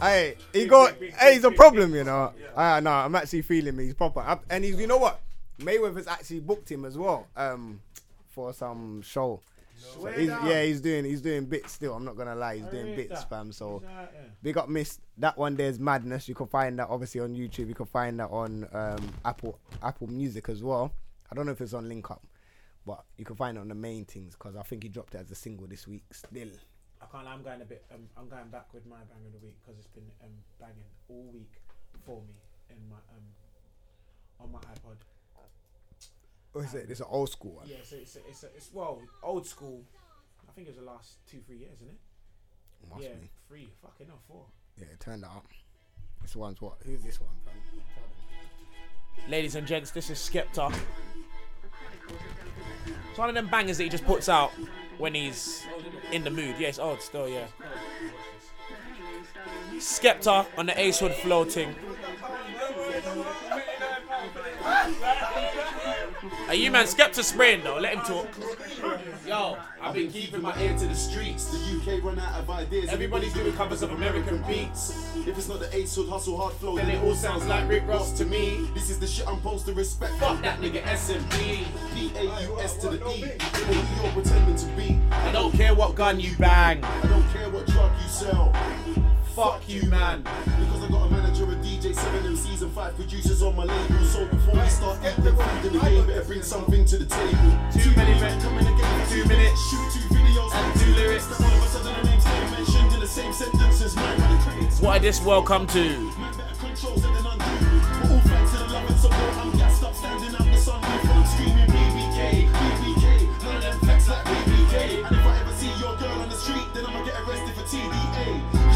[SPEAKER 4] Hey, he got. Hey, he's a problem, you know. Ah, no, I'm actually feeling me. He's proper, I, and he's. You know what? Mayweather's actually booked him as well um, for some show. So he's, yeah, he's doing he's doing bits still. I'm not gonna lie,
[SPEAKER 5] Oh,
[SPEAKER 4] he's doing bits, fam. So big up, miss that one. There's madness. You can find that obviously on YouTube. You can find that on um, Apple Apple Music as well. I don't know if it's on Link Up, but you can find it on the main things because I think he dropped it as a single this week. Still,
[SPEAKER 3] I can't. lie, I'm going a bit. Um, I'm going back with my bang of the week because it's been um, banging all week for me in my um, on my iPod.
[SPEAKER 4] what is it? It's an old school one.
[SPEAKER 3] Yeah, so it's a, it's, a, it's well old school. I think it was the last two three years, isn't it?
[SPEAKER 4] Must
[SPEAKER 3] yeah,
[SPEAKER 4] be.
[SPEAKER 3] three. Fucking no, four.
[SPEAKER 4] Yeah, turn that up. This one's what? Who's this one? Fam?
[SPEAKER 3] Ladies and gents, this is Skepta. It's one of them bangers that he just puts out when he's in the mood. Yes, old still, yeah. Skepta on the Ace Hood floating. Are you man Skepta spraying though? Let him talk. Yo, I've been keeping my ear to the streets.
[SPEAKER 9] The UK run out of ideas.
[SPEAKER 3] Everybody's doing covers of American beats.
[SPEAKER 9] If it's not the ace hood hustle hard flow,
[SPEAKER 3] Then it all sounds like Rick Ross to me.
[SPEAKER 9] This is the shit I'm supposed to respect.
[SPEAKER 3] Fuck that nigga SMP.
[SPEAKER 9] P A U S to the E. What you're pretending to be.
[SPEAKER 3] I don't care what gun you bang.
[SPEAKER 9] I don't care what drug you sell.
[SPEAKER 3] Fuck you, man.
[SPEAKER 9] Because I got a manager, a DJ, seven MCs, and five producers on my label. So before we start acting food in the game, better bring something to the table.
[SPEAKER 3] Too many men
[SPEAKER 9] coming again,
[SPEAKER 3] Two minutes.
[SPEAKER 9] Shoot two videos
[SPEAKER 3] And two lyrics.
[SPEAKER 9] Then all of a sudden, the name's getting mentioned in the same sentence as mine. Man, critics,
[SPEAKER 3] What I this world come to?
[SPEAKER 9] man, better controls and then undo. But all thanks to the love and support, I'm gassed up, standing out the sun. With I'm screaming BBK, BBK. None of them flex like BBK. And if I ever see your girl on the street, then I'ma get arrested for TDA.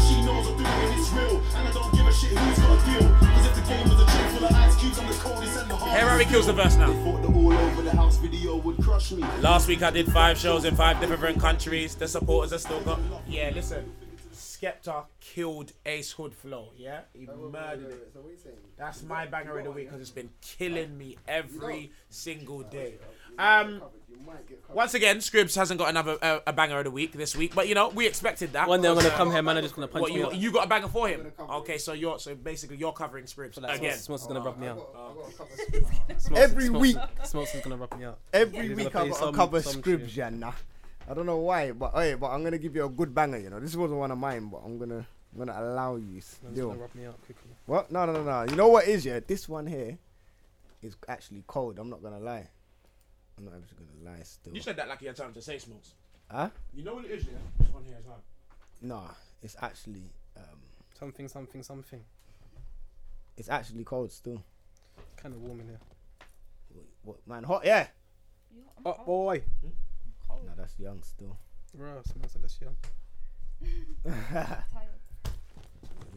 [SPEAKER 9] She knows I'm doing it, it's real. And I don't give a shit who's got a deal. Cause if the game was a trick full of ice cubes, I'm the coldest and the hardest.
[SPEAKER 3] Here Harry kills the verse now.
[SPEAKER 9] Thought the all over the house video would crush me.
[SPEAKER 3] Last week I did five shows in five different countries. The supporters are still got. Yeah, listen. Skepta killed Ace Hood Flow. Yeah, he murdered it.
[SPEAKER 4] So what you saying?
[SPEAKER 3] That's my banger of the week because it's been killing me every single day. Um, once again, Scribs hasn't got another uh, a banger of the week this week, but you know we expected that.
[SPEAKER 5] One day I'm gonna
[SPEAKER 3] Uh,
[SPEAKER 5] come here, man. I'm just gonna punch
[SPEAKER 3] What
[SPEAKER 5] you.
[SPEAKER 3] you you got a banger for him? Okay, so you're so basically you're covering Scribs again.
[SPEAKER 5] Smokes is gonna rub me out. Smokes-
[SPEAKER 4] Every
[SPEAKER 5] Smokes-
[SPEAKER 4] week,
[SPEAKER 5] Smokes is gonna rub me out.
[SPEAKER 4] every week
[SPEAKER 5] He's gonna
[SPEAKER 4] I
[SPEAKER 5] play
[SPEAKER 4] got
[SPEAKER 5] some-
[SPEAKER 4] to cover
[SPEAKER 5] some
[SPEAKER 4] scribs, yeah, nah. I don't know why, but hey, but I'm gonna give you a good banger. You know, this wasn't one of mine, but I'm gonna I'm gonna allow you
[SPEAKER 5] He's gonna
[SPEAKER 4] still.
[SPEAKER 5] rub me out quickly.
[SPEAKER 4] What? No, no, no, no. You know what is yeah? This one here is actually cold. I'm not gonna lie. I'm not actually gonna lie. Still,
[SPEAKER 3] You said that like you had time to say smokes.
[SPEAKER 4] huh?
[SPEAKER 3] You know what it is, yeah. It's on here as well.
[SPEAKER 4] Nah, it's actually um,
[SPEAKER 5] Something, something, something.
[SPEAKER 4] it's actually cold still.
[SPEAKER 5] Kind of warm in here.
[SPEAKER 4] What, what man? Hot? Yeah.
[SPEAKER 5] Oh boy.
[SPEAKER 4] No, that's young still.
[SPEAKER 5] Bro, smells like that's young.
[SPEAKER 4] Oh.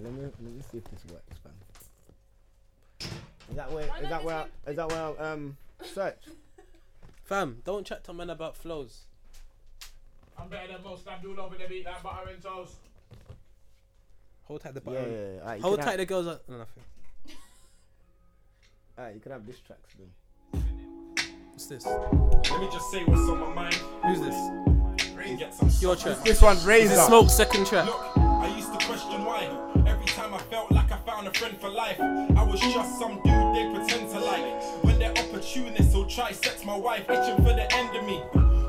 [SPEAKER 4] Let me let me see if this works, man. Is that where? Is that where? I, is that where? I, um, search.
[SPEAKER 5] Fam, don't chat to men about flows.
[SPEAKER 3] I'm better than most. I'm doing over the beat like butter and toast.
[SPEAKER 5] Hold tight the
[SPEAKER 4] Yeah, yeah,
[SPEAKER 5] button.
[SPEAKER 4] yeah. Alright, you
[SPEAKER 5] Hold
[SPEAKER 4] can
[SPEAKER 5] tight
[SPEAKER 4] Have,
[SPEAKER 5] the girls. Are, no, nothing.
[SPEAKER 4] alright, you can have this track still.
[SPEAKER 5] What's this?
[SPEAKER 7] Let me just say what's on my mind.
[SPEAKER 5] Who's this?
[SPEAKER 7] Brain get some
[SPEAKER 5] Your track.
[SPEAKER 4] This one's Razor.
[SPEAKER 5] This Smoke's second track.
[SPEAKER 7] Look, I used to question why. Every time I felt like I found a friend for life, I was just some dude they pretend to like. When they're opportunists will try sex my wife, itching for the end of me.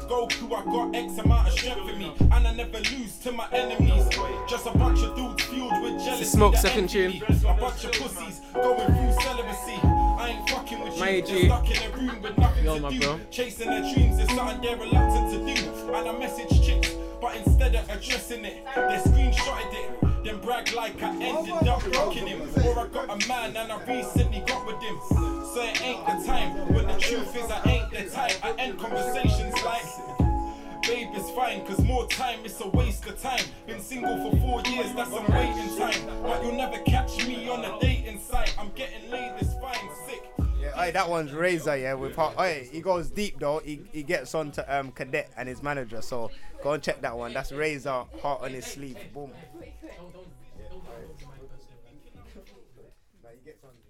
[SPEAKER 7] Goku, I got X amount of strength in me, and I never lose to my enemies. Just a bunch of dudes fueled with jealousy.
[SPEAKER 5] Smoke
[SPEAKER 7] that
[SPEAKER 5] second
[SPEAKER 7] envy me. A bunch of pussies going through celibacy. I ain't fucking with
[SPEAKER 5] My
[SPEAKER 7] you.
[SPEAKER 5] G.
[SPEAKER 7] Just stuck in a room with nothing
[SPEAKER 5] Yo,
[SPEAKER 7] to
[SPEAKER 5] my
[SPEAKER 7] do.
[SPEAKER 5] bro.
[SPEAKER 7] Chasing their dreams is something they're reluctant to do. And I message chicks, but instead of addressing it, they screenshotted it. Then brag like I ended up rocking him. Or I got a man and I recently got with him. So it ain't the time. But the truth is, I ain't the type. I end conversations like. Babe is fine, cause more time is a waste of time. Been single for four years, that's some waiting time. But you'll never catch me on a dating site. I'm getting laid, it's fine, sick.
[SPEAKER 4] Yeah, aye, that one's Razor, yeah. With hot, aye, he goes deep though. He, he gets on to um Cadet and his manager. So go and check that one. That's Razor, heart on his sleeve. Boom. Yeah, aye. Like, he gets on